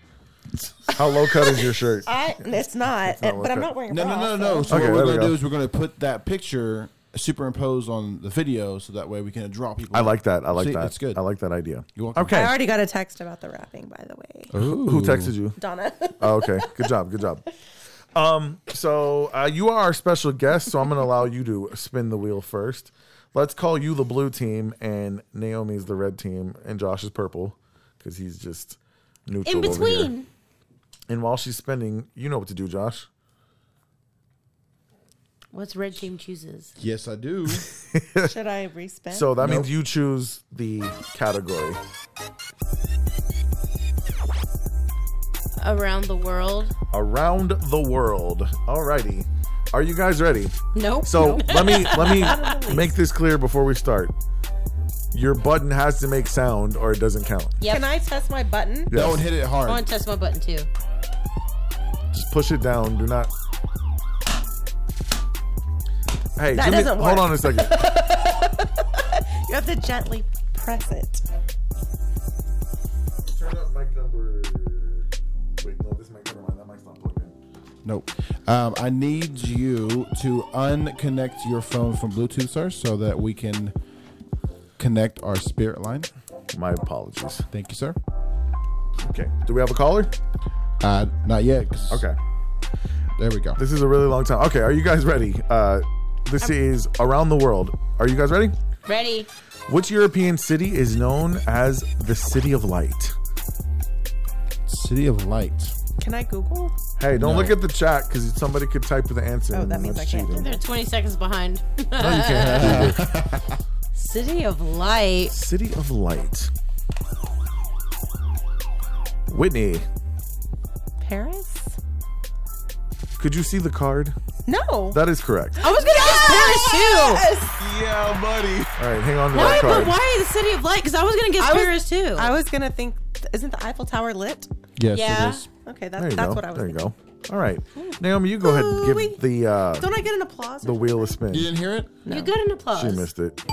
[SPEAKER 1] How low cut is your shirt?
[SPEAKER 7] I, it's not,
[SPEAKER 1] not
[SPEAKER 7] uh, but I'm
[SPEAKER 1] okay.
[SPEAKER 7] not wearing a
[SPEAKER 5] no,
[SPEAKER 7] bra,
[SPEAKER 5] no, no,
[SPEAKER 7] so-
[SPEAKER 5] no. So
[SPEAKER 1] Okay, there
[SPEAKER 5] what we're
[SPEAKER 1] we
[SPEAKER 5] gonna
[SPEAKER 1] go.
[SPEAKER 5] do is we're gonna put that picture superimposed on the video, so that way we can draw people.
[SPEAKER 1] I
[SPEAKER 5] in.
[SPEAKER 1] like that. I like
[SPEAKER 5] See,
[SPEAKER 1] that.
[SPEAKER 5] It's good.
[SPEAKER 1] I like that idea.
[SPEAKER 5] You're welcome.
[SPEAKER 1] Okay.
[SPEAKER 7] I already got a text about the wrapping, by the way.
[SPEAKER 1] Who texted you?
[SPEAKER 7] Donna.
[SPEAKER 1] Oh, okay. Good job. Good job. Um, so uh, you are our special guest, so I'm going to allow you to spin the wheel first. Let's call you the blue team, and Naomi's the red team, and Josh is purple because he's just neutral
[SPEAKER 4] In
[SPEAKER 1] over here.
[SPEAKER 4] between.
[SPEAKER 1] And while she's spinning, you know what to do, Josh.
[SPEAKER 4] What's red team chooses?
[SPEAKER 5] Yes,
[SPEAKER 1] [laughs]
[SPEAKER 5] I do.
[SPEAKER 7] Should I respin?
[SPEAKER 1] So that means you choose the category.
[SPEAKER 4] Around the world.
[SPEAKER 1] Around the world. Alrighty. Are you guys ready?
[SPEAKER 4] Nope.
[SPEAKER 1] So let
[SPEAKER 4] [laughs]
[SPEAKER 1] me let me make this clear before we start. Your button has to make sound or it doesn't count.
[SPEAKER 4] Yep.
[SPEAKER 7] Can I test my button?
[SPEAKER 1] [laughs] Yes.
[SPEAKER 5] Don't hit it
[SPEAKER 4] I
[SPEAKER 5] hard.
[SPEAKER 4] want to test my button too.
[SPEAKER 1] Just push it down. Do not. Hey, give
[SPEAKER 7] That
[SPEAKER 1] me-
[SPEAKER 7] doesn't
[SPEAKER 1] hold
[SPEAKER 7] work.
[SPEAKER 1] on a
[SPEAKER 7] [laughs]
[SPEAKER 1] second.
[SPEAKER 7] You have to gently press it.
[SPEAKER 1] Turn up mic number. Wait, no, this mic. Never mind. That mic's not plugged in.
[SPEAKER 5] Nope. Um, I need you to unconnect your phone from Bluetooth, sir, so that we can connect our spirit line.
[SPEAKER 1] My apologies.
[SPEAKER 5] Thank you, sir.
[SPEAKER 1] Okay. Do we have a caller?
[SPEAKER 5] Uh, not yet. 'cause-
[SPEAKER 1] Okay.
[SPEAKER 5] There we go.
[SPEAKER 1] This is a really long time. Okay. Are you guys ready? Uh, this is around the world. Are you guys ready?
[SPEAKER 4] Ready?
[SPEAKER 1] Which European city is known as the City of Light?
[SPEAKER 5] City of Light.
[SPEAKER 7] Can I Google?
[SPEAKER 1] Hey, don't look at the chat because somebody could type the answer.
[SPEAKER 7] Oh,
[SPEAKER 1] and
[SPEAKER 7] that means
[SPEAKER 1] that's
[SPEAKER 7] I can't do
[SPEAKER 1] cheating.
[SPEAKER 4] They're 20 seconds behind. [laughs]
[SPEAKER 1] No, you
[SPEAKER 7] [laughs]
[SPEAKER 1] can't.
[SPEAKER 4] City of Light.
[SPEAKER 1] City of Light. Whitney.
[SPEAKER 7] Paris?
[SPEAKER 1] Could you see the card?
[SPEAKER 7] No.
[SPEAKER 1] That is correct.
[SPEAKER 7] Oh.
[SPEAKER 4] I was gonna guess Paris too.
[SPEAKER 5] Yeah, buddy.
[SPEAKER 1] All right, hang on to
[SPEAKER 4] Why?
[SPEAKER 1] that card.
[SPEAKER 4] But why the city of light? Because I was gonna guess
[SPEAKER 7] I was-
[SPEAKER 4] Paris too.
[SPEAKER 7] I was gonna think, isn't the Eiffel Tower lit?
[SPEAKER 5] Yes,
[SPEAKER 4] Yeah.
[SPEAKER 5] it is.
[SPEAKER 7] Okay,
[SPEAKER 1] There
[SPEAKER 7] that's
[SPEAKER 1] you
[SPEAKER 7] that's
[SPEAKER 1] go.
[SPEAKER 7] what I was.
[SPEAKER 1] there you
[SPEAKER 7] thinking.
[SPEAKER 1] go. All right, Naomi, you go ahead and
[SPEAKER 7] Ooh-wee.
[SPEAKER 1] give the uh,
[SPEAKER 7] Don't I get an applause?
[SPEAKER 1] the wheel a spin.
[SPEAKER 9] You didn't hear it?
[SPEAKER 4] You got an applause.
[SPEAKER 1] She missed it.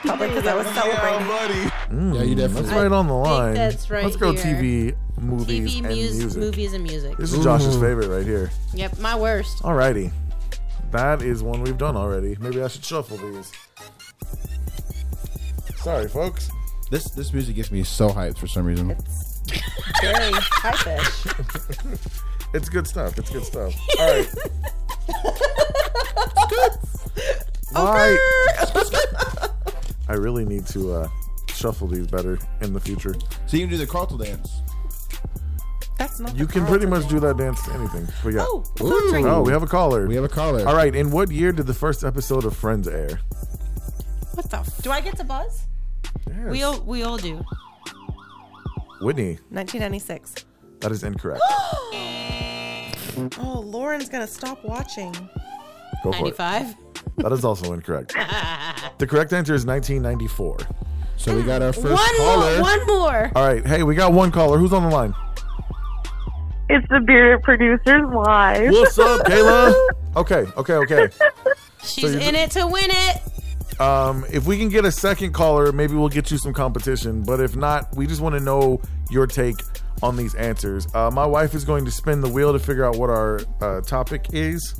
[SPEAKER 7] Probably because I was celebrating.
[SPEAKER 1] Hmm,
[SPEAKER 9] yeah, you definitely.
[SPEAKER 1] It's right on the line.
[SPEAKER 4] that's right
[SPEAKER 1] Let's go
[SPEAKER 4] here.
[SPEAKER 1] TV, movies,
[SPEAKER 4] TV,
[SPEAKER 1] and
[SPEAKER 4] mus-
[SPEAKER 1] music.
[SPEAKER 4] movies, and music.
[SPEAKER 1] This is Josh's favorite right here.
[SPEAKER 4] Yep, my worst.
[SPEAKER 1] Alrighty. That is one we've done already. Maybe I should shuffle these. Sorry, folks.
[SPEAKER 5] This this music gets me so hyped for some reason.
[SPEAKER 7] Very high fish.
[SPEAKER 1] It's good stuff. It's good stuff. All right. Why? [laughs] I really need to uh, shuffle these better in the future.
[SPEAKER 5] So you can do the Carlton dance.
[SPEAKER 7] That's not.
[SPEAKER 1] You
[SPEAKER 7] the
[SPEAKER 1] can
[SPEAKER 7] Carlton.
[SPEAKER 1] pretty much do that dance to anything. We got.
[SPEAKER 7] Oh,
[SPEAKER 1] Oh,
[SPEAKER 7] Carlton.
[SPEAKER 1] we have a caller.
[SPEAKER 5] We have a caller.
[SPEAKER 1] All right. In what year did the first episode of Friends air?
[SPEAKER 4] What the? F-
[SPEAKER 7] Do I get to buzz?
[SPEAKER 1] Yes.
[SPEAKER 4] we all we all do.
[SPEAKER 1] Whitney,
[SPEAKER 7] 1996.
[SPEAKER 1] that is incorrect.
[SPEAKER 7] Oh, Lauren's gonna stop watching.
[SPEAKER 1] Go for it.
[SPEAKER 4] Ninety-five.
[SPEAKER 1] That is also incorrect. the correct answer is 1994.
[SPEAKER 5] So we got our first
[SPEAKER 4] One
[SPEAKER 5] caller.
[SPEAKER 4] more. One more.
[SPEAKER 1] All right. Hey, we got one caller. Who's on the line?
[SPEAKER 10] It's the bearded producer's wife.
[SPEAKER 1] What's
[SPEAKER 10] [laughs]
[SPEAKER 1] up, Kayla? Okay, okay, okay.
[SPEAKER 4] She's
[SPEAKER 1] you're
[SPEAKER 4] in it to win it.
[SPEAKER 1] Um, if we can get a second caller, maybe we'll get you some competition. But if not, we just want to know your take on these answers. Uh, my wife is going to spin the wheel to figure out what our uh, topic is.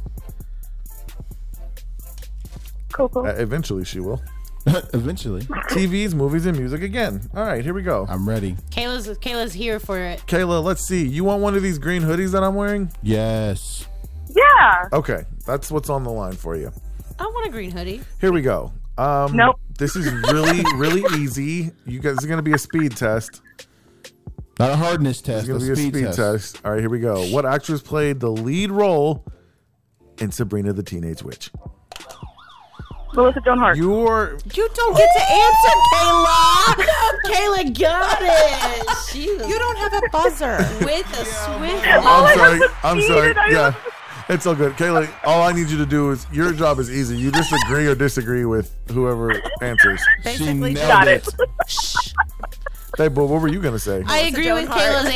[SPEAKER 10] Coco.
[SPEAKER 1] Uh, eventually, she will.
[SPEAKER 5] [laughs] Eventually,
[SPEAKER 1] TVs, movies, and music again. All right, here we go.
[SPEAKER 5] I'm ready.
[SPEAKER 4] Kayla's Kayla's here for it.
[SPEAKER 1] Kayla, let's see. You want one of these green hoodies that I'm wearing?
[SPEAKER 5] Yes.
[SPEAKER 10] Yeah.
[SPEAKER 1] Okay, that's what's on the line for you.
[SPEAKER 4] I want a green hoodie.
[SPEAKER 1] Here we go. Um,
[SPEAKER 10] Nope.
[SPEAKER 1] This is really,
[SPEAKER 10] [laughs]
[SPEAKER 1] really easy. You guys, this is going to be a speed test.
[SPEAKER 5] Not a hardness
[SPEAKER 1] It's
[SPEAKER 5] test.
[SPEAKER 1] gonna
[SPEAKER 5] a
[SPEAKER 1] be a
[SPEAKER 5] speed, test.
[SPEAKER 1] All right, here we go. What actress played the lead role in Sabrina the Teenage Witch?
[SPEAKER 10] Melissa Joan Hart.
[SPEAKER 1] Your
[SPEAKER 4] You don't get to answer,
[SPEAKER 7] [laughs]
[SPEAKER 4] Kayla. Kayla got it. She was
[SPEAKER 7] You don't have a buzzer.
[SPEAKER 4] with a swift.
[SPEAKER 1] I'm
[SPEAKER 7] Oh,
[SPEAKER 10] I
[SPEAKER 1] sorry.
[SPEAKER 10] Oh, was
[SPEAKER 1] I'm
[SPEAKER 10] speed
[SPEAKER 1] sorry.
[SPEAKER 10] and I
[SPEAKER 1] Yeah. It's all good. Kayla, all I need you to do is your job is easy. You just agree or disagree with whoever answers.
[SPEAKER 5] She nailed
[SPEAKER 10] Got
[SPEAKER 5] it.
[SPEAKER 10] it.
[SPEAKER 1] Hey, but what were you gonna say?
[SPEAKER 4] I agree
[SPEAKER 7] Joan
[SPEAKER 4] with
[SPEAKER 7] Hart.
[SPEAKER 4] Kayla's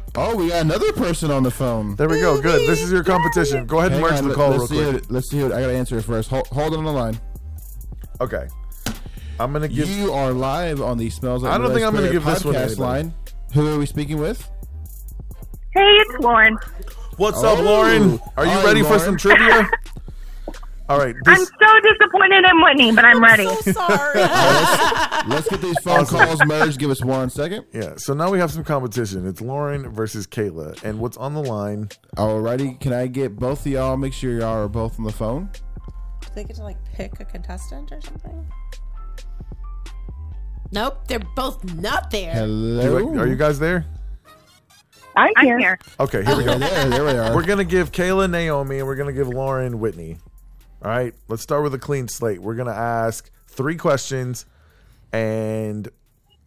[SPEAKER 7] [laughs]
[SPEAKER 4] answer.
[SPEAKER 5] Oh, we got another person on the phone.
[SPEAKER 1] There we go. Good. This is your competition. Go ahead and
[SPEAKER 5] Hang
[SPEAKER 1] merge
[SPEAKER 5] on,
[SPEAKER 1] the
[SPEAKER 5] let-
[SPEAKER 1] call
[SPEAKER 5] let's
[SPEAKER 1] real
[SPEAKER 5] see
[SPEAKER 1] quick.
[SPEAKER 5] It. Let's see it. I gotta answer it first. Hold, hold on the line.
[SPEAKER 1] Okay. I'm gonna give
[SPEAKER 5] You are live on the Smells Like
[SPEAKER 1] I don't think I'm gonna
[SPEAKER 5] Spirit
[SPEAKER 1] give this one to
[SPEAKER 5] podcast
[SPEAKER 1] anybody.
[SPEAKER 5] line. Who are we speaking with?
[SPEAKER 10] Hey, it's Lauren.
[SPEAKER 1] What's
[SPEAKER 5] Oh.
[SPEAKER 1] up, Lauren? Are you
[SPEAKER 5] Hi,
[SPEAKER 1] ready for some
[SPEAKER 5] Lauren. [laughs]
[SPEAKER 1] trivia? All right.
[SPEAKER 10] I'm
[SPEAKER 1] This,
[SPEAKER 10] so disappointed in Whitney, but I'm ready.
[SPEAKER 7] so sorry.
[SPEAKER 5] Let's get these phone calls merged. Give us one second.
[SPEAKER 1] Yeah, so now we have some competition. It's Lauren versus Kayla. And what's on the line?
[SPEAKER 5] Alrighty, can I get both of y'all? Make sure y'all are both on the phone.
[SPEAKER 7] Do they get to like pick a contestant or something?
[SPEAKER 4] nope, they're both not there.
[SPEAKER 5] Hello.
[SPEAKER 1] You- Are you guys there?
[SPEAKER 10] I'm here. I'm here.
[SPEAKER 1] Okay, here we
[SPEAKER 5] Yeah,
[SPEAKER 1] go.
[SPEAKER 5] there, there we are.
[SPEAKER 1] We're going to give Kayla Naomi and we're going to give Lauren Whitney. All right, let's start with a clean slate. We're going to ask three questions and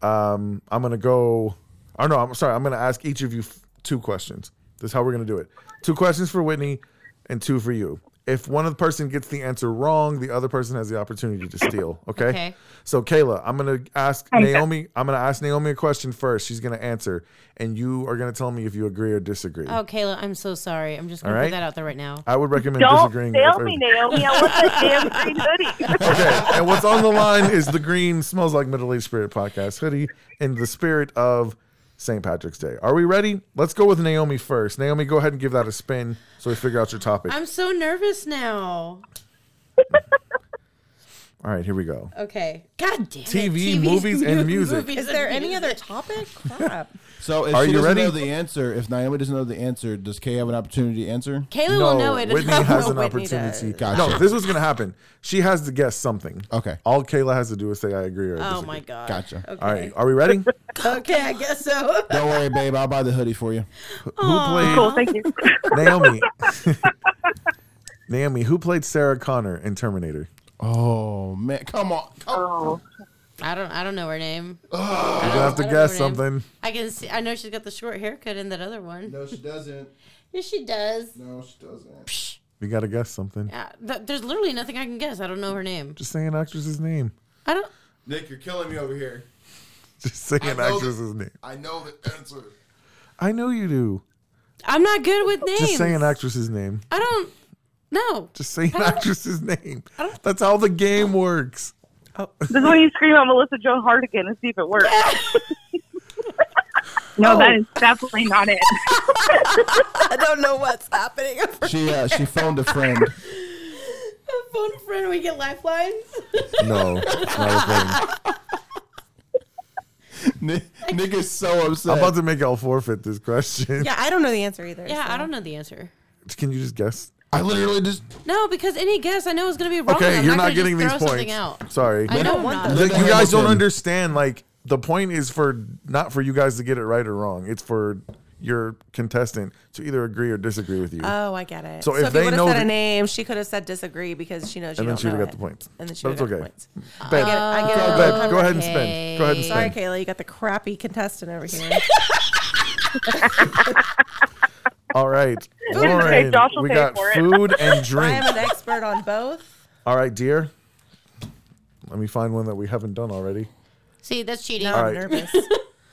[SPEAKER 1] um, I'm going to go. Oh, no, I'm sorry. I'm going to ask each of you f- two questions. This is how we're going to do it two questions for Whitney and two for you. If one of the person gets the answer wrong, the other person has the opportunity to steal. [laughs] Okay.
[SPEAKER 4] Okay.
[SPEAKER 1] So Kayla, I'm gonna ask Naomi. I'm gonna ask Naomi a question first. She's gonna answer, and you are gonna tell me if you agree or disagree.
[SPEAKER 4] Oh, Kayla, I'm so sorry. I'm just gonna
[SPEAKER 1] All right. Uh,
[SPEAKER 4] put that out there right now.
[SPEAKER 1] I would recommend
[SPEAKER 10] Don't
[SPEAKER 1] disagreeing.
[SPEAKER 10] fail
[SPEAKER 1] with-
[SPEAKER 10] me, Naomi. I want that damn green hoodie.
[SPEAKER 1] [laughs] Okay, and what's on the line is the green smells like Middle East Spirit podcast hoodie in the spirit of St. Patrick's Day. Are we ready? Let's go with Naomi first. Naomi, go ahead and give that a spin so we figure out your topic.
[SPEAKER 4] I'm so nervous now.
[SPEAKER 1] All right, here we go.
[SPEAKER 4] Okay. God damn it.
[SPEAKER 1] TV, movies,
[SPEAKER 4] [laughs]
[SPEAKER 1] and music.
[SPEAKER 7] Is there any other topic? Crap.
[SPEAKER 5] so if
[SPEAKER 1] Are
[SPEAKER 5] she
[SPEAKER 1] you
[SPEAKER 5] doesn't
[SPEAKER 1] ready?
[SPEAKER 5] know the answer, if Naomi doesn't know the answer, does Kay have an opportunity to answer?
[SPEAKER 4] Kayla will know it.
[SPEAKER 1] Whitney has an
[SPEAKER 7] Whitney
[SPEAKER 1] opportunity.
[SPEAKER 7] does.
[SPEAKER 1] No,
[SPEAKER 5] Gotcha.
[SPEAKER 1] this was going to happen. She has to guess something.
[SPEAKER 5] Okay.
[SPEAKER 1] All Kayla has to do is say, I agree or I
[SPEAKER 4] Oh
[SPEAKER 1] disagree.
[SPEAKER 4] my god.
[SPEAKER 5] Gotcha.
[SPEAKER 4] Okay.
[SPEAKER 1] All right, are we
[SPEAKER 10] [laughs]
[SPEAKER 1] ready?
[SPEAKER 4] Okay, I guess so.
[SPEAKER 5] Don't worry, babe. I'll buy the hoodie for you.
[SPEAKER 10] Cool. Thank you.
[SPEAKER 1] Who played [laughs] Naomi? Naomi, who played Sarah Connor in Terminator?
[SPEAKER 5] Oh man, come on. Come-
[SPEAKER 10] Oh.
[SPEAKER 4] I don't. I don't know her name.
[SPEAKER 1] You're
[SPEAKER 4] I
[SPEAKER 1] gonna have to
[SPEAKER 4] don't- I don't know
[SPEAKER 1] guess
[SPEAKER 4] her name.
[SPEAKER 1] something.
[SPEAKER 4] I can see. I know she's got the short haircut in that other one.
[SPEAKER 5] No, she doesn't.
[SPEAKER 4] Yes, she does.
[SPEAKER 5] No, she doesn't.
[SPEAKER 1] You gotta guess something.
[SPEAKER 4] Uh, th- there's literally nothing I can guess. I don't know her name.
[SPEAKER 1] Just say an actress's name. [laughs]
[SPEAKER 4] I don't.
[SPEAKER 5] Nick, you're killing me over here.
[SPEAKER 1] Just say
[SPEAKER 5] I
[SPEAKER 1] an
[SPEAKER 5] know
[SPEAKER 1] actress's name.
[SPEAKER 5] I know the answer.
[SPEAKER 1] I know you do.
[SPEAKER 4] I'm not good with names.
[SPEAKER 1] Just say an actress's name.
[SPEAKER 4] I don't. No.
[SPEAKER 1] Just say an actress's name. That's how the game works.
[SPEAKER 10] This is when you scream at Melissa Joan Hart again and see if it
[SPEAKER 1] [laughs]
[SPEAKER 10] works. no,
[SPEAKER 1] Oh.
[SPEAKER 10] that is definitely not it.
[SPEAKER 7] [laughs] I don't know what's happening.
[SPEAKER 5] She uh, she phoned a friend.
[SPEAKER 4] Phone friend, we get lifelines.
[SPEAKER 1] No, it's not a thing.
[SPEAKER 5] [laughs] Nick, Nick is so upset.
[SPEAKER 1] [laughs] I'm about to make y'all forfeit this question.
[SPEAKER 7] Yeah, I don't know the answer either.
[SPEAKER 4] yeah,
[SPEAKER 7] so.
[SPEAKER 4] I don't know the answer.
[SPEAKER 1] Can you just guess?
[SPEAKER 5] I literally just
[SPEAKER 4] No, because any guess I know is going to be wrong.
[SPEAKER 1] Okay,
[SPEAKER 4] I'm
[SPEAKER 1] you're not,
[SPEAKER 4] gonna
[SPEAKER 1] getting
[SPEAKER 4] just
[SPEAKER 1] these
[SPEAKER 4] throw
[SPEAKER 1] points.
[SPEAKER 4] Something out.
[SPEAKER 1] Sorry.
[SPEAKER 4] I know I'm
[SPEAKER 7] want
[SPEAKER 4] not.
[SPEAKER 1] Like,
[SPEAKER 5] Linda
[SPEAKER 1] you guys don't
[SPEAKER 5] Hamilton.
[SPEAKER 1] understand. Like the point is for not for you guys to get it right or wrong. It's for your contestant to either agree or disagree with you.
[SPEAKER 7] Oh, I get it.
[SPEAKER 1] So if
[SPEAKER 7] you
[SPEAKER 1] they
[SPEAKER 7] would have
[SPEAKER 1] know
[SPEAKER 7] said
[SPEAKER 1] the-
[SPEAKER 7] a name, she could have said disagree because she knows you
[SPEAKER 1] and then
[SPEAKER 7] don't
[SPEAKER 1] she
[SPEAKER 7] know
[SPEAKER 1] would have got
[SPEAKER 7] it.
[SPEAKER 1] the points.
[SPEAKER 7] And then she
[SPEAKER 1] but it's
[SPEAKER 7] would have
[SPEAKER 1] okay.
[SPEAKER 7] got the points.
[SPEAKER 1] Babe,
[SPEAKER 7] I get it.
[SPEAKER 4] Oh.
[SPEAKER 7] I get
[SPEAKER 1] go,
[SPEAKER 7] it.
[SPEAKER 1] babe, go ahead and spin. Go ahead and
[SPEAKER 7] Sorry,
[SPEAKER 1] spin.
[SPEAKER 7] Kayla, you got the crappy contestant over here.
[SPEAKER 1] All right,
[SPEAKER 10] okay,
[SPEAKER 1] Lauren,
[SPEAKER 10] Josh will
[SPEAKER 1] we
[SPEAKER 10] pay
[SPEAKER 1] got
[SPEAKER 10] for it.
[SPEAKER 1] food and
[SPEAKER 7] [laughs] I
[SPEAKER 1] drink.
[SPEAKER 7] am an expert on both.
[SPEAKER 1] All right, dear. Let me find one that we haven't done already.
[SPEAKER 4] See, that's cheating.
[SPEAKER 7] Now
[SPEAKER 1] All
[SPEAKER 7] I'm
[SPEAKER 1] right.
[SPEAKER 7] nervous.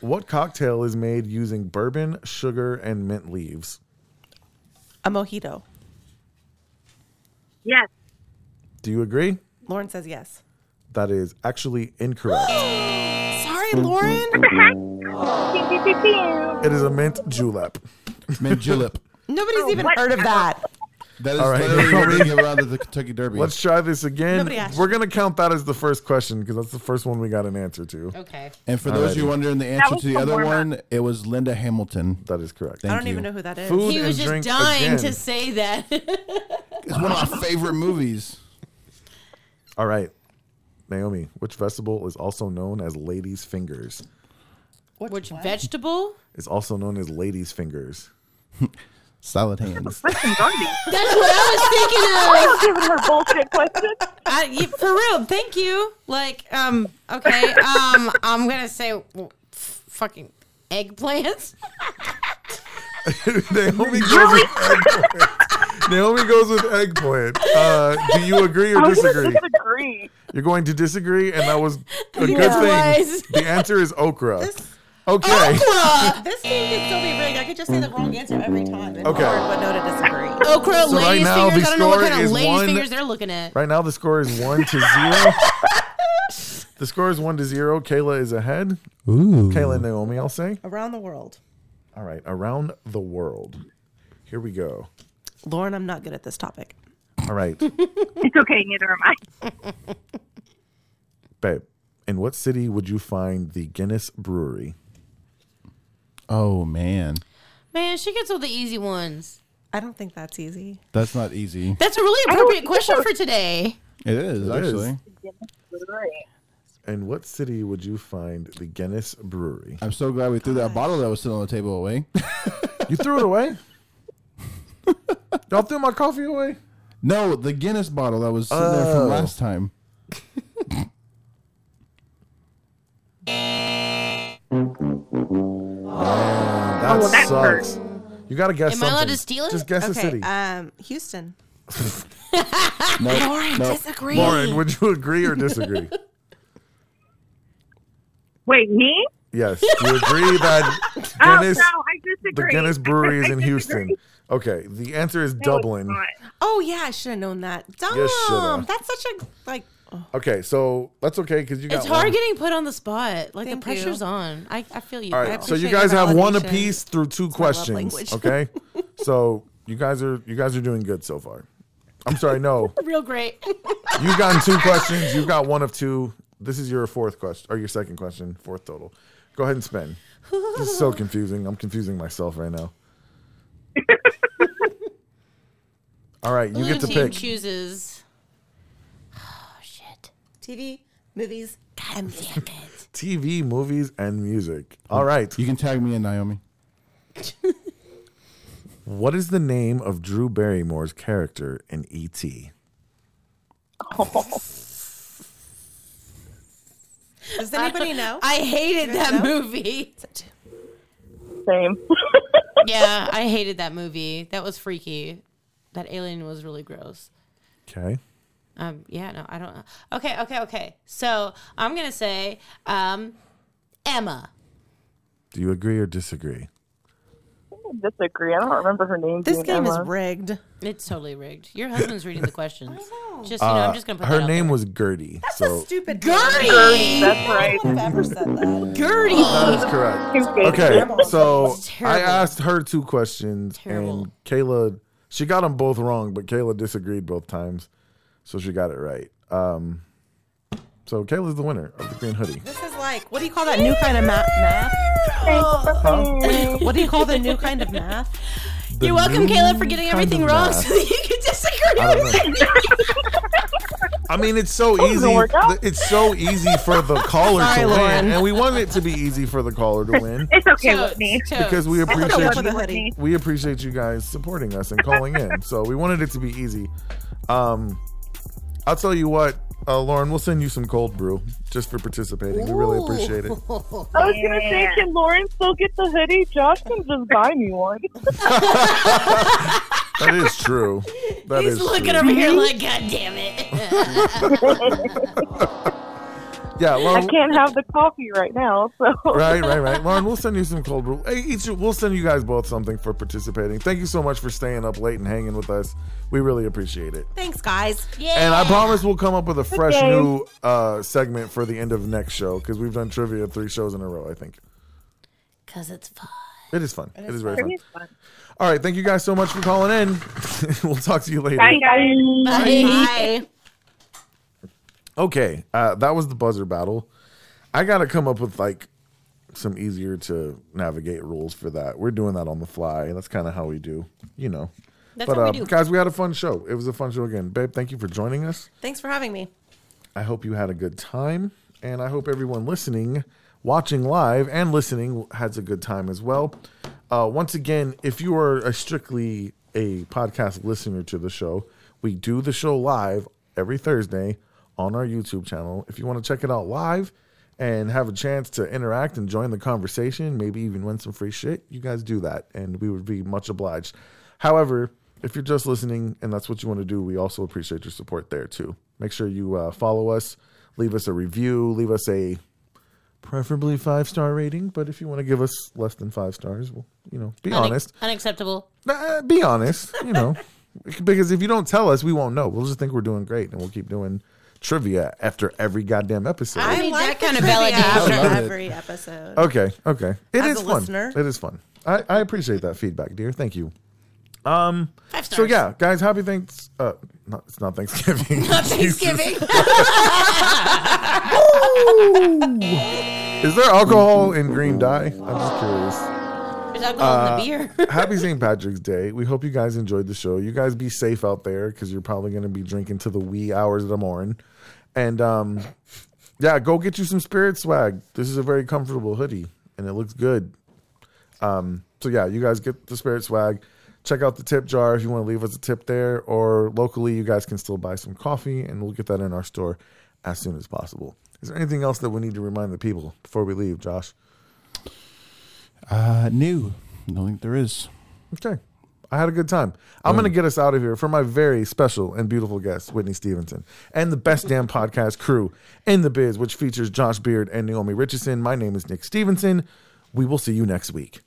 [SPEAKER 1] What cocktail is made using bourbon, sugar, and mint leaves?
[SPEAKER 7] A mojito.
[SPEAKER 10] Yes.
[SPEAKER 1] Do you agree?
[SPEAKER 7] Lauren says yes.
[SPEAKER 1] That is actually incorrect.
[SPEAKER 7] Sorry, Lauren.
[SPEAKER 1] It is a mint julep.
[SPEAKER 5] mint julep.
[SPEAKER 7] Nobody's
[SPEAKER 4] Oh,
[SPEAKER 7] even
[SPEAKER 10] what?
[SPEAKER 7] heard of that.
[SPEAKER 5] That is
[SPEAKER 1] All right,
[SPEAKER 5] literally
[SPEAKER 1] no,
[SPEAKER 5] what [laughs] they
[SPEAKER 1] we-
[SPEAKER 5] give around at the Kentucky Derby.
[SPEAKER 1] Let's try this again.
[SPEAKER 7] Nobody asked.
[SPEAKER 1] We're gonna count that as the first question because that's the first one we got an answer to.
[SPEAKER 4] Okay.
[SPEAKER 5] and for those
[SPEAKER 1] Alrighty.
[SPEAKER 5] who wondering the answer
[SPEAKER 10] was
[SPEAKER 5] to the
[SPEAKER 10] the
[SPEAKER 5] other
[SPEAKER 10] warm-up.
[SPEAKER 5] one, it was Linda Hamilton.
[SPEAKER 1] That is correct.
[SPEAKER 5] Thank
[SPEAKER 7] I don't
[SPEAKER 5] you.
[SPEAKER 7] even know who that is.
[SPEAKER 1] Food
[SPEAKER 4] He was
[SPEAKER 1] and
[SPEAKER 4] just
[SPEAKER 1] drink
[SPEAKER 4] dying
[SPEAKER 1] again.
[SPEAKER 4] to say that. [laughs]
[SPEAKER 5] It's one of my favorite movies.
[SPEAKER 1] All right, Naomi. Which vegetable is also known as ladies' fingers?
[SPEAKER 4] Which vegetable?
[SPEAKER 1] It's also known as ladies' fingers.
[SPEAKER 5] Solid hands.
[SPEAKER 4] That's what I was thinking of.
[SPEAKER 10] I'm giving her bullshit questions.
[SPEAKER 4] I, you, for real, thank you. Like, um, okay, um, I'm gonna say w- f- fucking
[SPEAKER 7] [laughs]
[SPEAKER 4] eggplants.
[SPEAKER 1] Naomi goes with eggplant. Naomi goes with eggplant. Uh, do you agree or
[SPEAKER 10] I'm gonna
[SPEAKER 1] disagree?
[SPEAKER 10] disagree.
[SPEAKER 1] You're going to disagree, and that was a good
[SPEAKER 4] Yes.
[SPEAKER 1] thing. The answer is okra. Okay.
[SPEAKER 4] Oh. Okra,
[SPEAKER 7] This game could still be rigged. I could just say the wrong answer every time. And
[SPEAKER 1] Okay.
[SPEAKER 7] Lauren would know to disagree.
[SPEAKER 4] okra,
[SPEAKER 1] So right
[SPEAKER 4] ladies'
[SPEAKER 1] now,
[SPEAKER 4] Oh, fingers.
[SPEAKER 1] the
[SPEAKER 4] I don't know what
[SPEAKER 1] score
[SPEAKER 4] kind
[SPEAKER 1] is
[SPEAKER 4] of ladies'
[SPEAKER 1] one-
[SPEAKER 4] fingers they're looking at.
[SPEAKER 1] Right now, the score is one to zero. the score is one to zero. Kayla is ahead.
[SPEAKER 5] Ooh.
[SPEAKER 1] Kayla and Naomi, I'll say.
[SPEAKER 7] Around the world.
[SPEAKER 1] All right, around the world. Here we go.
[SPEAKER 7] Lauren, I'm not good at this topic.
[SPEAKER 1] All right,
[SPEAKER 10] It's okay, neither am I.
[SPEAKER 1] babe. In what city would you find the Guinness Brewery?
[SPEAKER 5] Oh man,
[SPEAKER 4] Man, she gets all the easy ones.
[SPEAKER 7] I don't think that's easy.
[SPEAKER 5] that's not easy.
[SPEAKER 4] That's a really appropriate question for today.
[SPEAKER 5] It is actually.
[SPEAKER 1] In what city would you find the Guinness Brewery?
[SPEAKER 5] I'm so glad we threw that bottle that was sitting on the table away.
[SPEAKER 1] You threw it
[SPEAKER 10] [laughs]
[SPEAKER 1] away. Y'all threw my coffee away.
[SPEAKER 5] No, the Guinness bottle that was sitting there
[SPEAKER 1] Oh.
[SPEAKER 5] from last time.
[SPEAKER 1] That
[SPEAKER 10] Oh, well, that
[SPEAKER 1] sucks. You gotta guess.
[SPEAKER 4] Am I
[SPEAKER 1] something.
[SPEAKER 4] allowed to steal it?
[SPEAKER 1] Just guess the
[SPEAKER 7] Okay,
[SPEAKER 1] city.
[SPEAKER 7] um, Houston.
[SPEAKER 5] No, no.
[SPEAKER 7] Disagree.
[SPEAKER 1] Lauren, would you agree or
[SPEAKER 4] [laughs]
[SPEAKER 1] disagree?
[SPEAKER 10] Wait, me?
[SPEAKER 1] Yes. Do you agree that Guinness,
[SPEAKER 10] oh [laughs] no, I disagree.
[SPEAKER 1] the Guinness Brewery is
[SPEAKER 10] [laughs] I
[SPEAKER 1] in
[SPEAKER 10] disagree.
[SPEAKER 1] Houston? Okay. The answer is
[SPEAKER 10] No, it's
[SPEAKER 1] Dublin.
[SPEAKER 10] not.
[SPEAKER 7] Oh yeah, I should have known that. Dumb.
[SPEAKER 1] shoulda.
[SPEAKER 7] That's such a like. oh,
[SPEAKER 1] Okay, so that's okay because you got
[SPEAKER 4] It's hard
[SPEAKER 1] one.
[SPEAKER 4] getting put on the spot. Like the
[SPEAKER 7] Thank you.
[SPEAKER 4] pressure's on. I, I feel you.
[SPEAKER 1] All
[SPEAKER 4] girl.
[SPEAKER 1] right, so you
[SPEAKER 7] appreciate
[SPEAKER 1] guys
[SPEAKER 7] your
[SPEAKER 1] have one
[SPEAKER 7] validation.
[SPEAKER 1] apiece through two
[SPEAKER 7] love
[SPEAKER 1] questions.
[SPEAKER 7] language. [laughs]
[SPEAKER 1] Okay, so you guys are you guys are doing good so far. I'm sorry,
[SPEAKER 7] [laughs]
[SPEAKER 1] no,
[SPEAKER 4] real great.
[SPEAKER 1] you've gotten two questions. You got one of two. This is your fourth question or your second question, fourth total. Go ahead and spin. This
[SPEAKER 7] [laughs]
[SPEAKER 1] is so confusing. I'm confusing myself right now. All right, you
[SPEAKER 4] Blue
[SPEAKER 1] get to
[SPEAKER 4] team
[SPEAKER 1] pick.
[SPEAKER 4] chooses. Oh shit!
[SPEAKER 7] TV, movies,
[SPEAKER 4] God damn it!
[SPEAKER 1] TV, movies, and music. All right.
[SPEAKER 5] You can tag me in Naomi.
[SPEAKER 1] What is the name of Drew Barrymore's character in E E.T.?
[SPEAKER 7] Does
[SPEAKER 4] [laughs]
[SPEAKER 7] [laughs] anybody know?
[SPEAKER 4] I hated that
[SPEAKER 7] No?
[SPEAKER 4] movie.
[SPEAKER 10] Same. [laughs]
[SPEAKER 4] Yeah, I hated that movie. That was freaky. That alien was really gross.
[SPEAKER 1] Okay.
[SPEAKER 4] Um, yeah, no, I don't know. Okay, okay, okay. So I'm gonna say um, Emma.
[SPEAKER 1] Do you agree or disagree?
[SPEAKER 10] I disagree. I don't remember her name.
[SPEAKER 7] This
[SPEAKER 10] being
[SPEAKER 7] game
[SPEAKER 10] Emma.
[SPEAKER 7] is rigged.
[SPEAKER 4] It's totally rigged. Your husband's reading the questions. Just you know, I'm just gonna put
[SPEAKER 1] Uh, Her
[SPEAKER 4] that out
[SPEAKER 1] name
[SPEAKER 4] there.
[SPEAKER 1] was Gertie. so
[SPEAKER 7] Stupid
[SPEAKER 4] Gertie.
[SPEAKER 10] That's right.
[SPEAKER 7] Who ever said that?
[SPEAKER 4] Gertie.
[SPEAKER 1] that is correct.
[SPEAKER 10] Okay.
[SPEAKER 1] Okay, so I
[SPEAKER 4] terrible.
[SPEAKER 1] asked her two questions,
[SPEAKER 4] Terrible.
[SPEAKER 1] and Kayla, she got them both wrong, but Kayla disagreed both times, so she got it right. Um, so Kayla's the winner of the green hoodie.
[SPEAKER 7] This is like what do you call that new kind of math? Math? What do you call the new kind of math?
[SPEAKER 4] You're welcome, Kayla, for getting everything wrong [laughs] so that you can disagree with me.
[SPEAKER 1] I mean, it's
[SPEAKER 10] [laughs]
[SPEAKER 1] so easy.
[SPEAKER 10] work out.
[SPEAKER 1] It's so easy for the caller
[SPEAKER 7] Sorry,
[SPEAKER 1] to win,
[SPEAKER 7] Lauren.
[SPEAKER 1] and we want it to be easy for the caller to
[SPEAKER 10] [laughs]
[SPEAKER 1] win
[SPEAKER 10] It's okay
[SPEAKER 4] Totes,
[SPEAKER 10] with me.
[SPEAKER 4] totes.
[SPEAKER 1] because we appreciate
[SPEAKER 7] For
[SPEAKER 1] you.
[SPEAKER 7] the hoodie.
[SPEAKER 1] We appreciate you guys supporting us and calling in. So we wanted it to be easy. Um, I'll tell you what, uh, Lauren, we'll send you some cold brew just for participating. We really appreciate it.
[SPEAKER 10] I was gonna say, can Lauren still get the hoodie? Josh can just buy me one.
[SPEAKER 1] That is true. That is
[SPEAKER 4] [laughs] He's looking
[SPEAKER 1] true.
[SPEAKER 4] over here like, God damn it.
[SPEAKER 1] Yeah,
[SPEAKER 10] I
[SPEAKER 1] Lauren.
[SPEAKER 10] can't have the coffee right now, so
[SPEAKER 1] [laughs] Right, right, right. Lauren, we'll send you some cold brew. Hey, each, we'll send you guys both something for participating. Thank you so much for staying up late and hanging with us. We really appreciate it.
[SPEAKER 7] Thanks, guys.
[SPEAKER 1] And I promise we'll come up with a fresh
[SPEAKER 10] Okay.
[SPEAKER 1] new uh, segment for the end of next show because we've done trivia three shows in a row, I think.
[SPEAKER 4] Because it's fun.
[SPEAKER 1] It is fun. It is, very fun.
[SPEAKER 10] it's fun.
[SPEAKER 1] All right. Thank you guys so much for calling in. [laughs] we'll talk to you later.
[SPEAKER 10] Bye, guys.
[SPEAKER 4] Bye.
[SPEAKER 1] Okay. Uh, that was the buzzer battle. I got to come up with like some easier to navigate rules for that. We're doing that on the fly. That's kind of how we do, you know.
[SPEAKER 4] That's
[SPEAKER 1] but
[SPEAKER 4] what we
[SPEAKER 1] uh,
[SPEAKER 4] do.
[SPEAKER 1] guys, we had a fun show. It was a fun show again. Babe, thank you for joining us.
[SPEAKER 7] Thanks for having me.
[SPEAKER 1] I hope you had a good time, and I hope everyone listening, watching live, and listening has a good time as well. Uh, once again, if you are a strictly a podcast listener to the show, we do the show live every Thursday on our YouTube channel. If you want to check it out live and have a chance to interact and join the conversation, maybe even win some free shit, you guys do that, and we would be much obliged. However, if you're just listening and that's what you want to do, we also appreciate your support there too. Make sure you uh, follow us, leave us a review, leave us a preferably five star rating. But if you want to give us less than five stars, well, you know, be
[SPEAKER 4] Unac-
[SPEAKER 1] honest.
[SPEAKER 4] Unacceptable.
[SPEAKER 1] Nah, be honest, you know, [laughs] because if you don't tell us, we won't know. We'll just think we're doing great, and we'll keep doing trivia after every goddamn episode.
[SPEAKER 4] I need that
[SPEAKER 7] the
[SPEAKER 4] kind of
[SPEAKER 7] trivia
[SPEAKER 4] validation.
[SPEAKER 5] I love it.
[SPEAKER 7] after every episode.
[SPEAKER 1] Okay, okay, it is
[SPEAKER 7] As a
[SPEAKER 1] fun.
[SPEAKER 7] listener.
[SPEAKER 1] It is fun. I, I appreciate that feedback, dear. Thank you.
[SPEAKER 4] Five stars.
[SPEAKER 1] So yeah, [laughs] guys, happy thanks. Uh, not, it's not
[SPEAKER 7] [laughs]
[SPEAKER 1] Thanksgiving.
[SPEAKER 4] Not Thanksgiving.
[SPEAKER 1] Is there alcohol in green dye? I'm just curious.
[SPEAKER 4] [laughs] There's
[SPEAKER 1] Uh,
[SPEAKER 4] alcohol in the beer.
[SPEAKER 1] Happy St. Patrick's Day. We hope you guys enjoyed the show. You guys be safe out there because you're probably going to be drinking to the wee hours of the morning. And um, yeah, go get you some spirit swag. This is a very comfortable hoodie and it looks good. Um, so yeah, you guys get the spirit swag. Check out the tip jar if you want to leave us a tip there, or locally, you guys can still buy some coffee and we'll get that in our store as soon as possible. Is there anything else that we need to remind the people before we leave, Josh?
[SPEAKER 5] Uh, new. I don't think there is.
[SPEAKER 1] Okay. I had a good time. I'm going to get us out of here for my very special and beautiful guest, Whitney Stevenson, and the Best Damn Podcast crew in the biz, which features Josh Beard and Naomi Richardson. My name is Nick Stevenson. We will see you next week.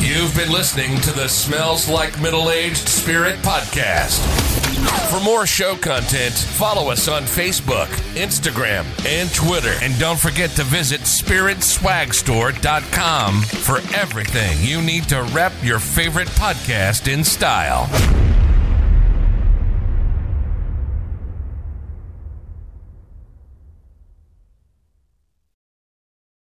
[SPEAKER 2] You've been listening to the Smells Like Middle Aged Spirit podcast. For more show content, follow us on Facebook, Instagram, and Twitter. And don't forget to visit spiritswagstore.com for everything you need to rep your favorite podcast in style.